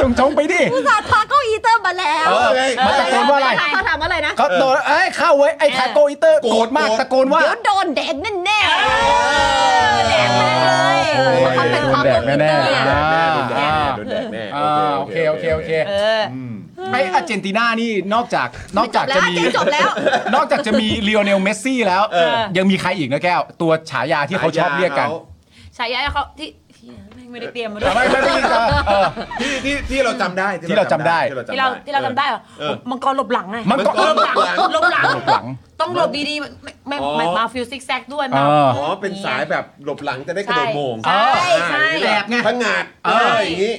B: ชงชงๆไปดิ
C: ผู้สาทาโกอีเตอร์มาแล้ว
A: เออไง
B: มันตะโกนว่าอะไร
C: เขาถามว่าอะไรนะ
B: เขาโดนเอ้ยเข้าเว้ยไอ้ทาโกอีเตอร์
A: โกร
B: โกร
A: ธ
B: ธมาก
A: โกรธ
B: ตะโกนว่า
C: เดี๋ยวโดนแดกแน่ๆเออแดกแน่เลย
B: โอ้ย
C: เขาเป็นทาโกอีเตอร์
A: โดนแดกแน่
B: อ่า
A: โดนแดกแน่
B: อ่าโอเคโอเคโอเค
H: เออ
B: ไอ้อาร์เจนตินานี่นอกจากนอกจากจะมี
C: จบแล้วจบแล้ว
B: นอกจากจะมีลีโอเนลเมสซี่แล้ว ยังมีใครอีกนะแก้ว ตัวฉายาที่เขาชอบเรียกกัน
H: ฉายาเขาที่เหี้ยแม่งไม่ได้เตรียมมาด้ว
B: แต่ไม่
H: ย
B: ไม่ไม่ไม่เออ
A: ที่ที่ที่เราจำได้
B: ที่เราจำได้
H: ที่เราที่เราจำได้เหรอ
A: เออ
H: มังกรหลบหลังไง
B: มังกร
H: หลบหลังหลบหลัง
B: หลบหลัง
H: ต้องหลบดีๆไม่ไม่
A: อ๋อ
H: ไม่มาฟิลซิกแซกด้วย
B: เอ
H: มา
B: อ
A: อ๋อเป็นสายแบบหลบหลังจะได้กระโดดโมง
H: ใช่ใช่
A: แหลกไงพังงาดเอออย่างนี้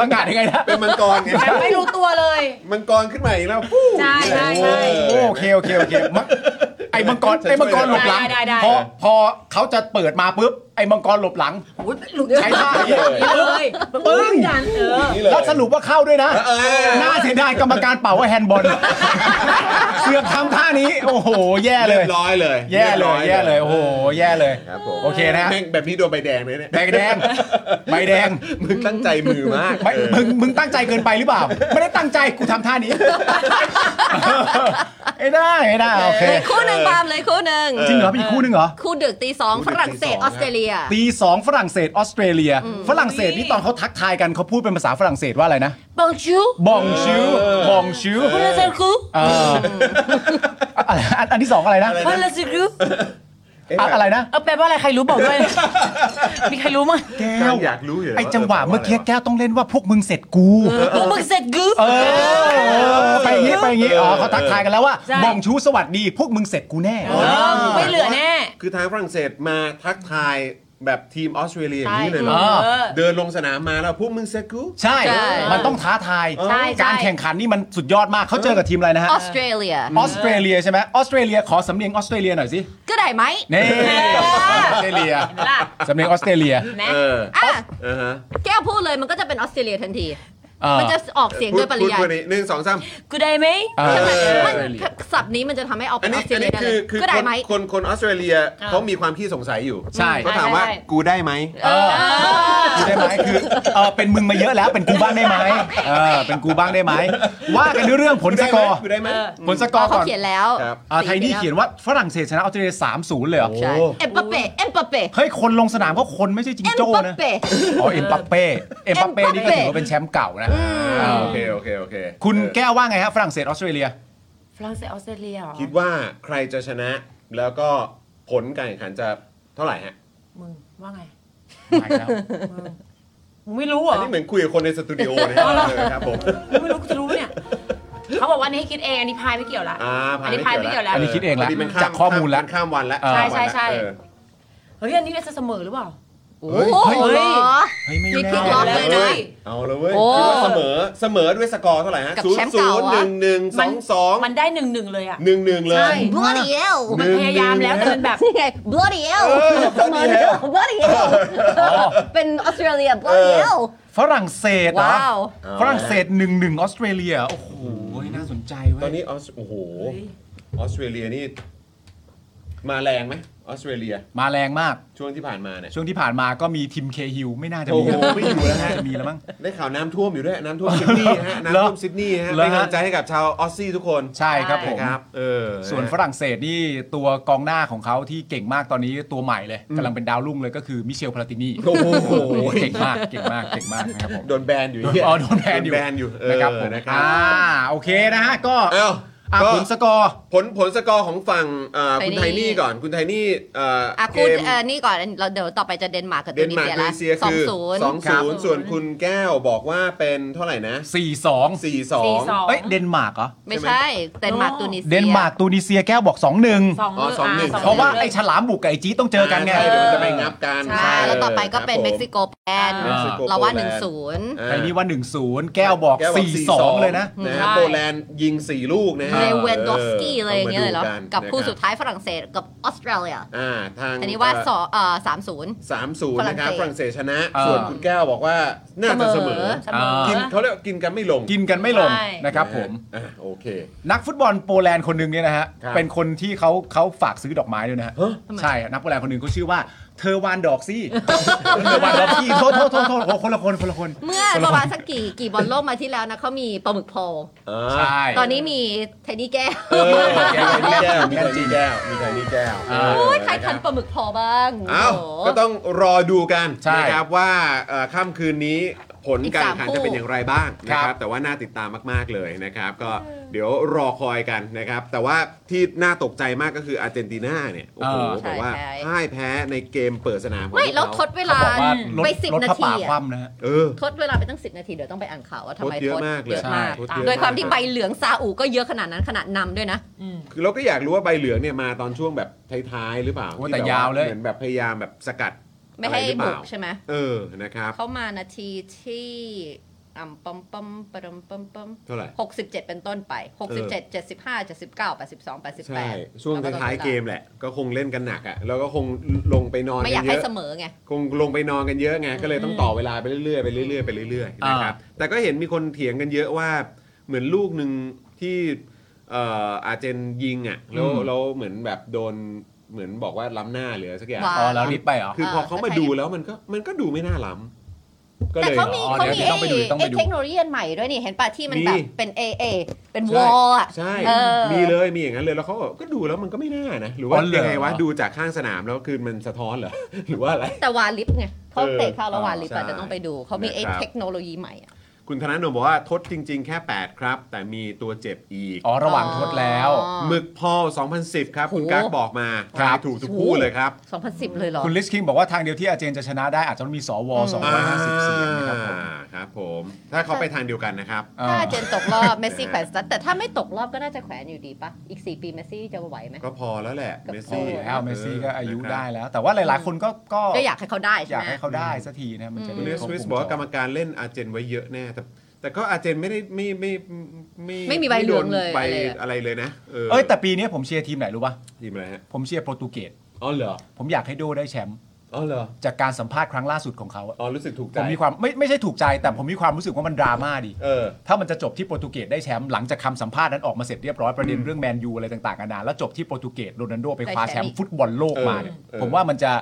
B: ประกาศยังไงนะ
A: เป็นมังกรไง
H: แต่ไม่รู้ตัวเลย
A: มังกรขึ้นมาอีกแล้วฟู้
H: ใช่ใช่ใช่
B: โอ้โอเคโอเคโอเคมังไอ้มังกรไอ้มังกรหลบหลัง
H: ได้ได้ได้
B: พอพอเขาจะเปิดมาปุ๊บไอ้มังกรหลบหลัง
H: โอ้ยหลุด
B: ใช้ท่าอย่างนี้เลย
H: เลยปึ้งกันเออ
A: นี่เลย
B: แล้วสรุปว่าเข้าด้วยนะ
A: เออ
B: น่าเสียดายกรรมการเป่าว่าแฮนด์บอล เสือกทำท่านี้ โอ้โห แย่เล
A: เรี
B: ย
A: ยบร้อยเลย
B: แย่เลย
A: รีบร้
B: แย่เลย โอ้โห แย่เลย
A: ครับผม
B: โอเคนะ
A: แม่งแบบนี้โดนใบแดงเลยเนี่ย
B: แดงแด งใบแดง
A: มึงตั้งใจมือมาก
B: ไม่
A: เออ
B: มึง มึงตั้งใจเกินไปหรือเปล่า ไม่ได้ตั้งใจ กูทำท่านี้ ไม่ได้ ไม่ได้ โอเค
C: เลยคู่หนึ่งปาล์มเลยคู่หนึ่ง
B: จริงเหรอมีอีกคู่หนึงเหรอ
C: คู่ดึกตีสองฝรั่งเศสออสเตรเลีย
B: ตีสองฝรั่งเศสออสเตรเลีย ฝรั่งเศสนี่ตอนเขาทักทายกันเขาพูดเป็นภาษาฝรั่งเศสว่าอะไรนะ
C: Bonjour
B: บองชิวบองชิว
C: Bonjour เซอร์คู
B: เออ อะไรอันอันที่สอง อะไรนะ
H: เออละสิรู้
B: อะอะไรนะ
H: เออแปลว่าอะไรใครรู้บอกด้วย มีใครรู้มั้ง
B: แก้
A: กำลั
B: ว
A: งอยากรู้อยู่น
B: ไอจังหวะเมื่อกี้แก้วต้องเล่นว่าพวกมึงเสร็จกู
H: พวกมึงเสร็จกึ๊บ
B: เออ ไปอย่างงี้ไปอย่างงี้อ๋อเขาทักทายกันแล้วว่า
H: ใช่
B: บองชูสวัสดี พวกมึงเสร็จกูแน่
H: เออไม่เหลือแน่
A: คือทางฝรั่งเศสมาทักทายแบบทีมออสเตรเลียอย่างนี้เลยเหรอ
B: ใช่
H: เออ
A: เดินลงสนามมาแล้วพวกมึงเซกู
B: ใช่
C: ใช่
B: มันต้องท้าทาย
H: ใช่ใช่
B: การแข่งขันนี่มันสุดยอดมากเขาเจอกับทีมอะไรนะฮะ
C: ออสเตรเลีย
B: ออสเตรเลียใช่ไหมออสเตรเลียขอสำเนียงออสเตรเลียหน่อยสิ
C: ก็ได้ไหม
B: นี่ ออสเตรเลีย
H: เห็นไหมล่ะ
B: สำเนียงออสเตรเลีย
H: แม่
A: เออ
C: อ่ะ
A: เออฮะ
C: แก้วพูดเลยมันก็จะเป็นออสเตรเลียทันที
B: เออ
C: มันจะออกเสียง
A: พู
C: โด
A: ด
C: ยปริยาย
A: พูดนี้หนึ่งสองสาม
H: กูได้ไหม
B: เอ
C: ใ
B: อ
C: ช่ไหมมัน
B: ออสเตรเลีย
C: ศัพท์นี้มันจะทำให้ออก
A: อั
C: เป็น นอ
A: นี้
C: อสเตร
A: อัน
C: เลียได้
A: นี้คื
C: เล
A: อย คือ
C: ก็ได้ไหม
A: คนคนคนออสเตรเลียเขามีความขี้สงสัยอยู่
B: ใช่
A: เขาถามว่า
H: ใช่ใช่
A: กูได้ไหม
C: เออ
B: ได้ไหมคือเออเป็นมึงมาเยอะแล้วเป็นกูบ้างได้ไหมเออเป็นกูบ้างได้ไหมว่ากันด้วยเรื่องผลสกอร์
A: กูได้ไหม
B: ผลสกอร์
C: เขา
B: ก่อน
C: เขียนแล้ว
A: ครับ
B: อ่าไทยนี่เขียนว่าฝรั่งเศสชนะออสเตรเลียสามศูนย์เลยเหรอ
C: ใช่เอ็มปาเป้เอ็มปาเป้
B: เฮ้ยคนลงสนามก็คนไม่ใช่จิง
C: เอ็ม
B: โจ้
C: ปา
B: นะ
C: เป้
B: อ๋อเอ็มปัปเป้เอ็มปัปเป้นี่ก็ถือว่าเป็นแชมป์เก่านะ
A: อ่า
B: อ่า
A: โอเคโอเคโอเค
B: คุณ
A: เออ
B: แก้วว่าไงฮะฝรั่งเศสออสเตรเลีย
H: ฝรั่งเศสออสเตรเลียเหรอ
A: คิดว่าใครจะชนะ แล้วก็ผลการแข่งขันจะเท่าไหร่ฮะ
H: มึงว่าไง ไม่รู้เหร
A: อัน
H: อ
A: นี้เหมือนคุยกับคนในสตูดิโอนะ
H: อ๋อเหรอ
A: เออครับผม
H: ไม่รู้กูจะรู้เนี่ย เขาบอกว่านี่ให้คิดเองอันนี้พายไม่เกี่ยวละ
A: อ่า
H: อันนี้พายไม่เกี่ยวแล้ว
B: อันนี้คิดเองละ
A: พดีมันข้ม
B: จากข้อมูลละ
A: นข้ามวันละ
H: ใช่ใช่
A: ข้ามวันละ
H: ใช่
A: เออ
H: เฮ้ยอันนี้จะเสมอหรือเปล่า
C: โอ้โหเหรอ
B: เฮ้ยไม่
C: มี
B: แน่
C: พลิกล็อกเลยนะ
A: เอาเลยเว้ย
C: โอ้
A: คิดว่าเสมอเสมอด้วยสกอร์เท่าไหร่ฮะ
C: กับ
A: ศูน
C: แชมป์
A: ย์ศู
C: เก่าน
A: ย์
C: อะ
A: หนึ่งหนึ่งส
H: มั
A: อน งสอง
H: มันได้หนึ่งหนึ่งเลยอ่ะ
A: หนึ่งหนึ่งเลย
H: ใช่
C: bloody hell
H: มันพยายามแล้วแต่มันแบบ
C: นี่ไง bloody hell
A: เออ
C: เสมอเดียว bloody hell เป็นออสเตรเลีย bloody hell
B: ฝรั่งเศสเหรอ
C: ว้าว
B: ฝรั่งเศสหนึ่งหนึ่งออสเตรเลีย โอ้โห น่าสนใจเว้
A: ตอย นนี้ออสโอ้โห
H: เฮ้ย
A: ออสเตรเลียนี่ มาแรงไหมออสเตรเลีย
B: มาแรงมาก
A: ช่วงที่ผ่านมาเนี่ย
B: ช่วงที่ผ่านมาก็มีทีมเคฮิลไม่น่าจะ
A: โอ้
B: มี
A: โหไม่อยู่แล้ว
B: น่าจะมีแล้วมั้ง
A: ได้ข่าวน้ำท่วมอยู่ด้วยน้ำท่วมซิดนีย์ฮะน้ำท่วมซิดนีย์ฮะ
B: เหรอ
A: เป็น
B: ฮะ
A: กำลังใจให้กับชาวออสซี่ทุกคน
B: ใช่ครับผม
A: นะครับเออ
B: ส่วนฝรั่งเศสนี่ตัวกองหน้าของเขาที่เก่งมากตอนนี้ตัวใหม่เลยกำลังเป็นดาวรุ่งเลยก็คือมิเชลพลาตินี
A: โอ้โห
B: เก่งมากเก่งมากเก่งมากนะครับผม
A: โดนแบนอยู่
B: อ๋อโดนแบนอยู่
A: โดนแบนอยู่เออ
B: นะครับผม
A: นะครับ
B: อ่าโอเคนะฮะก็
A: เอ้า
B: อ่ะ
A: ก็
B: ผลสกอร์
A: ผลผลสกอร์ของฝั่งเอ่อคุณไท
C: ไทนี่
A: นี่ก่อนคุณไทนี่เอ่อ
C: อ่ะ
A: เก
C: คุณ
A: ม
C: เออนี่ก่อนเราเดี๋ยวต่อไปจะเดนมาร์กกับ
A: เด
C: ตุ
A: น
C: นิ
A: มาร์
C: เซีย
A: ก
C: ละ
A: ตุนิเซีย
C: สอ
A: คื
C: ง
A: อ
C: ศูนย์
A: สองศูนย์ส่วนคุณแก้วบอกว่าเป็นเท่าไหร่นะ
B: 4-2
A: 4 2
H: สี่สอง
B: เอ้ยเดนมาร์กเหรอ
C: ไม่ใช่เดนมาร์ก
H: โอ้
C: ตุนิเซีย
B: เดนมาร์กตูนิเซียแก้วบอก
H: สอง
A: อ๋อสองหนึ่ง
H: ส
B: 2-1 เพราะว่า
H: ลย
B: ไอ้ฉลามบุกกับไอ้จีดต้องเจอกันไง
A: ใช่เดี๋ยวมันจะไปงับกัน
C: ใช่แล้วต่อไปก็เป็น
A: ครับผ
C: เม็กซิโกแปน
H: อ่
A: เม็กซิโก
C: เราว่า
A: โปแลด์
C: 1-0
A: อ่า
B: ไอ้นี่ว่า 1-0 แก้วบอก
A: แก้วบอก
B: 4-2 เลยนะ
A: นะ
H: ใช่
A: ฮะโปแลนด์ยิง 4 ลูกนะฮะ
C: เลเวนดอฟสกี้อะไรอย่างเงี้ยเลยเหรอ
A: มาม
C: กับคู่สุด
A: นะ
C: ท้ายฝรั่งเศสกับออสเตรเลีย
A: อ่าทาง
C: อันนี้ว่าสอเอ่อสามศูนย์
A: สามศูนย์นะครับฝ
C: ฝรั่
A: รั่ง
C: ง
A: เศ
C: เศ
A: ส
C: ส
A: ชนะ
B: เออ
A: ส่วนคุณแก้วบอกว่าน่าจะเสมอ
H: เสมอ
B: กิ
A: กินเขาเรียกว่ากินกันไม่ลง
B: กินกันไม่ลง
H: ใช่
B: นะครับผม
A: อ่ะโอเค
B: นักฟุตบอลโปแลนด์คนหนึ่งเนี่ยนะฮะ
A: ครับ
B: เป็นคนที่เขาเขาฝากซื้อดอกไม้ด้วยนะฮะ
A: ฮะ
B: ใช่ฮะนักโปแลนด์คนหนึ่งเขาชื่อว่าเทอร์วานดอกซี่ เทอร์วานดอกซี่โทษโทษโทษโทษโอ้คนละคนคนละคน
C: เมื่อประมาณสักกี่กี่บอลโลกมาที่แล้วนะเขามีปลาหมึกโพล
A: อ่า
B: ใช่
C: ตอนนี้มีเทนนี่แก้ว
A: เออมีไทนี่แก้ว มีไทนี่แก้ว มีไทนี่แก้ว
C: โอ้ยใครทันปลาหมึกโพลบ้าง
A: เอ้า
C: โโห
A: ก็ต้องรอดูกันนะครับว่าเอ่อค่ำคืนนี้ผลการแข่งขัน
C: อีกสามคู่
A: จะเป็นอย่างไรบ้างนะครับ แต่ว่าน่าติดตามมาก ๆ เลยนะครับ ก็เดี๋ยวรอคอยกันนะครับ แต่ว่าที่น่าตกใจมากก็คืออาร์เจนตินาเนี่ย โอ้โห
C: ใช่
A: บอกว่า
C: ใช่
A: พ่ายแพ้ในเกมเปิดสนามของ
C: ไม่
A: พก
C: แล้ว
A: เขา
C: ทดเว
B: เขา
C: ลา
B: บอกว่าลด
C: ไปสิบ
B: ลด
C: นา
B: ผ้า
C: ที
B: ป่าค
C: อะ
B: ว่ำนะฮะ
A: เออ
C: ทดเวลาไปตั้งสิบนาทีเดี๋ยวต้องไปอ่านข่าวว่าทำไม
A: ทดเยอะมากเลย
C: เยอะมาก
A: ใช่ทดเยอะ
C: โดยความที่ใบเหลืองซาอุก็เยอะขนาดนั้นขนาดนำด้วยนะ
A: คือเราก็อยากรู้ว่าใบเหลืองเนี่ยมาตอนช่วงแบบท้ายๆหรือเปล่า
B: โอ้
A: ที่
B: แต่
A: บบ
B: ยาวเลย
A: เหมือนแบบพยายามแบบสกัด
C: ไม่ให้
A: อะรรือเป
C: บุ
A: ล่าก
C: ใช่ไหม
A: เออนะครับ
C: เข้ามานาทีที่อ่ำปอมปอมปะดมปอมปอม
A: เท่าไหร่
C: หกสิบเจ็ดเป็นต้นไปหกสิบเจ็ดเจ็ดสิบห้าเจ็ดสิบเก้าแปดสิบสองแปดสิบแป
A: ใช่
C: ด
A: ช่วงท้ายๆเกมแหละ ก็คงเล่นกันหนักอ่ะแล้วก็คงลงไปนอน
C: ไม่
A: กั
C: อยาก
A: นเย
C: ให้
A: อะ
C: เสมอไง
A: คงลงไปนอนกันเยอะไงก็เลยต้องต่อเวลาไปเรื่อยๆไปเรื่อยๆไปเรื่อยๆนะครับแต่ก็เห็นมีคนเถียงกันเยอะว่าเหมือนลูกหนึ่งที่เอ่ออาร์เจนยิงอ่ะแล้วแล้วเหมือนแบบโดนเหมือนบอกว่าล้ำหน้าหรืออะไรสักอย่าง
C: ว่า
B: อ๋อแล้วรีบไปเหรอ
A: คือพอเขามาดูแล้วมันก็มันก็ดูไม่น่าล้ำก็
C: แต่
A: เลย
C: เขามี
B: อ๋อ
C: เขามี
B: เดี๋ยวต้องไปดูต้องไป
C: ไอ้
B: ดู
C: เทคโนโลยีอันใหม่ด้วยนี่ เห็นป่ะที่มัน
A: มี
C: แบบเป็น AA เป็นวอลอ่ะ
A: ใช่
C: เออ
A: มีเลยมีอย่างนั้นเลยแล้วเขาก็ดูแล้วมันก็ไม่น่านะ หรือว่า
B: อ๋อเหรอ
A: ยังไงวะดูจากข้างสนามแล้วคือมันสะท้อนเหรอ หรือว่าอะไร
C: แต่วาลิฟไงเขา
A: เออ
C: เตะเข้าแล้ววาลิฟ
A: ใช่
C: อาจจะต้องไปดู เขามีไอ้
A: นะครับ
C: เทคโนโลยีใหม่อะ
A: คุณธนาโนมบอกว่าทดจริง ๆ แค่ 8 ครับ แต่มีตัวเจ็บอีก
B: อ๋อระหว่างทดแล้ว
C: อ๋อ
A: หมึกพอล2010 ครับ คุณกากบอกมา
B: ครับ
A: ถูกทุกคู่เลยครับ
C: 2010 เลยเหรอ
B: คุณลิสคิงบอกว่าทางเดียวที่อาร์เจนจะชนะได้อาจจะต้องมีสวสองร้
A: อ่า
B: อยห้าสิบเสียงนะค
A: ครั
B: รับผม
A: บผม ถ้าเขาไปทางเดียวกันนะครับ
B: อ่า
C: ถ้าเจนตกรอบ เมสซี่แขวนสตัดแต่ถ้าไม่ตกรอบก็น่าจะแขวนอยู่ดีปะอีก 4 ปีเมสซี่จะไหวไหม
A: ก็พอแล้วแหละ
C: ก็พอ
A: เมส
B: โอ้
A: ซี่
B: โหแล้วเมสซี่ก็อายุ
A: นะครับ
B: ได้แล้ว แต่ว่าหลายๆคนก็ก็
C: ก็อยากให้เขาได้
B: อ
C: ใช่
B: ยาก
C: ไหม
B: ให้เขาได้สักทีนะมันจะ
C: อืม
B: ได้
A: คุณเนสวิ
B: ครบ
A: ส
B: วงจ
A: บอกว่ากรรมการเล่นอาร์เจนไว้เยอะแน่ แต่แต่ก็อาร์เจนไม่ได้ไม่ไม่ไม่
C: ไม่มีใบเหลืองเลย
A: ใบ
C: อะไรอะ
A: อะไรเลยนะ
B: เอ้ยแต่ปีนี้ผมเชียร์ทีมไหนรู้ป่ะ
A: ทีมอะไรฮะ
B: ผมเชียร์โปรตุเกส
A: อ๋อเหรอ
B: ผมอยากให้โดได้แชมป์
A: อ๋อเหรอ
B: จากการสัมภาษณ์ครั้งล่าสุดของเขาอะ
A: อ๋อรู้สึกถูกใจ
B: ผมมีความไม่ไม่ใช่ถูกใจแต่ผมมีความรู้สึกว่ามันดราม่าดี
A: เออ
B: ถ้ามันจะจบที่โปรตุเกสได้แชมป์หลังจากคำสัมภาษณ์นั้นออกมาเสร็จเรียบร้อยประเด็นเรื่องแมนยูอะไรต่างๆนานาแล้วจบที่โปรตุเกสโรนัลโดไปคว้าแชมป์ฟุตบอลโลกมาเนี่ย
A: เออเออ
B: ผมว่ามันจะ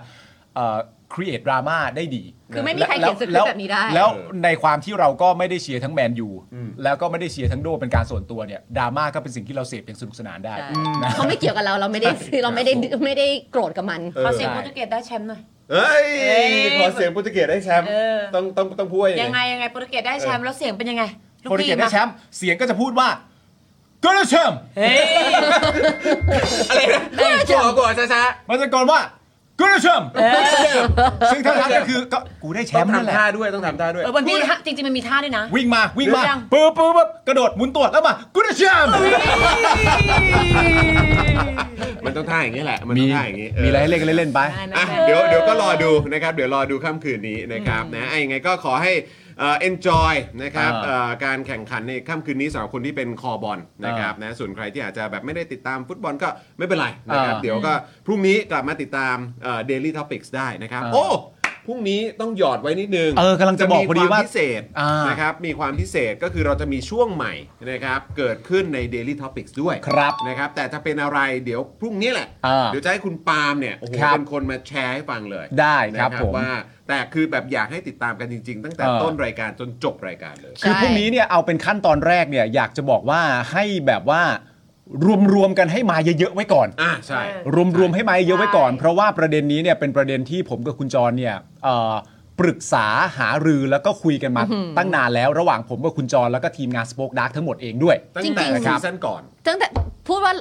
B: เอ่อ create ดราม่าได้ดี
C: คือไม่มีใครเขียนสคริปต์
B: ล้ว
C: แบบนี้ได้
B: แล้วในความที่เราก็ไม่ได้เชียร์ทั้งแมนยู
A: อืม
B: แล้วก็ไม่ได้เชียร์ทั้งโดเป็นการส่วนตัวเนี่ยดราม่าก็เป็นสิ่งที่เราเสพอย่างสนุกสนานได้
C: ใช่เขาไม่เกี่ยวกับเราเราไม่ได้เราไม่ได้ไม่ได้โกรธกับมัน
A: เออ
H: ขอเสียงโปรตุเกสได้แชมป์หน่อย
A: เฮ้ย
H: เอ้ย
A: ขอเสียงโปรตุเกสได้แชมป์
H: เออ
A: ต้องต้องต้องพูดว่ายั
H: ยัง
A: ง
H: ไง
A: ไง
H: ยังไงโปรตุเกสได้แชมป์แล้วเสียงเป็นยังไง
B: โปรตุเกสได้แชมป์เสียงก็จะพูดว่าก็ได้แชมป์
H: เฮ้ย
A: อะไรนะตัวก่อนช้า
B: มันจะกลอนว่าก็
I: คุณผู้ชมซึ่งเท่านั้นก็คือก็กูได้แช
A: ต้อ
I: ม
A: ง
I: ป์นั่นแห
A: ทำ
I: ละ
A: ท่าด้วยต้องทำท่าด้วย
H: เออมันมีท่าจริงๆมันมีท่าด้วยนะ
I: วิ่งมาวิ่งมา
H: หรือยัง
I: ปึ๊บปึ๊บปึ๊บกระโดดหมุนตัวแล้วมากูได้แชมป์
A: มันต้องท่าอย่างนี้แหละ มัน
B: มี
A: ต้องท่าอย่างนี้เออ
B: มีอะไรให้เล่นกันเล่นๆไป
H: ได้นะ
A: อ่ะเดี๋ยวเดี๋ยวก็รอดูนะครับ เดี๋ยวรอดูค่ำคืนนี้นะครับนะไอ้ยังไงก็ขอให้เอ่อ enjoy นะครับ
B: อ่า
A: เอ่อการแข่งขันในค่ำคืนนี้สำหรับคนที่เป็นคอบอลนะครับนะส่วนใครที่อาจจะแบบไม่ได้ติดตามฟุตบอลก็ไม่เป็นไรนะครับ
B: อ่า
A: เดี๋ยวก็พรุ่งนี้กลับมาติดตามเอ่อ daily topics ได้นะครับ
B: อ่า
A: โอ้พรุ่งนี้ต้องหยอดไว้นิดนึง
B: เออกำลังจะบอกพอดีว่า
A: จะมีคมพิเศษ
B: อ่าน
A: นะครับ ครับมีความพิเศษก็คือเราจะมีช่วงใหม่นะครับ เกิดขึ้นใน Daily Topics ด้วย
B: ครับ
A: นะครับ แต่จะเป็นอะไรเดี๋ยวพรุ่งนี้แหละ
B: อ่า
A: เดี๋ยวจะให้คุณปาล์มเนี่ยโอ้โห
B: ครับ
A: เป็นคนมาแชร์ให้ฟังเลย
B: ได้ครับ
A: นะ
B: ผม
A: ว่า แต่คือแบบอยากให้ติดตามกันจริง ๆ ตั้งแต่
B: เออ
A: ต้นรายการจนจบรายการเลย
B: คือพรุ่งนี้เนี่ยเอาเป็นขั้นตอนแรกเนี่ยอยากจะบอกว่าให้แบบว่ารวมๆกันให้มาเยอะๆไว้ก่อน
A: อ่าใช่
B: รวมๆให้ไม้เยอะไว้ก่อน เพราะว่าประเด็นนี้เนี่ยเป็นประเด็นที่ผมกับคุณจรเนี่ยเอ่อปรึกษาหารือแล้วก็คุยกันมาตั้งนานแล้ว ระหว่างผมกับคุณจรแล้วก็ทีมงานสป o อ e ดาร์กทั้งหมดเองด้วย
A: ตั้ง
C: จริงๆ
A: แต่ซีซั่นก่อน
C: ตั้งแต่พูดว่า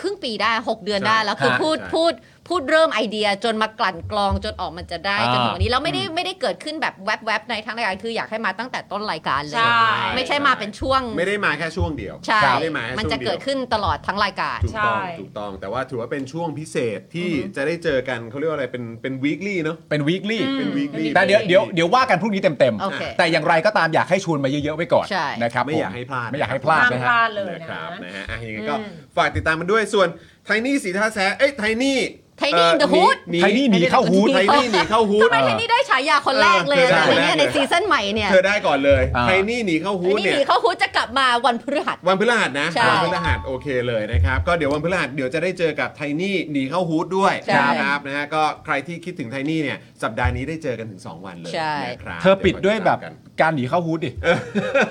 C: ครึ่งปีได้ 6 เดือนได้
A: ใช่
C: แล้วคือ
B: ใช่
C: พูด
A: ใช่
C: พูดพูดเริ่มไอเดียจนมากลั่นกรองจนออกมันจะได้
B: อ่า
C: จนถึงวันนี้แล้วไม่ได้ไม่ได้เกิดขึ้นแบบแวบๆในทั้งรายการคืออยากให้มาตั้งแต่ต้นรายการเลย
H: ใช่
C: ไม่ใช่มาเป็นช่วง
A: ไม่ได้มาแค่ช่วงเดียว
C: ใช่
A: ไม่ได้มาแค่
C: มัน
A: ช่วง
C: จะ
A: เดี
C: เกิ
A: ย
C: ด
A: ว
C: ขึ้นตลอดทั้งรายการ
A: ถูกต้อง
H: ใช่
A: ถูกต้องแต่ว่าถือว่าเป็นช่วงพิเศษที่จะได้เจอกันเขาเรียกว่าอะไรเป็นเป็น weekly เนอะ
B: เป็นวีคลี่
A: เป็น weekly
B: แต่เดี๋ยวเดี๋ยวเดี๋ยวว่ากันพรุ่งนี้เต็ม
C: โอเค
B: ๆ แต่อย่างไรก็ตามอยากให้ชวนมาเยอะๆไว้ก่อน
C: ใช่
B: นะครับ
A: ไม่อยาก
B: ผ
A: ให้พลาด
B: ไม่อยากให้พลาด
H: ห้าม
B: นะ
H: พลา
B: ฮะ
H: ดเลย
A: นะ
H: นะ
A: ครับนะฮะอ่ะยังไงก็
H: อืม
A: ฝากติดตามมันด้วยส่วนไทนี่สีท่าแซะเอ้ยไทนี่
C: Tiny in the Hood
B: ไทนี่หนีเข้าฮูด
A: ไทนี่หนีเข้าฮูด
C: ทำไมเทนนี่ได้ฉายาคนแรกเลย
A: เออ
C: อะไรเนี่ย
A: ได้ได้
C: ในซีซั่นใหม่เนี่ย
A: เธอได้ก่อนเลย
B: อ่า
A: ไทนี่หนีเข้าฮูด
C: นี่
A: เนี่ย
C: หนีเขาฮูดจะกลับมาวันพฤหัส
A: วันพฤหัสนะ
C: ใช่
A: วันพฤหัสโอเคเลยนะครับ ก็เดี๋ยววันพฤหัสเดี๋ยวจะได้เจอกับไทนี่หนีเข้าฮูดด้วย
C: ใช่
A: นะครับนะฮะก็ใครที่คิดถึงไทนี่เนี่ยสัปดาห์นี้ได้เจอกันถึง 2 วันเลย
C: ใช่
A: นะครับ
B: เธอปิดด้วยแบบ
A: เ
B: การหนีเข้าฮูดดิ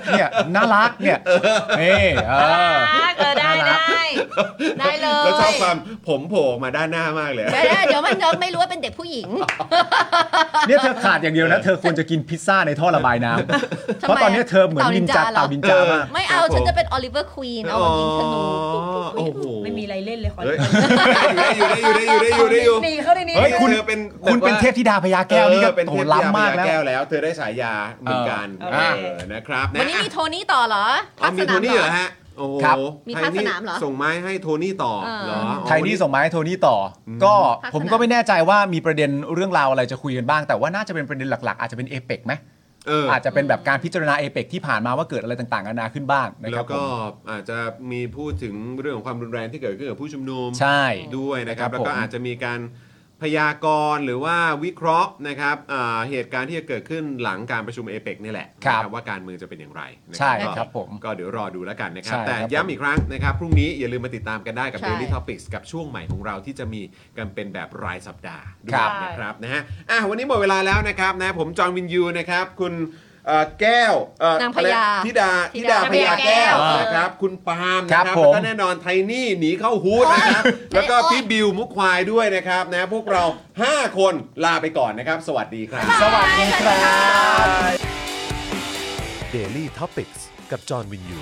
B: เนี่ยน่ารักเนี่ยเออเอ
H: น่า
B: อ
H: รักเออได้ได้ได้เล
A: ดี๋
H: ย
A: ยวเราติดตามกันแล้วชอบความผมโผล่มาด้านหน้ามากเลย
C: เดี๋ยว นะเดี๋ยวมันเดี๋ยวไม่รู้ว่าเป็นเด็กผู้หญิง
B: เนี่ยเธอขาดอย่างเดียวนะ เธอควรจะกินพิซซ่าในท่อระบายน้ำเพราะตอนเนี้ยเธอเหมือนนินจา
C: เต่า
B: เต่า
C: นิ
B: นิ
C: น
B: น
C: จา
B: จา
C: เหรอ
B: มาก
C: ไม่เอา
A: ครับผม
C: ฉันจะเป็นออลิเวอร์ควีนเอามายิงธนู
A: โอ้โห
H: ไม่มีอะไรเล่นเลยขอ
A: เฮ้ย อยู่ได้อยู่ได้อยู่ได้อยู่ได้อยู่
H: ห
A: ได้อยู่
H: นีเข้าในนี้
B: เฮ้ยคุณ
A: ธอเป็นแบบ
B: คุณเป็น
A: ว่า
B: เทพธิดาพญาแก้วนี่ก็
A: ออเป็น
B: โห
A: เทพ
B: ล้ำมาก
A: ธิด
B: แล้
A: พญ
B: ว
A: แก้วแล้ว เธอได้ฉายาเหมือนกัน
B: เออ
A: เออนะครับ
C: วันนี้มีโทนี่ต่อเหรอ
A: อ๋อมีโท
C: เห
A: นี่
C: ร
A: เหร
C: อ
A: อฮะ โอ้โห
B: ครับ
C: มีภาคสนามเหรอ
A: ไทยส่งไม้ให้โทนี่ต่อ
C: เออ
A: เหรออ๋อ
B: ใครนี่ส่งมาให้โทนี่ต่ออก็ผมก็ไม่แน่ใจว่ามีประเด็นเรื่องราวอะไรจะคุยกันบ้าง แต่ว่าน่าจะเป็นประเด็นหลัก ๆ อาจจะเป็นเอเปกไหม
A: เออ
B: อาจจะเป็นแบบการพิจารณาเอเปกที่ผ่านมาว่าเกิดอะไรต่างๆนานาขึ้นบ้างนะค
A: แล้
B: รับ
A: ว
B: ผ
A: ก็
B: ม
A: อาจจะมีพูดถึงเรื่องของความรุนแรงที่เกิดขึ้นกับผู้ชุมนุม
B: ใช่
A: ด้วยนะครับ
B: ครับ
A: แล้วก็
B: ผม
A: อาจจะมีการพยากรณ์หรือว่าวิเคราะห์นะครับอ่าเหตุการณ์ที่จะเกิดขึ้นหลังการประชุมเอเปกนี่แหละ
B: ครับ
A: นะว่าการเมืองจะเป็นอย่างไรนะ
B: ใช่
A: ก็
B: ครับผม
A: ก็เดี๋ยวรอดูแล้วกันนะครับ
B: ใช่
A: แต่
B: ครับผม
A: ย้ำอีกครั้งนะครับพรุ่งนี้อย่าลืมมาติดตามกันได้กับ
C: ใช่
A: Daily Topics กับช่วงใหม่ของเราที่จะมีกันเป็นแบบรายสัปดาห์ด้ว
B: ครั
A: ย
B: บ
A: นะครับนะฮะอ่ะวันนี้หมดเวลาแล้วนะครับนะผมจอห์นวินยูนะครับคุณเอ่อแก้วเอ่อน
C: างพญา
A: อะไรธิดา
C: ธิ
A: ธิ
C: ดา
A: ดาพ
C: พ
A: ญา
C: ญาแก้
A: แก้
C: ว
A: วนะครับคุณปาล์มนะค
B: ครั
A: รับบ แล้ว
B: ผ
A: ก็
B: ม
A: แน่นอนไทนี่หนีเข้าฮูดนะครับแล้วก็
C: โอ๊ย
A: พี่บิวมุกควายด้วยนะครับนะพวกเรา 5 คนลาไปก่อนนะครับ สวัสดีครับ
B: สวัสดีครับ
J: Daily Topics กับจอห์นวินยู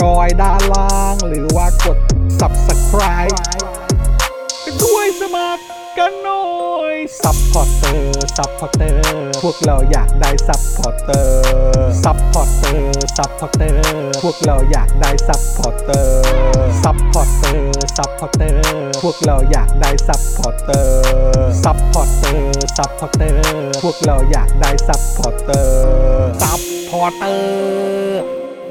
K: จอยด้านล่าง หรือว่ากด subscribe ไปด้วยสมัครกันหน่อย ซัพพอร์เตอร์ ซัพพอร์เตอร์ พวกเราอยากได้ซัพพอร์เตอร์ ซัพพอร์เตอร์ ซัพพอร์เตอร์ พวกเราอยากได้ซัพพอร์เตอร์ ซัพพอร์เตอร์ ซัพพอร์เตอร์ พวกเราอยากได้ซัพพอร์เตอร์ ซัพพอร์เตอร์ ซัพพอร์เตอร์ พวกเราอยากได้ซัพพอร์เตอร์ ซัพพอร์เตอร์